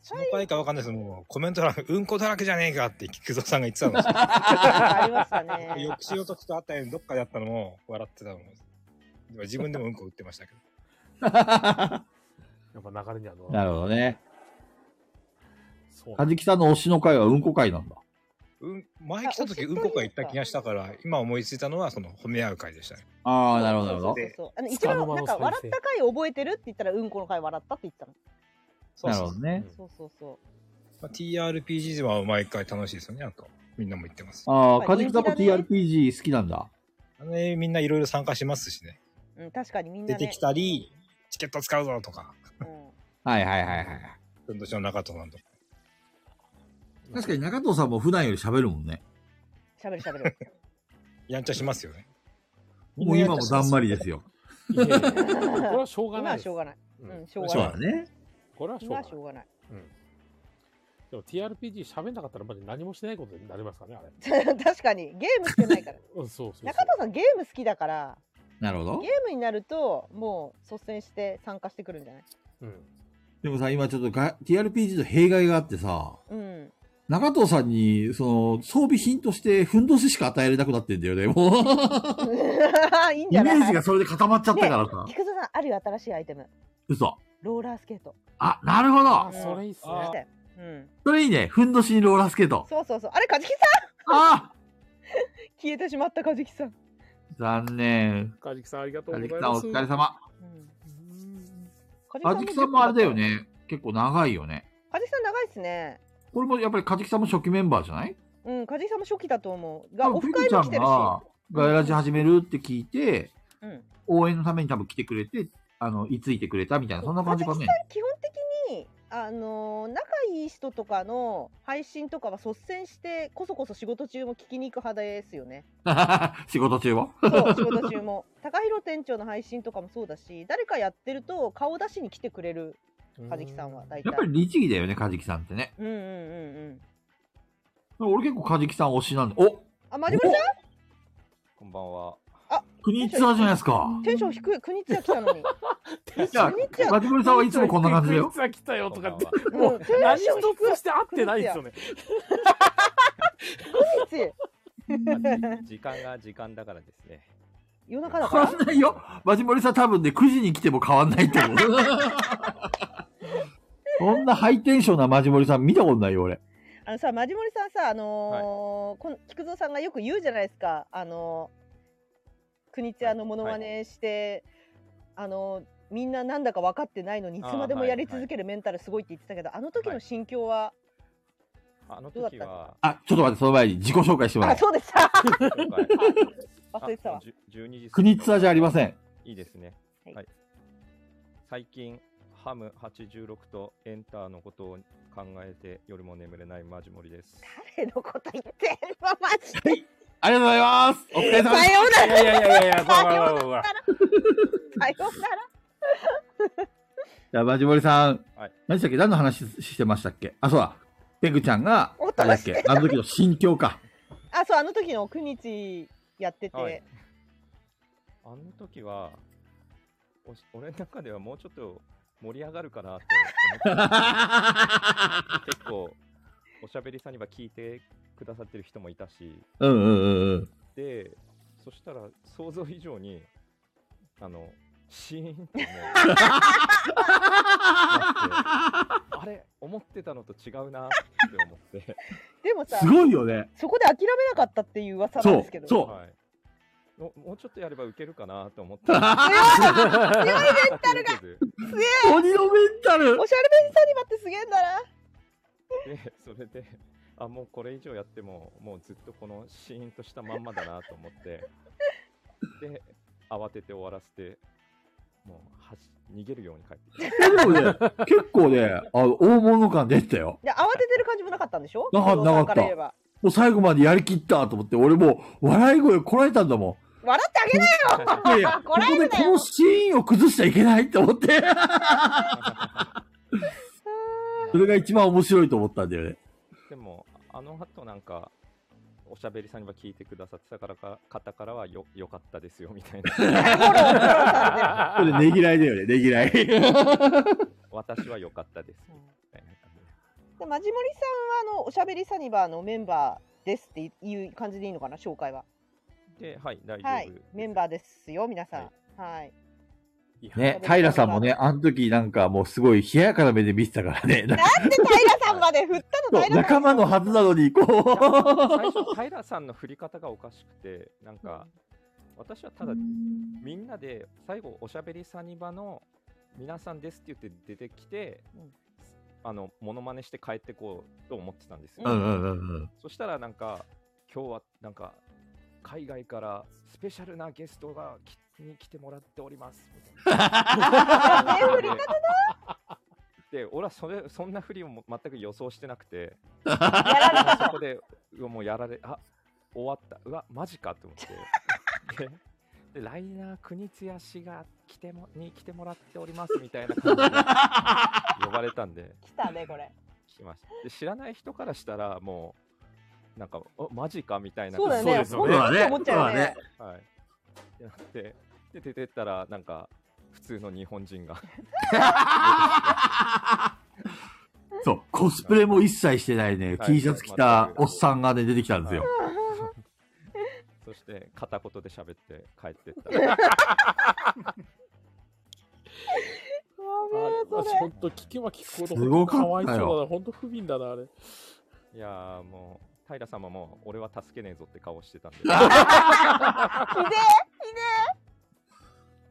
S19: その回かわかんないですけど、もうコメント欄、うんこだらけじゃねえかって菊蔵さんが言ってたの。
S2: ありましたね。
S19: 翌週の時とあったようにどっかでやったのも笑ってたのも。自分でもうんこ打ってま したけど。
S1: やっぱ流れにあの、
S3: なるほどね。
S1: そう
S3: はじきさんの推しの回はうんこ回なんだ。
S19: うん、前来た時うんこ会行った気がしたから、今思いついたのはその褒め合う会でしたね。
S3: ああ、なるほど、なるほど。
S19: で
S2: そうあの一番なんか笑った回覚えてるって言ったらうんこの回笑ったって言ってたの。
S19: そうそう
S3: なるほどね。
S2: そうそうそ
S19: まあ、TRPG では毎回楽しいですよね、あと。みんなも言ってます。
S3: ああ、かじきさんも TRPG 好きなんだ。
S19: あのねみんないろいろ参加しますしね。
S2: う。うん、確かにみんな
S19: 出て
S2: ね
S19: き。たり、チケット使うぞとか。
S3: はいはいはいはい。
S19: ふんどしの中藤さんとか。
S3: 確かに中藤さんも普段より喋るもんね。
S2: 喋る喋る。
S19: やんちゃしますよね。
S3: もう今もだんまりですよ。
S1: これはしょうが
S2: 今
S1: な
S2: は
S1: いです。
S2: しょうがない。うん、しょう
S3: そう
S2: が
S3: だ
S2: ない。
S3: ね。
S1: これはしょう
S2: 今
S1: が
S2: は
S1: な
S2: し
S1: い。
S2: ょうがない。
S1: でも TRPG 喋んなかったらまず何もしないことになりますからね、あれ。
S2: 確かにゲームしてないから。
S1: うん、そうそうそう。
S2: 中藤さんゲーム好きだから、
S3: なるほ
S2: ゲー
S3: ど。
S2: ムになるともう率先して参加してくるんじゃない
S3: でもさ、今ちょっとが TRPG と弊害があってさ、
S2: うん。
S3: 中藤さんに、その、装備品として、ふんどししか与えられなくなってんだよね、もう。
S2: いいんじ
S3: イ
S2: ゃな
S3: メ
S2: い
S3: ージがそれで固まっちゃったからさ。
S2: 菊蔵さん、あるよ、新しいアイテム。
S3: 嘘。
S2: ローラースケート。
S3: あ、なるほど。
S2: それいいっすね。うん。
S3: それいいね。ふんどしにローラースケート。
S2: そうそうそう。あれ、カジキさ
S3: んあ
S2: 消えてしまったカジキさん。
S3: 残念。
S1: カジキさんありがとう
S3: か
S1: ご
S3: じき
S1: ざい
S3: さん
S1: ま
S3: お
S1: す。
S3: 疲れ様。
S2: カ
S3: かじきさんもあれだよ。ね。結構長いよね。
S2: カジキさん長いっすね。
S3: これもやっぱりかじきさんも初期メンバーじゃない
S2: うん、カジキさんも初期だと思う。が、オフ
S3: ゆ
S2: 会
S3: うちゃ
S2: も来
S3: ん
S2: てるし。
S3: がガイラジ始めるって聞いて、
S2: うん。
S3: 応援のために多分来てくれて、あの、居ついてくれたみたいな、そんな感じかね。
S2: 基本的に、あのー仲いい人とかの配信とかは率先して、こそこそ仕事中も聞きに行く派です よね。
S3: 仕事中は。
S2: そう、仕事中も。高弘店長の配信とかもそうだし、誰かやってると顔出しに来てくれる、カジキさんは大体。
S3: やっぱり律儀だよね、かじきさんってね。
S2: うんうんうんうん。
S3: 俺結構かじきさん推しなんで、お
S2: あ、マジムさん
S20: こんばんは。
S2: あ、
S3: 国ツアーじゃないですか。
S2: テンション低い。国津屋来たのに。
S3: いや、ガチモリさんはいつもこんな感じだよ。
S16: 来たよとかって、もう何一つして合ってないですよね。
S19: 時間が時間だからですね。
S2: 夜中だ
S3: 変
S2: か
S3: わ
S2: ら
S3: ん。ないよ。マジモリさん多分ね、9時に来ても変わんないと思う。そんなハイテンションなマジモリさん見たことないよ、俺。
S2: あのさ、マジモリさんさ、あのーこの菊蔵さんがよく言うじゃないですか。あのー、国津屋のモノマネして、あのーみんななんだか分かってないのにいつまでもやり続けるメンタルすごいって言ってたけど、あの時の心境は、
S19: あの
S2: どうだっ
S19: 時は、
S3: あ、ちょっと待って、その前に自己紹介してもら
S2: あ、
S3: う。
S2: そうでした。
S19: あ
S2: 忘れてたわ。
S19: じゅ12時過ぎ
S3: 国ツアーじゃありません。
S19: いいですね。はい。最近、ハム86とエンターのことを考えて夜も眠れないマジモリです。
S2: 誰のこと言ってんのマジで。
S3: ありがとうございます。お疲れ様です
S2: さようなら
S3: いやいやいやいや、ほらほらほらほら。
S2: さようなら。
S3: じゃあ、マジモリさん、
S19: はい
S3: 何でしたっけ何の話してましたっけあ、そうだ。ペグちゃんが、
S2: お
S3: あれだっけあの時の心境か。
S2: あ、そう、あの時の9日やってて、
S19: はいあの時は、おし俺の中ではもうちょっと盛り上がるかなって思っ てた結構、おしゃべりさんには聞いてくださってる人もいたし、
S3: うんうんうんうん。
S19: で、そしたら想像以上に、あの、シーンってもう なってあれ思ってたのと違うなって思って。
S2: でもさ、
S3: すごいよね。
S2: そこで諦めなかったっていう噂なんですけど。
S19: はいももうちょっとやればウケるかなと思 って。強い
S2: 強いメンタルが強え
S3: 鬼のメンタル
S2: おしゃれベンサニバってすげえんだな。
S19: でそれであもうこれ以上やってももうずっとこのシーンとしたまんまだなと思ってで慌てて終わらせてもうはし逃げるように帰ってき
S3: えでもね、結構ね、あの、大物感出てたよ。
S2: いや、慌ててる感じもなかったんでしょ
S3: なかった、なかった。も
S2: た。
S3: う最後までやりきったと思って、俺もう、笑い声こらえたんだもん。
S2: 笑ってあげ
S3: いや
S2: ないよ
S3: や、 こ
S2: こらえ
S3: こで
S2: る
S3: このシーンを崩しちゃいけないって思って。 それが一番面白いと思ったんだよね。
S19: でもあの後なんかおしゃべりさんには聞いてくださってたからか方からはよよかったですよみたいな
S3: それねぎらいだよね、ねぎらい。
S19: 私は良かったですみたいな感じ
S2: でマジモリさんは、あの、おしゃべりサニバーのメンバーですっていう感じでいいのかな、紹介は。
S19: で、はい、大丈夫。
S2: はい。メンバーですよ、皆さん。はい。
S3: ね、平さんもね、あの時なんかもうすごい冷ややかな目で見てたからね。
S2: なんで平さんまで振ったの
S3: そう仲間のはずなのに、こ
S19: 最
S3: う。
S19: 初、平さんの振り方がおかしくて、なんか、私はただ、みんなで最後、おしゃべりサニバの皆さんですって言って出てきて、あの、モノマネして帰ってこうと思ってたんですよ。
S3: うんうんうんうん
S19: そしたら、なんか、今日は、なんか、海外からスペシャルなゲストがきに来てもらってお ります。みたいな
S2: ね振り方だ
S19: で、俺はそれ そんなふりをも全く予想してなくて、そこでうわもうやられ、あ終わった、うわ、マジかと思 って。ででライナー国津屋氏が来てもに来てもらっておりますみたいな感じで呼ばれたんで
S2: 来たね、これ。
S19: 来ましたで知らない人からしたらもうなんかおマジかみたいな
S2: そうだよね
S19: 感じ
S2: そうですよねそうだね思っちゃうよね
S19: はいってなってで出てったらなんか普通の日本 人が
S3: そう、コスプレも一切してないね、
S19: はい
S3: T シャツ着たおっさんがね、出てきたんですよ。
S19: そして片言で喋って帰ってった
S16: あれ
S19: それ
S16: 本当聞けば聞くほど
S19: すごかったよ
S16: わいそうだな本当不憫だなあれ
S19: いやーもう平様も俺は助けねえぞって顔してた んで
S2: ひで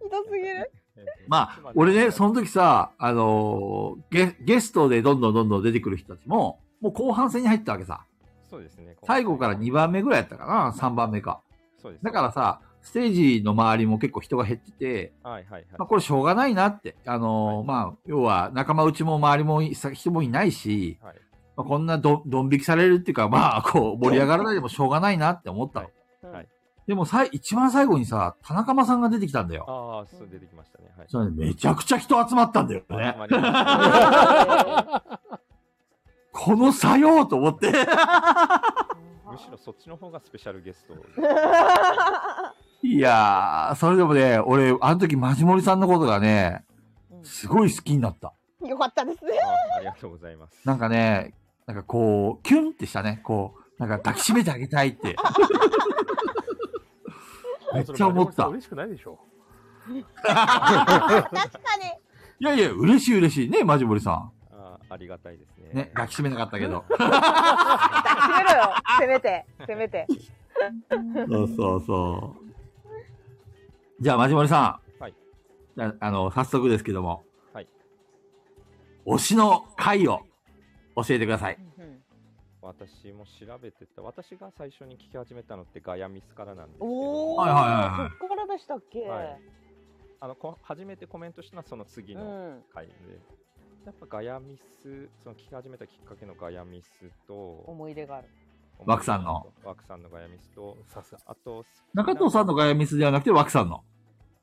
S2: えひでえひどすぎる。
S3: まあ、俺ね、その時さ、あのーゲ、ゲストでどんどんどんどん出てくる人たちも、もう後半戦に入ったわけさ。
S19: そうですね
S3: 最後から2番目ぐらいやったかな、3番目か。
S19: そうです
S3: だからさ、ステージの周りも結構人が減ってて、
S19: はいはいはい、
S3: まあ、これしょうがないなって。あのーまあ、要は仲間内も周りもいさ人もいないし、まあ、こんなど、どん引きされるっていうか、まあ、こう、盛り上がらないでもしょうがないなって思ったの。
S19: はい
S3: でもさい、一番最後にさ、田中間さんが出てきたんだよ。
S19: ああそう出てきましたね はい
S3: それねめちゃくちゃ人集まったんだよね
S19: 集まりま。
S3: この作用と思って。
S19: むしろそっちの方がスペシャルゲスト
S3: いいやー、それでもね、俺、あの時、マジモリさんのことがね、すごい好きになった。
S2: よかったですね。
S19: ありがとうございます。
S3: なんかね、なんかこう、キュンってしたね。こう、なんか抱きしめてあげたいって。めっちゃ思った
S16: 嬉しくないでしょ。
S2: 確か に。
S3: いやいや、嬉しい嬉しいね、マジモリさん。
S19: あーありがたいですね。
S3: ね、抱きしめなかったけど。
S2: 締めろよ。せめて、せめて。
S3: そうそうそう。じゃあ、マジモリさん。
S19: はい。
S3: じゃあ、あの、早速ですけども、
S19: はい。
S3: 推しの回を教えてください。
S19: 私も調べてた。私が最初に聞き始めたのってガヤミスからなんですけど。
S2: おお。
S19: はいはいはいはい
S2: そっからでしたっけ。
S19: はいあのこ初めてコメントしたのはその次の回で、やっぱガヤミス、その聞き始めたきっかけのガヤミスと、
S2: 思い出がある。
S3: ワクさんの。
S19: ワクさんのガヤミスと、あと、
S3: 中藤さんのガヤミスではなくて、枠さんの。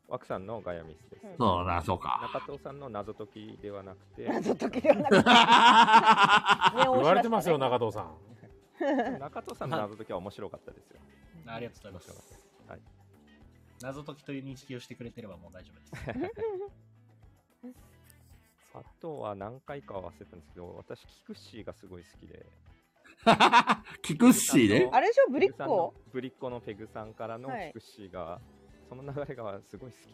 S19: ワクさんのガヤミスです。
S3: そうだそうか。
S19: 中藤さんの謎解きではなくて、
S2: 謎解きではなく て
S19: 言
S16: 言われてますよ、中藤さん。
S19: ん。中藤さんの謎解きは面白かったですよ。
S4: ありがとうございます。
S19: はい、
S4: 謎解きという認識をしてくれてればもう大丈夫です。
S19: あとは何回かは忘れたんですけど、私、キクッシーがすごい好きで。
S3: キクッシーね
S2: あれでしょブリッ
S19: ペ
S2: コ
S19: グさんのブリッコのペグさんからの
S2: はい
S19: キクッシーが、その流れがすごい好き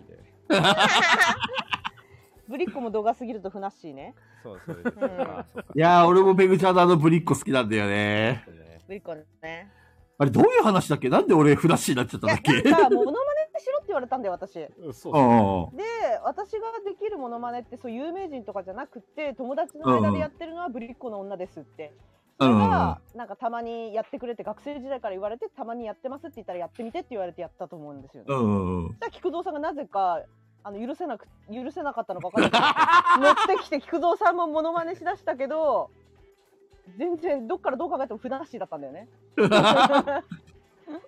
S19: で。
S2: ブリッコも動画すぎるとふなっしーね。
S19: そうそうです。
S2: うん
S19: あそう
S3: いやー、俺もペグちゃんのあのブリッコ好きなんだよね。
S2: ブリッコね。
S3: あれ、どういう話だっけなんで俺フラッシュになっちゃったんだっけ
S2: なんかモノマネしろって言われたんだよ私。で
S3: うんうん
S2: 私ができるモノマネってそう有名人とかじゃなくて友達の間でやってるのはブリッコの女ですって。
S3: うんうんうん
S2: がなんかたまにやってくれって学生時代から言われてたまにやってますって言ったらやってみてって言われてやったと思うんですよね。
S3: うんうんうん
S2: そしたら菊蔵さんがなぜかあの許せなく許せなかったのか分か んないけど乗ってきて菊蔵さんもモノマネしだしたけど全然どっからどう考えてもふなっしーだったんだよね。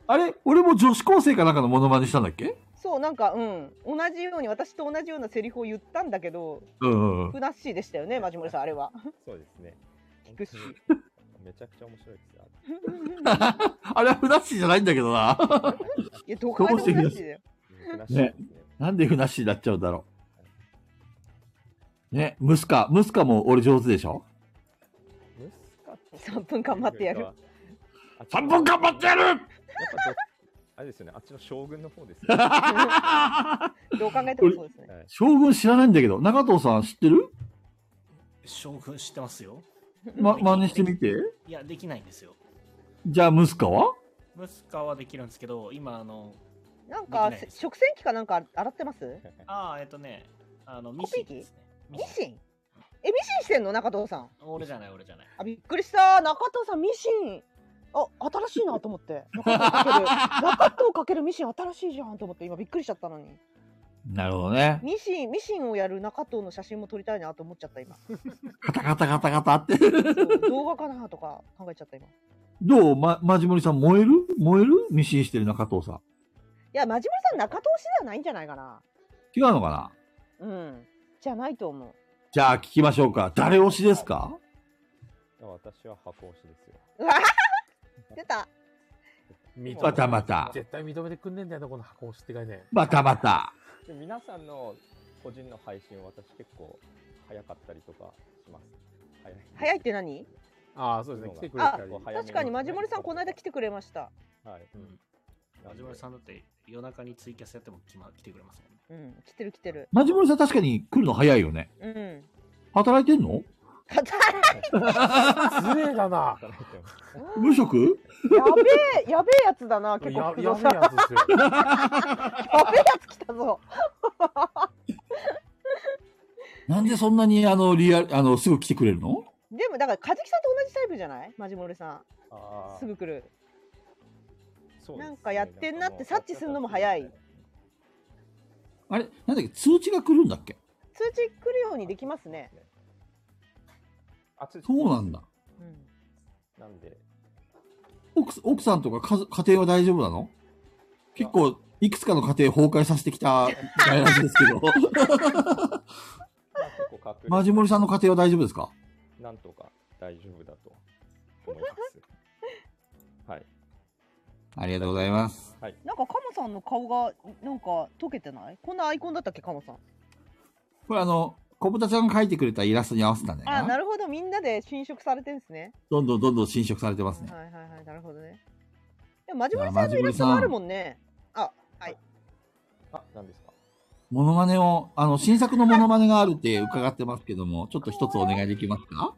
S3: あれ、俺も女子高生かなんかのモノマネしたんだっけ
S2: そうなんかうん同じように私と同じようなセリフを言ったんだけど、
S3: うんうんうん
S2: ふなっしーでしたよねマジモリさんあれは。
S19: そうですね。
S2: 聞くし。
S19: めちゃくちゃ面白いですよ。
S3: あれはフラッシーじゃないんだけどな。
S2: いやどう考えてもふなっしーだよ。
S3: ね。なんでフナッシーになっちゃうんだろう。ね、ムスカ、ムスカも俺上手でしょ
S2: 3分頑張ってやる。
S3: 三本頑張ってやる。
S19: やっぱどあれですよね。あっちの将軍の方ですよ、
S2: どう考えてもそうですね。
S3: 将軍知らないんだけど、中藤さん知ってる
S4: 将軍知ってますよ。
S3: ま、真似してみて。
S4: いや、できないんですよ。
S3: じゃあ、ムスカは
S4: ムスカはできるんですけど、今、あの、
S2: なんか
S4: できないです
S2: 食洗機かなんか洗ってます？
S4: ああ、えっとね、あの、ミシンですね。
S2: ミシン？えミシンしてんの中藤さん？
S4: 俺じゃない、俺じゃない。
S2: あびっくりした中藤さんミシンあ新しいなと思って中藤かけ る中藤かけるミシン新しいじゃんと思って今びっくりしちゃったのに
S3: なるほどね。
S2: ミシンミシンをやる中藤の写真も撮りたいなと思っちゃっ た今
S3: ガタガタガタガタって。
S2: そう動画かなとか考えちゃった今い
S3: どうま、まじもりさん、燃える燃えるミシンしてる中藤さん。
S2: や真面目さん中藤氏ではないんじゃないかな
S3: 違うのかな
S2: うんじゃないと 思う
S3: じゃあ、聞きましょうか。誰推しですか
S19: 私は箱推しですよ。
S2: うわ出た
S16: 認め
S3: またまた
S16: 絶対認めてくんねえんだよな、この箱押しって概念。
S3: またまた。
S19: で皆さんの個人の配信、私結構早かったりとかします。早い。
S2: 早いって何
S16: ああ、そうですね。来てくれ
S2: あ
S16: たり。
S2: 確かにマジモリさんこの間来てくれました
S19: はい。
S4: うん。マジモリさんだって夜中にツイキャスやっても来,、ま、来てくれますもんね。
S2: うん来てる来てる
S3: まじもりさん、確かに来るの早いよね。
S2: うん
S3: 働いてんの
S16: 失礼だな。
S3: 無職
S2: やべえやべえやつだな結構
S16: や
S2: 工藤
S16: やべえやつですよ
S2: やべえやつ来たぞ
S3: なんでそんなに、あの、リアル、あの、すぐ来てくれるの
S2: でもだからカジキさんと同じタイプじゃないマジモリさ
S19: あ
S2: んすぐ来る
S19: そう
S2: なんかやってんなって察知するのも早い通
S3: あれなんだっけ通知が来るんだっけ
S2: 知来るようにできますね
S19: あつ
S3: そうなんだ。
S19: なんで、
S3: 奥す奥さんとか家家庭は大丈夫なの結構、いくつかの家庭崩壊させてきた大らしいですけど。
S19: ここ隠
S3: マジモリさんの家庭は大丈夫ですか
S19: なんとか大丈夫だと思います。はい。
S3: ありがとうございます。
S19: はい。
S2: なんかカモさんの顔がなんか溶けてないこんなアイコンだったっけカモさん
S3: これあの、小豚ちゃんが描いてくれたイラストに合わせたんだよ。
S2: あなるほどみんなで侵食されてんですね
S3: どんどんどんどん侵食されてますね。
S2: はいはいはいなるほどねでもマジモリさんのイラストもあるもんねあはい
S19: あ、何ですか
S3: モノマネを、あの、新作のモノマネがあるって伺ってますけども、ちょっと一つお願いできますか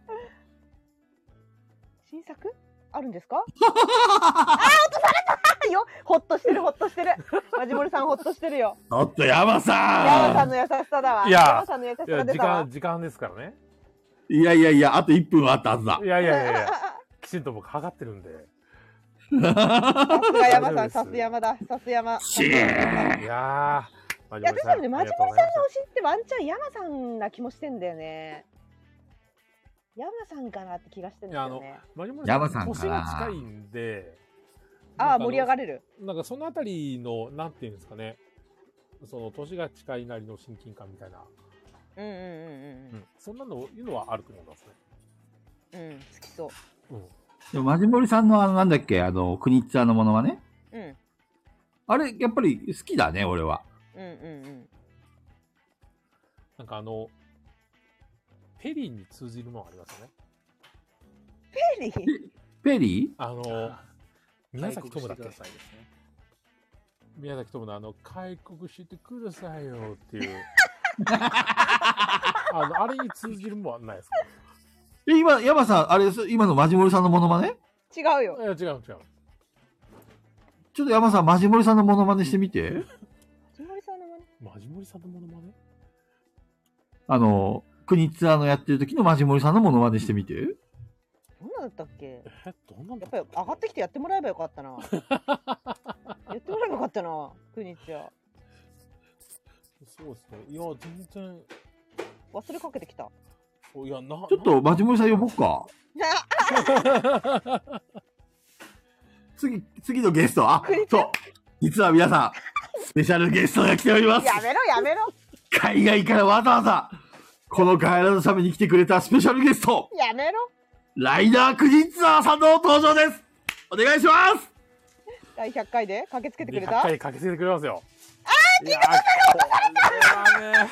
S2: 新作あるん ですかあー落とされたよほっとしてるほっとしてるマジモリさんほっとしてるよ
S3: ちょっと山
S2: ヤマさ
S3: さ
S2: んの優しさだわ
S3: いや
S2: ヤマさんの優しさ
S1: いや、
S2: 出
S1: 時
S2: たわ
S1: 間、時間ですからね。
S3: んいやいやいや、あと1分はあったはずだ
S1: い。やいやいやいや、きちんと僕測ってるんで。
S2: さすが山さん、
S1: 大丈夫
S2: さす山だ、さす山。い
S1: いやー、マ
S2: や、私でもね、マジモリさんが
S1: ん
S2: 推しってワンチャン山さんな気もしてんだよね。山さんかなって気がしてん
S1: い
S2: だ
S1: や、あ
S2: よ
S1: の
S2: ね。、
S1: マジモリ
S3: 山さんか
S1: 年が近いんで、
S2: ああ、盛り上がれる。
S1: なんかそのあたりの、なんていうんですかね、その年が近いなりの親近感みたいな、
S2: うんうんうん
S1: うんそんなのいうのはあると思いますね。
S2: うん。うん、好きそう。
S3: でも、マジモリさんのあの、なんだっけ、あの、クニッツァーのモノマネ
S2: うん、うん
S3: あれ、やっぱり好きだね、俺は。
S2: うんうん。
S1: なんかあの、ペリーに通じるものありますよね。
S2: ペリー
S3: ペリー
S1: あの、宮崎友だっ
S3: 開国してく
S1: け
S3: ださいです
S1: ね。宮崎友のあの、開国してくださいよっ ていう。あの、あれに通じるもんはないですか
S3: え、今、山さん、あれです、今のマジモリさんのモノマネ
S2: 違うよ。
S1: いや、違う違う。
S3: ちょっと山さん、マジモリさんのモノマネしてみて。
S2: マジモリさんのマネ
S1: マジモリさんのモノマネ
S3: あの、クニッツァーのやってる時のマジモリさんのモノマネしてみて。
S2: どんなだったっけ
S1: え、どんなん
S2: やっぱり上がってきてやってもらえばよかった な。やってもらえばよかったな、くにちゃ。
S1: そうですね。いや、全然。
S2: 忘れかけてきた。
S1: おいや、な、
S3: ちょっと、マジモリさん呼ぼっか。次、次のゲストは、あそう。実は皆さん、スペシャルゲストが来ております
S2: や。めろ、やめろ。
S3: 海外からわざわざ、このガイラのために来てくれたスペシャルゲスト、
S2: やめろ。
S3: ライダークジッツァーさんの登場です。お願いします。
S2: 第100回で駆けつけてくれ
S1: 100
S2: た。
S1: 回駆けつけてくれますよ。
S2: ああ、聞いたことない
S1: これはね。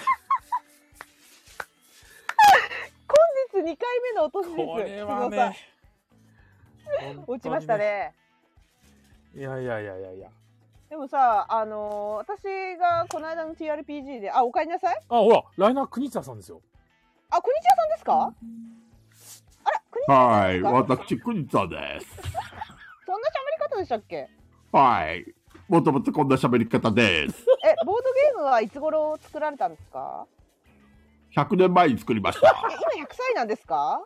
S2: 本日2回目のお年です。
S1: これはね
S2: 鈴尾さん。落ちましたね。
S1: いやいやいやいやいや。
S2: でもさ、あのー私がこの間の TRPG で、あ、お帰りなさい。
S1: あ、ほら、ライナークニッツァーさんですよ。
S2: あ、こんにちはさんですか
S3: はい、私、クニッツァーです。
S2: そんな喋り方でしたっけ
S3: はい。もともとこんな喋り方です。
S2: え、ボードゲームはいつ頃作られたんですか
S3: 100年前に作りまし
S2: え
S3: た。
S2: 今100歳なんですか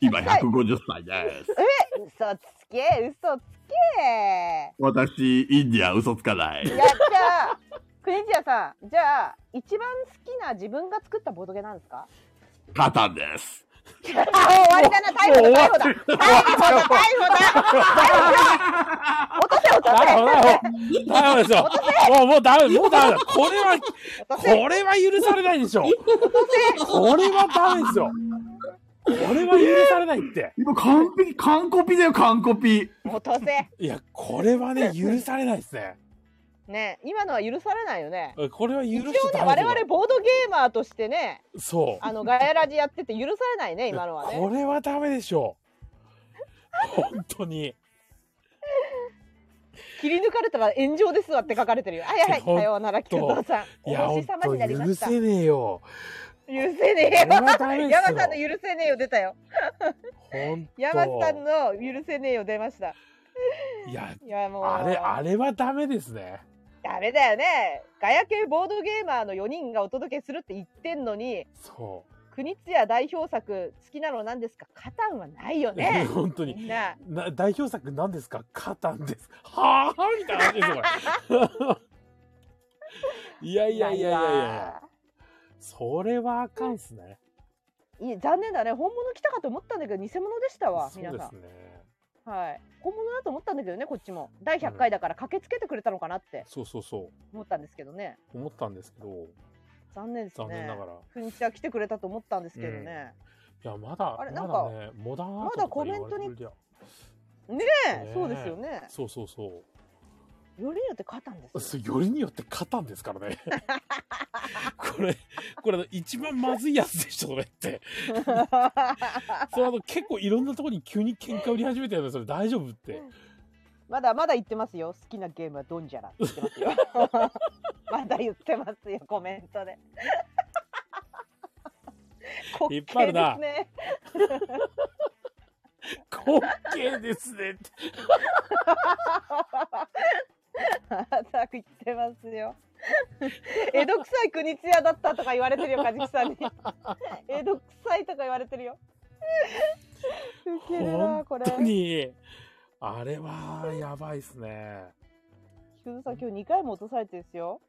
S3: 今、150歳です。
S2: え、嘘つけ、嘘つけ。
S3: 私、インディアン嘘つかない。
S2: やったー。クニチアさん、じゃあ、一番好きな自分が作ったボードゲーなんですか。
S3: カタンです。
S2: あ、もう終わりだな、逮捕だ、逮捕だ。逮捕だ、逮捕だ。逮捕だ。落とせ、落とせ。
S1: ダメですよ。もう、もうダメ、もうダメだ。これは、これは許されな いでしょ。これはダメですよ。これは許されないって。
S3: 今、完璧、完コピだよ、完コピ。
S2: 落とせ。
S1: いや、これはね、許されないですね。
S2: ね、今のは許されないよね。
S1: これは許
S2: 一
S1: し
S2: 応
S1: ちゃ
S2: ね、
S1: ダメ
S2: 我
S1: だ
S2: 々
S1: よ
S2: ボードゲーマーとしてね、
S1: そう。
S2: あのガヤラジやってて許されないね、今の はね。
S1: これはダメでしょう。本当に。
S2: 切り抜かれたら炎上ですわって書かれてるよ。はいはい、
S1: ほん
S2: さようなら、菊蔵さん。
S1: い
S2: お
S1: や、本
S2: 星様になり
S1: 当
S2: ま
S1: 許
S2: した。
S1: せねえよ。
S2: 許せねえよ。
S1: これはダメですよ
S2: 山さんの許せねえよ出たよ。
S1: 本当。
S2: 山さんの許せねえよ出ました。
S1: いや、
S2: いやもう
S1: あれ、あれはダメですね。
S2: ダメだよね。ガヤ系ボードゲーマーの4人がお届けするって言ってんのに、
S1: そ
S2: 国津屋代表作好きなのなんですか。カタンはないよ
S1: う。。
S2: ね
S1: 本当
S2: みん
S1: に。
S2: な
S1: な代表作何ですかカタンです。はぁみたいな話ですよ、こ れ。いやいやいやいやい
S2: ない
S1: や。それはあかんっすね。
S2: いや残念だね。本物来たかと思ったんだけど偽物でしたわ。
S1: そうで
S2: 皆
S1: す
S2: さん。
S1: ね。
S2: はい。本物だと思ったんだけどね、こっちも。第100回だから駆けつけてくれたのかなって
S1: そうそうそ
S2: 思ったんですけどね。
S1: う。思ったんですけど。
S2: 残念ですね。
S1: 残念ながら
S2: 国津屋来てくれたと思ったんですけどね。
S1: いや、まだ、
S2: あ
S1: ま
S2: れなんか
S1: だね、モダンアー
S2: ま
S1: ト
S2: だ
S1: とか
S2: コメ
S1: 言
S2: ン
S1: わ
S2: ト
S1: れて
S2: に
S1: るりゃ。
S2: ねえ、そうですよね。
S1: そうそうそう。
S2: よりによって勝ったんですよ
S1: そうよりによって勝ったんですか らね。これ、これあの一番まずいやつでしょ、それ って。それあの結構いろんなところに急に喧嘩売り始めたよね、それ大丈夫って。
S2: まだまだ言ってますよ。好きなゲームはドンジャラって言ってます よ。まだ言ってますよ、コメントで。
S1: 引っ張るな。
S2: 滑稽ですね
S1: 滑稽ですねって。
S2: たく言ってますよ。江戸臭い国津屋だったとか言われてるよ、梶木さ んに。江戸臭いとか言われてるよ。 ウケるな、こ
S1: 本
S2: れ。
S1: 当に、あれはやばいっすね。
S2: 菊蔵さん、今日2回も落とされてるんですよ。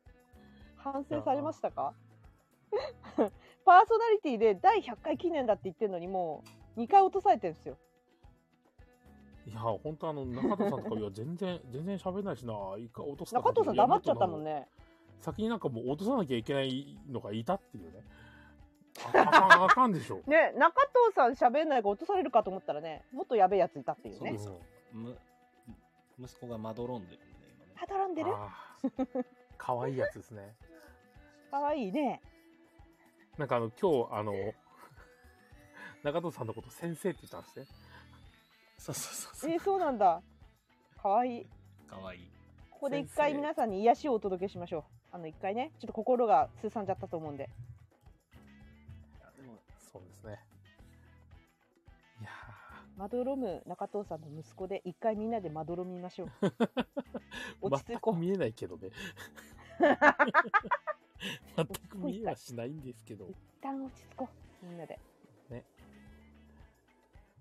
S2: 反省されましたか パーソナリティで第100回記念だって言ってるのに、もう2回落とされてるんですよ。
S1: いや、本当あの、中田さんとか、いや、全然、全然喋んないしな、一回落とすか
S2: 中藤さん黙っちゃったもん
S1: ね。
S2: ね。
S1: 先になんかもう落とさなきゃいけないのがいたって いうね。ああかん、あかんでしょ。
S2: ね中藤さん喋んないから落とされるかと思ったらね、もっとやべえやついたっていうね。
S4: そうむ息子がまどろんでるんで
S2: はたらんでる
S1: かわいいやつですね。
S2: かわいいね。
S1: なんかあの、今日、あの、中藤さんのこと先生って言ったんですね。
S4: そうそうそう
S2: えー、そうなんだ。かわいい。
S4: かわいい
S2: ここで一回皆さんに癒しをお届けしましょう。あの一回ね、ちょっと心が通さんじゃったと思うんで。
S1: そうですね。
S2: まどろむ中藤さんの息子で一回みんなでまどろみましょう。 落ち着
S1: こう。見えないけど ね。全く見えはしないんですけど。
S2: 一旦落ち着こう。みんなで。
S1: ね。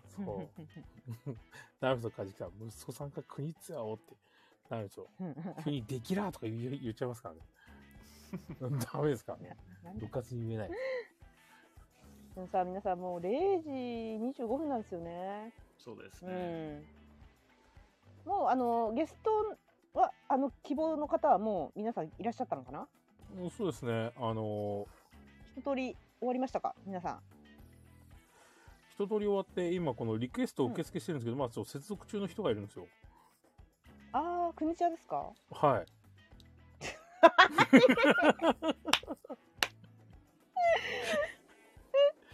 S1: そう。ダメですよ、カジキさん。息子さんが国ツアーをって。ダメですよ。急にできらーとか言う言っちゃいます からね。ダメですからね。部活に言えない。
S2: でもさ、皆さんもう0時25分なんですよね。
S4: そうです
S2: ね。うん、もうあのゲストはあの希望の方はもう皆さんいらっしゃったのかな？
S1: うんそうですね。あの
S2: 一通り終わりましたか？皆さん。
S1: 一通り終わって、今このリクエストを受付してるんですけど、まあちょっと接続中の人がいるんですよ。
S2: ああ、国ちゃんです か？
S1: はい。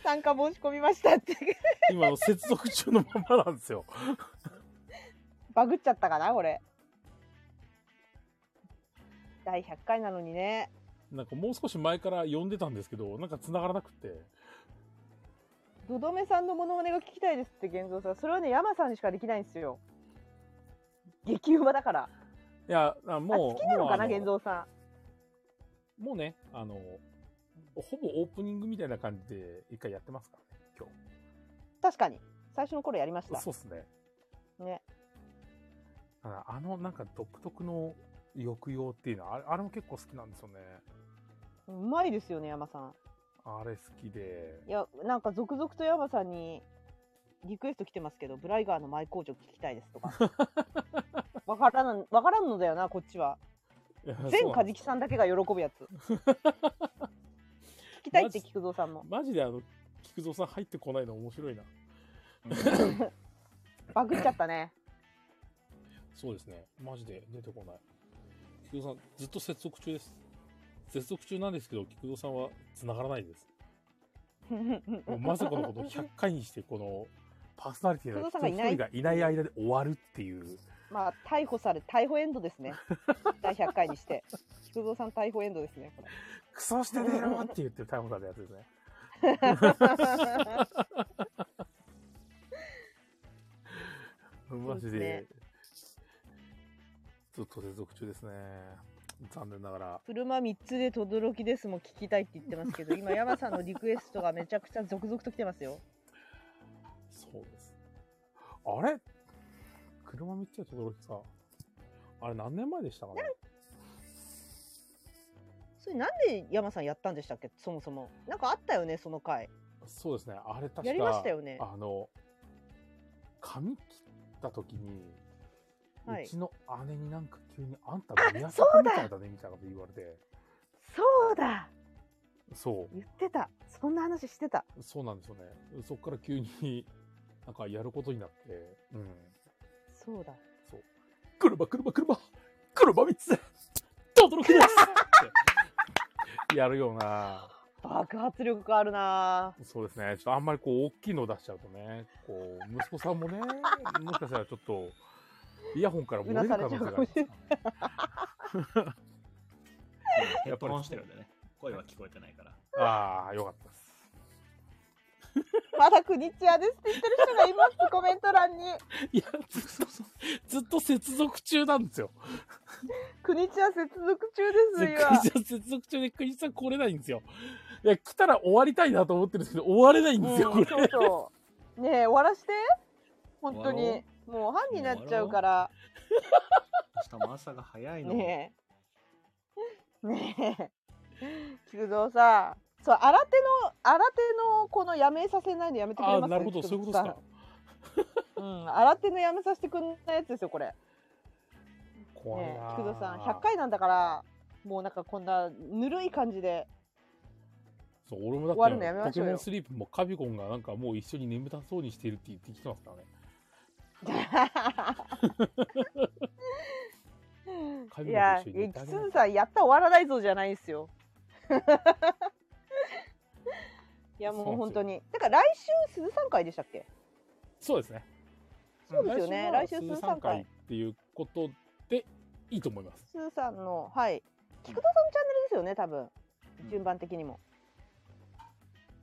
S2: 参加申し込みましたって。
S1: 今あの接続中のままなんですよ。
S2: バグっちゃったかな、これ。第100回なのにね。
S1: なんかもう少し前から呼んでたんですけど、なんか繋がらなくて。
S2: どどめさんのモノマネが聞きたいですって、現像さん。それはね、山さんにしかできないんですよ。激うまだから。
S1: いや、あ
S2: あ
S1: もう、
S2: 好きなのかな、
S1: もうあ
S2: 現像さ
S1: もうね、あの、ほぼオープニングみたいな感じで一回やってますからね、今
S2: ん。確かに。最初の頃やりました
S1: 日。。そうっすね。
S2: ね。
S1: だからあの、なんか独特の抑揚っていうのは、あれあれも結構好きなんですよね。
S2: うまいですよね、山さん。
S1: あれ好きで。
S2: いや、なんか続々と山さんにリクエスト来てますけど、ブライガーの前工場聞きたいですとか。 わからん、わからんのだよな、こっちは。
S1: いやそう
S2: 全
S1: なん
S2: カ
S1: で
S2: ジ
S1: す
S2: キさんだけが喜ぶや つ。聞きたいって菊蔵さんも。
S1: マジであの、菊蔵さん入ってこないの面白いな。
S2: バグっちゃったね。
S1: そうですね。マジで出てこない。菊蔵さん、ずっと接続中です。接続中なんですけど、菊蔵さんは繋がらないです。もうまさこのことを100回にして、この、パーソナリティの一人一人がいない間で終わるっていう。
S2: まあ、逮捕され、逮捕エンドですね。 第100回にして。菊蔵さん逮捕エンドですね、これ。
S1: クソしてねえよって言ってる逮捕されたやつですね。マジで、ずっと接続中ですね。残念ながら。
S2: 車3つで轟ですも聞きたいって言ってますけど、今山さんのリクエストがめちゃくちゃ続々と来てますよ。
S1: そうです。あれ車見てたところさ、あれ何年前でしたかね
S2: それなんで山さんやったんでしたっけそもそもなんかあったよねその回
S1: そうですね。あれ確か
S2: やりましたよね
S1: あの、髪切った時に、
S2: はいう
S1: ちの姉になんか急にあんた宮坂みたいだねみたいなこと言われて、
S2: そうだ
S1: そう。
S2: 言ってたそんな話してた
S1: そうなんですよね。そこから急に、なんかやることになって、うん。
S2: そうだ
S1: そう。車、車、車黒馬光だと驚きですやるよな
S2: 爆発力があるな
S1: そうですねちょっとあんまりこう大きいのを出しちゃうとねこう息子さんもねもしかしたらちょっとイヤホンから漏れる可能性があるんですよね
S4: ヘッドホンしてるんでね、声は聞こえてないから。
S1: ああよかったです
S2: まだクニチアですって言ってる人がいます、コメント欄に。
S1: ずっと接続中なんですよ
S2: クニチア接続中です、
S1: クニチア接続中でクニチア来れないんですよいや来たら終わりたいなと思ってるんですけど終われないんですよ、
S2: 今。うん、
S1: こ
S2: そう
S1: れ
S2: そう。ねえ、終わらして。本当
S4: 終わ
S2: に。もう半になっちゃうから。
S4: 明日も朝が早いの。
S2: ねえ。ねえ。菊蔵さん。そう、新手の、新手のこのやめさせないのやめてくれます
S1: あーなるほどそういうことっすか。
S2: うん、新手のやめさせてくんないやつですよ、これ。
S1: 怖い
S2: ね
S1: な
S2: え、菊蔵さん、100回なんだから、もうなんかこんなぬるい感じで。
S1: そう俺もだって
S2: 終わるのやめま
S1: ポ
S2: し
S1: ケ
S2: ょうよ
S1: モンスリープもカビゴンがなんかもう一緒に眠たそうにしているって言ってきてますからね
S2: いや、
S1: 神の
S2: い
S1: ご主人
S2: つずさん、やった終わらないぞじゃないですよ。 いや、もう本当に。だから来週、鈴さん会でしたっけ
S1: そうですね
S2: そうですよね
S1: うん
S2: 来週
S1: は
S2: 鈴さん会
S1: っていうことでいいと思います
S2: 鈴さんの、はい。菊田さんのチャンネルですよね、多分。順番的にも。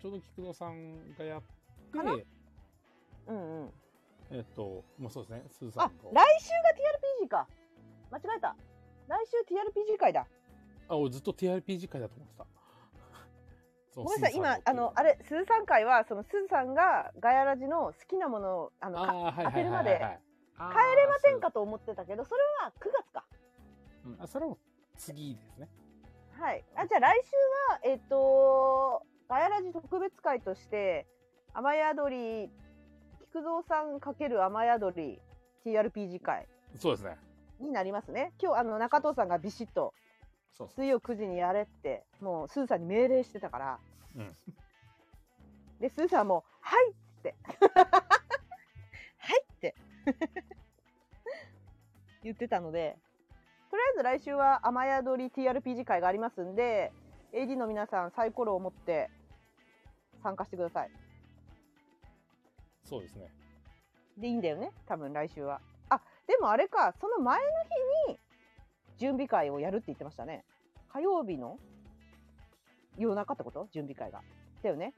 S1: ちょうど菊野さんがやって
S2: かなうんうん。
S1: えっとまあそうですねすずさ
S2: あ
S1: ん、と
S2: 来週が TRPG か。間違えた。来週 TRPG 会だ。
S1: あ俺ずっと TRPG 会だと思ってた そ
S2: ご
S1: う
S2: めんなさい、
S1: すず
S2: 今
S1: さの、
S2: あの、あれ、鈴さん会は、その鈴さんがガヤラジの好きなものを、あの、か
S1: はい
S2: 当
S1: はい
S2: てる
S1: は
S2: ま
S1: いはい
S2: で、
S1: はい
S2: 帰れませんかと思ってたけど、それは9月か。
S1: うんあそれも次ですね
S2: はい。あ、じゃあ来週は、えっ、と、ガヤラジ特別会として、雨宿り、菊蔵さん×雨宿り TRPG 会
S1: そうですね
S2: になりますね。今日、あの、中藤さんがビシッと、
S1: そう
S2: 水曜9時にやれって、もう、スーさんに命令してたから、
S1: うん
S2: で、スーさんも、はいっつって、はいって 言ってたので、とりあえず来週は雨宿り TRPG 会がありますんで、AD の皆さんサイコロを持って参加してください。
S1: そうですね
S2: で、いいんだよね多分来週は。あ、でもあれか、その前の日に準備会をやるって言ってましたね。火曜日の夜中ってこと準備会が。だよね。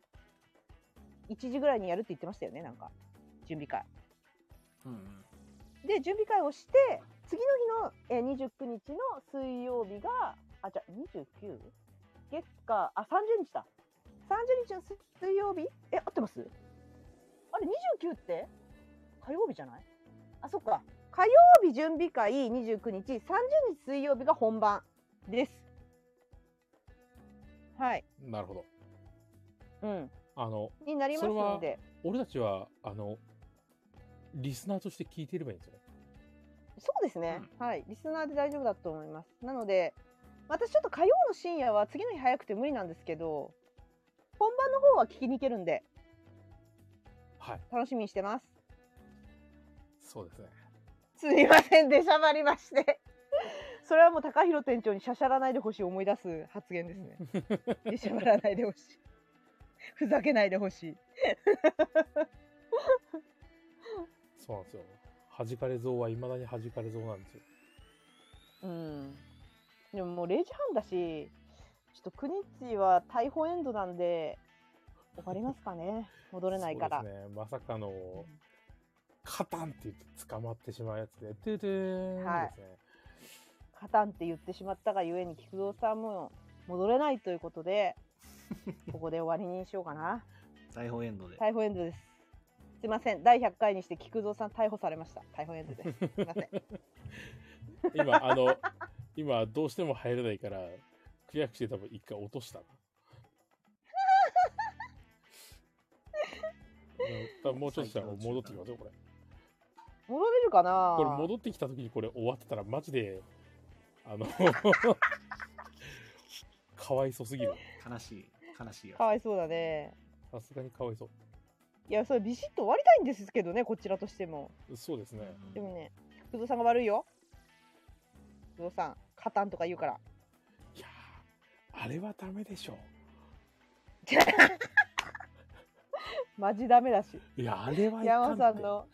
S2: 1時ぐらいにやるって言ってましたよね、なんか。準備会。
S4: うん
S2: で準備会をして次の日の、えー、29日の水曜日があじゃあ 29? 月火あ30日だ30日の水水曜日え合ってますあれ29って火曜日じゃないあそっか火曜日準備会29日30日水曜日が本番ですはい
S1: なるほど
S2: うん
S1: あの
S2: になりますので
S1: それは俺たちはあのリスナーとして聞いていればいいんですよね
S2: そうですね、はいリスナーで大丈夫だと思いますなので私ちょっと火曜の深夜は次の日早くて無理なんですけど本番の方は聞きに行けるんで
S1: はい
S2: 楽しみにしてます
S1: そうですね
S2: すみませんでしゃばりまして それはもう高弘店長にしゃしゃらないでほしい思い出す発言です ねでしゃばらないでほしいふざけないでほしい
S1: そうなんですよ弾かれ像はいまだに弾かれ像なんですよ
S2: うんでももう0時半だしちょっと国地は逮捕エンドなんで終わりますかね戻れないから
S1: そうですねまさかのカタンって言って捕まってしまうやつでトゥトゥーンですね、
S2: カタンって言ってしまったがゆえに菊蔵さんも戻れないということ でここで終わりにしようかな
S4: 逮捕エンドで。
S2: 逮捕エンドですすいません第100回にして菊蔵さん逮捕されました逮捕エンドですすい ません
S1: 今あの今どうしても入れないからクリアして多分一回落としたなうん多分もうちょっとしたら戻ってきますよこれ
S2: 戻れるかな
S1: これ戻ってきた時にこれ終わってたらマジであの かわいそすぎる
S4: 悲しい悲しいよ
S2: かわいそうだね
S1: さすがにかわいそ
S2: いやそれビシッと終わりたいんですけどねこちらとしても
S1: うそうですね
S2: でもね菊蔵さんが悪いよ久保さん。カタンとか言う から。
S1: あれはダメでしょ
S2: マジダメだし。
S1: いやあれはいかん
S2: 山さんの、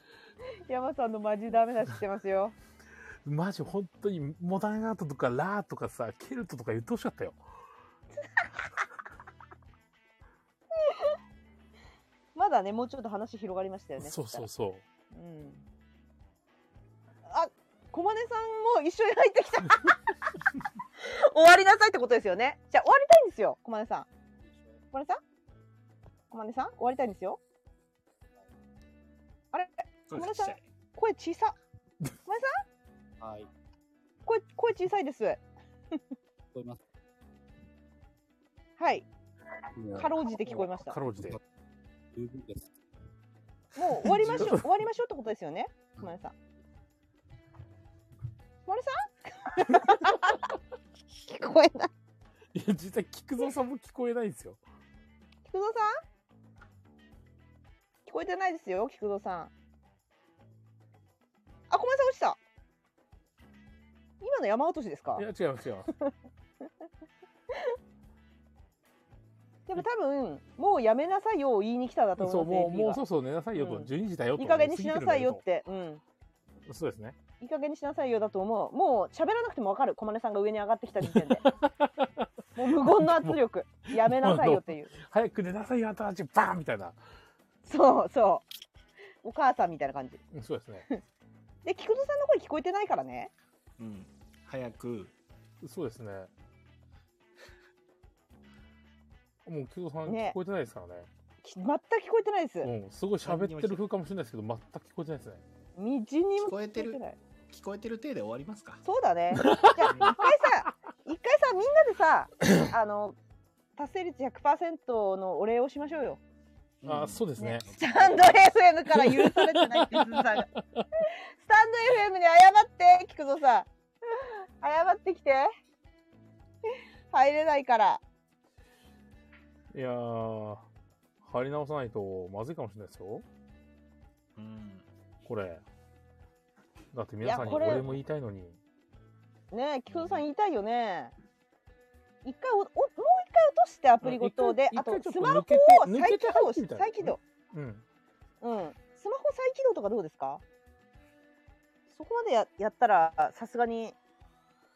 S2: 山さんのマジダメだししてますよ。
S1: マジ本当にモダンアートとかラーとかさケルトとか言ってほしかったよ
S2: まだね、もうちょっと話広がりましたよね。。
S1: そうそうそう
S2: うん。あ、小金さんも一緒に入って きた。終わりなさいってことですよね。じゃあ終わりたいんですよ、小金さん。小金さん小金さん終わりたいんですよ。あれ小金さん、声小さ。小金さ
S21: はい。聞
S2: ん声、声小さいです。
S21: こえます。
S2: はい。かろうじて聞こえました
S1: かろうじて。
S21: 十分です。
S2: もう終わりましょう、終わりましょうってことですよね。小金さん。小金さん聞こえない。
S1: いや実際菊蔵さんも聞こえないんですよ
S2: 菊蔵さん聞こえてないですよ、菊蔵さん。あ、小林さん落ちた。今の山落としですか
S1: いや違います違います
S2: でも多分、もうやめなさいよを言いに来ただと
S1: そ
S2: 思
S1: う
S2: う
S1: もうもうそ
S2: そう
S1: そう寝なさいよと、12時だよと
S2: いい加減にしなさいよって。うん。
S1: そうですね
S2: いい加減にしなさいよだと思う。もう喋らなくてもわかる。小金さんが上に上がってきた時点で。もう無言の圧力。やめなさいよって いう。
S1: 早く寝なさいよあんたたちバーンみたいな
S2: そうそう。お母さんみたいな感じ。
S1: うんそうですね
S2: で、菊蔵さんの声聞こえてないからね。
S4: うん。早く。
S1: そうですねもう菊蔵さん
S2: ね
S1: 聞こえてないですからね
S2: き全く聞こえてないです。
S1: うんすごい喋ってる風かもしれないですけど全く聞こえてないですね
S2: みじにも
S21: 聞こえてる。
S12: 聞こえてる体で終わりますか。
S2: そうだ ね。じゃあ、一回さ、一回さ、み んなでさ、あの、達成率100%のお礼をしましょうよ。
S1: あそうですね
S2: スタンド FM から許されてないって、鈴さん が。スタンド FM に謝って、菊蔵さん。謝ってきて。入れないから。
S1: いやー貼り直さないとまずいかもしれないですよ
S12: うん
S1: これだって皆さ
S2: いや
S1: んに
S2: これ
S1: 俺も言いたいのに
S2: ねえ、菊蔵さん言いたいよね。一回お、お、もう一回落としてアプリごとで、
S1: うん
S2: あ
S1: 一
S2: と
S1: 回一回ち
S2: ス
S1: ょっ
S2: マ
S1: と
S2: ホ
S1: 抜
S2: を
S1: けて抜
S2: 再
S1: け
S2: 起
S1: て
S2: 動
S1: 入
S2: し
S1: ってみたら
S2: 再起動。
S1: うん
S2: うん。スマホ再起動とかどうですかそこまでややったら、さすがに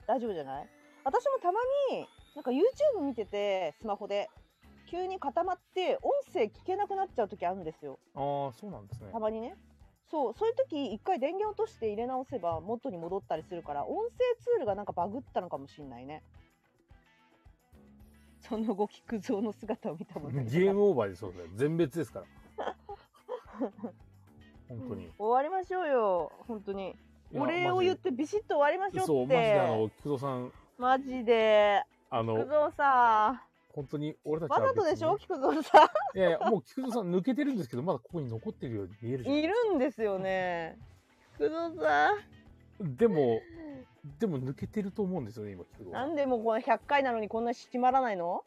S2: 大丈夫じゃない私もたまに、なんか YouTube 見てて、スマホで、急に固まって、音声聞けなくなっちゃう時あるんですよ。
S1: ああそうなんですね
S2: たまにね。そう、そういう時、一回電源落として入れ直せば元に戻ったりするから、音声ツールがなんかバグったのかもしんないね。その後、菊蔵の姿を見たもんね。
S1: ゲームオーバーでそうですね全滅で すから本当に、
S2: 終わりましょうよ、本当に。
S1: いや
S2: お礼を
S1: マジ
S2: 言ってビシッと終わりましょ
S1: そう
S2: っ
S1: マジで
S2: て。
S1: あの菊蔵さん
S2: マジで。
S1: あの
S2: 菊蔵さ
S1: 本当に俺
S2: ん。
S1: たち
S2: わざ
S1: は
S2: とでしょ
S1: 別
S2: 菊蔵さ
S1: にいやいやもう菊蔵さん抜けてるんですけどまだここに残ってるように見えるじ
S2: ん。いるんですよね。菊蔵さ
S1: ゃんでもでも抜けてると思うんですよね今菊
S2: ん。
S1: 蔵
S2: な
S1: さん
S2: んでもうこの100回なのにこんな閉まらないの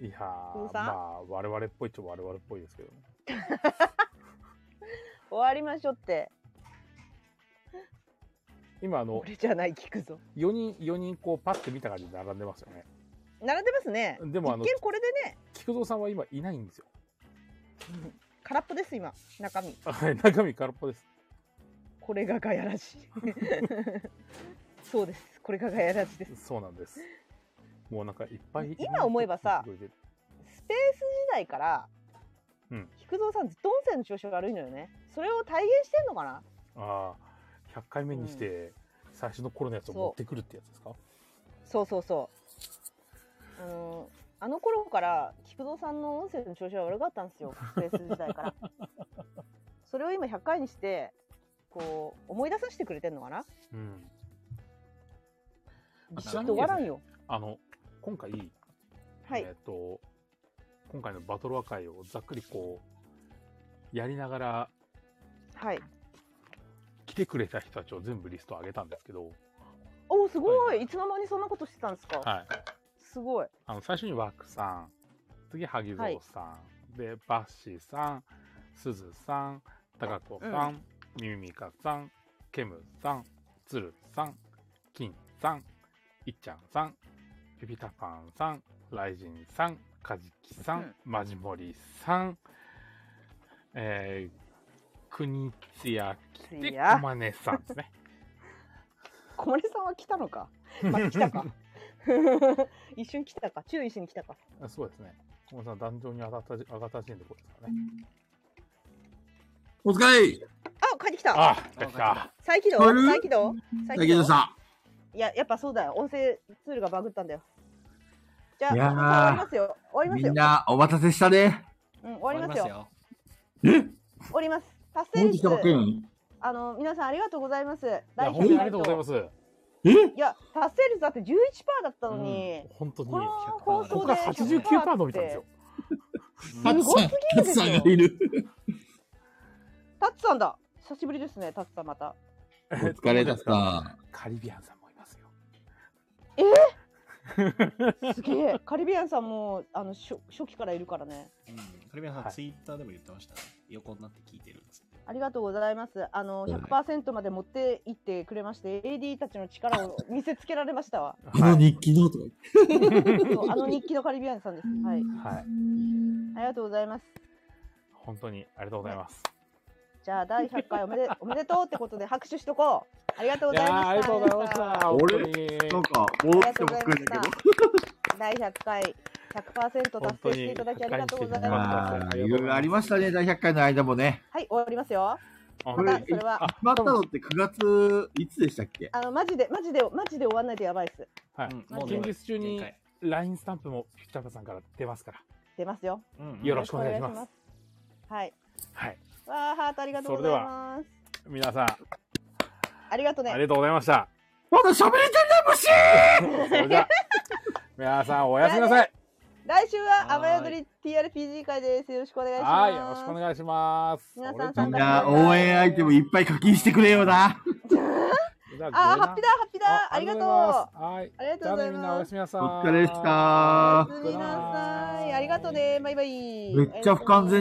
S1: いやー
S2: 菊蔵
S1: ま
S2: さん
S1: あ我々っぽいっちゃ我々っぽいですけどね
S2: 終わりましょうって。
S1: 今あの
S2: 俺じゃない菊蔵
S1: 4人4人こうパッて見た感じで並んでますよね
S2: 並んでますね。
S1: でもあの
S2: 一見これでね、
S1: 菊蔵さんは今いないんですよ
S2: 空っぽです今、中身。
S1: はい中身空っぽです
S2: これがガヤらしい。 そうです。これがガヤらしいです。
S1: そうなんですもうなんかいっぱい
S2: 今思えばさ
S1: いろいろ出てる
S2: スペース時代から、
S1: うん
S2: 菊蔵さんずっと音声の調子が悪いのよね。それを体現してんのかな
S1: ああ100回目にして最初の頃のやつを持ってくるってやつですか、
S2: そうそうそう。あのあの頃から菊蔵さんの音声の調子が悪かったんですよ。スペース時代 から。それを今100回にして、こう、思い出させてくれてんのかな
S1: うん
S2: ちょっと終わらんよ。
S1: あの今回、
S2: はい
S1: えっ、と今回のバトル和解をざっくりこうやりながら
S2: はい。
S1: 来てくれた人たちを全部リスト上げたんですけど、
S2: おーすごいいつの間にそんなことしてたんですか、
S1: はい、
S2: すごい。
S1: あの最初にワークさん次萩蔵さん、でバッシーさんすずさん高子さん、みみミミカさんケムさんつるさん金さんいっちゃんさん、ピピタパンさん、ライジンさん、カジキさん、マジモリさん、えー、くにつやきて、
S2: い
S1: こ
S2: や
S1: まねさんですね。
S2: 小森さんは来た のか。まあ、来たか。 一瞬来たか。注意しに来たか。
S1: あそうですね。小森さん、壇上に上がった時上がった時点でこうですからね。
S3: お疲れ
S2: あ、帰ってきた。
S1: あ、来た来た。
S2: 再起動
S3: あれ
S2: 再起動
S3: 再起動した。
S2: いや、やっぱそうだよ。音声ツールがバグったんだよ。じゃあ、
S3: い
S2: 終
S3: やー
S2: わりますよ。終わります
S3: み
S2: よ。
S3: んな、お待たせしたね。
S2: うん、終わりますよ。
S3: え
S2: 終わります。達成
S3: 戻ってき
S2: 率
S3: たばっかりなのに。
S2: あの、皆さんありがとうございます。
S1: いや、
S2: 来
S1: 本当にありがとうございます。
S2: いや、達成率だって11%だったのに、
S1: 本当に。
S2: この放送
S1: 僕
S2: で
S1: が89%伸びたんですよ。
S2: すごすぎるでしょ。
S1: いる。
S2: タッツさんだ。久しぶりですね、タッツさんまた。
S3: お疲れだった。
S1: カリビアンさんもいますよ。
S2: えー、すげえ。 カリビアンさんも、あの、初初期からいるからね。
S4: うん、カリビアンさん、ツイッターでも言ってましたね。横になって聞いてるっつって。
S2: ありがとうございます。あの、100%まで持っていってくれまして、AD たちの力を見せつけられました わ。
S3: あの日記のとか言って
S2: そうあの日記のカリビアンさんです。はい。
S1: はい。
S2: ありがとうございます。
S1: 本当にありがとうございます。
S2: じゃあ、第100回お めでおめでとうってことで拍手しとこう。ありがとうございました。
S1: やーありがとうございました。
S3: あれ
S1: 本当に
S3: なんか、
S2: あ
S3: 戻っ
S2: り
S3: て
S2: が
S3: きて
S2: とう
S3: ば
S2: ご
S3: っか
S2: ざいま
S3: り
S2: し
S3: だけど。
S2: た。第100回、100%達成していただきありがとうございま
S3: まあ、いろいろありましたね、大100回の間もね。
S2: す。はい、終わりますよ。
S3: あ
S2: また、それは、
S3: 決まったのって9月、いつでしたっけ
S2: あの、マジで、マジで、マジで終わんないとやばいです。
S1: はい。近日中に LINE スタンプもピクタパさんから出ますから。
S2: 出ますよ。
S1: よろしくお願いします。
S2: はい。
S1: はい。
S2: わあ、ハートありがとうございます。
S1: 皆さん、
S2: ありがとね。
S1: ありがとうございました。
S3: まだ喋れて
S1: それじゃあ、皆さんおやすみなさい。
S2: 来週は雨宿り TRPG 会です。よろしくお願いします。
S1: はい。よろしくお願いします。
S2: 皆さん
S3: み
S2: 参
S3: ん
S2: 加して
S3: な、
S2: ください
S3: 応援アイテムいっぱい課金してくれよな。
S1: じゃ
S2: あ、ハッピーだ、ハッピーだ。ありがとう。
S1: はい。
S2: ありがとうございます。
S1: おやすみなさい。
S3: お疲れでした。
S2: はいありがとうね。バイバイ。
S3: めっちゃ不完全